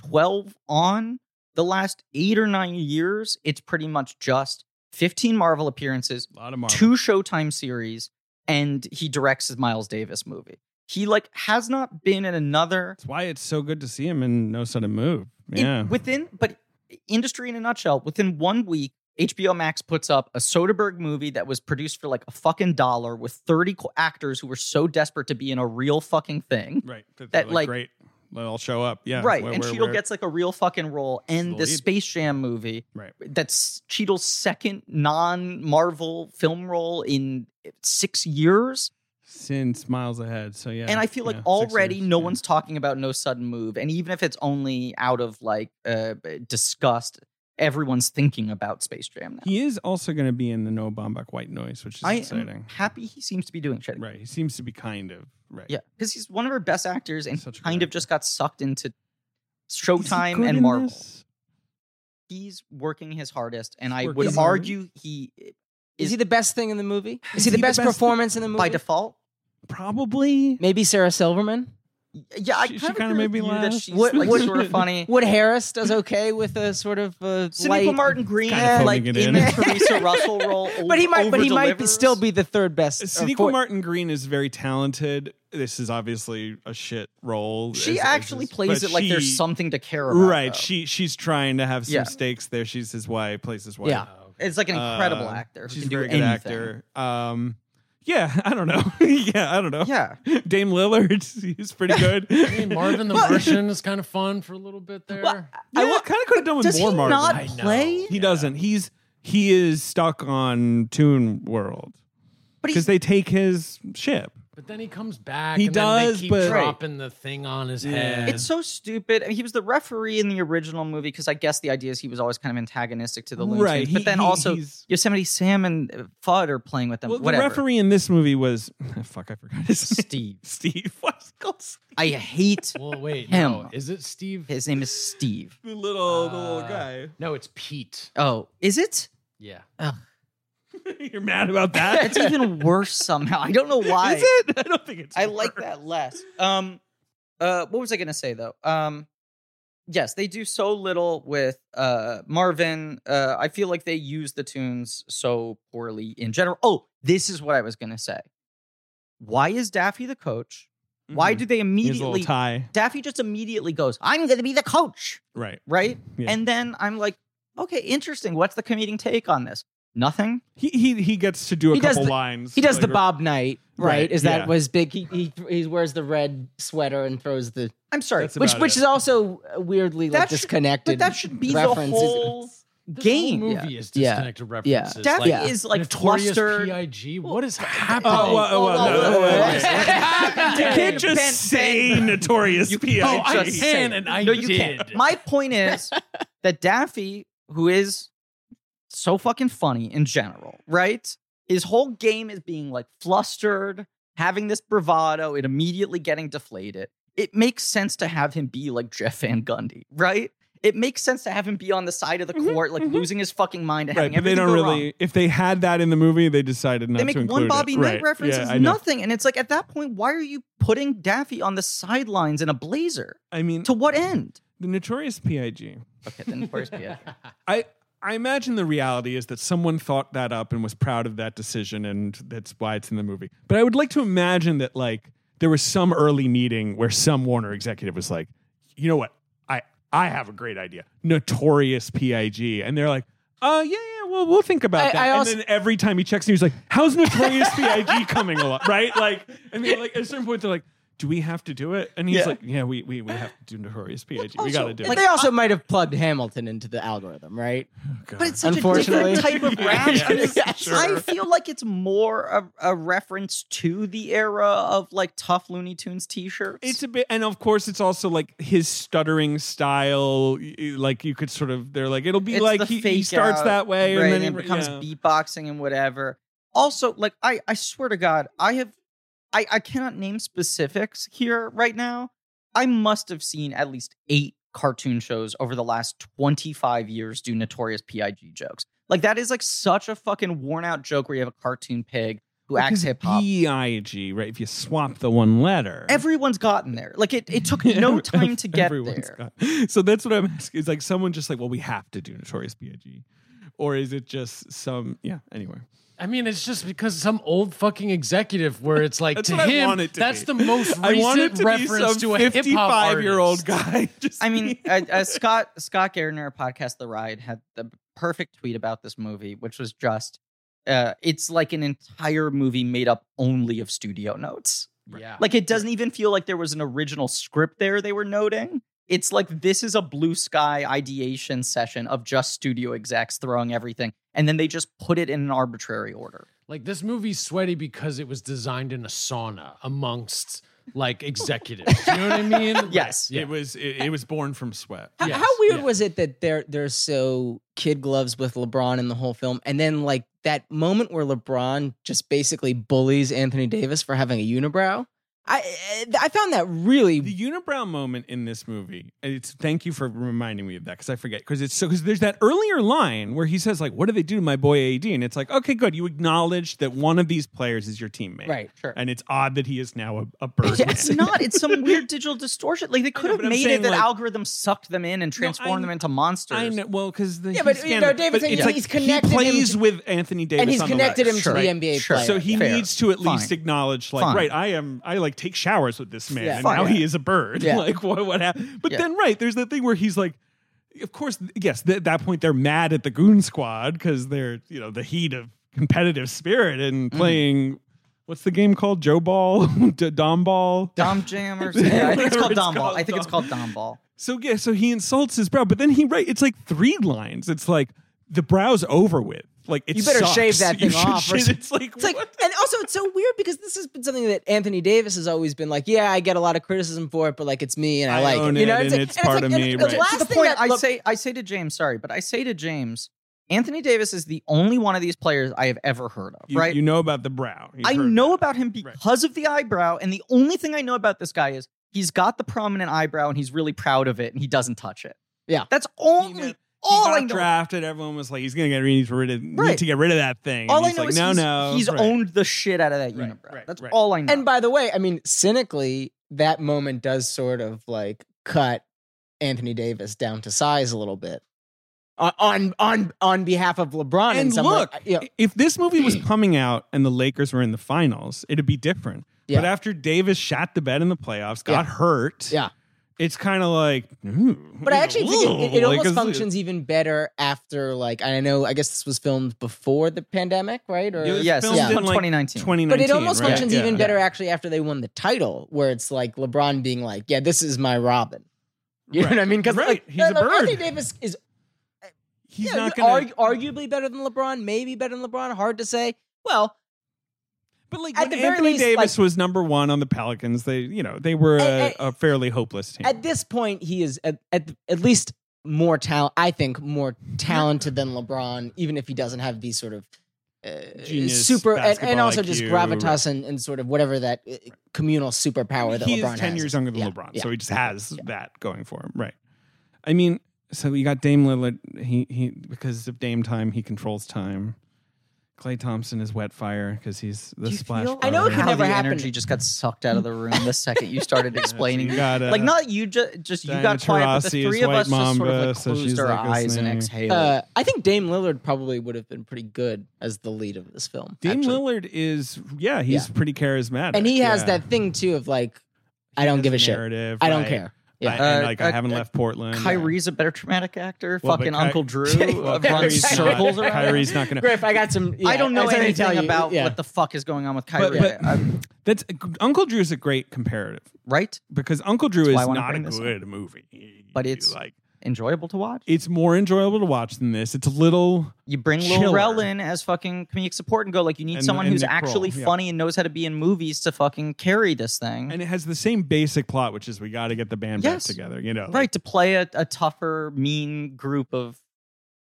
Speaker 1: 2012 on, the last eight or nine years, it's pretty much just 15 Marvel appearances,
Speaker 2: A lot of Marvel.
Speaker 1: two Showtime series, and he directs his Miles Davis movie. He like has not been in another
Speaker 2: That's why it's so good to see him in No Sudden Move.
Speaker 1: in-
Speaker 2: Yeah.
Speaker 1: within, but industry in a nutshell, within one week, HBO Max puts up a Soderbergh movie that was produced for like a fucking dollar with 30 co- actors who were so desperate to be in a real fucking thing.
Speaker 2: right.
Speaker 1: that, like-
Speaker 2: great. They'll show up. Yeah.
Speaker 1: right.
Speaker 2: where-
Speaker 1: and
Speaker 2: where-
Speaker 1: Cheadle
Speaker 2: where-
Speaker 1: gets like a real fucking role in
Speaker 2: the
Speaker 1: this
Speaker 2: lead.
Speaker 1: Space Jam movie.
Speaker 2: Right.
Speaker 1: That's Cheadle's second non Marvel film role in six years.
Speaker 2: since miles ahead. So yeah.
Speaker 1: and I feel like
Speaker 2: yeah, six
Speaker 1: already
Speaker 2: years,
Speaker 1: no
Speaker 2: yeah.
Speaker 1: one's talking about no sudden move, and even if it's only out of like uh, disgust, everyone's thinking about Space Jam now.
Speaker 2: He is also going to be in the No Bombach White Noise, which is
Speaker 1: I am
Speaker 2: exciting.
Speaker 1: happy he seems to be doing shit.
Speaker 2: Right. He seems to be kind of right.
Speaker 1: Yeah, because he's one of our best actors, and
Speaker 2: Such a good
Speaker 1: kind of
Speaker 2: actor.
Speaker 1: just got sucked into
Speaker 2: Is he good
Speaker 1: Showtime and
Speaker 2: in
Speaker 1: Marvel.
Speaker 2: this?
Speaker 1: He's working his hardest, and
Speaker 2: He's
Speaker 1: I
Speaker 2: working
Speaker 1: would
Speaker 3: his
Speaker 1: argue he eh,
Speaker 3: Is,
Speaker 1: Is-
Speaker 3: he the best thing in the movie? Is,
Speaker 2: Is
Speaker 3: he the
Speaker 2: he the
Speaker 3: best,
Speaker 2: best
Speaker 3: performance in the movie?
Speaker 1: by default.
Speaker 2: Probably.
Speaker 3: Maybe Sarah Silverman.
Speaker 1: Yeah, I
Speaker 2: She- she
Speaker 1: kind
Speaker 2: kinda
Speaker 1: of
Speaker 2: made me
Speaker 1: That
Speaker 2: laugh.
Speaker 1: she's
Speaker 3: What-
Speaker 1: like
Speaker 3: what-
Speaker 1: sort of funny.
Speaker 3: Wood Harris does okay with a sort of uh,
Speaker 1: Sinequa
Speaker 3: light-
Speaker 1: Martin Green,
Speaker 2: Kinda phoning
Speaker 1: like
Speaker 2: it
Speaker 1: in
Speaker 2: eh, in.
Speaker 1: the Teresa Russell role,
Speaker 3: But he might, but he might be
Speaker 1: over-delivers.
Speaker 3: still be the third best. uh, or
Speaker 2: Sinequa
Speaker 3: fourth-
Speaker 2: Uh, Martin Green is very talented. This is obviously a shit role.
Speaker 1: She
Speaker 2: as- as
Speaker 1: actually
Speaker 2: is-
Speaker 1: plays
Speaker 2: but
Speaker 1: it like
Speaker 2: she-
Speaker 1: there's something to care about.
Speaker 2: Right.
Speaker 1: though.
Speaker 2: She she's trying to have some
Speaker 1: Yeah.
Speaker 2: stakes there. She's his wife. Plays his wife.
Speaker 3: Yeah.
Speaker 4: Oh, okay.
Speaker 1: it's like an incredible
Speaker 2: Uh,
Speaker 1: actor. who
Speaker 2: She's
Speaker 1: can
Speaker 2: a very
Speaker 1: do
Speaker 2: good
Speaker 1: anything.
Speaker 2: actor. Um, Yeah, I don't know. yeah, I don't know.
Speaker 1: Yeah.
Speaker 2: Dame Lillard, he's pretty good.
Speaker 4: I mean, Marvin the Martian is kind of fun for a little bit there.
Speaker 1: Well,
Speaker 2: Yeah,
Speaker 1: I wa-
Speaker 2: kind of could have done with
Speaker 1: does
Speaker 2: more
Speaker 1: he
Speaker 2: Marvin.
Speaker 1: not
Speaker 4: I know.
Speaker 1: play?
Speaker 2: he
Speaker 4: Yeah.
Speaker 2: doesn't. He's he is stuck on Toon World
Speaker 1: But
Speaker 2: because
Speaker 1: he's
Speaker 2: they take his ship.
Speaker 4: But then he comes back.
Speaker 2: He
Speaker 4: and then
Speaker 2: does,
Speaker 4: they keep
Speaker 2: but-
Speaker 4: dropping the thing on his
Speaker 2: Yeah.
Speaker 4: head.
Speaker 1: It's so stupid. I mean, he was the referee in the original movie because I guess the idea is he was always kind of antagonistic to the Looney
Speaker 2: Right,
Speaker 1: Tunes.
Speaker 2: he-
Speaker 1: But then
Speaker 2: he-
Speaker 1: also
Speaker 2: he's-
Speaker 1: Yosemite Sam and uh, Fudd are playing with them.
Speaker 2: Well,
Speaker 1: Whatever.
Speaker 2: the referee in this movie was fuck. I forgot his name.
Speaker 1: Steve.
Speaker 2: Steve. What's it called? Steve?
Speaker 1: I hate
Speaker 4: well, wait,
Speaker 1: Him.
Speaker 4: no, is it Steve?
Speaker 1: his name is Steve.
Speaker 2: The little the little
Speaker 4: Uh,
Speaker 2: guy.
Speaker 4: No, it's Pete.
Speaker 1: Oh, is it?
Speaker 4: Yeah,
Speaker 2: You're mad about that?
Speaker 1: That's even worse somehow. I don't know why.
Speaker 2: Is it? I don't think it's.
Speaker 1: I like
Speaker 2: worse.
Speaker 1: that less. Um, uh, what was I gonna say though? Um, yes, they do so little with uh Marvin. Uh, I feel like they use the tunes so poorly in general. Oh, this is what I was gonna say. Why is Daffy the coach? Why
Speaker 2: Mhm.
Speaker 1: do they
Speaker 2: He has a little
Speaker 1: immediately?
Speaker 2: tie?
Speaker 1: Daffy just immediately goes, "I'm gonna be the coach,"
Speaker 2: Right.
Speaker 1: right?
Speaker 2: Yeah.
Speaker 1: And then I'm like, okay, interesting. What's the comedic take on this? Nothing.
Speaker 2: He he he gets to do a
Speaker 3: He does
Speaker 2: couple
Speaker 3: the-
Speaker 2: lines.
Speaker 3: He does the
Speaker 2: later.
Speaker 3: Bob Knight, right?
Speaker 2: Right,
Speaker 3: Is
Speaker 2: yeah.
Speaker 3: that was big? He, he he wears the red sweater and throws the
Speaker 1: I'm sorry.
Speaker 2: That's
Speaker 3: which
Speaker 2: about
Speaker 3: which
Speaker 2: it.
Speaker 3: is also uh, weirdly like
Speaker 1: That should-
Speaker 3: disconnected.
Speaker 1: but that should be the
Speaker 3: references.
Speaker 1: whole
Speaker 4: This
Speaker 1: game.
Speaker 4: whole movie is
Speaker 3: Yeah.
Speaker 4: disconnected
Speaker 3: Yeah.
Speaker 4: references.
Speaker 1: Daffy
Speaker 4: Like,
Speaker 1: is like
Speaker 4: notorious
Speaker 1: flustered.
Speaker 4: Pig. What is
Speaker 2: Oh,
Speaker 4: happening?
Speaker 2: well, well,
Speaker 1: Whoa,
Speaker 2: no,
Speaker 1: whoa,
Speaker 2: wait,
Speaker 1: whoa,
Speaker 2: wait.
Speaker 1: whoa.
Speaker 2: You
Speaker 1: Ben,
Speaker 2: can't just
Speaker 1: Ben,
Speaker 2: say notorious
Speaker 1: You
Speaker 2: P.I.G.
Speaker 1: can't
Speaker 4: Oh, I
Speaker 1: just
Speaker 4: can
Speaker 1: say
Speaker 4: and
Speaker 1: it.
Speaker 4: I
Speaker 1: no, you
Speaker 4: did.
Speaker 1: Can't. My point is that Daffy, who is so fucking funny in general, right? His whole game is being like flustered, having this bravado, it immediately getting deflated. It makes sense to have him be like Jeff Van Gundy, right? It makes sense to have him be on the side of the court, like losing his fucking mind and
Speaker 2: Mm-hmm, Right,
Speaker 1: having
Speaker 2: but they
Speaker 1: everything
Speaker 2: don't
Speaker 1: go
Speaker 2: really.
Speaker 1: wrong.
Speaker 2: If they had that in the movie, they decided not
Speaker 1: They
Speaker 2: to
Speaker 1: make
Speaker 2: include
Speaker 1: one Bobby
Speaker 2: it.
Speaker 1: Knight
Speaker 2: right.
Speaker 1: reference
Speaker 2: yeah,
Speaker 1: is
Speaker 2: I know.
Speaker 1: nothing. And it's like at that point, why are you putting Daffy on the sidelines in a blazer?
Speaker 2: I mean,
Speaker 1: To what end?
Speaker 2: the notorious P.I.G.
Speaker 1: Okay, then first
Speaker 2: I I imagine the reality is that someone thought that up and was proud of that decision, and that's why it's in the movie. But I would like to imagine that like there was some early meeting where some Warner executive was like, you know what, I I have a great idea, notorious P.I.G. And they're like. Uh yeah yeah well we'll think about
Speaker 3: I-
Speaker 2: that
Speaker 3: I also-
Speaker 2: and then every time he checks in he's like how's notorious P.I.G. coming along right like and they're like at a certain point they're like do we have to do it and he's
Speaker 1: Yeah.
Speaker 2: like yeah we, we we have to do notorious P.I.G. we got to do
Speaker 3: Like,
Speaker 2: it
Speaker 3: they also might have plugged Hamilton into the algorithm, right?
Speaker 1: But it's such
Speaker 3: Unfortunately.
Speaker 1: a different type of reaction.
Speaker 3: Yeah,
Speaker 1: I feel like it's more a, a reference to the era of like tough Looney Tunes t-shirts.
Speaker 2: It's a bit, and of course, it's also like his stuttering style. y- y- Like you could sort of, they're like, it'll be
Speaker 1: It's
Speaker 2: like
Speaker 1: the
Speaker 2: he, he
Speaker 1: fake
Speaker 2: starts
Speaker 1: out,
Speaker 2: that way,
Speaker 1: right,
Speaker 2: and then
Speaker 1: it
Speaker 2: he-
Speaker 1: becomes
Speaker 2: yeah.
Speaker 1: beatboxing and whatever. Also, like I, I swear to God, I have, I, I cannot name specifics here right now. I must have seen at least eight cartoon shows over the last twenty five years do notorious Pig jokes. Like that is like such a fucking worn out joke where you have a cartoon pig who acts
Speaker 2: Because
Speaker 1: hip hop.
Speaker 2: B-I-G, right? If you swap the one letter,
Speaker 1: Everyone's gotten there. Like it, it took no time to get
Speaker 2: Everyone's
Speaker 1: there.
Speaker 2: got- so that's what I'm asking. Is like someone just like, well, we have to do Notorious B.I.G., or is it just some? Yeah. Anyway,
Speaker 4: I mean, it's just because some old fucking executive where it's like
Speaker 2: That's
Speaker 4: to
Speaker 2: what I
Speaker 4: him,
Speaker 2: want it to
Speaker 4: that's
Speaker 2: be.
Speaker 4: the most recent
Speaker 2: I want it to
Speaker 4: reference
Speaker 2: be
Speaker 4: to
Speaker 2: some
Speaker 4: a hip hop
Speaker 2: year old guy. Just
Speaker 1: I mean,
Speaker 2: being-
Speaker 1: uh, uh, Scott Scott Gardner, podcast The Ride, had the perfect tweet about this movie, which was just, uh, it's like an entire movie made up only of studio notes.
Speaker 4: Yeah.
Speaker 1: Like it doesn't even feel like there was an original script there they were noting. It's like this is a blue sky ideation session of just studio execs throwing everything, and then they just put it in an arbitrary order.
Speaker 4: Like this movie's sweaty because it was designed in a sauna amongst like executives. you know what I mean?
Speaker 1: Yes.
Speaker 4: Yeah.
Speaker 2: it was it, it was born from sweat.
Speaker 3: How,
Speaker 4: Yes,
Speaker 3: how weird
Speaker 4: yeah.
Speaker 3: was it that they're they're so kid gloves with LeBron in the whole film, and then like that moment where LeBron just basically bullies Anthony Davis for having a unibrow? I eh, I found that really
Speaker 2: The unibrow moment in this movie, and it's thank you for reminding me of that because I forget because it's so because there's that earlier line where he says like, "What do they do to my boy AD?" And it's like, okay, good, you acknowledge that one of these players is your teammate,
Speaker 3: right.
Speaker 1: Sure.
Speaker 2: And it's odd that he is now a, a bird.
Speaker 1: It's not. It's some weird digital distortion. Like they could
Speaker 2: know,
Speaker 1: have
Speaker 2: but I'm
Speaker 1: made
Speaker 2: saying,
Speaker 1: it that
Speaker 2: like-
Speaker 1: algorithm sucked them in and transformed
Speaker 2: I-
Speaker 1: them into monsters.
Speaker 2: I know, well, because the
Speaker 3: Yeah, but,
Speaker 2: he's
Speaker 3: you know,
Speaker 2: scandal-
Speaker 3: David's
Speaker 2: but
Speaker 3: saying
Speaker 2: it's
Speaker 3: he's
Speaker 2: like,
Speaker 3: connected
Speaker 2: He
Speaker 3: him
Speaker 2: plays
Speaker 3: to-
Speaker 2: with Anthony Davis,
Speaker 3: and he's
Speaker 2: on
Speaker 3: connected
Speaker 2: the
Speaker 3: him
Speaker 2: left.
Speaker 3: to the NBA
Speaker 1: Sure.
Speaker 3: player.
Speaker 2: So he
Speaker 1: Fair.
Speaker 2: needs to at
Speaker 1: Fine.
Speaker 2: least acknowledge, like,
Speaker 1: Fine.
Speaker 2: right, I am, I like take showers with this man,
Speaker 3: Yeah.
Speaker 2: and
Speaker 1: Fine.
Speaker 2: now he is a bird.
Speaker 3: Yeah.
Speaker 2: Like, what, what happened? But
Speaker 1: Yeah.
Speaker 2: then, right, there's that thing where he's like, of course, yes, th- at that point they're mad at the
Speaker 3: Mm-hmm.
Speaker 2: Goon Squad because they're, you know, the heat of competitive spirit and playing What's the game called? Joe Ball, D- Dom Ball.
Speaker 1: Dom Jam or something. Yeah, I think it's
Speaker 2: Whatever
Speaker 1: called
Speaker 2: it's
Speaker 1: Dom Ball.
Speaker 2: called,
Speaker 1: I think it's
Speaker 2: Dom.
Speaker 1: called Dom Ball.
Speaker 2: So yeah, so he insults his brow, but then he right. It's like three lines. It's like the brow's over with. Like it
Speaker 3: You better
Speaker 2: sucks.
Speaker 3: shave that
Speaker 2: You
Speaker 3: thing
Speaker 2: should
Speaker 3: off or
Speaker 2: shave-
Speaker 3: something.
Speaker 2: it's like
Speaker 3: It's like,
Speaker 2: what?
Speaker 3: and also it's so weird because this has been something that Anthony Davis has always been like, yeah, I get a lot of criticism for it, but like it's me and I,
Speaker 2: I
Speaker 3: like
Speaker 2: own
Speaker 3: it. You know,
Speaker 2: it
Speaker 3: it's
Speaker 2: and
Speaker 3: like,
Speaker 2: it's part
Speaker 3: like-
Speaker 2: of
Speaker 3: and
Speaker 2: me,
Speaker 3: The
Speaker 2: right. To
Speaker 1: To
Speaker 3: last
Speaker 1: the
Speaker 3: thing
Speaker 1: point,
Speaker 3: that
Speaker 1: I
Speaker 3: look-
Speaker 1: say I say to James, sorry, but I say to James, Anthony Davis is the only one of these players I have ever heard of.
Speaker 2: You,
Speaker 1: right?
Speaker 2: you know about the brow. You've
Speaker 1: I
Speaker 2: heard
Speaker 1: know
Speaker 2: that.
Speaker 1: about him
Speaker 2: Right.
Speaker 1: because of the eyebrow, and the only thing I know about this guy is he's got the prominent eyebrow and he's really proud of it, and he doesn't touch it.
Speaker 3: Yeah.
Speaker 1: that's
Speaker 2: He
Speaker 1: only
Speaker 2: knew- he
Speaker 1: all
Speaker 2: got
Speaker 1: I know.
Speaker 2: Drafted. Everyone was like, he's gonna get rid, rid of,
Speaker 1: Right.
Speaker 2: need to get rid of that thing.
Speaker 1: all
Speaker 2: and
Speaker 1: I
Speaker 2: he's
Speaker 1: know
Speaker 2: like,
Speaker 1: is
Speaker 2: no,
Speaker 1: he's,
Speaker 2: no.
Speaker 1: he's
Speaker 2: Right.
Speaker 1: owned the shit out of that
Speaker 2: Right,
Speaker 1: unibrow.
Speaker 2: right,
Speaker 1: That's
Speaker 2: right.
Speaker 1: all I know.
Speaker 3: And by the way, I mean, cynically, that moment does sort of like cut Anthony Davis down to size a little bit on on on, on behalf of LeBron. in
Speaker 2: And
Speaker 3: some way.
Speaker 2: look,
Speaker 3: I- yeah,
Speaker 2: i- if this movie was coming out and the Lakers were in the finals, it'd be different.
Speaker 3: Yeah.
Speaker 2: But after Davis shot the bed in the playoffs, got
Speaker 3: Yeah.
Speaker 2: hurt,
Speaker 3: Yeah.
Speaker 2: it's kind of like. ooh,
Speaker 3: But I actually think it, it, it
Speaker 2: like,
Speaker 3: almost
Speaker 2: it's-
Speaker 3: functions even better after, like, I know, I guess this was filmed before the pandemic, right? Or
Speaker 2: It was
Speaker 1: Yes,
Speaker 2: filmed
Speaker 3: yeah.
Speaker 2: in, like,
Speaker 1: 2019.
Speaker 2: 2019,
Speaker 3: But it almost
Speaker 2: right?
Speaker 3: functions
Speaker 2: Yeah.
Speaker 3: even better actually after they won the title, where it's like LeBron being like, "Yeah, this is my Robin." You know
Speaker 2: Right.
Speaker 3: what I mean? Because
Speaker 2: Right.
Speaker 3: like,
Speaker 2: He's a bird.
Speaker 3: Anthony Davis is
Speaker 2: He's
Speaker 3: yeah,
Speaker 2: not
Speaker 3: you-
Speaker 2: gonna.
Speaker 3: argu- arguably better than LeBron, maybe better than LeBron. Hard to say. Well,
Speaker 2: but like
Speaker 3: at
Speaker 2: when
Speaker 3: the very
Speaker 2: Anthony
Speaker 3: least,
Speaker 2: Davis was number one on the Pelicans, they you know they were a,
Speaker 3: At-
Speaker 2: a fairly hopeless team.
Speaker 3: at this point, he is at at, at least more talent. I think more talented than LeBron, even if he doesn't have these sort of. Uh,
Speaker 2: Genius,
Speaker 3: super and, and
Speaker 2: basketball
Speaker 3: also just
Speaker 2: IQ,
Speaker 3: gravitas and, and sort of whatever that uh, communal superpower that
Speaker 2: he
Speaker 3: Oh, LeBron
Speaker 2: is 10
Speaker 3: has.
Speaker 2: years younger than
Speaker 3: Yeah,
Speaker 2: LeBron,
Speaker 3: yeah.
Speaker 2: so he just has that going for him, right? I mean, so you got Dame Lillard. He he because of Dame time, he controls time. Clay Thompson is wet fire because he's the
Speaker 1: Do you
Speaker 2: splash.
Speaker 1: feel
Speaker 3: I know it
Speaker 2: brother.
Speaker 3: could
Speaker 1: how
Speaker 3: never
Speaker 1: the
Speaker 3: happen.
Speaker 1: energy just got sucked out of the room the second you started explaining.
Speaker 2: You got, uh,
Speaker 1: like not you just just you
Speaker 2: Diana
Speaker 1: got quiet, but
Speaker 2: Taurasi
Speaker 1: the
Speaker 2: is
Speaker 1: three of
Speaker 2: White
Speaker 1: us just sort of
Speaker 2: Mamba,
Speaker 1: like
Speaker 2: so
Speaker 1: closed
Speaker 2: she's
Speaker 1: our
Speaker 2: like this
Speaker 1: eyes and
Speaker 2: thing.
Speaker 1: exhaled.
Speaker 3: Uh, I think Dame Lillard probably would have been pretty good as the lead of this film.
Speaker 2: Dame
Speaker 3: actually.
Speaker 2: Lillard is yeah, he's pretty charismatic,
Speaker 3: and he has
Speaker 2: yeah.
Speaker 3: that thing too of like,
Speaker 2: He
Speaker 3: I don't
Speaker 2: has
Speaker 3: give
Speaker 2: a
Speaker 3: a shit.
Speaker 2: narrative,
Speaker 3: I don't
Speaker 2: right?
Speaker 3: care.
Speaker 2: I,
Speaker 3: Yeah.
Speaker 2: and
Speaker 1: Uh,
Speaker 2: like I
Speaker 1: uh,
Speaker 2: haven't
Speaker 1: uh,
Speaker 2: left Portland. yeah.
Speaker 1: Kyrie's a better dramatic actor.
Speaker 2: Well, but
Speaker 1: Fucking
Speaker 2: Ky-
Speaker 1: Uncle Drew
Speaker 2: Well,
Speaker 1: uh, runs
Speaker 2: Kyrie's not-
Speaker 1: circles around.
Speaker 2: Kyrie's not going to
Speaker 3: Griff, I got some. yeah,
Speaker 1: I don't know
Speaker 3: was gonna tell
Speaker 1: anything
Speaker 3: you,
Speaker 1: about
Speaker 3: yeah.
Speaker 1: what the fuck is going on with Kyrie. Uh,
Speaker 2: but-
Speaker 1: I'm-
Speaker 2: That's Uncle Drew's a great comparative
Speaker 1: right?
Speaker 2: because Uncle Drew
Speaker 1: That's why I
Speaker 2: is
Speaker 1: wanna
Speaker 2: not a
Speaker 1: bring this up.
Speaker 2: good movie,
Speaker 1: But it's-
Speaker 2: like
Speaker 1: Enjoyable to watch.
Speaker 2: it's more enjoyable to watch than this. It's a little
Speaker 1: You bring Lil
Speaker 2: Chiller.
Speaker 1: Rel in as fucking comedic support and go like you need
Speaker 2: And-
Speaker 1: someone
Speaker 2: and
Speaker 1: who's
Speaker 2: Nick Kroll,
Speaker 1: actually
Speaker 2: yeah.
Speaker 1: funny and knows how to be in movies to fucking carry this thing.
Speaker 2: and it has the same basic plot, which is we got to get the band
Speaker 1: Yes.
Speaker 2: back together. You know, like,
Speaker 1: right to play a, a tougher mean group of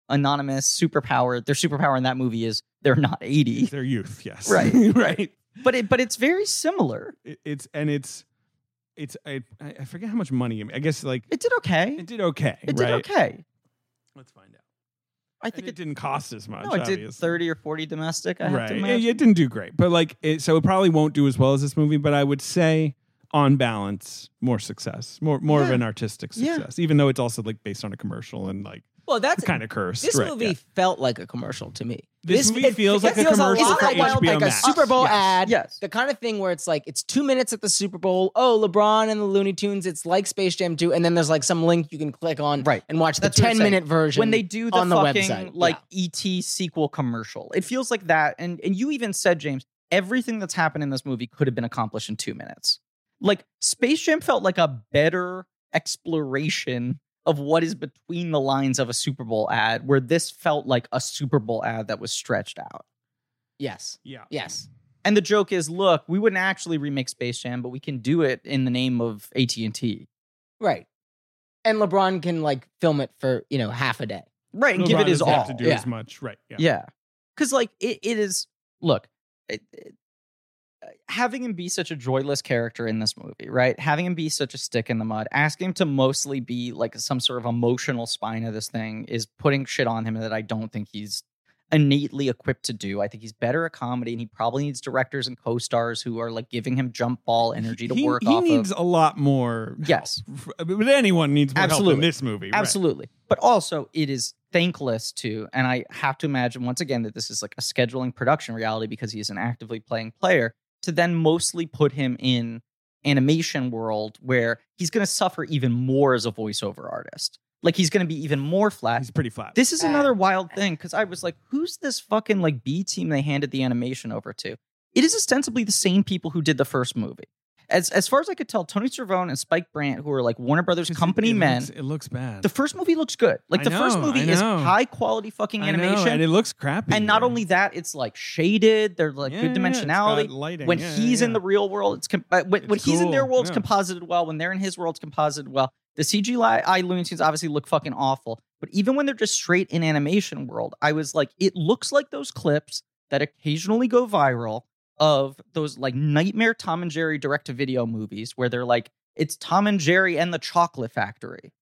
Speaker 1: anonymous superpower their superpower in that movie is they're not 80
Speaker 2: it's their youth, yes,
Speaker 1: Right.
Speaker 2: right.
Speaker 1: but it but it's very similar
Speaker 2: It- it's and it's it's I I I forget how much money it made. I guess like
Speaker 1: it did okay
Speaker 2: it did okay.
Speaker 1: it did
Speaker 2: right?
Speaker 1: okay
Speaker 2: Let's find out.
Speaker 1: i
Speaker 2: I think
Speaker 1: think
Speaker 2: it,
Speaker 1: it,
Speaker 2: didn't cost as much.
Speaker 1: no it did
Speaker 2: obviously.
Speaker 1: 30 or 40 domestic i have
Speaker 2: Right,
Speaker 1: to
Speaker 2: it,
Speaker 1: imagine
Speaker 2: it didn't do great, but like it, so it probably won't do as well as this movie. But I would say, on balance, more success, more more of
Speaker 1: Yeah.
Speaker 2: an artistic
Speaker 1: Yeah.
Speaker 2: success, even though it's also like based on a commercial and like
Speaker 3: Well, that's
Speaker 2: kind of cursed.
Speaker 3: This
Speaker 2: right,
Speaker 3: movie
Speaker 2: yeah.
Speaker 3: felt like a commercial to me.
Speaker 2: This movie
Speaker 3: it
Speaker 2: feels like a commercial
Speaker 3: lot
Speaker 2: for
Speaker 3: like, like
Speaker 2: HBO
Speaker 3: a
Speaker 2: Max.
Speaker 3: Super Bowl
Speaker 2: Yes.
Speaker 3: ad.
Speaker 1: yes
Speaker 3: The kind of thing where it's like it's two minutes at the Super Bowl. Oh, LeBron and the Looney Tunes. It's like Space Jam 2, and then there's like some link you can click on
Speaker 1: Right.
Speaker 3: and watch the
Speaker 1: That's what I'm
Speaker 3: 10 minute
Speaker 1: saying.
Speaker 3: version
Speaker 1: when they do the
Speaker 3: on the
Speaker 1: fucking
Speaker 3: website.
Speaker 1: like
Speaker 3: Yeah.
Speaker 1: ET sequel commercial. It feels like that. And and you even said, James, everything that's happened in this movie could have been accomplished in two minutes. Like Space Jam felt like a better exploration of what is between the lines of a Super Bowl ad, where this felt like a Super Bowl ad that was stretched out.
Speaker 3: yes,
Speaker 2: yeah.
Speaker 3: yes,
Speaker 1: And the joke is, look, we wouldn't actually remake Space Jam, but we can do it in the name of AT and T,
Speaker 3: right. And LeBron can like film it for you know half a day.
Speaker 1: right? And
Speaker 2: LeBron
Speaker 1: give it his
Speaker 2: doesn't
Speaker 1: all.
Speaker 2: Have to do
Speaker 3: Yeah.
Speaker 2: as much, right? Yeah.
Speaker 1: Yeah. Because, like, it, it is, look, it, it- uh, having him be such a joyless character in this movie, right? Having him be such a stick in the mud, asking him to mostly be like some sort of emotional spine of this thing is putting shit on him that I don't think he's innately equipped to do. I think he's better at comedy and he probably needs directors and co stars who are like giving him jump ball energy to
Speaker 2: he,
Speaker 1: work
Speaker 2: he
Speaker 1: off
Speaker 2: needs
Speaker 1: of.
Speaker 2: a lot more.
Speaker 1: Yes.
Speaker 2: help. I mean, But anyone needs more help in
Speaker 1: Absolutely.
Speaker 2: this movie. right.
Speaker 1: Absolutely. But also, it is thankless to, and I have to imagine once again that this is like a scheduling production reality because he is an actively playing player, to then mostly put him in animation world where he's going to suffer even more as a voiceover artist. Like he's going to be even more flat.
Speaker 2: He's pretty flat.
Speaker 1: This is another wild thing because I was like, who's this fucking like B team they handed the animation over to? It is ostensibly the same people who did the first movie. As as far as I could tell, Tony Cervone and Spike Brandt, who are like Warner Brothers
Speaker 2: Just-
Speaker 1: company
Speaker 2: it
Speaker 1: men,
Speaker 2: Looks, it looks bad.
Speaker 1: the first movie looks good. Like
Speaker 2: I
Speaker 1: the first
Speaker 2: know,
Speaker 1: movie
Speaker 2: I
Speaker 1: is
Speaker 2: know.
Speaker 1: high quality fucking
Speaker 2: I know,
Speaker 1: animation.
Speaker 2: and it looks crappy.
Speaker 1: and not
Speaker 2: yeah.
Speaker 1: only that, it's like shaded. They're like
Speaker 2: Yeah, yeah,
Speaker 1: good
Speaker 2: it's got
Speaker 1: dimensionality.
Speaker 2: lighting,
Speaker 1: when
Speaker 2: yeah,
Speaker 1: he's
Speaker 2: yeah,
Speaker 1: in
Speaker 2: yeah.
Speaker 1: the real world, it's, com- uh, when, when
Speaker 2: It's
Speaker 1: he's in their
Speaker 2: cool,
Speaker 1: world, it's
Speaker 2: yeah.
Speaker 1: composited well. When they're in his world, it's composited well. The CGI I Looney Tunes obviously look fucking awful, but even when they're just straight in animation world, I was like, it looks like those clips that occasionally go viral of those like nightmare Tom and Jerry direct to video movies where they're like, it's Tom and Jerry and the Chocolate Factory.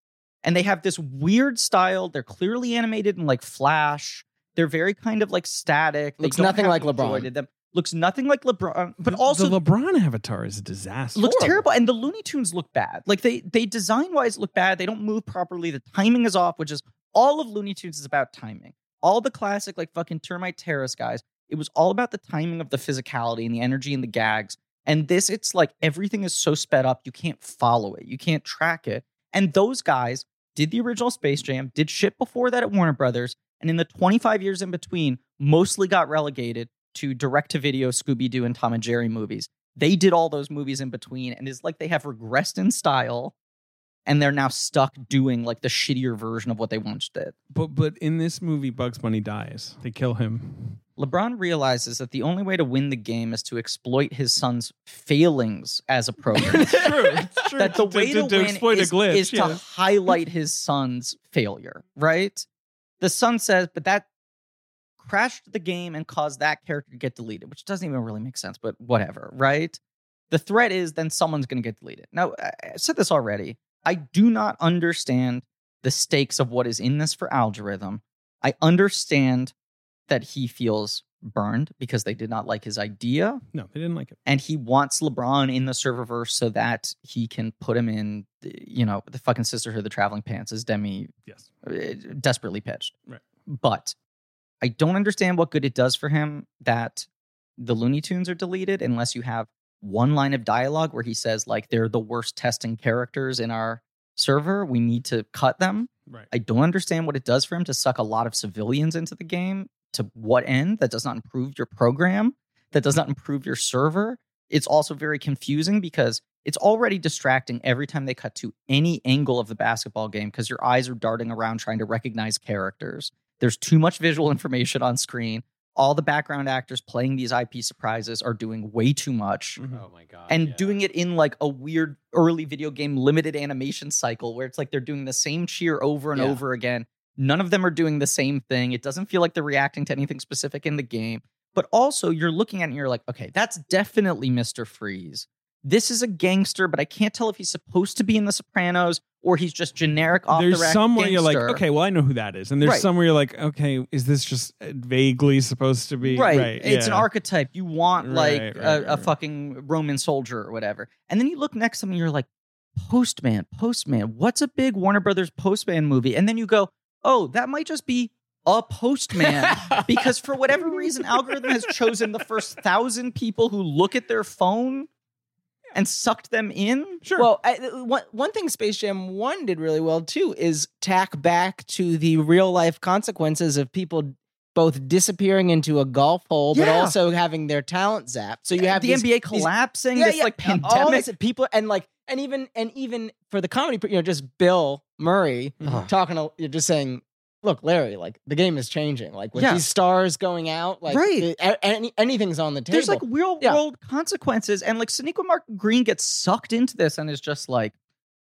Speaker 1: And they have this weird style. They're clearly animated in like flash. They're very kind of like static. They
Speaker 3: Looks
Speaker 1: don't
Speaker 3: nothing
Speaker 1: have
Speaker 3: like
Speaker 1: the joy
Speaker 3: LeBron.
Speaker 1: to them. Looks nothing like LeBron, but
Speaker 2: The-
Speaker 1: also
Speaker 2: the LeBron avatar is a disaster.
Speaker 1: looks terrible. And the Looney Tunes look bad. Like they they design wise look bad. They don't move properly. The timing is off, which is all of Looney Tunes is about timing. All the classic like fucking termite terrace guys. It was all about the timing of the physicality and the energy and the gags. And this, it's like everything is so sped up, you can't follow it, you can't track it. And those guys did the original Space Jam, did shit before that at Warner Brothers, and in the 25 years in between, mostly got relegated to direct to video Scooby Doo and Tom and Jerry movies. They did all those movies in between, and it's like they have regressed in style and they're now stuck doing like the shittier version of what they once did.
Speaker 2: But but in this movie, Bugs Bunny dies. They kill him.
Speaker 1: LeBron realizes that the only way to win the game is to exploit his son's failings as a programmer.
Speaker 2: True. It's true.
Speaker 1: that the
Speaker 2: To-
Speaker 1: way
Speaker 2: to,
Speaker 1: to,
Speaker 2: to
Speaker 1: win
Speaker 2: exploit
Speaker 1: is,
Speaker 2: a glitch
Speaker 1: is
Speaker 2: yeah.
Speaker 1: to highlight his son's failure, right? The son says, but that crashed the game and caused that character to get deleted, which doesn't even really make sense, but whatever, right? The threat is then someone's going to get deleted. Now, I I said this already. I do not understand the stakes of what is in this for algorithm. I understand that he feels burned because they did not like his idea
Speaker 2: No, they didn't like it.
Speaker 1: and he wants LeBron in the serververse so that he can put him in, you know, the fucking sisterhood of the traveling pants as Demi
Speaker 2: Yes.
Speaker 1: uh, desperately pitched.
Speaker 2: Right.
Speaker 1: But I don't understand what good it does for him that the Looney Tunes are deleted unless you have one line of dialogue where he says like they're the worst testing characters in our server. We need to cut them.
Speaker 2: Right.
Speaker 1: I don't understand what it does for him to suck a lot of civilians into the game. To what end? That does not improve your program. That does not improve your server. It's also very confusing because it's already distracting every time they cut to any angle of the basketball game because your eyes are darting around trying to recognize characters. There's too much visual information on screen. All the background actors playing these IP surprises are doing way too much
Speaker 2: Mhm.
Speaker 4: Oh my god.
Speaker 1: and
Speaker 4: yeah.
Speaker 1: doing it in like a weird early video game limited animation cycle where it's like they're doing the same cheer over and
Speaker 3: Yeah.
Speaker 1: over again. None of them are doing the same thing. It doesn't feel like they're reacting to anything specific in the game. But also, you're looking at it and you're like, okay, that's definitely Mr. Freeze. This is a gangster, but I can't tell if he's supposed to be in The Sopranos or he's just generic off
Speaker 2: There's
Speaker 1: the rack.
Speaker 2: somewhere you're like,
Speaker 1: gangster.
Speaker 2: okay, well, I know who that is, and there's
Speaker 1: Right.
Speaker 2: somewhere you're like, okay, is this just vaguely supposed to be
Speaker 1: right. It's an
Speaker 2: yeah.
Speaker 1: archetype. You want like
Speaker 2: Right,
Speaker 1: a,
Speaker 2: right, right,
Speaker 1: a
Speaker 2: right.
Speaker 1: fucking Roman soldier or whatever. And then you look next to him and you're like, Postman, Postman. What's a big Warner Brothers Postman movie? And then you go, oh, that might just be a postman because for whatever reason algorithm has chosen the first thousand people who look at their phone and sucked them in
Speaker 2: Sure.
Speaker 3: Well, I, one, one thing Space Jam 1 did really well too is tack back to the real life consequences of people both disappearing into a golf hole, but
Speaker 1: Yeah. Uh,
Speaker 3: also having their talent zapped. So you have
Speaker 1: the nba
Speaker 3: these, these-
Speaker 1: collapsing
Speaker 3: yeah,
Speaker 1: this
Speaker 3: yeah, uh,
Speaker 1: like
Speaker 3: All
Speaker 1: pandemic
Speaker 3: this, people and like and even and even for the comedy, you know, just Bill Murray
Speaker 1: Ugh.
Speaker 3: talking. To, you're just saying, look, Larry, like the game is changing. Like with
Speaker 1: Yeah.
Speaker 3: these stars going out, like
Speaker 1: Right.
Speaker 3: uh, any, anything's on the table.
Speaker 1: There's like real
Speaker 3: Yeah.
Speaker 1: world consequences, and like Sonequa Mark Green gets sucked into this and is just like,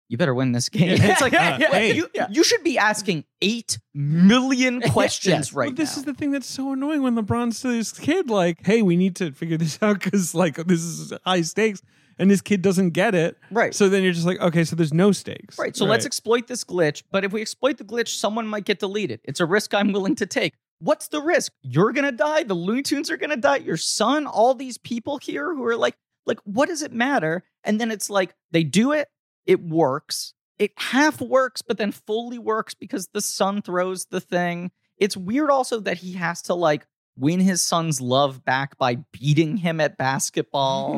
Speaker 1: "You better win this game."
Speaker 2: Yeah.
Speaker 1: It's like,
Speaker 2: Yeah.
Speaker 1: wait,
Speaker 2: Hey.
Speaker 1: you, you should be asking eight million questions
Speaker 3: Yes.
Speaker 1: right
Speaker 2: Well, this
Speaker 1: now.
Speaker 2: is the thing that's so annoying when LeBron to this kid, like, "Hey, we need to figure this out because like this is high stakes," and this kid doesn't get it.
Speaker 1: right.
Speaker 2: So then you're just like, "Okay, so there's no stakes."
Speaker 1: right. So let's exploit this glitch. But if we exploit the glitch, someone might get deleted. It's a risk I'm willing to take. What's the risk? You're gonna die. The Looney Tunes are gonna die. Your son. All these people here who are like, like, what does it matter? And then it's like they do it. It works. It half works, but then fully works because the son throws the thing. It's weird also that he has to like win his son's love back by beating him at
Speaker 2: Mm-hmm.
Speaker 1: basketball.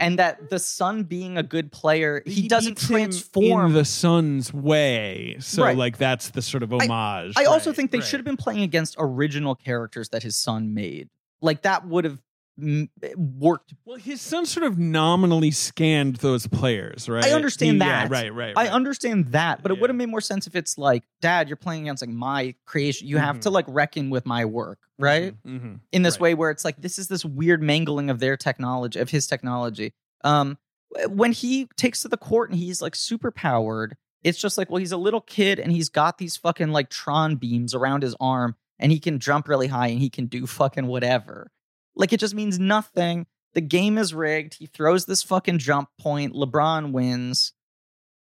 Speaker 1: And that the son being a good player, he, doesn't
Speaker 2: beats him
Speaker 1: transform
Speaker 2: in the Sun's way. So
Speaker 1: Right.
Speaker 2: like that's the sort of homage.
Speaker 1: I also
Speaker 2: Right,
Speaker 1: think they
Speaker 2: right.
Speaker 1: should have been playing against original characters that his son made. Like that would have m- worked.
Speaker 2: Well, his son sort of nominally scanned those players, right?
Speaker 1: understand
Speaker 2: He-
Speaker 1: that.
Speaker 2: Yeah, right, right.
Speaker 1: I
Speaker 2: right.
Speaker 1: understand that, but it
Speaker 2: Yeah.
Speaker 1: would have made more sense if it's like, Dad, you're playing against like my creation. You have
Speaker 2: Mhm.
Speaker 1: to like reckon with my work, right?
Speaker 2: Mhm.
Speaker 1: in this
Speaker 2: Right.
Speaker 1: way where it's like this is this weird mangling of their technology of his technology um w- when he takes to the court and he's like super powered it's just like well he's a little kid and he's got these fucking like tron beams around his arm and he can jump really high and he can do fucking whatever like it just means nothing the game is rigged he throws this fucking jump point lebron wins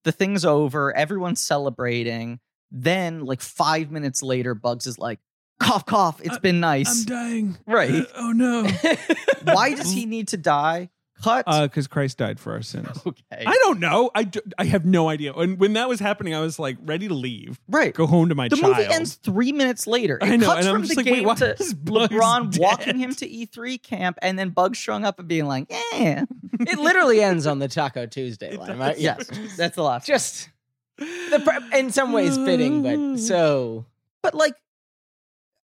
Speaker 1: the thing's over everyone's celebrating then like five minutes later bugs is like cough cough It's
Speaker 2: I'm-
Speaker 1: been
Speaker 2: I'm
Speaker 1: nice
Speaker 2: dying.
Speaker 1: Right.
Speaker 2: oh no.
Speaker 1: Why does he need to die? Cut.
Speaker 2: Because Uh, Christ died for our sins.
Speaker 1: okay.
Speaker 2: I don't know. I, d- I have no idea. And when that was happening, I was like ready to leave,
Speaker 1: right.
Speaker 2: go home to my
Speaker 1: the
Speaker 2: child.
Speaker 1: movie ends three minutes later. It
Speaker 2: I know,
Speaker 1: cuts
Speaker 2: and I'm
Speaker 1: from
Speaker 2: just
Speaker 1: the
Speaker 2: like, wait,
Speaker 1: game
Speaker 2: why
Speaker 1: to
Speaker 2: is Bugs
Speaker 1: LeBron
Speaker 2: dead?
Speaker 1: walking him to E3 camp, and then Bugs showing up and being like, "Yeah,
Speaker 3: it literally ends on the Taco Tuesday
Speaker 2: It
Speaker 3: line, right?
Speaker 2: does.
Speaker 3: Yes.
Speaker 1: that's a lot."
Speaker 3: Just the pre- in some ways fitting, but so
Speaker 1: but like,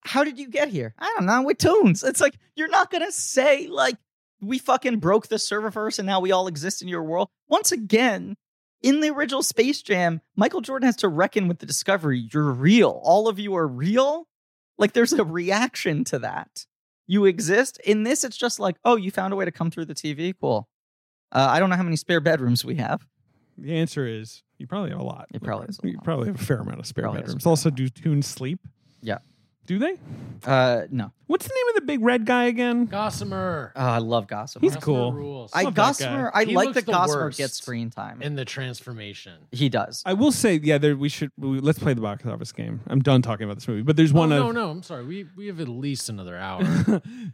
Speaker 1: how did you get here? I don't know. With tunes, it's like you're not gonna say like we fucking broke the serververse and now we all exist in your world once again. In the original Space Jam, Michael Jordan has to reckon with the discovery you're real. All of you are real. Like there's a reaction to that. You exist. In this, it's just like, oh, you found a way to come through the TV. Cool. Uh, I don't know how many spare bedrooms we have.
Speaker 2: The answer is you probably have a lot.
Speaker 1: It probably is a
Speaker 2: You
Speaker 1: lot.
Speaker 2: probably have a fair amount of spare
Speaker 1: Probably has a
Speaker 2: bedrooms.
Speaker 1: fair
Speaker 2: Also, do tunes sleep?
Speaker 1: Yeah.
Speaker 2: Do they?
Speaker 1: Uh, no.
Speaker 2: What's the name of the big red guy again?
Speaker 4: Gossamer.
Speaker 1: Oh, I love Gossamer.
Speaker 2: He's
Speaker 4: Gossamer
Speaker 2: cool.
Speaker 4: Rules.
Speaker 1: I
Speaker 2: Love that
Speaker 1: Gossamer. I
Speaker 4: He
Speaker 1: like
Speaker 4: looks
Speaker 1: that
Speaker 4: the
Speaker 1: Gossamer
Speaker 4: worst.
Speaker 1: gets screen time.
Speaker 4: in the transformation.
Speaker 1: he does.
Speaker 2: I will say, yeah, there, we should we, let's play the box office game. I'm done talking about this movie, but there's one of
Speaker 4: oh, no, no, I'm sorry. We we have at least another hour.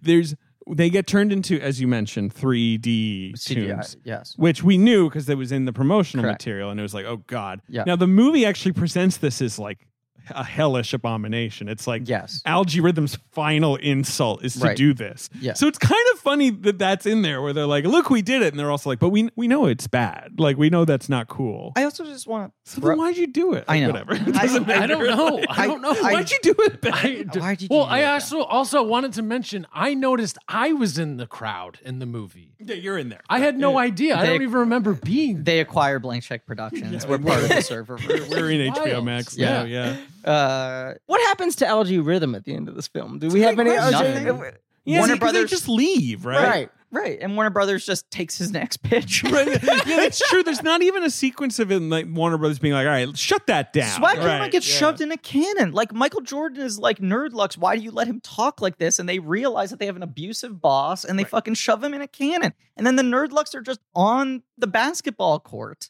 Speaker 2: there's they get turned into as you mentioned 3D
Speaker 1: CGI.
Speaker 2: tunes,
Speaker 1: Yes.
Speaker 2: which we knew because it was in the promotional
Speaker 1: Correct.
Speaker 2: material, and it was like, oh god.
Speaker 1: Yeah.
Speaker 2: Now the movie actually presents this as like a hellish abomination. It's like
Speaker 1: Yes.
Speaker 2: Algae Rhythm's final insult is to
Speaker 1: Right.
Speaker 2: do this.
Speaker 1: Yeah.
Speaker 2: So it's kind of funny that that's in there where they're like, look, we did it. And they're also like, but we we know it's bad. Like, we know that's not cool.
Speaker 1: I also just want
Speaker 2: so then why'd you do it?
Speaker 1: I know.
Speaker 2: Whatever. It
Speaker 1: I-
Speaker 2: doesn't
Speaker 4: I
Speaker 2: matter.
Speaker 4: don't know.
Speaker 2: Like,
Speaker 4: I don't know.
Speaker 1: I-
Speaker 2: why'd you do it, Ben?
Speaker 4: I-
Speaker 1: Why did you
Speaker 4: well,
Speaker 1: do
Speaker 4: I
Speaker 1: that?
Speaker 4: also also wanted to mention I noticed I was in the crowd in the movie.
Speaker 2: Yeah, you're in there.
Speaker 4: I had no idea. I
Speaker 1: They-
Speaker 4: don't even remember being there.
Speaker 1: they acquire Blank Check Productions.
Speaker 2: Yeah,
Speaker 1: We're part of
Speaker 2: we're-
Speaker 1: the server.
Speaker 2: We're in HBO
Speaker 4: Wild.
Speaker 2: Max.
Speaker 1: Yeah.
Speaker 2: now, yeah.
Speaker 1: Uh,
Speaker 3: what happens to LG Rhythm at the end of this film? Do we have any?
Speaker 2: question.
Speaker 1: nothing.
Speaker 3: Nothing.
Speaker 2: Yeah,
Speaker 1: Warner
Speaker 2: see, 'cause
Speaker 1: Brothers-
Speaker 2: They just leave, right?
Speaker 3: Right.
Speaker 1: Right, and Warner Brothers just takes his next pitch.
Speaker 2: Right. Yeah, that's true. There's not even a sequence of it, like Warner Brothers being like, "All right, shut that down."
Speaker 1: Swag
Speaker 2: right.
Speaker 1: Cameron gets shoved in a cannon. Like Michael Jordan is like nerdlux. Why do you let him talk like this? And they realize that they have an abusive boss, and they fucking shove him in a cannon. And then the nerdlux are just on the basketball court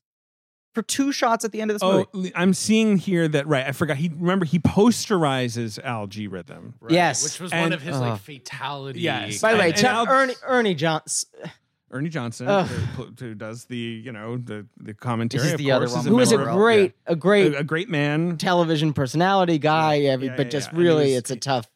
Speaker 1: for two shots at the end of this
Speaker 2: Oh,
Speaker 1: movie.
Speaker 2: I'm seeing here that right. I forgot. He remember he posterizes algae rhythm.
Speaker 3: Yes.
Speaker 4: Which was one
Speaker 2: And-
Speaker 4: of his
Speaker 1: Ugh.
Speaker 4: like fatality.
Speaker 2: Yes.
Speaker 3: By the way,
Speaker 2: And-
Speaker 3: Chuck-
Speaker 2: and Al-
Speaker 3: Ernie Ernie Johns,
Speaker 2: Ernie Johnson,
Speaker 3: Ugh.
Speaker 2: who, who does the you know the the commentary.
Speaker 1: This is
Speaker 2: of
Speaker 1: the other
Speaker 2: course,
Speaker 1: one
Speaker 2: is
Speaker 1: with
Speaker 3: who is a
Speaker 1: Member
Speaker 2: member
Speaker 1: of-
Speaker 2: of-
Speaker 3: great a great
Speaker 2: a, a great man.
Speaker 3: television personality
Speaker 2: Uh,
Speaker 3: guy,
Speaker 2: Yeah,
Speaker 3: every-
Speaker 2: yeah,
Speaker 3: but
Speaker 2: yeah,
Speaker 3: just
Speaker 2: yeah. And he
Speaker 3: really,
Speaker 2: was-
Speaker 3: it's a tough.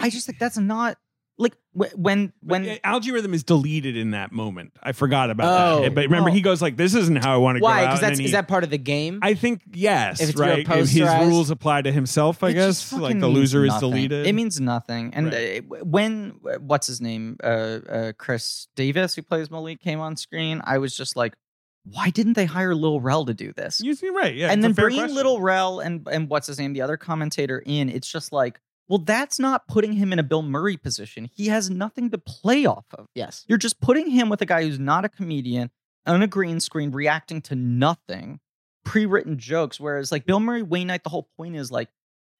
Speaker 1: I just think that's not like wh- when when
Speaker 2: When algae rhythm uh, is deleted in that moment, I forgot about
Speaker 3: Oh.
Speaker 2: that. But remember,
Speaker 1: Well-
Speaker 2: he goes like, "This isn't how I want to go out."
Speaker 3: Why? Because
Speaker 2: and
Speaker 3: that's
Speaker 2: then
Speaker 3: is
Speaker 2: he-
Speaker 3: that part of the game?
Speaker 2: I think yes,
Speaker 3: If it's
Speaker 2: right.
Speaker 3: real
Speaker 2: If his
Speaker 3: posterized-
Speaker 2: rules apply to himself, I
Speaker 1: It just
Speaker 2: guess. Like
Speaker 1: fucking
Speaker 2: the
Speaker 1: means
Speaker 2: loser is
Speaker 1: nothing.
Speaker 2: deleted.
Speaker 1: It means nothing. And
Speaker 2: Right.
Speaker 1: uh, w- when uh, what's his name, uh, uh, Chris Davis, who plays Malik, came on screen, I was just like, why didn't they hire Lil Rel to do this?
Speaker 2: you seem right. Yeah,
Speaker 1: and
Speaker 2: it's a
Speaker 1: then
Speaker 2: fair
Speaker 1: bringing
Speaker 2: question.
Speaker 1: Little Rel and and what's his name, the other commentator in, it's just like, well, that's not putting him in a Bill Murray position. He has nothing to play off of.
Speaker 3: yes.
Speaker 1: You're just putting him with a guy who's not a comedian on a green screen reacting to nothing, pre written jokes. Whereas, like Bill Murray Wainwright, the whole point is like,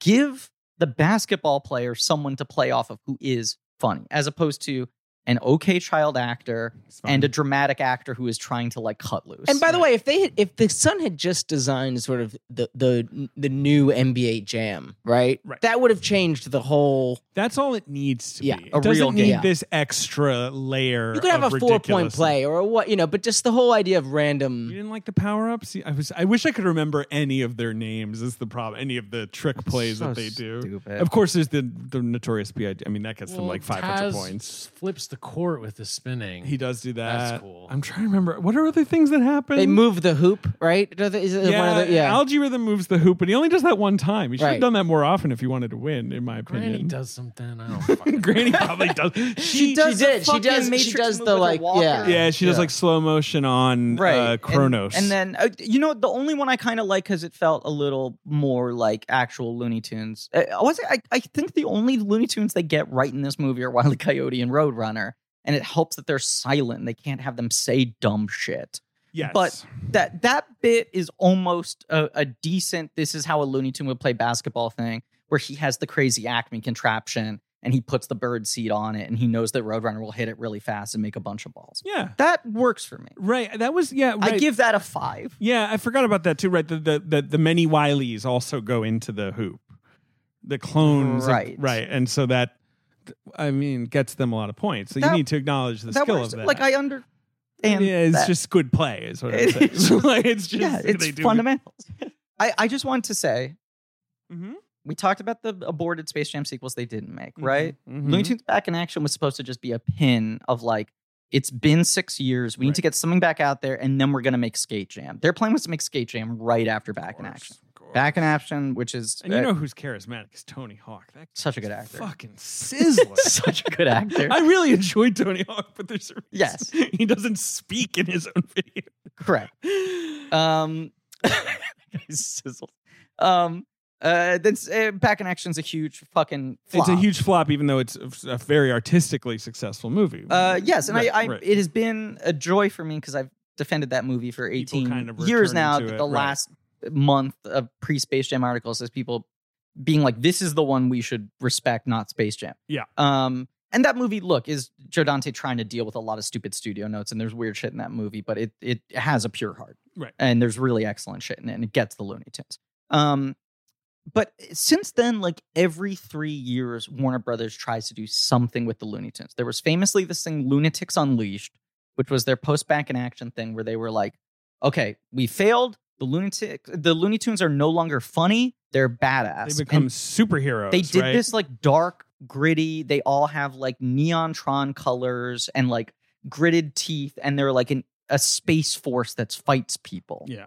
Speaker 1: give the basketball player someone to play off of who is funny, as opposed to an okay child actor
Speaker 2: It's fine.
Speaker 1: and a dramatic actor who is trying to like cut loose.
Speaker 3: And by the way, if they had, if the Sun had just designed sort of the the the new NBA Jam, right?
Speaker 2: Right.
Speaker 3: That would have changed the whole.
Speaker 2: That's all it needs to
Speaker 3: Yeah,
Speaker 2: be. It
Speaker 1: a
Speaker 2: doesn't
Speaker 1: real
Speaker 2: need
Speaker 3: game.
Speaker 2: this extra layer.
Speaker 3: You could have
Speaker 2: of
Speaker 3: a four point
Speaker 2: ridiculousness.
Speaker 3: play or a what you know, but just the whole idea of
Speaker 2: You
Speaker 3: random.
Speaker 2: didn't like the power ups. I was. I wish I could remember any of their names. Is the problem? Any of the trick plays
Speaker 1: So
Speaker 2: that they do?
Speaker 1: stupid.
Speaker 2: Of course, there's the the notorious PID. I mean, that gets them
Speaker 4: Well,
Speaker 2: like 500
Speaker 4: Taz
Speaker 2: points.
Speaker 4: Flips the court with the spinning.
Speaker 2: He does do that.
Speaker 4: That's cool.
Speaker 2: I'm trying to remember what are other things that happen.
Speaker 3: They move the hoop, right? Is it- is it
Speaker 2: Mm-hmm. Yeah,
Speaker 3: one of the- yeah.
Speaker 2: algae rhythm moves the hoop, but he only does that one time. He should have
Speaker 3: Right.
Speaker 2: done that more often if he wanted to win, in my opinion.
Speaker 4: Granny does something. I don't fucking
Speaker 2: Granny probably does. She,
Speaker 3: does- she did. She
Speaker 1: fucking
Speaker 3: does- she
Speaker 1: Matrix
Speaker 3: does
Speaker 1: move
Speaker 3: the,
Speaker 1: with her
Speaker 3: like,
Speaker 1: walker.
Speaker 3: yeah.
Speaker 2: Yeah, she does like slow motion on
Speaker 1: right
Speaker 2: uh,
Speaker 1: And-
Speaker 2: Chronos.
Speaker 1: and, then uh, you know the only one i kind of like because it felt a little more like actual looney tunes uh, I was I, I think the only looney tunes they get right in this movie are Wile E. coyote and roadrunner and it helps that they're silent and they can't have them say dumb shit
Speaker 2: yes,
Speaker 1: but that that bit is almost a, a decent this is how a looney tune would play basketball thing where he has the crazy acme contraption and he puts the bird seed on it and he knows that roadrunner will hit it really fast and make a bunch of balls
Speaker 2: yeah,
Speaker 1: that works for me
Speaker 2: right. That was yeah. Right.
Speaker 1: I give that a five.
Speaker 2: yeah. I forgot about that too. Right. The the the, the many Wileys also go into the hoop. The clones, like-
Speaker 1: Right.
Speaker 2: right, and so that I mean gets them a lot of points. So
Speaker 1: That-
Speaker 2: you need to acknowledge the
Speaker 1: that
Speaker 2: skill
Speaker 1: works.
Speaker 2: of that.
Speaker 1: Like I understand.
Speaker 2: yeah, it's
Speaker 1: that.
Speaker 2: just good play, is what I'm saying.
Speaker 1: It's-
Speaker 2: So, like, it's just
Speaker 1: yeah, it's
Speaker 2: they do-
Speaker 1: fundamentals. I I just wanted to say
Speaker 2: Mhm,
Speaker 1: we talked about the aborted Space Jam sequels they didn't make,
Speaker 2: mhm,
Speaker 1: right?
Speaker 2: mhm.
Speaker 1: Looney Tunes Back in Action was supposed to just be a pin of like. It's been six years. We need to
Speaker 2: Right.
Speaker 1: get something back out there, and then we're going to make Skate Jam. Their plan was to make Skate Jam right after Back in
Speaker 2: course,
Speaker 1: Action.
Speaker 2: of course.
Speaker 1: Back in Action, which is
Speaker 2: And you
Speaker 1: uh,
Speaker 2: know who's charismatic is Tony Hawk. That
Speaker 1: Such a
Speaker 2: guy's
Speaker 1: good actor.
Speaker 2: Fucking sizzler.
Speaker 1: such a good actor.
Speaker 2: I really enjoyed Tony Hawk, but there's a reason
Speaker 1: Yes.
Speaker 2: he doesn't speak in his own video.
Speaker 1: Correct. Um, sizzled. Um, uh, then uh, Back in Action's a huge fucking. Flop.
Speaker 2: It's a huge flop, even though it's a very artistically successful movie.
Speaker 1: Uh, yes, and
Speaker 2: Right,
Speaker 1: I, I
Speaker 2: right.
Speaker 1: it has been a joy for me because I've defended that movie for
Speaker 2: People
Speaker 1: eighteen
Speaker 2: kind of
Speaker 1: years
Speaker 2: returning
Speaker 1: now.
Speaker 2: to
Speaker 1: that
Speaker 2: it,
Speaker 1: the
Speaker 2: right.
Speaker 1: last month of pre Space Jam articles is people being like, "This is the one we should respect, not Space Jam."
Speaker 2: Yeah.
Speaker 1: Um, and that movie, look, is Joe Dante trying to deal with a lot of stupid studio notes, and there's weird shit in that movie, but it it has a pure heart,
Speaker 2: Right.
Speaker 1: And there's really excellent shit in it, and it gets the Looney Tunes. Um, but eh, since then, like every three years, Warner Brothers tries to do something with the Looney Tunes. There was famously this thing, Lunatics Unleashed, which was their post back in action thing where they were like, okay, we failed. The lunatic, the Looney Tunes are no longer funny. They're badass.
Speaker 2: they become
Speaker 1: And
Speaker 2: superheroes.
Speaker 1: they did
Speaker 2: right?
Speaker 1: this like dark, gritty. They all have like neon tron colors and like gritted teeth, and they're like an, a space force that fights people
Speaker 2: Yeah.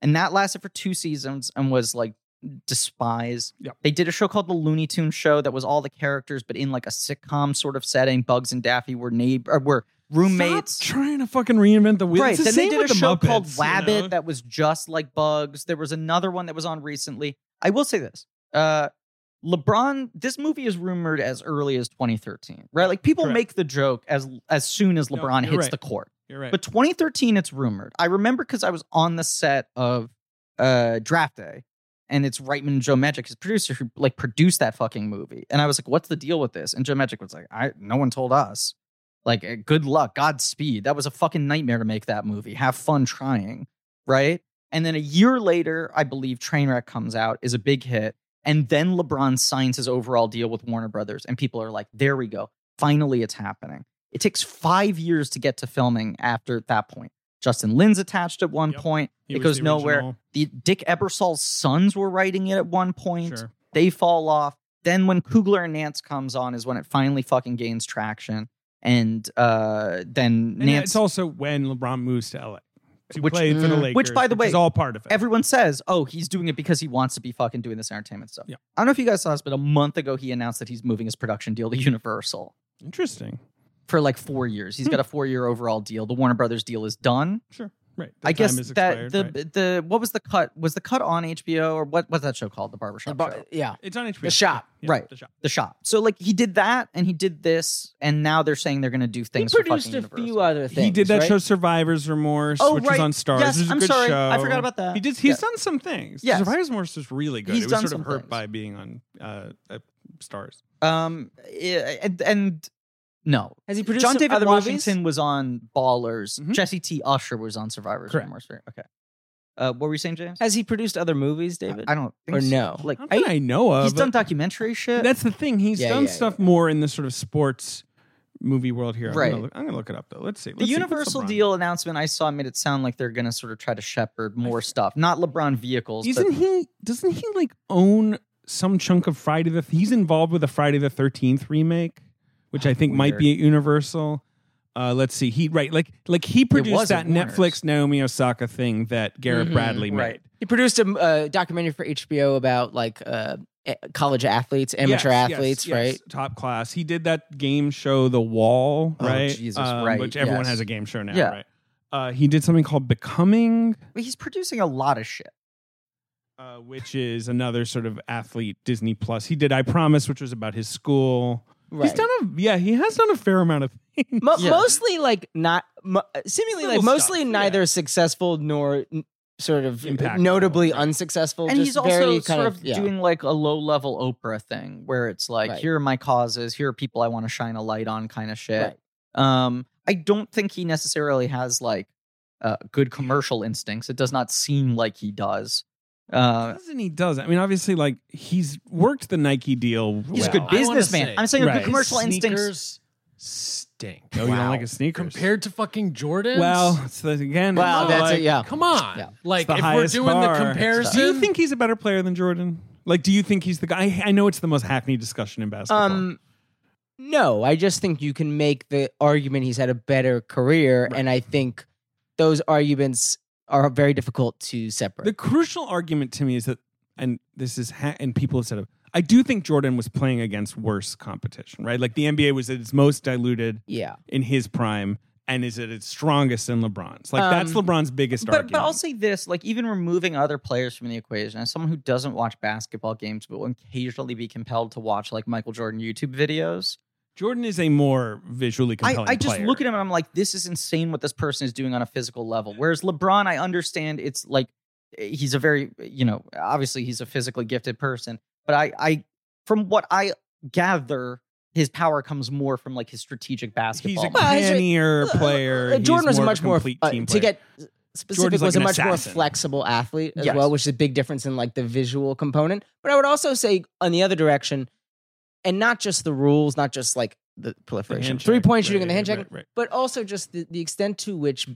Speaker 1: and that lasted for two seasons and was like despised.
Speaker 2: Yep.
Speaker 1: They did a show called the Looney Tunes Show that was all the characters, but in like a sitcom sort of setting. Bugs and Daffy were neighbor or were roommates.
Speaker 2: Stop trying to fucking reinvent the wheel.
Speaker 1: Right.
Speaker 2: It's the
Speaker 1: Then
Speaker 2: same
Speaker 1: they did
Speaker 2: with
Speaker 1: a
Speaker 2: the
Speaker 1: show called
Speaker 2: Muppets,
Speaker 1: Wabbit
Speaker 2: you know?
Speaker 1: that was just like Bugs. There was another one that was on recently. I will say this. Uh LeBron, this movie is rumored as early as 2013, right? Like people
Speaker 2: Correct.
Speaker 1: make the joke as as soon as
Speaker 2: No,
Speaker 1: LeBron
Speaker 2: you're
Speaker 1: hits
Speaker 2: right.
Speaker 1: the court.
Speaker 2: You're right.
Speaker 1: But 2013, it's rumored. I remember because I was on the set of uh, Draft Day, and it's Reitman and Joe Magic, his producer, who like produced that fucking movie. And I was like, "What's the deal with this?" And Joe Magic was like, "I no one told us. Like, eh, good luck, Godspeed. That was a fucking nightmare to make that movie. Have fun trying, right?" And then a year later, I believe Trainwreck comes out, is a big hit, and then LeBron signs his overall deal with Warner Brothers, and people are like, "There we go. Finally, it's happening." It takes five years to get to filming after that point. Justin Lin's attached at one
Speaker 2: Yep.
Speaker 1: point.
Speaker 2: He
Speaker 1: it
Speaker 2: was
Speaker 1: goes
Speaker 2: the
Speaker 1: nowhere.
Speaker 2: original.
Speaker 1: The Dick Ebersol's sons were writing it at one point.
Speaker 2: Sure.
Speaker 1: They fall off. Then when Kugler and Nance comes on is when it finally fucking gains traction. And uh, then
Speaker 2: And
Speaker 1: Nance
Speaker 2: it's also when LeBron moves to LA to
Speaker 1: Which-
Speaker 2: play for Mm. the Lakers,
Speaker 1: Which, by the way,
Speaker 2: is all part of it.
Speaker 1: everyone says, "Oh, he's doing it because he wants to be fucking doing this entertainment stuff."
Speaker 2: Yeah.
Speaker 1: I don't know if you guys saw this, but a month ago he announced that he's moving his production deal to Universal
Speaker 2: Interesting.
Speaker 1: for like four years. He's
Speaker 2: Hmm.
Speaker 1: got a four-year overall deal. The Warner Brothers deal is done.
Speaker 2: Sure. Right.
Speaker 1: I guess
Speaker 2: is
Speaker 1: that
Speaker 2: expired,
Speaker 1: the
Speaker 2: right.
Speaker 1: the what was the cut was the cut on HBO or what was that show called the barbershop
Speaker 3: About-
Speaker 1: show
Speaker 3: yeah.
Speaker 2: it's on HBO.
Speaker 3: The shop.
Speaker 2: Yeah,
Speaker 1: Right.
Speaker 2: The shop.
Speaker 1: the shop so like he did that and he did this and now they're saying they're going to do things
Speaker 3: he produced
Speaker 1: for
Speaker 3: a
Speaker 1: fucking
Speaker 3: few
Speaker 1: Universal.
Speaker 3: other things.
Speaker 2: he did that
Speaker 3: right?
Speaker 2: show Survivor's Remorse,
Speaker 1: Oh,
Speaker 2: which
Speaker 1: right.
Speaker 2: was on Stars.
Speaker 1: Yes,
Speaker 2: It was a
Speaker 1: I'm
Speaker 2: good
Speaker 1: sorry. I
Speaker 2: show.
Speaker 1: forgot about that.
Speaker 2: He did. He's
Speaker 1: Yeah.
Speaker 2: done some things.
Speaker 1: Yes.
Speaker 2: Survivor's Remorse was really good.
Speaker 1: He's
Speaker 2: it was
Speaker 1: done
Speaker 2: sort
Speaker 1: some
Speaker 2: of hurt
Speaker 1: things.
Speaker 2: by being on uh, uh, Stars.
Speaker 1: um eh, and, and no
Speaker 3: Has he produced
Speaker 1: John
Speaker 3: some
Speaker 1: David
Speaker 3: other
Speaker 1: Washington
Speaker 3: movies? Mm-hmm.
Speaker 1: was on Ballers
Speaker 2: Mhm.
Speaker 1: Jesse T Usher was on Survivor's
Speaker 2: Correct.
Speaker 1: Remorse right? okay uh, what were you saying James
Speaker 3: Has he produced other movies, David?
Speaker 1: I don't think
Speaker 3: Or
Speaker 1: so.
Speaker 3: no?
Speaker 1: like
Speaker 2: I don't
Speaker 1: I,
Speaker 2: think I know of.
Speaker 1: he's done
Speaker 2: but
Speaker 1: documentary shit
Speaker 2: That's the thing. He's
Speaker 3: Yeah,
Speaker 2: done
Speaker 3: yeah,
Speaker 2: stuff more in the sort of sports movie world here. I'm
Speaker 1: Right.
Speaker 2: Gonna look, I'm gonna look it up though. Let's see.
Speaker 1: The
Speaker 2: Let's see. What's
Speaker 1: Universal
Speaker 2: LeBron?
Speaker 1: deal announcement I saw made it sound like they're going to sort of try to shepherd more stuff, not LeBron vehicles. but-
Speaker 2: Isn't he? Doesn't he like own some chunk of Friday the? He's involved with a Friday the Thirteenth remake which I think might
Speaker 1: Weird.
Speaker 2: be universal. Uh, let's see. He right like like he produced
Speaker 1: was
Speaker 2: that
Speaker 1: at Warner's.
Speaker 2: Netflix Naomi Osaka thing that Garrett
Speaker 3: Mhm,
Speaker 2: Bradley made.
Speaker 1: right.
Speaker 3: He produced a uh, documentary for HBO about like uh, a- college athletes, amateur
Speaker 2: Yes, yes,
Speaker 3: athletes,
Speaker 2: yes.
Speaker 3: right?
Speaker 2: Top class. He did that game show, The Wall,
Speaker 1: Oh,
Speaker 2: right? Um,
Speaker 1: Jesus, right,
Speaker 2: Which everyone
Speaker 1: yes.
Speaker 2: has a game show now,
Speaker 1: Yeah.
Speaker 2: right? Uh, he did something called Becoming,
Speaker 1: But he's producing a lot of shit.
Speaker 2: uh, which is another sort of athlete Disney Plus. He did I Promise, which was about his school.
Speaker 3: Right.
Speaker 2: He's done a yeah, he has done a fair amount of things.
Speaker 3: Mo-
Speaker 1: Yeah.
Speaker 3: Mostly like not, mo- uh, seemingly
Speaker 2: Little
Speaker 3: like mostly
Speaker 2: stuff,
Speaker 3: neither successful nor n- sort of
Speaker 2: Impactful,
Speaker 3: notably
Speaker 2: right.
Speaker 3: unsuccessful.
Speaker 1: and
Speaker 3: just
Speaker 1: he's also
Speaker 3: very
Speaker 1: sort
Speaker 3: kind
Speaker 1: of,
Speaker 3: yeah.
Speaker 1: doing like a low level Oprah thing where it's like,
Speaker 3: Right.
Speaker 1: here are my causes, here are people I want to shine a light on kind of shit.
Speaker 3: Right.
Speaker 1: Um, I don't think he necessarily has like uh, good commercial instincts. It does not seem like he does. Uh,
Speaker 2: doesn't he does. I mean, obviously, like he's worked the Nike deal.
Speaker 1: he's a
Speaker 2: well.
Speaker 1: good
Speaker 4: I wanna
Speaker 1: businessman.
Speaker 4: say-
Speaker 1: I'm saying a
Speaker 2: Right.
Speaker 1: good commercial instincts.
Speaker 4: Sneakers stink.
Speaker 2: No, you don't like his sneakers.
Speaker 4: compared to fucking Jordan.
Speaker 2: well, so again,
Speaker 3: Wow,
Speaker 2: it's
Speaker 3: that's
Speaker 2: like,
Speaker 3: it. Yeah.
Speaker 4: come on.
Speaker 3: Yeah.
Speaker 4: Like
Speaker 2: the
Speaker 4: if we're
Speaker 2: highest
Speaker 4: doing
Speaker 2: bar.
Speaker 4: the comparison,
Speaker 2: Do you think he's a better player than Jordan? Like, do you think he's the guy? I, I know it's the most hackneyed discussion in basketball.
Speaker 3: Um, no, I just think you can make the argument he's had a better career, and I think those arguments are very difficult to separate.
Speaker 2: the crucial argument to me is that, and this is ha- and people have said, it, I do think Jordan was playing against worse competition, right? Like the NBA was at its most diluted
Speaker 3: yeah,
Speaker 2: in his prime, and is at its strongest in LeBron's. Like that's
Speaker 3: Um,
Speaker 2: LeBron's biggest
Speaker 1: But,
Speaker 2: argument.
Speaker 1: but I'll say this like, even removing other players from the equation, as someone who doesn't watch basketball games, but will occasionally be compelled to watch like Michael Jordan YouTube videos,
Speaker 2: Jordan is a more visually
Speaker 1: I,
Speaker 2: compelling.
Speaker 1: I just
Speaker 2: player.
Speaker 1: look at him and I'm like, this is insane what this person is doing on a physical level. Whereas LeBron, I understand it's like he's a very, you know, obviously he's a physically gifted person, but I, I from what I gather, his power comes more from like his strategic
Speaker 2: He's
Speaker 1: basketball.
Speaker 2: a
Speaker 1: mind.
Speaker 3: Well, he's a-
Speaker 2: pioneer
Speaker 3: Uh,
Speaker 2: player.
Speaker 3: uh, Jordan
Speaker 2: He's
Speaker 3: was a
Speaker 2: more of
Speaker 3: much more
Speaker 2: complete
Speaker 3: uh,
Speaker 2: team
Speaker 3: to
Speaker 2: player.
Speaker 3: get specific
Speaker 2: like
Speaker 3: was a
Speaker 2: an
Speaker 3: much more
Speaker 2: assassin.
Speaker 3: flexible athlete as
Speaker 1: Yes.
Speaker 3: well, which is a big difference in like the visual component. But I would also say on the other direction, and not just the rules, not just like the
Speaker 2: The hand
Speaker 3: proliferation,
Speaker 2: check,
Speaker 3: three
Speaker 2: right,
Speaker 3: point shooting and the
Speaker 2: right,
Speaker 3: hand check,
Speaker 2: right, right.
Speaker 3: but also just the, the extent to which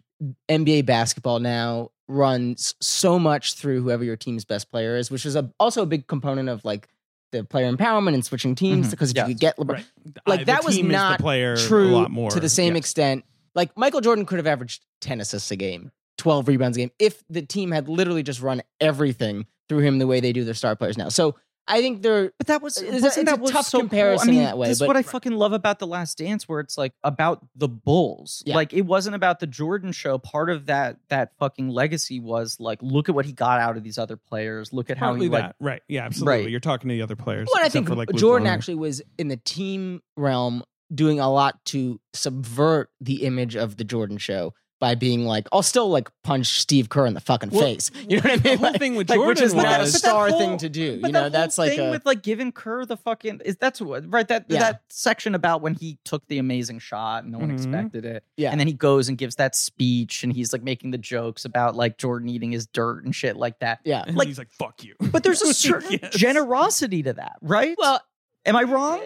Speaker 3: NBA basketball now runs so much through whoever your team's best player is, which is a, also a big component of like the player empowerment and switching teams.
Speaker 1: Mhm.
Speaker 3: Because if
Speaker 1: Yes.
Speaker 3: you could get
Speaker 2: Mm-hmm.
Speaker 3: LeBron,
Speaker 2: Right.
Speaker 3: Like,
Speaker 2: I-
Speaker 3: that
Speaker 2: the
Speaker 3: was
Speaker 2: team is
Speaker 3: not
Speaker 2: the player
Speaker 3: true
Speaker 2: a lot more
Speaker 3: to the same
Speaker 2: yeah.
Speaker 3: extent. Like Michael Jordan could have averaged 10 assists a game, 12 rebounds a game if the team had literally just run everything through him the way they do their star players now. So I think they're
Speaker 1: But that was
Speaker 3: It's a-
Speaker 1: wasn't
Speaker 3: it's a
Speaker 1: that what's
Speaker 3: tough
Speaker 1: so cool?
Speaker 3: comparison
Speaker 1: I mean,
Speaker 3: that way,
Speaker 1: That's
Speaker 3: but-
Speaker 1: what I fucking love about the Last Dance, where it's like about the Bulls.
Speaker 3: Yeah.
Speaker 1: Like it wasn't about the Jordan show. Part of that that fucking legacy was like, look at what he got out of these other players. Look at how
Speaker 2: Partly
Speaker 1: he like
Speaker 2: that. Right. Yeah, absolutely.
Speaker 1: Right.
Speaker 2: You're talking to the other players.
Speaker 3: well, and I
Speaker 2: except
Speaker 3: think
Speaker 2: for, like, Luke
Speaker 3: Jordan
Speaker 2: Longley.
Speaker 3: actually was in the team realm doing a lot to subvert the image of the Jordan show by being like, I'll still like punch Steve Kerr in the fucking
Speaker 2: Well,
Speaker 3: face. You know what I mean?
Speaker 2: The whole
Speaker 3: Like-
Speaker 2: thing with
Speaker 3: like,
Speaker 2: Jordan
Speaker 3: which is
Speaker 1: But
Speaker 3: not a
Speaker 1: that-
Speaker 2: was-
Speaker 1: but that
Speaker 3: star
Speaker 1: whole-
Speaker 3: thing to do.
Speaker 1: But
Speaker 3: You
Speaker 1: that
Speaker 3: know,
Speaker 1: whole
Speaker 3: that's like
Speaker 1: thing
Speaker 3: a,
Speaker 1: with like giving Kerr the fucking is that's what right that
Speaker 3: Yeah. Mm-hmm.
Speaker 1: that section about when he took the amazing shot and no one
Speaker 2: Mhm.
Speaker 1: expected it.
Speaker 3: Yeah.
Speaker 1: And then he goes and gives that speech and he's like making the jokes about like Jordan eating his dirt and shit like that.
Speaker 3: yeah.
Speaker 2: and
Speaker 1: like-
Speaker 2: he's like, fuck you.
Speaker 1: But there's a certain
Speaker 2: Yes.
Speaker 1: generosity to that, right?
Speaker 3: Well,
Speaker 1: am I wrong?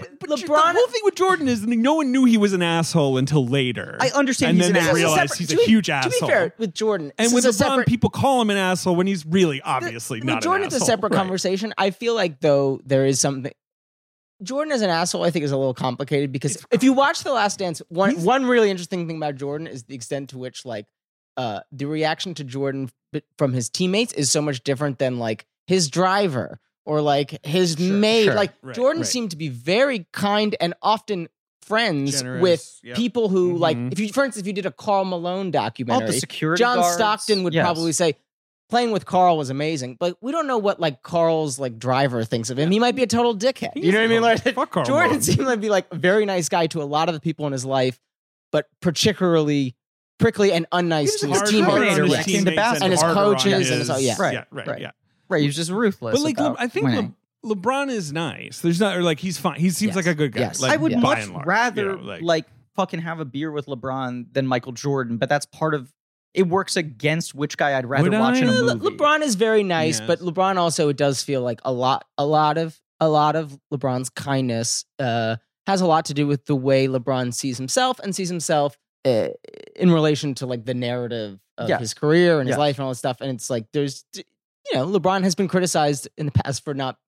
Speaker 2: But the whole thing with Jordan is no one knew he was an asshole until later.
Speaker 1: I understand
Speaker 2: And
Speaker 1: he's
Speaker 2: then
Speaker 1: an
Speaker 2: they
Speaker 1: asshole.
Speaker 2: realized
Speaker 3: separate-
Speaker 2: he's
Speaker 3: to
Speaker 2: a
Speaker 3: be-
Speaker 2: huge
Speaker 3: to be
Speaker 2: asshole.
Speaker 3: fair, with Jordan,
Speaker 2: And
Speaker 3: this
Speaker 2: with
Speaker 3: is a
Speaker 2: LeBron,
Speaker 3: separate,
Speaker 2: people call him an asshole when he's really obviously
Speaker 3: with
Speaker 2: not
Speaker 3: Jordan
Speaker 2: an
Speaker 3: is
Speaker 2: asshole.
Speaker 3: a separate
Speaker 2: Right.
Speaker 3: conversation. I feel like though there is something. Jordan as an asshole, I think, is a little complicated because
Speaker 2: It's
Speaker 3: if you watch The Last Dance, one
Speaker 2: He's-
Speaker 3: one really interesting thing about Jordan is the extent to which like uh, the reaction to Jordan f- from his teammates is so much different than like his driver or like his
Speaker 1: Sure,
Speaker 3: maid.
Speaker 1: sure.
Speaker 3: like
Speaker 2: Right,
Speaker 3: Jordan
Speaker 2: right.
Speaker 3: seemed to be very kind and often friends
Speaker 2: Generous,
Speaker 3: with
Speaker 2: yep.
Speaker 3: people who like
Speaker 2: Mhm.
Speaker 3: if you for instance if you did a Carl Malone
Speaker 1: All
Speaker 3: documentary,
Speaker 1: the security
Speaker 3: John
Speaker 1: guards.
Speaker 3: Stockton would
Speaker 1: Yes.
Speaker 3: probably say playing with Carl was amazing, but we don't know what like Carl's like driver thinks of him. He might be a total dickhead.
Speaker 2: He's
Speaker 3: you know what I mean?
Speaker 2: a-
Speaker 3: Like
Speaker 2: fuck Karl
Speaker 3: Jordan
Speaker 2: Malone.
Speaker 3: seemed to be like a very nice guy to a lot of the people in his life, but particularly prickly and
Speaker 1: He
Speaker 3: unnice
Speaker 1: was
Speaker 3: to
Speaker 1: a
Speaker 3: his
Speaker 1: harder
Speaker 2: harder
Speaker 1: teammates and
Speaker 2: on his
Speaker 3: teammates. Yeah.
Speaker 1: team-
Speaker 2: teammates
Speaker 1: basket.
Speaker 3: And his
Speaker 2: harder on
Speaker 3: coaches and
Speaker 2: his,
Speaker 3: his- oh, yeah.
Speaker 2: yeah, right,
Speaker 1: Right.
Speaker 2: yeah.
Speaker 1: Right, he was just ruthless.
Speaker 2: But like, Le-
Speaker 1: about
Speaker 2: I think
Speaker 1: winning.
Speaker 2: Le- LeBron is nice. There's not or like he's fine. He seems
Speaker 3: Yes.
Speaker 2: like a good guy.
Speaker 3: Yes.
Speaker 2: Like,
Speaker 1: I would
Speaker 2: by
Speaker 1: much
Speaker 2: and large,
Speaker 1: rather
Speaker 2: you know,
Speaker 1: like, fucking have a beer with LeBron than Michael Jordan, but that's part of it works against which guy I'd rather
Speaker 2: Would
Speaker 1: watch in a
Speaker 2: I?
Speaker 1: movie.
Speaker 3: Eh, Le- LeBron is very nice,
Speaker 2: Yes.
Speaker 3: but LeBron also it does feel like a lot, a lot of a lot of LeBron's kindness uh, has a lot to do with the way LeBron sees himself and sees himself uh, in relation to like the narrative of
Speaker 1: Yes.
Speaker 3: his career and his
Speaker 1: Yes.
Speaker 3: life and all this stuff. And it's like there's, you know, LeBron has been criticized in the past for not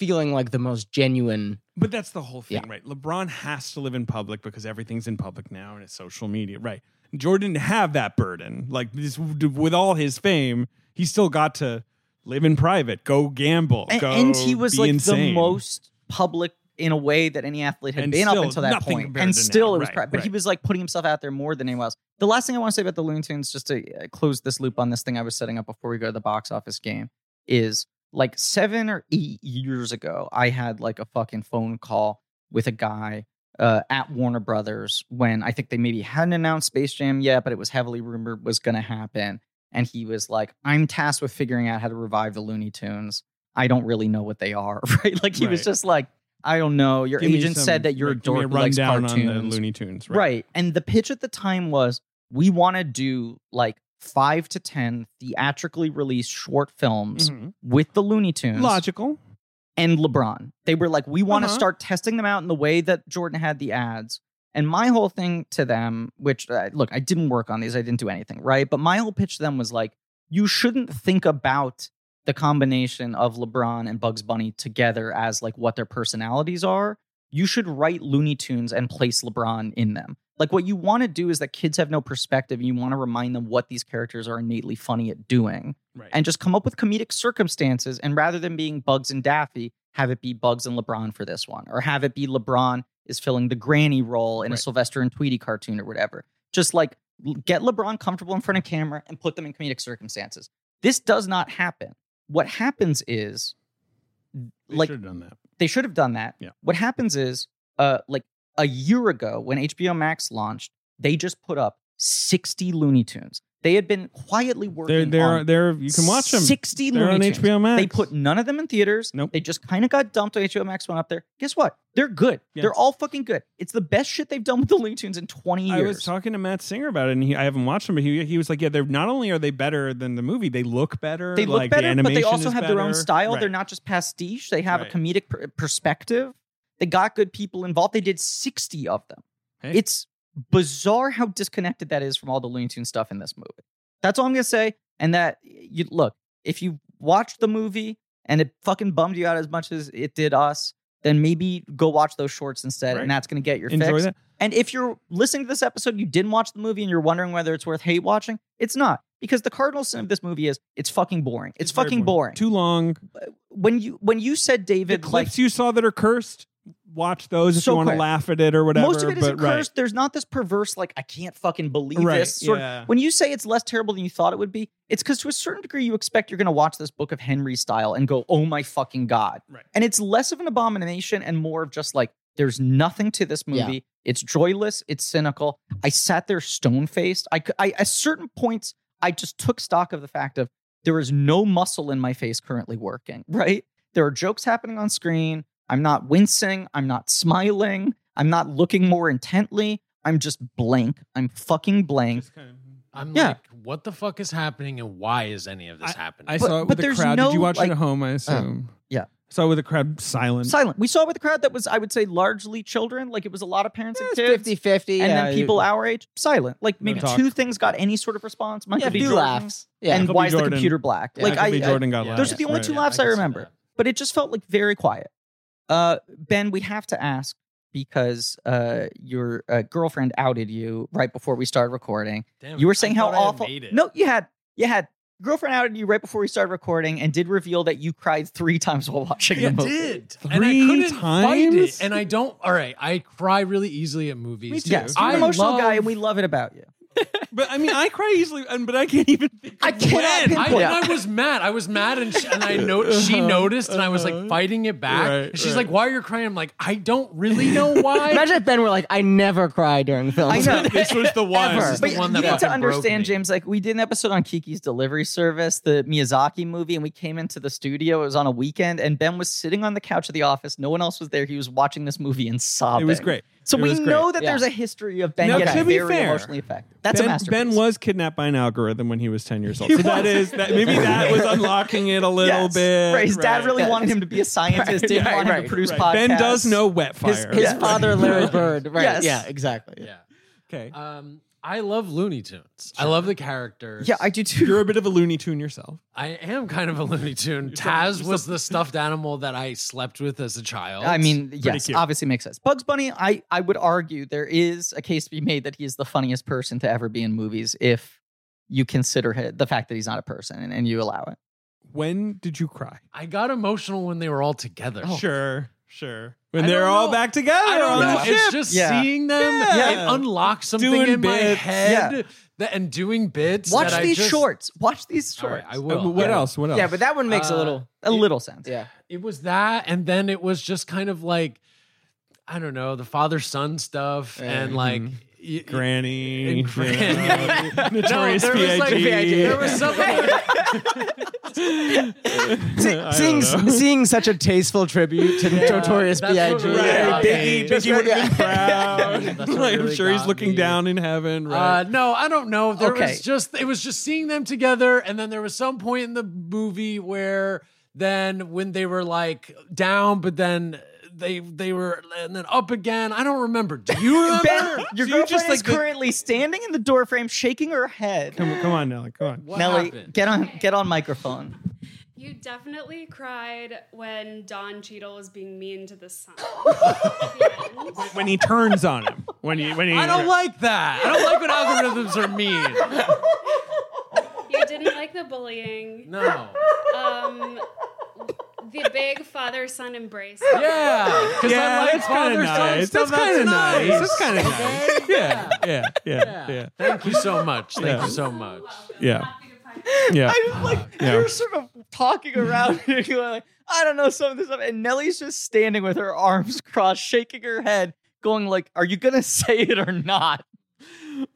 Speaker 3: feeling like the most genuine
Speaker 2: But that's the whole thing,
Speaker 3: Yeah.
Speaker 2: right? LeBron has to live in public because everything's in public now and it's social media, right? Jordan didn't have that burden. Like this, with all his fame, he still got to live in private, go gamble,
Speaker 1: and,
Speaker 2: go
Speaker 1: and he was
Speaker 2: be
Speaker 1: like the
Speaker 2: insane.
Speaker 1: most public in a way that any athlete had
Speaker 2: And
Speaker 1: been up
Speaker 2: still
Speaker 1: until that
Speaker 2: nothing
Speaker 1: point.
Speaker 2: compared
Speaker 1: And
Speaker 2: to now.
Speaker 1: still, it was
Speaker 2: Right,
Speaker 1: private. But he
Speaker 2: right.
Speaker 1: was like putting himself out there more than anyone else. The last thing I want to say about the Looney Tunes, just to uh, close this loop on this thing I was setting up before we go to the box office game, is like seven or eight years ago, I had like a fucking phone call with a guy uh, at Warner Brothers when I think they maybe hadn't announced Space Jam yet, but it was heavily rumored was going to happen. And he was like, I'm tasked with figuring out how to revive the Looney Tunes. I don't really know what they are, right? Like he was
Speaker 2: Right.
Speaker 1: just like, I don't know. Your
Speaker 2: Give me
Speaker 1: agent
Speaker 2: some-
Speaker 1: said that you're a
Speaker 2: right, give me
Speaker 1: dork who likes
Speaker 2: rundown
Speaker 1: cartoons.
Speaker 2: on the Looney Tunes,
Speaker 1: right. And the pitch at the time was we want to do like five to 10 theatrically released short films
Speaker 2: Mhm.
Speaker 1: with the Looney Tunes
Speaker 2: Logical.
Speaker 1: and LeBron. They were like, we want to
Speaker 2: Uh-huh.
Speaker 1: start testing them out in the way that Jordan had the ads. And my whole thing to them, which uh, look, I didn't work on these, I didn't do anything, right? But my whole pitch to them was like, you shouldn't think about the combination of LeBron and Bugs Bunny together as like what their personalities are. You should write Looney Tunes and place LeBron in them. Like what you want to do is that kids have no perspective. And you want to remind them what these characters are innately funny at doing
Speaker 2: Right.
Speaker 1: and just come up with comedic circumstances. And rather than being Bugs and Daffy, have it be Bugs and LeBron for this one, or have it be LeBron is filling the granny role in a
Speaker 2: Right.
Speaker 1: Sylvester and Tweety cartoon or whatever. Just like l- get LeBron comfortable in front of camera and put them in comedic circumstances. This does not happen. What happens is
Speaker 2: They
Speaker 1: like-
Speaker 2: should have done that.
Speaker 1: they should have done that.
Speaker 2: Yeah.
Speaker 1: What happens is, uh, like a year ago when HBO Max launched, they just put up 60 Looney Tunes. They had been quietly working
Speaker 2: They're,
Speaker 1: on
Speaker 2: they're, they're, you can watch them.
Speaker 1: 60
Speaker 2: They're
Speaker 1: Looney
Speaker 2: on
Speaker 1: Tunes.
Speaker 2: HBO Max.
Speaker 1: They put none of them in theaters.
Speaker 2: Nope.
Speaker 1: They just kind of got dumped on HBO Max. Went up there. Guess what? They're good.
Speaker 2: Yeah.
Speaker 1: They're all fucking good. It's the best shit they've done with the Looney Tunes in 20 years.
Speaker 2: I was talking to Matt Singer about it, and he, I haven't watched him, but he, he was like, "Yeah, they're not only are they better than the movie, they look better.
Speaker 1: they look
Speaker 2: like,
Speaker 1: better,
Speaker 2: the
Speaker 1: but they
Speaker 2: animation
Speaker 1: also
Speaker 2: is
Speaker 1: have their own
Speaker 2: better."
Speaker 1: style.
Speaker 2: Right.
Speaker 1: They're not just pastiche. They have
Speaker 2: Right.
Speaker 1: a comedic per- perspective. They got good people involved. They did 60 of them.
Speaker 2: Hey.
Speaker 1: It's bizarre how disconnected that is from all the Looney Tunes stuff in this movie. That's all I'm gonna say. And that you look, if you watched the movie and it fucking bummed you out as much as it did us, then maybe go watch those shorts instead,
Speaker 2: Right.
Speaker 1: and that's gonna get your
Speaker 2: enjoy
Speaker 1: fix.
Speaker 2: that.
Speaker 1: And if you're listening to this episode, you didn't watch the movie and you're wondering whether it's worth hate watching, it's not. Because the cardinal sin of this movie is it's fucking boring. It's,
Speaker 2: very
Speaker 1: fucking boring.
Speaker 2: Too long.
Speaker 1: When you when you said
Speaker 2: The
Speaker 1: David like
Speaker 2: clips you saw that are cursed, watch those if
Speaker 1: So
Speaker 2: you want to
Speaker 1: quick.
Speaker 2: laugh at it or whatever.
Speaker 1: most of it
Speaker 2: but
Speaker 1: isn't cursed, there's not this perverse like I can't fucking believe
Speaker 2: Right,
Speaker 1: this. Sort of-
Speaker 2: yeah.
Speaker 1: when you say it's less terrible than you thought it would be, it's because to a certain degree you expect you're going to watch this Book of Henry style and go, "Oh my fucking god!"
Speaker 2: Right.
Speaker 1: And it's less of an abomination and more of just like there's nothing to this
Speaker 3: Yeah.
Speaker 1: movie. It's joyless. It's cynical. I sat there stone faced. I, cou- I at certain points I just took stock of the fact of there is no muscle in my face currently working. Right? There are jokes happening on screen. I'm not wincing. I'm not smiling. I'm not looking more intently. I'm just blank. I'm fucking blank.
Speaker 4: I'm
Speaker 1: Yeah.
Speaker 4: like, what the fuck is happening and why is any of this happening?
Speaker 2: I
Speaker 1: But-
Speaker 2: saw it
Speaker 1: but
Speaker 2: with the
Speaker 1: there's
Speaker 2: crowd. Did
Speaker 1: no,
Speaker 2: you watch
Speaker 1: like- uh,
Speaker 2: it at home? I assume.
Speaker 1: yeah.
Speaker 2: Saw it with the crowd silent.
Speaker 1: silent. We saw it with a crowd that was, I would say, largely children. Like it was a lot of
Speaker 3: Eh,
Speaker 1: parents and kids,
Speaker 3: 50 50.
Speaker 1: and then people our age, silent. Like maybe
Speaker 2: talk.
Speaker 1: two things got any sort of response. Michael
Speaker 3: Yeah,
Speaker 1: B.
Speaker 3: few
Speaker 1: Jordan,
Speaker 3: laughs. Yeah.
Speaker 1: and
Speaker 2: Michael B.
Speaker 1: why is the
Speaker 2: Jordan.
Speaker 1: computer black?
Speaker 3: Yeah,
Speaker 1: like
Speaker 2: Michael
Speaker 1: I,
Speaker 2: B.
Speaker 1: I-
Speaker 2: Jordan got
Speaker 4: Yeah,
Speaker 2: lost.
Speaker 1: those are the only
Speaker 2: Right.
Speaker 1: two
Speaker 4: Yeah,
Speaker 1: laughs
Speaker 4: I
Speaker 1: I,
Speaker 4: can see
Speaker 1: remember.
Speaker 4: that.
Speaker 1: But it just felt like very quiet. Uh, ben, we have to ask because uh, your uh, girlfriend outed you right before we started recording.
Speaker 4: Damn
Speaker 1: You
Speaker 4: it.
Speaker 1: were
Speaker 4: I
Speaker 1: saying how
Speaker 4: thought I had
Speaker 1: awful.
Speaker 4: made it.
Speaker 1: No, you had you had girlfriend outed you right before we started recording and did reveal that you cried three times while watching
Speaker 4: I
Speaker 1: the movie.
Speaker 4: did. and I
Speaker 2: Three
Speaker 4: couldn't fight
Speaker 2: times?
Speaker 4: it. And I don't. All right. I cry really easily at movies.
Speaker 2: Me too.
Speaker 1: Yes, you're
Speaker 4: I
Speaker 1: an emotional
Speaker 4: love-
Speaker 1: guy, and we love it about you.
Speaker 2: But I mean, I cry easily, and but I can't even. Think
Speaker 1: I
Speaker 2: of
Speaker 1: cannot
Speaker 2: when.
Speaker 1: pinpoint-
Speaker 4: I,
Speaker 1: Yeah.
Speaker 4: and I was mad. I was mad, and she, and I know she
Speaker 2: Uh-huh,
Speaker 4: noticed, and I was like
Speaker 2: uh-huh.
Speaker 4: fighting it back.
Speaker 2: Right,
Speaker 4: And she's
Speaker 2: right.
Speaker 4: like, "Why are you crying?" I'm like, "I don't really know why."
Speaker 3: Imagine if Ben were like, I never cry during films.
Speaker 1: I know.
Speaker 2: This was the one.
Speaker 4: Ever. This is the
Speaker 1: but
Speaker 4: one
Speaker 1: you
Speaker 4: that
Speaker 1: need to
Speaker 4: fucking broke
Speaker 1: understand,
Speaker 4: me.
Speaker 1: James. Like we did an episode on Kiki's Delivery Service, the Miyazaki movie, and we came into the studio. It was on a weekend, and Ben was sitting on the couch of the office. No one else was there. He was watching this movie and sobbing.
Speaker 2: It was great.
Speaker 1: So
Speaker 2: It
Speaker 1: we
Speaker 2: was great.
Speaker 1: know that
Speaker 3: Yeah.
Speaker 1: there's a history of Ben
Speaker 2: Now,
Speaker 1: getting
Speaker 2: to be
Speaker 1: very
Speaker 2: fair,
Speaker 1: emotionally affected. That's
Speaker 2: ben,
Speaker 1: a masterpiece.
Speaker 2: Ben was kidnapped by an algorithm when he was ten years old. So that
Speaker 1: was.
Speaker 2: is that maybe that was unlocking it a little
Speaker 1: Yes.
Speaker 2: bit.
Speaker 1: Right, his dad really
Speaker 3: Yes.
Speaker 1: wanted him to be a scientist. Didn't
Speaker 3: right,
Speaker 1: want him
Speaker 3: right,
Speaker 1: to produce
Speaker 2: Right.
Speaker 1: podcasts.
Speaker 2: Ben does know wet
Speaker 3: His,
Speaker 2: fire.
Speaker 3: his
Speaker 1: Yeah.
Speaker 3: father, Larry Bird. Right.
Speaker 1: Yes.
Speaker 3: Yeah, exactly.
Speaker 4: yeah.
Speaker 2: Okay.
Speaker 4: Um, I love Looney Tunes. I love the characters.
Speaker 1: Yeah, I do too.
Speaker 2: You're a bit of a Looney Tune yourself.
Speaker 4: I am kind of a Looney Tune.
Speaker 2: You're some-
Speaker 4: Taz
Speaker 2: you're
Speaker 4: was
Speaker 2: some-
Speaker 4: the stuffed animal that I slept with as a child.
Speaker 1: I mean, yes,
Speaker 2: cute.
Speaker 1: obviously makes sense. Bugs Bunny, I, I would argue there is a case to be made that he is the funniest person to ever be in movies if you consider hi- the fact that he's not a person and, and you allow it.
Speaker 2: When did you cry?
Speaker 4: I got emotional when they were all together.
Speaker 1: Oh,
Speaker 2: Sure, sure. When
Speaker 4: Oh. I
Speaker 2: they're
Speaker 4: don't
Speaker 2: all
Speaker 4: know.
Speaker 2: back together
Speaker 4: I don't
Speaker 2: on
Speaker 4: know.
Speaker 2: the ship.
Speaker 4: It's just
Speaker 1: Yeah.
Speaker 4: seeing them.
Speaker 2: Yeah.
Speaker 4: It unlocks something
Speaker 2: Doing
Speaker 4: in my
Speaker 2: bits.
Speaker 4: head that, and doing bits.
Speaker 1: Watch
Speaker 4: that I
Speaker 1: these
Speaker 4: just-
Speaker 1: shorts. Watch these
Speaker 4: All
Speaker 1: shorts.
Speaker 4: right, I
Speaker 2: Uh,
Speaker 4: will.
Speaker 2: what
Speaker 4: I will.
Speaker 2: else? What else?
Speaker 3: Yeah, but that one makes a
Speaker 4: Uh,
Speaker 3: little.
Speaker 1: a little sense.
Speaker 3: Yeah.
Speaker 4: It was that, and then it was just kind of like, I don't know, the father son stuff, and like.
Speaker 1: Mm-hmm.
Speaker 4: y- y-
Speaker 2: Granny,
Speaker 4: And Granny.
Speaker 2: you know, Notorious
Speaker 4: there was, like,
Speaker 2: B.I.G..
Speaker 4: there was something.
Speaker 2: I don't
Speaker 3: seeing,
Speaker 2: know.
Speaker 3: seeing such a tasteful tribute to Notorious
Speaker 4: that's what
Speaker 3: B.I.G.
Speaker 4: we're
Speaker 2: Right,
Speaker 4: Yeah.
Speaker 2: Biggie,
Speaker 4: That's
Speaker 2: Biggie would have been
Speaker 4: That's
Speaker 2: proud.
Speaker 4: what
Speaker 2: Like, I'm
Speaker 4: really
Speaker 2: sure he's
Speaker 4: got
Speaker 2: looking
Speaker 4: me.
Speaker 2: down in heaven, right?
Speaker 4: Uh, no, I don't know. There
Speaker 1: Okay.
Speaker 4: was just it was just seeing them together, and then there was some point in the movie where then when they were like down, but then they they were and then up again. I don't remember. Do you remember?
Speaker 1: Ben, your
Speaker 2: So you
Speaker 1: girlfriend
Speaker 2: just,
Speaker 1: is
Speaker 2: like, the-
Speaker 1: currently standing in the doorframe, shaking her head.
Speaker 2: come, come on, Nelly, come on.
Speaker 4: Uh, what
Speaker 1: Nelly,
Speaker 4: happened?
Speaker 1: get on get on microphone.
Speaker 6: You definitely cried when Don Cheadle was being mean to the son.
Speaker 2: When he turns on him, when he, when he,
Speaker 4: I don't like that. I don't like when algorithms are mean.
Speaker 6: you didn't like the bullying.
Speaker 4: No.
Speaker 6: Um, the big father son embrace.
Speaker 4: Yeah. Because
Speaker 2: yeah,
Speaker 4: I like
Speaker 2: that's kind of
Speaker 4: father-son
Speaker 2: nice.
Speaker 4: stuff.
Speaker 2: That's kind of
Speaker 4: nice.
Speaker 2: nice. That's kind of nice. Yeah, yeah, yeah, yeah,
Speaker 4: Thank you so much. Thank
Speaker 2: Yeah.
Speaker 4: you so much.
Speaker 2: yeah,
Speaker 6: Happy to find
Speaker 2: yeah.
Speaker 1: I'm like
Speaker 2: Uh, Yeah.
Speaker 1: you're sort of talking around and you're like, I don't know some of this stuff. And Nellie's just standing with her arms crossed, shaking her head, going like, Are you gonna say it or not?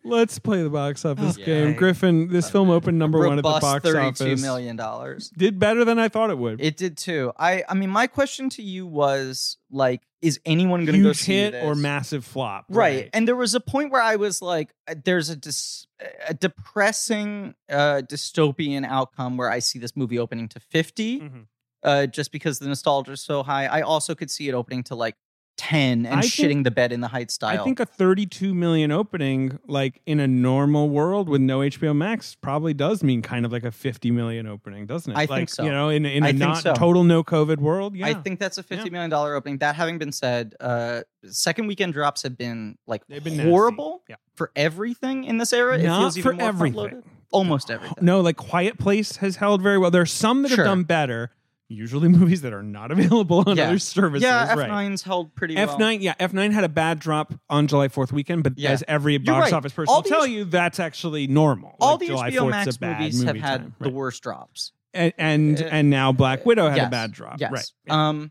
Speaker 2: Let's play the box office
Speaker 1: Oh,
Speaker 4: Yeah.
Speaker 2: game. Griffin, this film opened number one at the
Speaker 1: Robust
Speaker 2: box
Speaker 1: thirty-two
Speaker 2: office.
Speaker 1: million dollars.
Speaker 2: Did better than I thought it would.
Speaker 1: It did too. I I mean, my question to you was like, is anyone gonna go
Speaker 2: Huge
Speaker 1: see
Speaker 2: hit
Speaker 1: this?
Speaker 2: or massive flop?
Speaker 1: Right. And there was a point where I was like, uh, there's a, dis- a depressing, uh, dystopian outcome where I see this movie opening to 50
Speaker 2: Mhm.
Speaker 1: uh, just because the nostalgia is so high. I also could see it opening to like 10 and
Speaker 2: I
Speaker 1: shitting
Speaker 2: think-
Speaker 1: the bed in the height style.
Speaker 2: I think a 32 million opening, like in a normal world with no HBO Max, probably does mean kind of like a 50 million opening, doesn't it?
Speaker 1: I
Speaker 2: like,
Speaker 1: think so.
Speaker 2: You know, in, in
Speaker 1: I
Speaker 2: a
Speaker 1: think
Speaker 2: not
Speaker 1: so.
Speaker 2: total no COVID world. Yeah.
Speaker 1: I think that's a fifty
Speaker 2: Yeah.
Speaker 1: million dollar opening. That having been said, uh, second weekend drops have been like
Speaker 2: They've been nasty.
Speaker 1: horrible
Speaker 2: Yeah.
Speaker 1: for everything in this era. it
Speaker 2: Not
Speaker 1: feels even
Speaker 2: for
Speaker 1: more
Speaker 2: everything.
Speaker 1: front-loaded. Almost everything.
Speaker 2: No, like Quiet Place has held very well. There are some that
Speaker 1: Sure.
Speaker 2: have done better, usually movies that are not available on
Speaker 1: Yeah.
Speaker 2: other services.
Speaker 1: yeah, F9's
Speaker 2: right.
Speaker 1: held pretty well.
Speaker 2: F9, yeah, F9 had a bad drop on July 4th weekend, but
Speaker 1: Yeah.
Speaker 2: as every
Speaker 1: You're
Speaker 2: box
Speaker 1: right.
Speaker 2: office person
Speaker 1: All
Speaker 2: will
Speaker 1: the
Speaker 2: tell
Speaker 1: H-
Speaker 2: you, that's actually normal.
Speaker 1: all
Speaker 2: Like,
Speaker 1: the
Speaker 2: July
Speaker 1: HBO
Speaker 2: 4th's
Speaker 1: Max
Speaker 2: a bad
Speaker 1: movies have
Speaker 2: movie
Speaker 1: had
Speaker 2: time.
Speaker 1: the
Speaker 2: Right.
Speaker 1: worst drops.
Speaker 2: and and, and now Black Widow had
Speaker 1: yes,
Speaker 2: a bad drop,
Speaker 1: Yes.
Speaker 2: right?
Speaker 1: Um,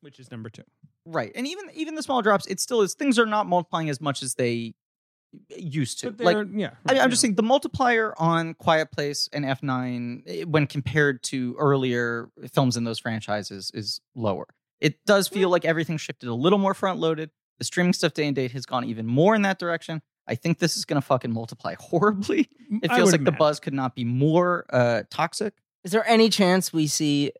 Speaker 2: Which is number two.
Speaker 1: right. And even even the small drops, it still is things are not multiplying as much as they used to.
Speaker 2: But
Speaker 1: Like
Speaker 2: they're- yeah,
Speaker 1: I,
Speaker 2: yeah.
Speaker 1: I'm just saying the multiplier on Quiet Place and F9 eh, when compared to earlier films in those franchises is lower. It does feel like everything shifted a little more front loaded. The streaming stuff day and date has gone even more in that direction. I think this is going to fucking multiply horribly. It
Speaker 2: I
Speaker 1: feels
Speaker 2: would
Speaker 1: like the
Speaker 2: imagine.
Speaker 1: buzz could not be more uh, toxic.
Speaker 3: Is there any chance we see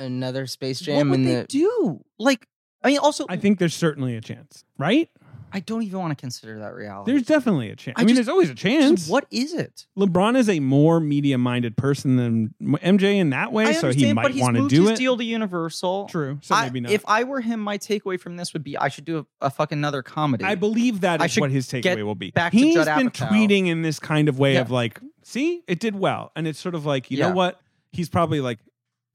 Speaker 3: another Space Jam
Speaker 1: what would
Speaker 3: in
Speaker 1: they
Speaker 3: the?
Speaker 1: do? Like, I mean, also,
Speaker 2: I think there's certainly a chance, right?
Speaker 1: I don't even want to consider that reality.
Speaker 2: There's definitely a chance.
Speaker 1: I
Speaker 2: I, mean,
Speaker 1: just-
Speaker 2: there's always a chance.
Speaker 1: Just what is it?
Speaker 2: LeBron is a more media-minded person than MJ in that way,
Speaker 1: I
Speaker 2: so he
Speaker 1: understand, but
Speaker 2: might
Speaker 1: he's
Speaker 2: want to
Speaker 1: moved
Speaker 2: do
Speaker 1: his
Speaker 2: it.
Speaker 1: deal to Universal.
Speaker 2: True, so
Speaker 1: I-
Speaker 2: maybe not.
Speaker 1: If I were him, my takeaway from this would be I should do a, a fucking another comedy.
Speaker 2: I believe that
Speaker 1: I
Speaker 2: is
Speaker 1: should
Speaker 2: what his
Speaker 1: get
Speaker 2: takeaway will be.
Speaker 1: back to
Speaker 2: He's
Speaker 1: Judd
Speaker 2: been
Speaker 1: Apatow.
Speaker 2: tweeting in this kind of way
Speaker 1: Yeah.
Speaker 2: of like, see, it did well, and it's sort of like, you
Speaker 1: Yeah.
Speaker 2: know what? He's probably like,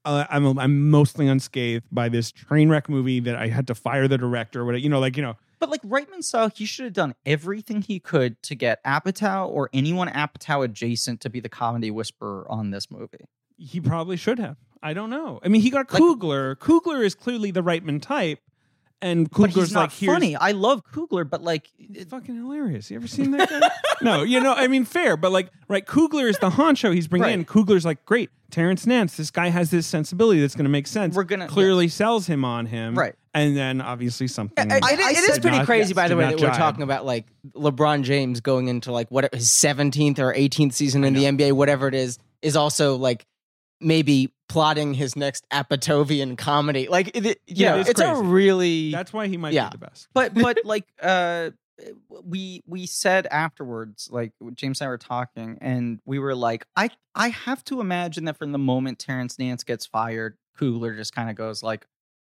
Speaker 2: uh, I'm I'm mostly unscathed by this train wreck movie that I had to fire the director, or whatever. You know, like you know,
Speaker 1: but like Reitman style, he should have done everything he could to get Apatow or anyone Apatow adjacent to be the comedy whisperer on this movie.
Speaker 2: he probably should have. I don't know. I mean, he got
Speaker 1: Like-
Speaker 2: Kugler. Kugler is clearly the Reitman type, and
Speaker 1: but
Speaker 2: Kugler's
Speaker 1: he's not
Speaker 2: like, here's
Speaker 1: funny. I love Kugler, but like,
Speaker 2: It's fucking hilarious. You ever seen that guy? no, you know, I mean, fair, but like, right, Kugler is the honcho he's bringing
Speaker 1: Right.
Speaker 2: in. Kugler's like, great, Terrence Nance, this guy has this sensibility that's going to make sense.
Speaker 1: We're gonna-
Speaker 2: clearly sells him on him.
Speaker 1: Right.
Speaker 2: And then obviously something.
Speaker 3: I- it- it is
Speaker 2: did
Speaker 3: pretty
Speaker 2: not-
Speaker 3: crazy,
Speaker 2: yes,
Speaker 3: by the
Speaker 2: did
Speaker 3: way,
Speaker 2: not
Speaker 3: that we're
Speaker 2: jive.
Speaker 3: talking about like LeBron James going into like what his seventeenth or eighteenth season in the NBA, whatever it is, is also like maybe plotting his next Apatovian comedy. Like, it, it- you
Speaker 1: Yeah,
Speaker 3: know,
Speaker 1: it
Speaker 2: is
Speaker 3: it's a
Speaker 2: crazy.
Speaker 3: really
Speaker 2: That's why he might
Speaker 3: Yeah.
Speaker 2: be the best.
Speaker 1: but but like, uh, we we said afterwards, like James and I were talking, and we were like, I I have to imagine that from the moment Terrence Nance gets fired, Coogler just kind of goes like,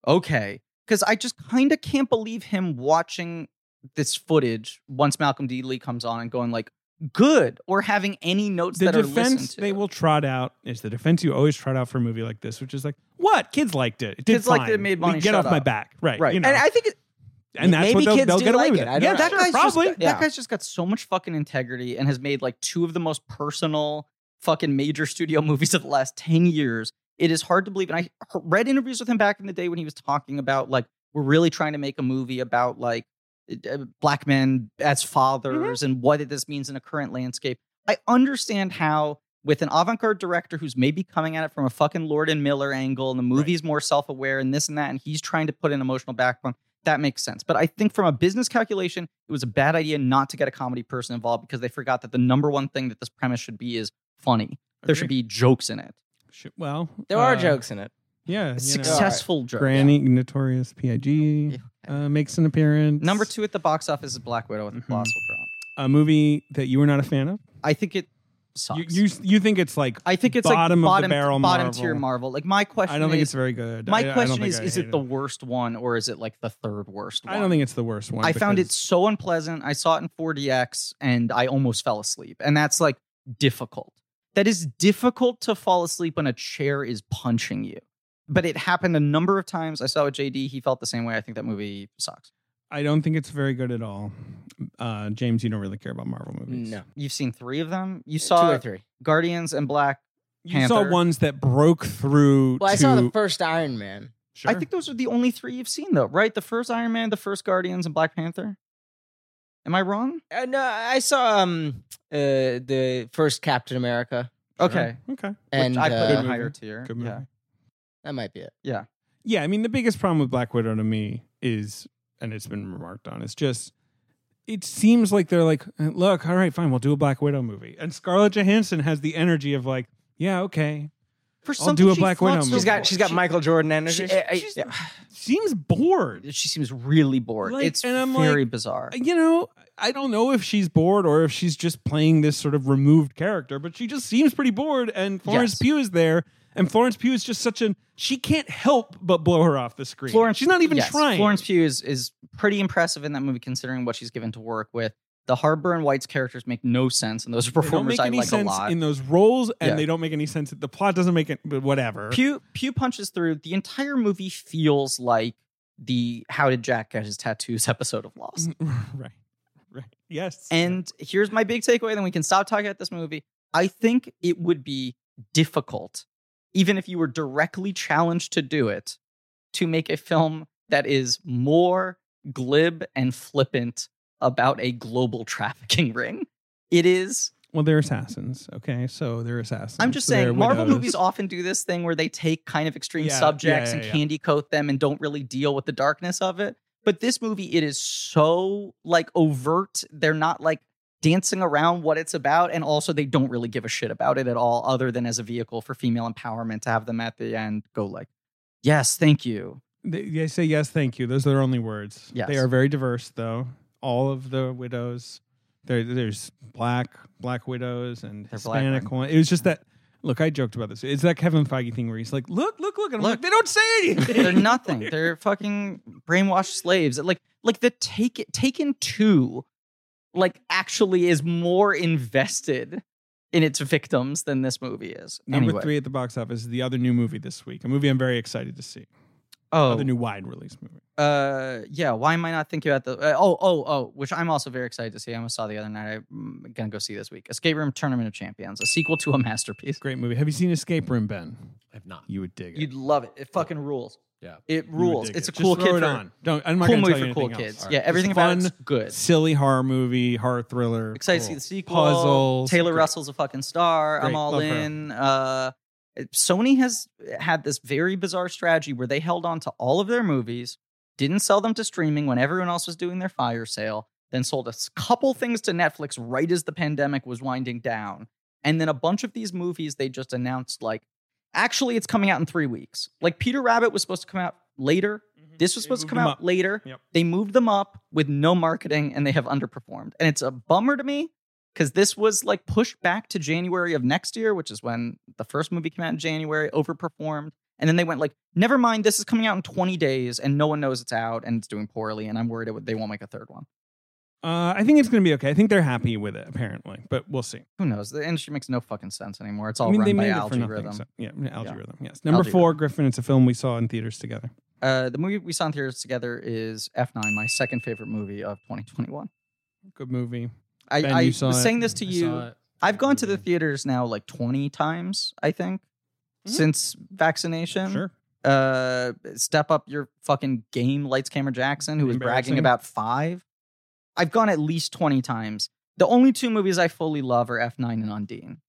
Speaker 1: okay, because I just kind of can't believe him watching this footage once Malcolm Deedley comes on and going like, good, or having any notes
Speaker 2: the
Speaker 1: that are
Speaker 2: defense
Speaker 1: listened to.
Speaker 2: they will trot out is the defense you always trot out for a movie like this, which is like, what kids liked it. It did
Speaker 1: Kids liked it,
Speaker 2: fine.
Speaker 1: it made
Speaker 2: We
Speaker 1: money,
Speaker 2: get
Speaker 1: shut
Speaker 2: off my
Speaker 1: up.
Speaker 2: back, right?
Speaker 1: Right.
Speaker 2: You know,
Speaker 3: and I think it,
Speaker 2: and that's
Speaker 3: maybe
Speaker 2: what they'll,
Speaker 3: kids
Speaker 2: they'll
Speaker 3: do
Speaker 2: get away
Speaker 3: like
Speaker 2: with
Speaker 3: it.
Speaker 2: it.
Speaker 3: I don't
Speaker 2: yeah,
Speaker 3: know.
Speaker 1: that
Speaker 2: sure,
Speaker 1: guy's
Speaker 2: probably.
Speaker 1: just, got-
Speaker 3: Yeah.
Speaker 1: that guy's just got so much fucking integrity and has made like two of the most personal fucking major studio movies of the last 10 years. It is hard to believe. And I h- read interviews with him back in the day when he was talking about like, we're really trying to make a movie about like uh, black men as
Speaker 3: Mm-hmm.
Speaker 1: fathers and what this means in a current landscape. I understand how, with an avant garde director who's maybe coming at it from a fucking Lord and Miller angle, and the movie's more self aware and this and that, and he's trying to put an emotional backbone, that makes sense. But I think from a business calculation, it was a bad idea not to get a comedy person involved because they forgot that the number one thing that this premise should be is funny. There should
Speaker 2: Agree.
Speaker 1: be jokes in it,
Speaker 2: Sh- Well,
Speaker 3: there are
Speaker 2: uh,
Speaker 3: jokes in it.
Speaker 2: Yeah, you know.
Speaker 1: successful jokes.
Speaker 2: Granny Notorious P.I.G. Uh, makes an appearance.
Speaker 1: Number two at the box office is Black Widow with a
Speaker 2: Mhm.
Speaker 1: colossal drop.
Speaker 2: a movie that you were not a fan of.
Speaker 1: I think it sucks.
Speaker 2: You, you you think it's like
Speaker 1: I think it's
Speaker 2: bottom
Speaker 1: like
Speaker 2: of
Speaker 1: bottom
Speaker 2: the barrel
Speaker 1: bottom
Speaker 2: Marvel.
Speaker 1: tier Marvel. Like my question,
Speaker 2: I don't think
Speaker 1: is,
Speaker 2: it's very good. I- I
Speaker 1: My
Speaker 2: don't
Speaker 1: question
Speaker 2: think
Speaker 1: is:
Speaker 2: I
Speaker 1: Is
Speaker 2: hate
Speaker 1: it the worst one or is it like the third worst one?
Speaker 2: I don't think it's the worst one.
Speaker 1: I found it
Speaker 2: because-
Speaker 1: so unpleasant. I saw it in 4DX and I almost fell asleep, and that's like difficult. That is difficult to fall asleep when a chair is punching you. But it happened a number of times. I saw it with JD. He felt the same way. I think that movie sucks.
Speaker 2: I don't think it's very good at all. Uh, James, you don't really care about Marvel movies.
Speaker 3: No,
Speaker 1: You've seen three of them.
Speaker 2: Uh,
Speaker 1: You
Speaker 3: two
Speaker 1: saw
Speaker 3: or three.
Speaker 1: Guardians and Black.
Speaker 2: you saw
Speaker 1: Panther.
Speaker 2: ones that broke through.
Speaker 3: Well, I
Speaker 2: to-
Speaker 3: saw the first Iron Man.
Speaker 2: Sure.
Speaker 1: I think those are the only three you've seen, though, right? The first Iron Man, the first Guardians, and Black Panther. Am I wrong?
Speaker 3: Uh, no, I saw um uh, the first Captain America,
Speaker 2: Sure.
Speaker 1: Okay.
Speaker 2: Okay.
Speaker 3: and
Speaker 1: Which I put
Speaker 3: uh,
Speaker 1: in
Speaker 2: movie.
Speaker 1: higher tier.
Speaker 2: Good movie.
Speaker 1: Yeah.
Speaker 3: that might be it.
Speaker 2: Yeah, I mean the biggest problem with Black Widow to me is, and it's been remarked on, it's just it seems like they're like, "Uh, look, all right, fine, we'll do a Black Widow movie, and Scarlett Johansson has the energy of like, yeah, okay,
Speaker 1: For
Speaker 2: I'll
Speaker 1: something
Speaker 2: do a
Speaker 1: she
Speaker 2: Black Widow
Speaker 1: flaunts
Speaker 2: movie.
Speaker 1: her
Speaker 3: She's got
Speaker 1: voice.
Speaker 3: she's got Michael Jordan
Speaker 1: She,
Speaker 3: energy.
Speaker 1: I- I-
Speaker 2: she's-
Speaker 1: yeah.
Speaker 2: seems bored.
Speaker 1: she seems really bored.
Speaker 2: Like,
Speaker 1: it's
Speaker 2: and I'm
Speaker 1: very
Speaker 2: like,
Speaker 1: bizarre.
Speaker 2: You know, I don't know if she's bored or if she's just playing this sort of removed character, but she just seems pretty bored. And Florence
Speaker 1: Yes.
Speaker 2: Pugh is there, and Florence Pugh is just such an she can't help but blow her off the screen.
Speaker 1: Florence,
Speaker 2: she's not even
Speaker 1: yes,
Speaker 2: trying.
Speaker 1: Florence Pugh is is pretty impressive in that movie, considering what she's given to work with. The Harbour and White's characters make no sense, and those are
Speaker 2: They don't
Speaker 1: performers
Speaker 2: make
Speaker 1: I
Speaker 2: any
Speaker 1: like
Speaker 2: sense
Speaker 1: a lot.
Speaker 2: in those roles, and
Speaker 1: Yeah.
Speaker 2: they don't make any sense. The plot doesn't make it. But whatever.
Speaker 1: Pew Pew punches through. The entire movie feels like the "How did Jack get his tattoos?" episode of Lost.
Speaker 2: right. Right. Yes.
Speaker 1: And here's my big takeaway, then we can stop talking about this movie. I think it would be difficult, even if you were directly challenged to do it, to make a film that is more glib and flippant about a global trafficking ring. It is.
Speaker 2: well, they're assassins. Okay, so they're assassins.
Speaker 1: I'm just
Speaker 2: so they're
Speaker 1: saying, Marvel
Speaker 2: widows.
Speaker 1: movies often do this thing where they take kind of extreme
Speaker 2: Yeah,
Speaker 1: subjects
Speaker 2: yeah, yeah,
Speaker 1: and
Speaker 2: yeah.
Speaker 1: candy coat them and don't really deal with the darkness of it. But this movie, it is so like overt. They're not like dancing around what it's about, and also they don't really give a shit about it at all, other than as a vehicle for female empowerment to have them at the end go like, "Yes, thank you."
Speaker 2: They, they say yes, thank you. Those are their only words.
Speaker 1: Yes.
Speaker 2: They are very diverse, though. All of the widows. There, there's black black widows and
Speaker 1: They're black
Speaker 2: Hispanic
Speaker 1: women.
Speaker 2: one. It was just that. Look, I joked about this. It's that Kevin Feige thing where he's like, "Look, look, look," and I'm
Speaker 1: Look.
Speaker 2: like, "They don't say anything.
Speaker 1: They're nothing. They're fucking brainwashed slaves. Like like the take Taken Two, like actually is more invested in its victims than this movie is.
Speaker 2: Number
Speaker 1: Anyway.
Speaker 2: three at the box office is the other new movie this week. A movie I'm very excited to see.
Speaker 1: Oh,
Speaker 2: Other new wide release movie.
Speaker 1: uh, yeah. Why am I not thinking about the? Uh, oh, oh, oh. Which I'm also very excited to see. I almost saw the other night. I'm gonna go see this week. Escape Room Tournament of Champions, a sequel to a masterpiece.
Speaker 2: Great movie. Have you seen Escape Room, Ben?
Speaker 4: I've not.
Speaker 2: You would dig it.
Speaker 1: You'd love it. It fucking rules.
Speaker 4: Yeah.
Speaker 1: It
Speaker 2: You would
Speaker 1: rules.
Speaker 2: dig
Speaker 1: It's a
Speaker 2: it. Just
Speaker 1: cool
Speaker 2: throw
Speaker 1: kid
Speaker 2: it
Speaker 1: for
Speaker 2: on. Don't, I'm not
Speaker 1: cool
Speaker 2: gonna
Speaker 1: movie
Speaker 2: tell
Speaker 1: for
Speaker 2: you
Speaker 1: cool
Speaker 2: anything else.
Speaker 1: kids.
Speaker 2: All right.
Speaker 1: Yeah,
Speaker 2: Just
Speaker 1: everything about
Speaker 2: fun,
Speaker 1: it's good.
Speaker 2: silly horror movie, horror thriller.
Speaker 1: Excited to see
Speaker 2: cool.
Speaker 1: the sequel.
Speaker 2: Puzzles.
Speaker 1: Taylor
Speaker 2: Great.
Speaker 1: Russell's a fucking star.
Speaker 2: Great.
Speaker 1: I'm all
Speaker 2: Love her.
Speaker 1: in. Uh, Sony has had this very bizarre strategy where they held on to all of their movies, didn't sell them to streaming when everyone else was doing their fire sale, then sold a s- couple things to Netflix right as the pandemic was winding down. And then a bunch of these movies they just announced like, actually, it's coming out in three weeks. Like Peter Rabbit was supposed to come out later. This was supposed to
Speaker 2: Mm-hmm. moved
Speaker 1: come
Speaker 2: them
Speaker 1: out
Speaker 2: up.
Speaker 1: later.
Speaker 2: Yep.
Speaker 1: They moved them up with no marketing and they have underperformed. And it's a bummer to me because this was like pushed back to January of next year, which is when the first movie came out in January, overperformed. And then they went like, never mind, this is coming out in 20 days and no one knows it's out and it's doing poorly. And I'm worried it would- they won't make a third one.
Speaker 2: Uh, I think it's going to be okay. I think they're happy with it apparently, but we'll see.
Speaker 1: Who knows? The industry makes no fucking sense anymore. It's all
Speaker 2: I mean, they
Speaker 1: run by
Speaker 2: made it for
Speaker 1: algorithm.
Speaker 2: nothing. so- yeah, algorithm. Yes.
Speaker 1: Algae
Speaker 2: Number four, Griffin. It's a film we saw in theaters together.
Speaker 1: Uh, the movie we saw in theaters together is F9, my second favorite movie of 2021.
Speaker 2: Good movie.
Speaker 1: I,
Speaker 2: Ben,
Speaker 1: I
Speaker 2: you
Speaker 1: was
Speaker 2: saw it.
Speaker 1: saying this to
Speaker 4: I
Speaker 1: you.
Speaker 4: saw it.
Speaker 1: I've gone to the
Speaker 4: Movie.
Speaker 1: theaters now like 20 times, I think,
Speaker 2: Mhm.
Speaker 1: since vaccination.
Speaker 2: Sure.
Speaker 1: Uh, step up your fucking game, Lights Camera Jackson, who was bragging
Speaker 2: Embarrassing.
Speaker 1: about five. I've gone at least 20 times. The only two movies I fully love are F9 and Undine.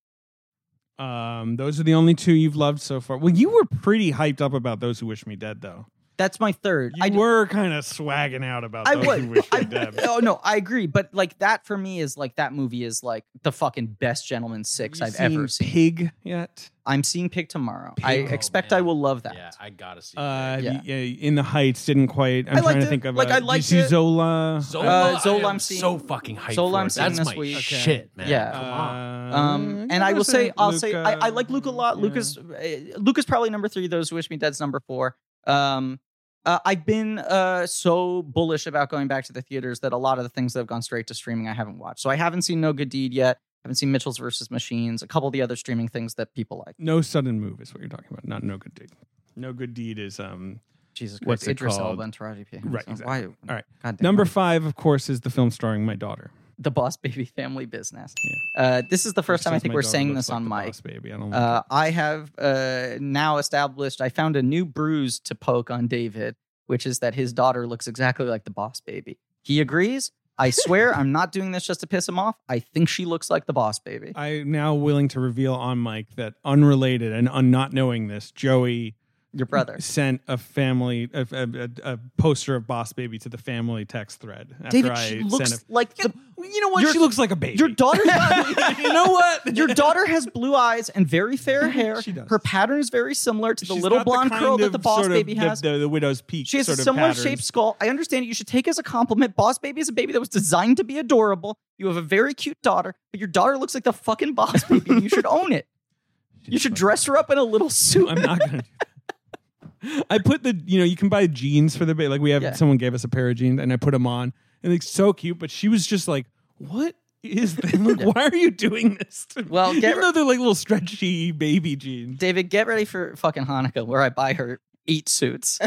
Speaker 2: Um, those are the only two you've loved so far. Well, you were pretty hyped up about Those Who Wish Me Dead, though.
Speaker 1: That's my third.
Speaker 2: You
Speaker 1: I d-
Speaker 2: were kind of swagging out about
Speaker 1: I
Speaker 2: Those
Speaker 1: was.
Speaker 2: Who Wish Me
Speaker 1: I-
Speaker 2: Dead.
Speaker 1: oh no, I agree. But like that for me is like that movie is like the fucking best Gentleman Six
Speaker 2: You
Speaker 1: I've ever
Speaker 2: seen
Speaker 1: seen.
Speaker 2: Pig yet?
Speaker 1: I'm seeing Pig tomorrow. I
Speaker 2: Pig.
Speaker 4: Oh,
Speaker 1: expect I
Speaker 4: man.
Speaker 1: will love that.
Speaker 4: Yeah, I gotta see.
Speaker 2: Uh,
Speaker 4: that.
Speaker 1: Yeah.
Speaker 2: yeah. In the Heights didn't quite. I'm
Speaker 1: I
Speaker 2: trying
Speaker 1: liked
Speaker 2: to
Speaker 1: it.
Speaker 2: think of
Speaker 1: Like,
Speaker 2: uh,
Speaker 1: I
Speaker 2: did
Speaker 1: liked
Speaker 2: you
Speaker 1: it.
Speaker 2: see Zola.
Speaker 4: Zola,
Speaker 1: uh, Zola
Speaker 4: I am
Speaker 1: I'm seeing-
Speaker 4: so fucking hyped.
Speaker 1: Zola
Speaker 4: for.
Speaker 1: I'm seeing
Speaker 4: That's
Speaker 1: this
Speaker 4: my
Speaker 1: week.
Speaker 4: shit, man.
Speaker 1: Yeah.
Speaker 4: Come on.
Speaker 2: Uh, Mm,
Speaker 1: Um, and I will say, I'll say, I, I like Luke a lot. Lucas,
Speaker 2: Lucas.
Speaker 1: uh, Luke is probably number three. Those who wish me dead's number four. Um, uh, I've been uh, so bullish about going back to the theaters that a lot of the things that have gone straight to streaming I haven't watched. So I haven't seen No Good Deed yet. I haven't seen Mitchell's versus Machines. A couple of the other streaming things that people like.
Speaker 2: No sudden move is what you're talking about. Not no good deed. No good deed is um
Speaker 1: Jesus Christ,
Speaker 2: What's it
Speaker 1: Idris
Speaker 2: called?
Speaker 1: Elba and Taraji P.
Speaker 2: Right,
Speaker 1: Why?
Speaker 2: exactly. All right.
Speaker 1: God damn
Speaker 2: number
Speaker 1: it.
Speaker 2: five. Of course, is the film starring my daughter.
Speaker 1: the Boss Baby Family Business. Uh, this is the first time I
Speaker 2: Since
Speaker 1: think
Speaker 2: my
Speaker 1: we're
Speaker 2: daughter
Speaker 1: saying
Speaker 2: looks
Speaker 1: this
Speaker 2: like
Speaker 1: on
Speaker 2: the
Speaker 1: mic.
Speaker 2: Boss baby. I don't. like
Speaker 1: Uh,
Speaker 2: it.
Speaker 1: I have uh, now established, I found a new bruise to poke on David, which is that his daughter looks exactly like the boss baby. He agrees. I swear I'm not doing this just to piss him off. I think she looks like the boss baby.
Speaker 2: I'm now willing to reveal on mic that unrelated and un- not knowing this, Joey
Speaker 1: Your brother.
Speaker 2: sent a family a, a, a, a poster of Boss Baby to the family text thread. After
Speaker 1: David,
Speaker 2: I
Speaker 1: she
Speaker 2: sent
Speaker 1: looks
Speaker 2: a-
Speaker 1: like the,
Speaker 2: you know what?
Speaker 1: Your-
Speaker 2: she looks like a baby.
Speaker 1: your daughter. you know what? Your daughter has blue eyes and very fair hair.
Speaker 2: She does.
Speaker 1: Her pattern is very similar to the
Speaker 2: She's
Speaker 1: little
Speaker 2: got
Speaker 1: blonde
Speaker 2: kind
Speaker 1: curl that
Speaker 2: of
Speaker 1: the boss
Speaker 2: sort of
Speaker 1: baby
Speaker 2: the-
Speaker 1: has.
Speaker 2: The, the, widow's peak.
Speaker 1: She has
Speaker 2: sort
Speaker 1: a
Speaker 2: of
Speaker 1: similar
Speaker 2: patterns.
Speaker 1: shaped skull. I understand it. You should take it as a compliment. Boss Baby is a baby that was designed to be adorable. You have a very cute daughter, but your daughter looks like the fucking Boss Baby. and you should own it. You should dress her up in a little suit.
Speaker 2: I'm not gonna. do that. I put the you know you can buy jeans for the baby. Like we have
Speaker 1: Yeah.
Speaker 2: someone gave us a pair of jeans and I put them on and it's so cute. But she was just like, "What is this? Like, why are you doing this?" To me?"
Speaker 1: Well, get
Speaker 2: even though they're like little stretchy baby jeans.
Speaker 1: David, get ready for fucking Hanukkah where I buy her eight suits.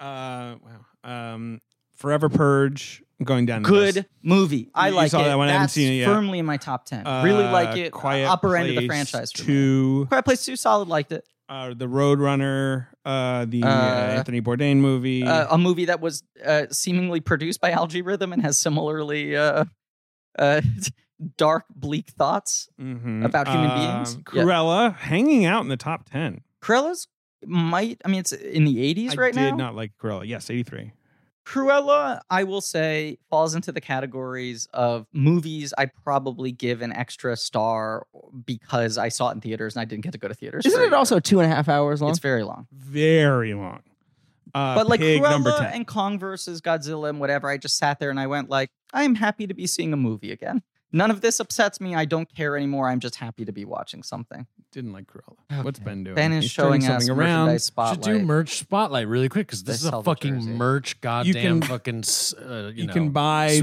Speaker 2: Uh, wow. Um, Forever Purge. I'm going down. the
Speaker 1: Good
Speaker 2: list.
Speaker 1: movie. I
Speaker 2: You
Speaker 1: like
Speaker 2: saw
Speaker 1: it.
Speaker 2: that one. I
Speaker 1: That's
Speaker 2: haven't seen it yet.
Speaker 1: firmly in my top 10.
Speaker 2: Uh,
Speaker 1: really like it.
Speaker 2: Quiet
Speaker 1: Upper end of the
Speaker 2: Place
Speaker 1: franchise. For me.
Speaker 2: Two.
Speaker 1: Quiet Place 2, solid, liked it.
Speaker 2: Uh, the Roadrunner. Uh, the uh,
Speaker 1: Uh,
Speaker 2: Anthony Bourdain movie.
Speaker 1: uh, a movie that was uh, seemingly produced by Algae Rhythm and has similarly uh, uh, dark, bleak thoughts.
Speaker 2: Mhm.
Speaker 1: about human
Speaker 2: Um,
Speaker 1: beings? Yeah.
Speaker 2: Cruella hanging out in the top ten.
Speaker 1: Cruella's might, I mean, it's in the 80s right
Speaker 2: I
Speaker 1: now.
Speaker 2: did not like Cruella. Yes, 83.
Speaker 1: Cruella, I will say, falls into the categories of movies I probably give an extra star because I saw it in theaters and I didn't get to go to theaters.
Speaker 3: Isn't
Speaker 1: for a
Speaker 3: it
Speaker 1: year.
Speaker 3: also two and a half hours long?
Speaker 1: It's very long.
Speaker 2: Very long. Uh,
Speaker 1: but like
Speaker 2: Pig, number
Speaker 1: Cruella
Speaker 2: 10.
Speaker 1: and Kong versus Godzilla and whatever, I just sat there and I went like, I am happy to be seeing a movie again. None of this upsets me. I don't care anymore. I'm just happy to be watching something.
Speaker 2: Didn't like Cruella. What's Ben doing?
Speaker 1: Ben is
Speaker 2: He's turning
Speaker 1: showing us
Speaker 2: something
Speaker 1: merchandise
Speaker 2: around.
Speaker 1: spotlight.
Speaker 4: Should do merch spotlight really quick because this
Speaker 1: They
Speaker 4: is
Speaker 1: sell
Speaker 4: a
Speaker 1: the
Speaker 4: fucking
Speaker 1: jersey.
Speaker 4: merch goddamn
Speaker 2: can-
Speaker 4: fucking. s- Uh, you,
Speaker 2: You
Speaker 4: know,
Speaker 2: can buy the uh,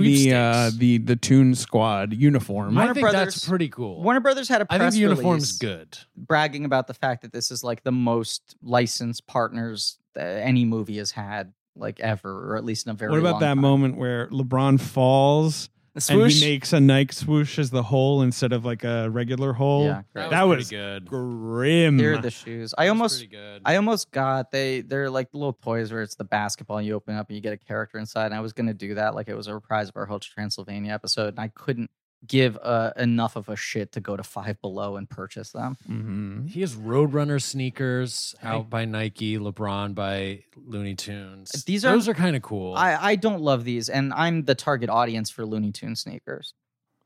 Speaker 4: sweepstakes.
Speaker 2: the the Toon Squad uniform.
Speaker 1: Warner
Speaker 4: I think
Speaker 1: Brothers-
Speaker 4: that's pretty cool.
Speaker 1: Warner Brothers had a
Speaker 4: I
Speaker 1: press
Speaker 4: think the uniform's
Speaker 1: release
Speaker 4: good.
Speaker 1: bragging about the fact that this is like the most licensed partners that any movie has had like ever, or at least in a very.
Speaker 2: What about
Speaker 1: long
Speaker 2: that
Speaker 1: time.
Speaker 2: moment where LeBron falls
Speaker 1: The
Speaker 2: and
Speaker 1: swoosh?
Speaker 2: he makes a Nike swoosh as the hole instead of like a regular hole?
Speaker 1: Yeah,
Speaker 2: that,
Speaker 1: great.
Speaker 2: was,
Speaker 4: pretty good.
Speaker 2: grim.
Speaker 1: Here are the shoes. I
Speaker 4: That was
Speaker 1: almost
Speaker 4: pretty good.
Speaker 1: I almost got they they're like little toys where it's the basketball and you open up and you get a character inside. And I was gonna do that like it was a reprise of our Hotel Transylvania episode, and I couldn't give uh, enough of a shit to go to Five Below and purchase them.
Speaker 2: Mhm.
Speaker 4: He has Roadrunner sneakers out by Nike, LeBron by Looney Tunes.
Speaker 1: These are-
Speaker 4: those are kind of cool.
Speaker 1: I I don't love these, and I'm the target audience for Looney Tunes sneakers.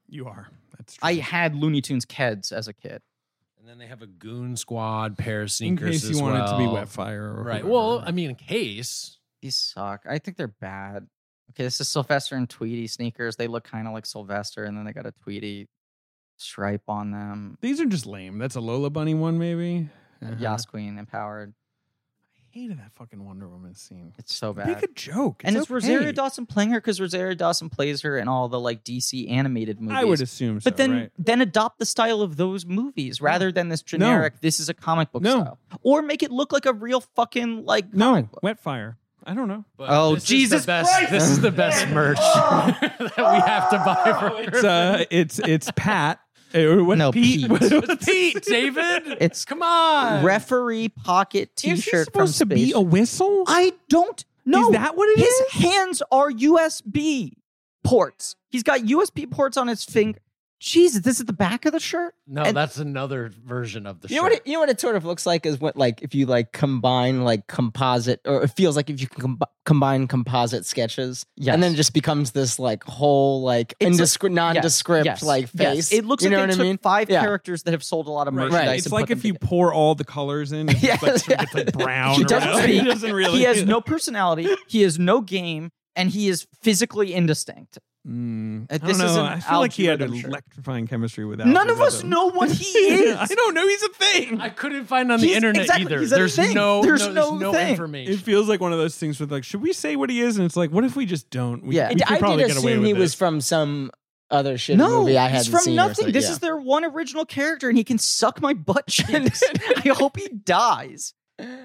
Speaker 2: You are. That's true.
Speaker 1: I had Looney Tunes Keds as a kid.
Speaker 4: and then they have a Goon Squad pair of
Speaker 2: in
Speaker 4: sneakers
Speaker 2: case you
Speaker 4: as
Speaker 2: wanted
Speaker 4: well.
Speaker 2: to be wet fire or
Speaker 4: right?
Speaker 2: whoever.
Speaker 4: Well, I mean, in case
Speaker 1: These suck. I think they're bad. Okay, this is Sylvester and Tweety sneakers. They look kind of like Sylvester, and then they got a Tweety stripe on them.
Speaker 2: These are just lame. That's a Lola Bunny one, maybe.
Speaker 1: Uh, Yas Queen empowered.
Speaker 2: I hated that fucking Wonder Woman scene.
Speaker 1: It's so bad.
Speaker 2: Make a joke.
Speaker 1: and it's Rosario
Speaker 2: okay.
Speaker 1: Dawson playing her because Rosario Dawson plays her in all the like DC animated movies.
Speaker 2: I would assume so.
Speaker 1: But then,
Speaker 2: right?
Speaker 1: then adopt the style of those movies rather than this generic. This is a comic book
Speaker 2: No.
Speaker 1: style, or make it look like a real fucking like.
Speaker 2: no,
Speaker 1: comic book.
Speaker 2: wet fire. I don't know.
Speaker 4: But
Speaker 1: Oh,
Speaker 4: this is
Speaker 1: Jesus
Speaker 4: the best,
Speaker 1: Christ!
Speaker 4: This is the best merch that we have to buy
Speaker 2: It's uh, it's it's Pat. or what-
Speaker 1: No,
Speaker 2: Pete.
Speaker 1: Pete.
Speaker 4: for Pete, David.
Speaker 1: It's
Speaker 4: come on.
Speaker 1: referee pocket
Speaker 2: Is he
Speaker 1: T-shirt from
Speaker 2: supposed to be
Speaker 1: Space
Speaker 2: a whistle?
Speaker 1: I don't know.
Speaker 2: Is that what it
Speaker 1: His
Speaker 2: is?
Speaker 1: hands are USB ports. He's got USB ports on his finger. Jesus, this is the back of the shirt.
Speaker 4: no,
Speaker 1: and-
Speaker 4: that's another version of the
Speaker 3: You
Speaker 4: show.
Speaker 3: know what? It, you know what it sort of looks like is what like if you like combine like composite or it feels like if you can com- combine composite sketches,
Speaker 1: Yes.
Speaker 3: and then it just becomes this like whole like
Speaker 1: It's a-
Speaker 3: indescri- nondescript like face.
Speaker 1: It looks
Speaker 3: you
Speaker 1: like
Speaker 3: know
Speaker 1: they
Speaker 3: what
Speaker 1: took
Speaker 3: I mean?
Speaker 1: five
Speaker 3: Yeah.
Speaker 1: characters that have sold a lot of
Speaker 2: Right.
Speaker 1: merchandise.
Speaker 3: Right.
Speaker 1: and
Speaker 2: It's
Speaker 1: put
Speaker 2: like
Speaker 1: them
Speaker 2: if you
Speaker 1: together.
Speaker 2: pour all the colors in, it's
Speaker 3: Yes.
Speaker 2: like, sort of- it's like brown.
Speaker 1: He
Speaker 2: or
Speaker 1: doesn't
Speaker 2: whatever.
Speaker 1: speak.
Speaker 2: He doesn't really.
Speaker 1: he has no personality. he has no game, and he is physically indistinct.
Speaker 2: Mm,
Speaker 1: Uh,
Speaker 2: I don't
Speaker 1: this is
Speaker 2: know.
Speaker 1: an
Speaker 2: I feel like he had
Speaker 1: algorithm shirt.
Speaker 2: electrifying chemistry with
Speaker 1: None of us
Speaker 2: algorithm.
Speaker 1: know what he is.
Speaker 2: I don't know. He's a thing.
Speaker 4: I couldn't find on the
Speaker 1: He's-
Speaker 4: internet
Speaker 1: exactly,
Speaker 4: either.
Speaker 1: he's a
Speaker 4: There's
Speaker 1: thing.
Speaker 4: no,
Speaker 1: There's
Speaker 4: no, there's
Speaker 1: no
Speaker 4: no
Speaker 1: thing.
Speaker 2: It
Speaker 4: information.
Speaker 2: feels like one of those things with like, should we say what he is? And it's like, what if we just don't? We,
Speaker 1: Yeah.
Speaker 2: we
Speaker 1: And
Speaker 2: could
Speaker 3: I
Speaker 2: probably
Speaker 3: did
Speaker 2: get away
Speaker 3: assume
Speaker 2: with
Speaker 3: he was
Speaker 2: this.
Speaker 3: from some other shitty
Speaker 1: No,
Speaker 3: movie I
Speaker 1: he's
Speaker 3: hadn't
Speaker 1: from
Speaker 3: seen or
Speaker 1: nothing.
Speaker 3: something,
Speaker 1: This
Speaker 3: yeah.
Speaker 1: is their one original character, and he can suck my butt cheeks. I hope he dies.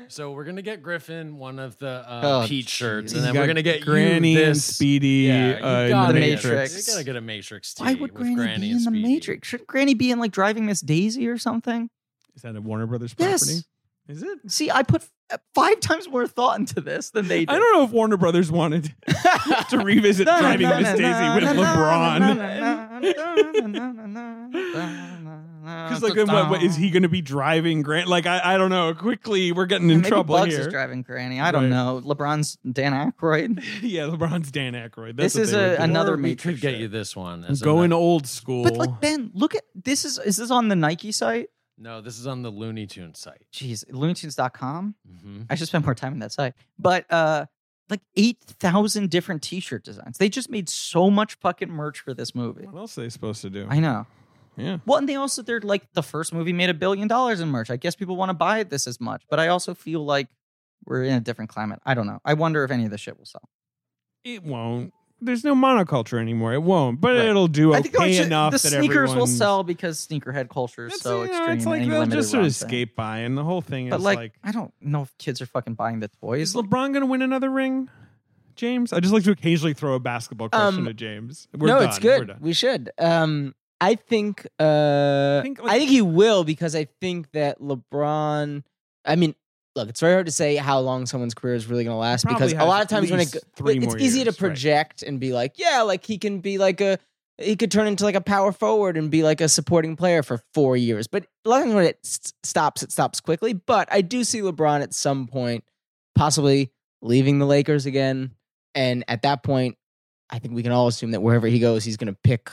Speaker 4: so we're gonna get Griffin one of the uh,
Speaker 1: Oh,
Speaker 4: Pete shirts,
Speaker 1: geez.
Speaker 4: and
Speaker 2: He's
Speaker 4: then
Speaker 2: got
Speaker 4: we're gonna get
Speaker 2: Granny
Speaker 4: you
Speaker 2: and
Speaker 4: this.
Speaker 2: Speedy
Speaker 4: Yeah, you
Speaker 2: uh, in
Speaker 4: gotta
Speaker 1: The
Speaker 4: get-
Speaker 1: Matrix.
Speaker 4: You gotta get a Matrix. Tee
Speaker 1: Why would
Speaker 4: with
Speaker 1: Granny,
Speaker 4: Granny
Speaker 1: be
Speaker 4: and
Speaker 1: in the
Speaker 4: Speedy.
Speaker 1: Matrix? Shouldn't Granny be in like Driving Miss Daisy or something?
Speaker 2: Is that a Warner Brothers
Speaker 1: Yes.
Speaker 2: property? Is it?
Speaker 1: See, I put f- five times more thought into this than they did.
Speaker 2: I don't know if Warner Brothers wanted to revisit
Speaker 1: Na- na-
Speaker 2: Driving
Speaker 1: na-
Speaker 2: Miss
Speaker 1: na-
Speaker 2: Daisy
Speaker 1: na-
Speaker 2: with
Speaker 1: na- na-
Speaker 2: LeBron.
Speaker 1: na- na- na- na- na- na-
Speaker 2: Because like, then what, what is he going to be driving? Grant, like, I, I don't know. Quickly, we're getting in
Speaker 1: Maybe
Speaker 2: trouble
Speaker 1: Bugs
Speaker 2: here.
Speaker 1: is driving Granny. I don't
Speaker 2: Right.
Speaker 1: know. LeBron's Dan Aykroyd.
Speaker 2: yeah, LeBron's Dan Aykroyd.
Speaker 1: This
Speaker 2: That's what
Speaker 1: is
Speaker 2: they would
Speaker 1: a-
Speaker 2: do.
Speaker 1: another-
Speaker 4: Or we
Speaker 1: Matrix
Speaker 4: could get
Speaker 1: shirt.
Speaker 4: you this one. as
Speaker 2: going
Speaker 4: a,
Speaker 2: old school.
Speaker 1: But like Ben, look at this. Is is this on the Nike site?
Speaker 4: no, this is on the Looney Tunes site.
Speaker 1: Jeez, LooneyTunes.com.
Speaker 4: hmm
Speaker 1: I should spend more time on that site. But uh, like eight thousand different T-shirt designs. They just made so much fucking merch for this movie.
Speaker 2: what else are they supposed to do?
Speaker 1: I know.
Speaker 2: yeah.
Speaker 1: Well, and they also they're like the first movie made a billion dollars in merch. I guess people want to buy this as much, but I also feel like we're in a different climate. I don't know. I wonder if any of this shit will sell.
Speaker 2: It won't. There's no monoculture anymore. It won't. But
Speaker 1: Right.
Speaker 2: it'll do
Speaker 1: I
Speaker 2: okay
Speaker 1: think the,
Speaker 2: enough
Speaker 1: the
Speaker 2: that
Speaker 1: sneakers will
Speaker 2: everyone's-
Speaker 1: sell because sneakerhead culture is
Speaker 2: It's,
Speaker 1: so
Speaker 2: you know,
Speaker 1: extreme.
Speaker 2: It's like
Speaker 1: and
Speaker 2: they'll
Speaker 1: limited
Speaker 2: just sort
Speaker 1: run
Speaker 2: of
Speaker 1: thing.
Speaker 2: skate by, and the whole thing
Speaker 1: But
Speaker 2: is
Speaker 1: like,
Speaker 2: like,
Speaker 1: I don't know if kids are fucking buying the toys.
Speaker 2: is LeBron going to win another ring? James, I just like to occasionally throw a basketball question
Speaker 3: Um,
Speaker 2: to James. We're
Speaker 3: no,
Speaker 2: done.
Speaker 3: it's
Speaker 2: We're
Speaker 3: good.
Speaker 2: done.
Speaker 3: We should. Um, I think. Uh,
Speaker 2: I
Speaker 3: I
Speaker 2: think,
Speaker 3: think,
Speaker 2: like-
Speaker 3: he will because I think that LeBron. I mean, look, it's very hard to say how long someone's career is really going to last
Speaker 2: Probably
Speaker 3: because a
Speaker 2: has
Speaker 3: lot
Speaker 2: at
Speaker 3: of times when it,
Speaker 2: least
Speaker 3: go-
Speaker 2: three
Speaker 3: it's
Speaker 2: more
Speaker 3: easy
Speaker 2: years,
Speaker 3: to
Speaker 2: right.
Speaker 3: project and be like, yeah, like he can be like a. He could turn into like a power forward and be like a supporting player for four years. But a lot of times when it s- stops, it stops quickly. But I do see LeBron at some point possibly leaving the Lakers again. And at that point, I think we can all assume that wherever he goes, he's going to pick.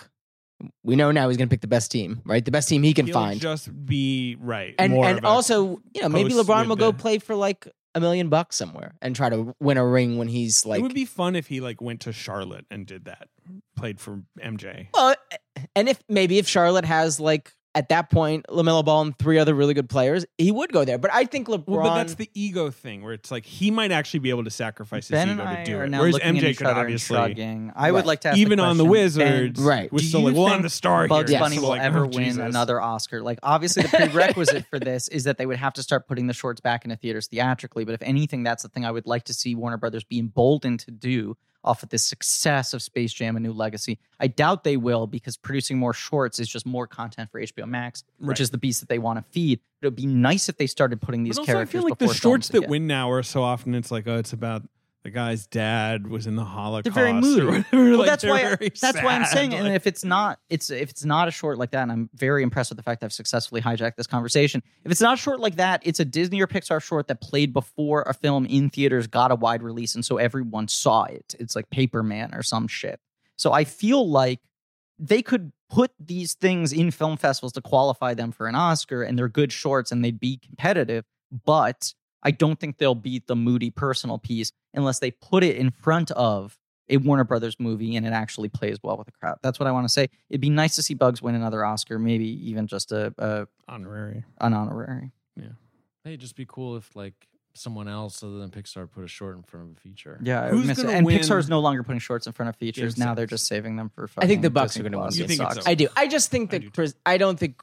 Speaker 3: We know now he's going to pick the best team, right? The best team he can
Speaker 2: He'll
Speaker 3: find.
Speaker 2: Just be right.
Speaker 3: and
Speaker 2: more of
Speaker 3: and
Speaker 2: a-
Speaker 3: also, you know, maybe
Speaker 2: post
Speaker 3: LeBron
Speaker 2: with
Speaker 3: will go
Speaker 2: the-
Speaker 3: play for like a million bucks somewhere and try to win a ring when he's like.
Speaker 2: it would be fun if he like went to Charlotte and did that, played for MJ.
Speaker 3: well, uh, and if maybe if Charlotte has like at that point Lamelo Ball and three other really good players, he would go there. But I think LeBron.
Speaker 2: Well, but that's the ego thing where it's like he might actually be able to sacrifice his
Speaker 1: Ben and
Speaker 2: ego
Speaker 1: I
Speaker 2: to do
Speaker 1: are
Speaker 2: it.
Speaker 1: now
Speaker 2: Whereas
Speaker 1: looking at
Speaker 2: MJ
Speaker 1: each
Speaker 2: could
Speaker 1: other
Speaker 2: obviously
Speaker 1: and shrugging. I would
Speaker 3: Right.
Speaker 1: like to ask
Speaker 2: even
Speaker 1: the
Speaker 2: on the
Speaker 1: question, Ben,
Speaker 2: Wizards,
Speaker 3: Right.
Speaker 2: Was
Speaker 1: do
Speaker 2: still
Speaker 1: you
Speaker 2: like, well, I'm
Speaker 1: think
Speaker 2: the star
Speaker 1: Bugs
Speaker 2: here.
Speaker 1: Bunny
Speaker 2: so,
Speaker 1: will
Speaker 2: like,
Speaker 1: ever
Speaker 2: oh,
Speaker 1: win
Speaker 2: Jesus.
Speaker 1: another Oscar. Like, obviously, the prerequisite for this is that they would have to start putting the shorts back into theaters theatrically. But if anything, that's the thing I would like to see Warner Brothers be emboldened to do off of the success of Space Jam: A New Legacy. I doubt they will because producing more shorts is just more content for HBO Max,
Speaker 2: Right.
Speaker 1: which is the beast that they want to feed. It would be nice if they started putting these
Speaker 2: But also, I
Speaker 1: characters.
Speaker 2: feel like the
Speaker 1: before films
Speaker 2: shorts that
Speaker 1: again.
Speaker 2: win now are so often it's like, oh, it's about the guy's dad was in the Holocaust.
Speaker 1: They're very
Speaker 2: Or
Speaker 1: moody.
Speaker 2: whatever.
Speaker 1: Well,
Speaker 2: Like,
Speaker 1: that's
Speaker 2: they're
Speaker 1: why
Speaker 2: very
Speaker 1: that's why I'm
Speaker 2: sad.
Speaker 1: saying. uh, and
Speaker 2: Like,
Speaker 1: if it's not, it's if it's not a short like that, and I'm very impressed with the fact that I've successfully hijacked this conversation. If it's not a short like that, it's a Disney or Pixar short that played before a film in theaters got a wide release, and so everyone saw it. It's like Paper Man or some shit. So I feel like they could put these things in film festivals to qualify them for an Oscar, and they're good shorts, and they'd be competitive, but. I don't think they'll beat the moody personal piece unless they put it in front of a Warner Brothers movie and it actually plays well with the crowd. That's what I want to say. It'd be nice to see Bugs win another Oscar, maybe even just a, a
Speaker 2: Honorary.
Speaker 1: an honorary.
Speaker 4: It'd just be cool if like someone else other than Pixar put a short in front of a feature.
Speaker 1: Yeah, I
Speaker 2: Who's
Speaker 1: would miss it.
Speaker 2: gonna
Speaker 1: And
Speaker 2: win?
Speaker 1: Pixar's no longer putting shorts in front of features. now they're
Speaker 2: exactly.
Speaker 1: just saving them for.
Speaker 3: I think the
Speaker 1: fucking
Speaker 3: Bucks
Speaker 1: Disney
Speaker 3: are going to win.
Speaker 1: Plus.
Speaker 2: You
Speaker 3: this.
Speaker 2: think it's
Speaker 3: I do. I just think
Speaker 2: I
Speaker 3: that
Speaker 2: do too.
Speaker 3: Chris. I don't think.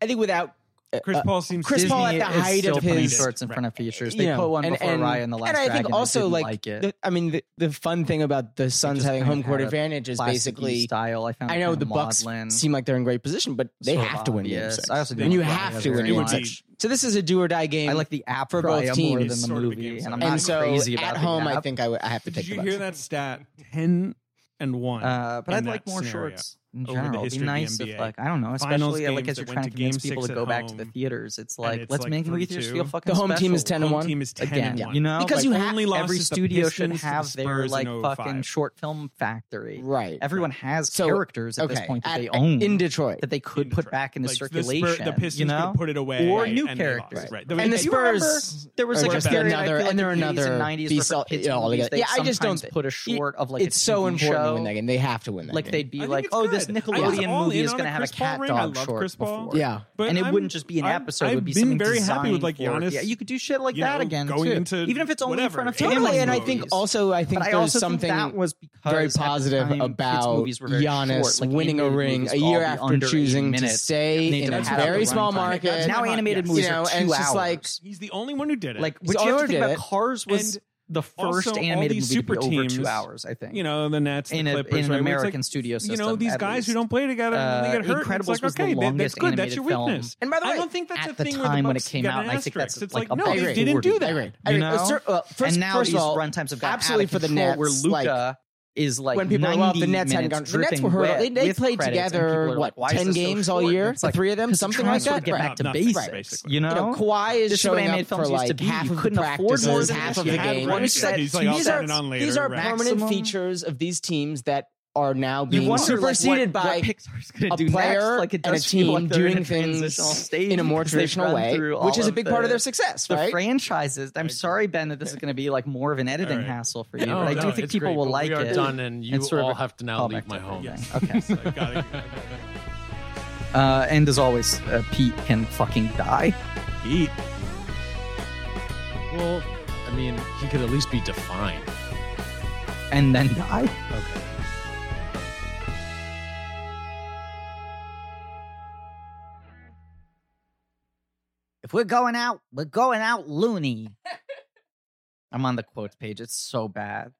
Speaker 3: I think without uh,
Speaker 2: Chris
Speaker 3: uh,
Speaker 2: Paul seems
Speaker 3: Chris
Speaker 2: to
Speaker 1: Disney
Speaker 3: Paul at the
Speaker 1: is
Speaker 3: height
Speaker 1: still
Speaker 3: of
Speaker 1: putting
Speaker 3: his-
Speaker 1: shorts in
Speaker 2: Right.
Speaker 1: front of features.
Speaker 3: you
Speaker 1: They
Speaker 3: know,
Speaker 1: put one
Speaker 3: and-
Speaker 1: before
Speaker 3: and-
Speaker 1: Ryan the last
Speaker 3: and I think
Speaker 1: Dragon.
Speaker 3: also
Speaker 1: didn't
Speaker 3: like,
Speaker 1: it.
Speaker 3: the, I mean the, the fun thing about the Suns
Speaker 1: just
Speaker 3: having
Speaker 1: kind
Speaker 3: home
Speaker 1: of
Speaker 3: court
Speaker 1: had a
Speaker 3: advantage is
Speaker 1: Plasticky
Speaker 3: basically.
Speaker 1: style. I found.
Speaker 3: I know
Speaker 1: kind
Speaker 3: the
Speaker 1: of
Speaker 3: Bucks
Speaker 1: maudlin.
Speaker 3: seem like they're in great position, but they
Speaker 1: Sort of
Speaker 3: have to win game
Speaker 1: obvious.
Speaker 3: six.
Speaker 1: I also do
Speaker 3: and you
Speaker 1: like
Speaker 3: have
Speaker 1: that
Speaker 3: to win
Speaker 1: very
Speaker 3: game
Speaker 2: much.
Speaker 3: six. So this is a do or die game.
Speaker 1: I like the app
Speaker 3: for
Speaker 1: for
Speaker 3: both
Speaker 1: both more
Speaker 3: teams.
Speaker 1: than the
Speaker 2: Sort of a
Speaker 1: movie,
Speaker 2: game
Speaker 1: and I'm
Speaker 2: set.
Speaker 1: not
Speaker 3: and so
Speaker 1: crazy about
Speaker 3: at
Speaker 1: the
Speaker 3: home, I
Speaker 1: app.
Speaker 3: think I would- I have to
Speaker 2: Did
Speaker 3: take.
Speaker 2: you
Speaker 3: the
Speaker 2: hear
Speaker 3: Bucks.
Speaker 2: that stat? Ten and one.
Speaker 1: Uh, but
Speaker 2: in
Speaker 1: I'd
Speaker 2: that
Speaker 1: like more
Speaker 2: scenario
Speaker 1: shorts in
Speaker 2: over the
Speaker 1: general. It'd be
Speaker 2: history of the
Speaker 1: nice if,
Speaker 2: NBA.
Speaker 1: like, I don't know,
Speaker 2: Finals
Speaker 1: especially like
Speaker 2: games
Speaker 1: as you're
Speaker 2: that
Speaker 1: trying to
Speaker 2: went
Speaker 1: convince
Speaker 2: to game
Speaker 1: people
Speaker 2: six
Speaker 1: to
Speaker 2: at
Speaker 1: go back to the
Speaker 2: home,
Speaker 1: theaters. It's like
Speaker 2: it's
Speaker 1: let's
Speaker 2: like
Speaker 1: make movie theaters
Speaker 2: 3-2.
Speaker 1: feel fucking.
Speaker 3: The home team is
Speaker 1: special.
Speaker 3: 10 and
Speaker 2: Home
Speaker 3: 1.
Speaker 2: team is ten
Speaker 1: again.
Speaker 2: and one.
Speaker 1: You know,
Speaker 3: Because
Speaker 1: Like,
Speaker 3: you have
Speaker 2: only lost
Speaker 1: every
Speaker 2: is the
Speaker 1: studio should
Speaker 2: Pistons to the
Speaker 1: have their
Speaker 2: Spurs
Speaker 1: like
Speaker 2: in 05.
Speaker 1: fucking short film factory.
Speaker 3: Right.
Speaker 1: Everyone has
Speaker 3: So,
Speaker 1: characters at this
Speaker 3: okay,
Speaker 1: point that
Speaker 3: at-
Speaker 1: they own
Speaker 3: in Detroit.
Speaker 1: that they could
Speaker 2: in
Speaker 1: put
Speaker 2: Detroit.
Speaker 1: back into
Speaker 2: Like, the Spur-
Speaker 1: circulation.
Speaker 2: The, Pistons
Speaker 1: you know,
Speaker 2: could put it away
Speaker 1: or new
Speaker 2: and they lost,
Speaker 1: characters.
Speaker 2: Right.
Speaker 3: And the
Speaker 1: if you remember,
Speaker 3: Spurs
Speaker 1: there was
Speaker 3: are
Speaker 1: like
Speaker 2: just
Speaker 1: a period,
Speaker 3: another-
Speaker 1: I feel
Speaker 3: and
Speaker 1: like
Speaker 3: they're
Speaker 1: the 80s
Speaker 3: another oh,
Speaker 1: and 90s
Speaker 3: piece all-
Speaker 1: for kids
Speaker 3: yeah, all
Speaker 1: movies,
Speaker 3: together.
Speaker 1: they
Speaker 3: Yeah, I just
Speaker 1: sometimes
Speaker 3: don't-
Speaker 1: put a short of like a
Speaker 3: it's so
Speaker 1: TV
Speaker 3: important
Speaker 1: show.
Speaker 3: when they they have to win that
Speaker 1: like
Speaker 3: game.
Speaker 1: they'd be
Speaker 2: I think
Speaker 1: like,
Speaker 2: it's
Speaker 1: "Oh,
Speaker 2: good.
Speaker 1: this
Speaker 2: I was all
Speaker 1: Nickelodeon movie
Speaker 2: in
Speaker 1: is
Speaker 2: on
Speaker 1: going to have a
Speaker 2: Chris Paul
Speaker 1: cat
Speaker 2: ring. I
Speaker 1: dog
Speaker 2: love
Speaker 1: short
Speaker 2: Chris Paul.
Speaker 1: before.
Speaker 3: yeah.
Speaker 2: But
Speaker 1: and it
Speaker 2: I'm-
Speaker 1: wouldn't just be an
Speaker 2: I've-
Speaker 1: episode;
Speaker 2: I've
Speaker 1: it would be
Speaker 2: been
Speaker 1: something
Speaker 2: very happy with
Speaker 1: designed
Speaker 2: like
Speaker 1: for it.
Speaker 2: Giannis.
Speaker 1: Yeah, you could do shit like
Speaker 2: you
Speaker 1: that
Speaker 2: know,
Speaker 1: again
Speaker 2: going
Speaker 1: too,
Speaker 2: into
Speaker 1: even if it's only
Speaker 2: whatever,
Speaker 1: in front of
Speaker 2: any of
Speaker 1: family.
Speaker 3: Totally,
Speaker 2: those
Speaker 3: and I
Speaker 2: movies.
Speaker 3: think also I think
Speaker 1: but I
Speaker 3: there's
Speaker 1: also
Speaker 3: something
Speaker 1: think that was because
Speaker 3: very
Speaker 1: at the
Speaker 3: positive
Speaker 1: time, kids'
Speaker 3: about
Speaker 1: movies were very
Speaker 3: Giannis
Speaker 1: short. Like,
Speaker 3: winning a
Speaker 1: animated
Speaker 3: ring
Speaker 1: movies
Speaker 3: a
Speaker 1: would all
Speaker 3: year
Speaker 1: be
Speaker 3: after
Speaker 1: under eight
Speaker 3: choosing to
Speaker 1: minutes, and
Speaker 3: stay
Speaker 1: they
Speaker 3: in a
Speaker 1: didn't have the
Speaker 3: very small
Speaker 1: runtime.
Speaker 3: market.
Speaker 1: Now animated
Speaker 2: Yes.
Speaker 1: movies
Speaker 3: You know,
Speaker 1: are two
Speaker 3: and it's just
Speaker 1: hours.
Speaker 3: like-
Speaker 2: He's the only one who did it.
Speaker 1: like,
Speaker 3: He's
Speaker 1: which
Speaker 3: the
Speaker 1: you have
Speaker 3: only
Speaker 1: to think
Speaker 3: one
Speaker 1: about
Speaker 3: who did
Speaker 1: Cars was
Speaker 2: And
Speaker 1: the first
Speaker 2: also all
Speaker 1: animated
Speaker 2: these
Speaker 1: movie to be
Speaker 2: super
Speaker 1: over two
Speaker 2: teams,
Speaker 1: hours. I think
Speaker 2: you know, the Nets, the
Speaker 1: in a-
Speaker 2: Clippers,
Speaker 1: in an
Speaker 2: right? Where it's
Speaker 1: American
Speaker 2: like,
Speaker 1: studio
Speaker 2: You know,
Speaker 1: system,
Speaker 2: these
Speaker 1: at
Speaker 2: guys who
Speaker 1: least.
Speaker 2: don't play together and they
Speaker 1: Uh,
Speaker 2: get hurt.
Speaker 1: Incredibles
Speaker 2: it's like,
Speaker 1: was the
Speaker 2: okay, that- that's
Speaker 1: longest
Speaker 2: good. That's your
Speaker 1: animated film.
Speaker 2: weakness.
Speaker 3: And by the
Speaker 2: I
Speaker 3: way,
Speaker 2: don't think that's
Speaker 1: at
Speaker 2: a
Speaker 1: the
Speaker 2: thing where
Speaker 1: time
Speaker 2: the
Speaker 1: when it
Speaker 2: Bucks
Speaker 1: came
Speaker 2: got
Speaker 1: out,
Speaker 2: an
Speaker 1: I think
Speaker 2: asterisk.
Speaker 1: that's,
Speaker 2: It's
Speaker 1: like,
Speaker 2: like,
Speaker 1: a
Speaker 2: no,
Speaker 3: big
Speaker 2: they
Speaker 3: forty.
Speaker 2: didn't do that.
Speaker 3: I agree.
Speaker 1: You
Speaker 3: uh,
Speaker 1: know?
Speaker 3: cer- uh, first,
Speaker 1: and now
Speaker 3: first
Speaker 1: these
Speaker 3: of all,
Speaker 1: runtimes have gotten
Speaker 3: absolutely
Speaker 1: out of
Speaker 3: for the
Speaker 1: control,
Speaker 3: Nets,
Speaker 1: where Luca
Speaker 3: like,
Speaker 1: is like
Speaker 3: when people are, well,
Speaker 1: 90
Speaker 3: the Nets hadn't gone.
Speaker 1: minutes
Speaker 3: The Nets were
Speaker 1: dripping
Speaker 3: hurt. They,
Speaker 1: wet
Speaker 3: they
Speaker 1: with
Speaker 3: played
Speaker 1: credits, and
Speaker 3: together
Speaker 1: people are
Speaker 3: what
Speaker 1: like, "Why is
Speaker 3: ten
Speaker 1: this so
Speaker 3: games all
Speaker 1: short?"
Speaker 3: year,
Speaker 1: And it's
Speaker 3: the
Speaker 1: like,
Speaker 3: three of them,
Speaker 1: "'Cause they're
Speaker 3: something
Speaker 1: trying
Speaker 3: like
Speaker 1: to
Speaker 3: that.
Speaker 1: get
Speaker 3: Right.
Speaker 1: back to
Speaker 2: Nothing,
Speaker 1: basics,
Speaker 2: basically.
Speaker 1: you know.
Speaker 3: You know, Kawhi is
Speaker 1: This is what
Speaker 3: showing up
Speaker 1: animated
Speaker 3: for
Speaker 1: films used
Speaker 3: like
Speaker 1: to be.
Speaker 3: half
Speaker 1: You
Speaker 3: of the
Speaker 1: couldn't afford more
Speaker 3: practices,
Speaker 1: than this.
Speaker 3: half of
Speaker 1: You
Speaker 3: the
Speaker 1: had
Speaker 3: game.
Speaker 1: one
Speaker 3: These
Speaker 1: set
Speaker 3: are-
Speaker 1: He's like, "I'll
Speaker 3: these
Speaker 1: turn
Speaker 3: are,
Speaker 2: it on
Speaker 3: these
Speaker 2: later,"
Speaker 3: are
Speaker 2: right.
Speaker 3: permanent
Speaker 1: Maximum-
Speaker 3: features of these teams that are now
Speaker 1: You
Speaker 3: being
Speaker 1: wonder, like,
Speaker 3: superseded
Speaker 1: what,
Speaker 3: by
Speaker 1: what Pixar's gonna
Speaker 3: a
Speaker 1: do next.
Speaker 3: player
Speaker 1: Like, it
Speaker 3: and a
Speaker 1: does feel
Speaker 3: team
Speaker 1: like they're in
Speaker 3: doing
Speaker 1: a
Speaker 3: things
Speaker 1: transitional stage
Speaker 3: in a more
Speaker 1: because they've
Speaker 3: traditional
Speaker 1: run
Speaker 3: way,
Speaker 1: through
Speaker 3: which
Speaker 1: all
Speaker 3: is a
Speaker 1: of
Speaker 3: big part of
Speaker 1: the-
Speaker 3: their success,
Speaker 1: the
Speaker 3: right?
Speaker 1: franchises. I'm sorry, Ben, that this is going to be like more of an editing
Speaker 2: Alright.
Speaker 1: hassle for you,
Speaker 4: No,
Speaker 1: but I
Speaker 4: Oh, no,
Speaker 1: do think
Speaker 4: it's
Speaker 1: people
Speaker 4: great,
Speaker 1: will
Speaker 4: but
Speaker 1: like
Speaker 4: we are
Speaker 1: it.
Speaker 4: done, and you
Speaker 1: It's sort of
Speaker 4: all
Speaker 1: a
Speaker 4: have to now
Speaker 1: callback
Speaker 4: leave
Speaker 1: to
Speaker 4: my home.
Speaker 1: everything.
Speaker 2: Yes, I got it.
Speaker 1: Okay. Uh, and as always, uh, Pete can fucking die.
Speaker 2: Eat.
Speaker 4: Well, I mean, he could at least be defined.
Speaker 1: and then die. If we're going out, we're going out loony. I'm on the quotes page. It's so bad.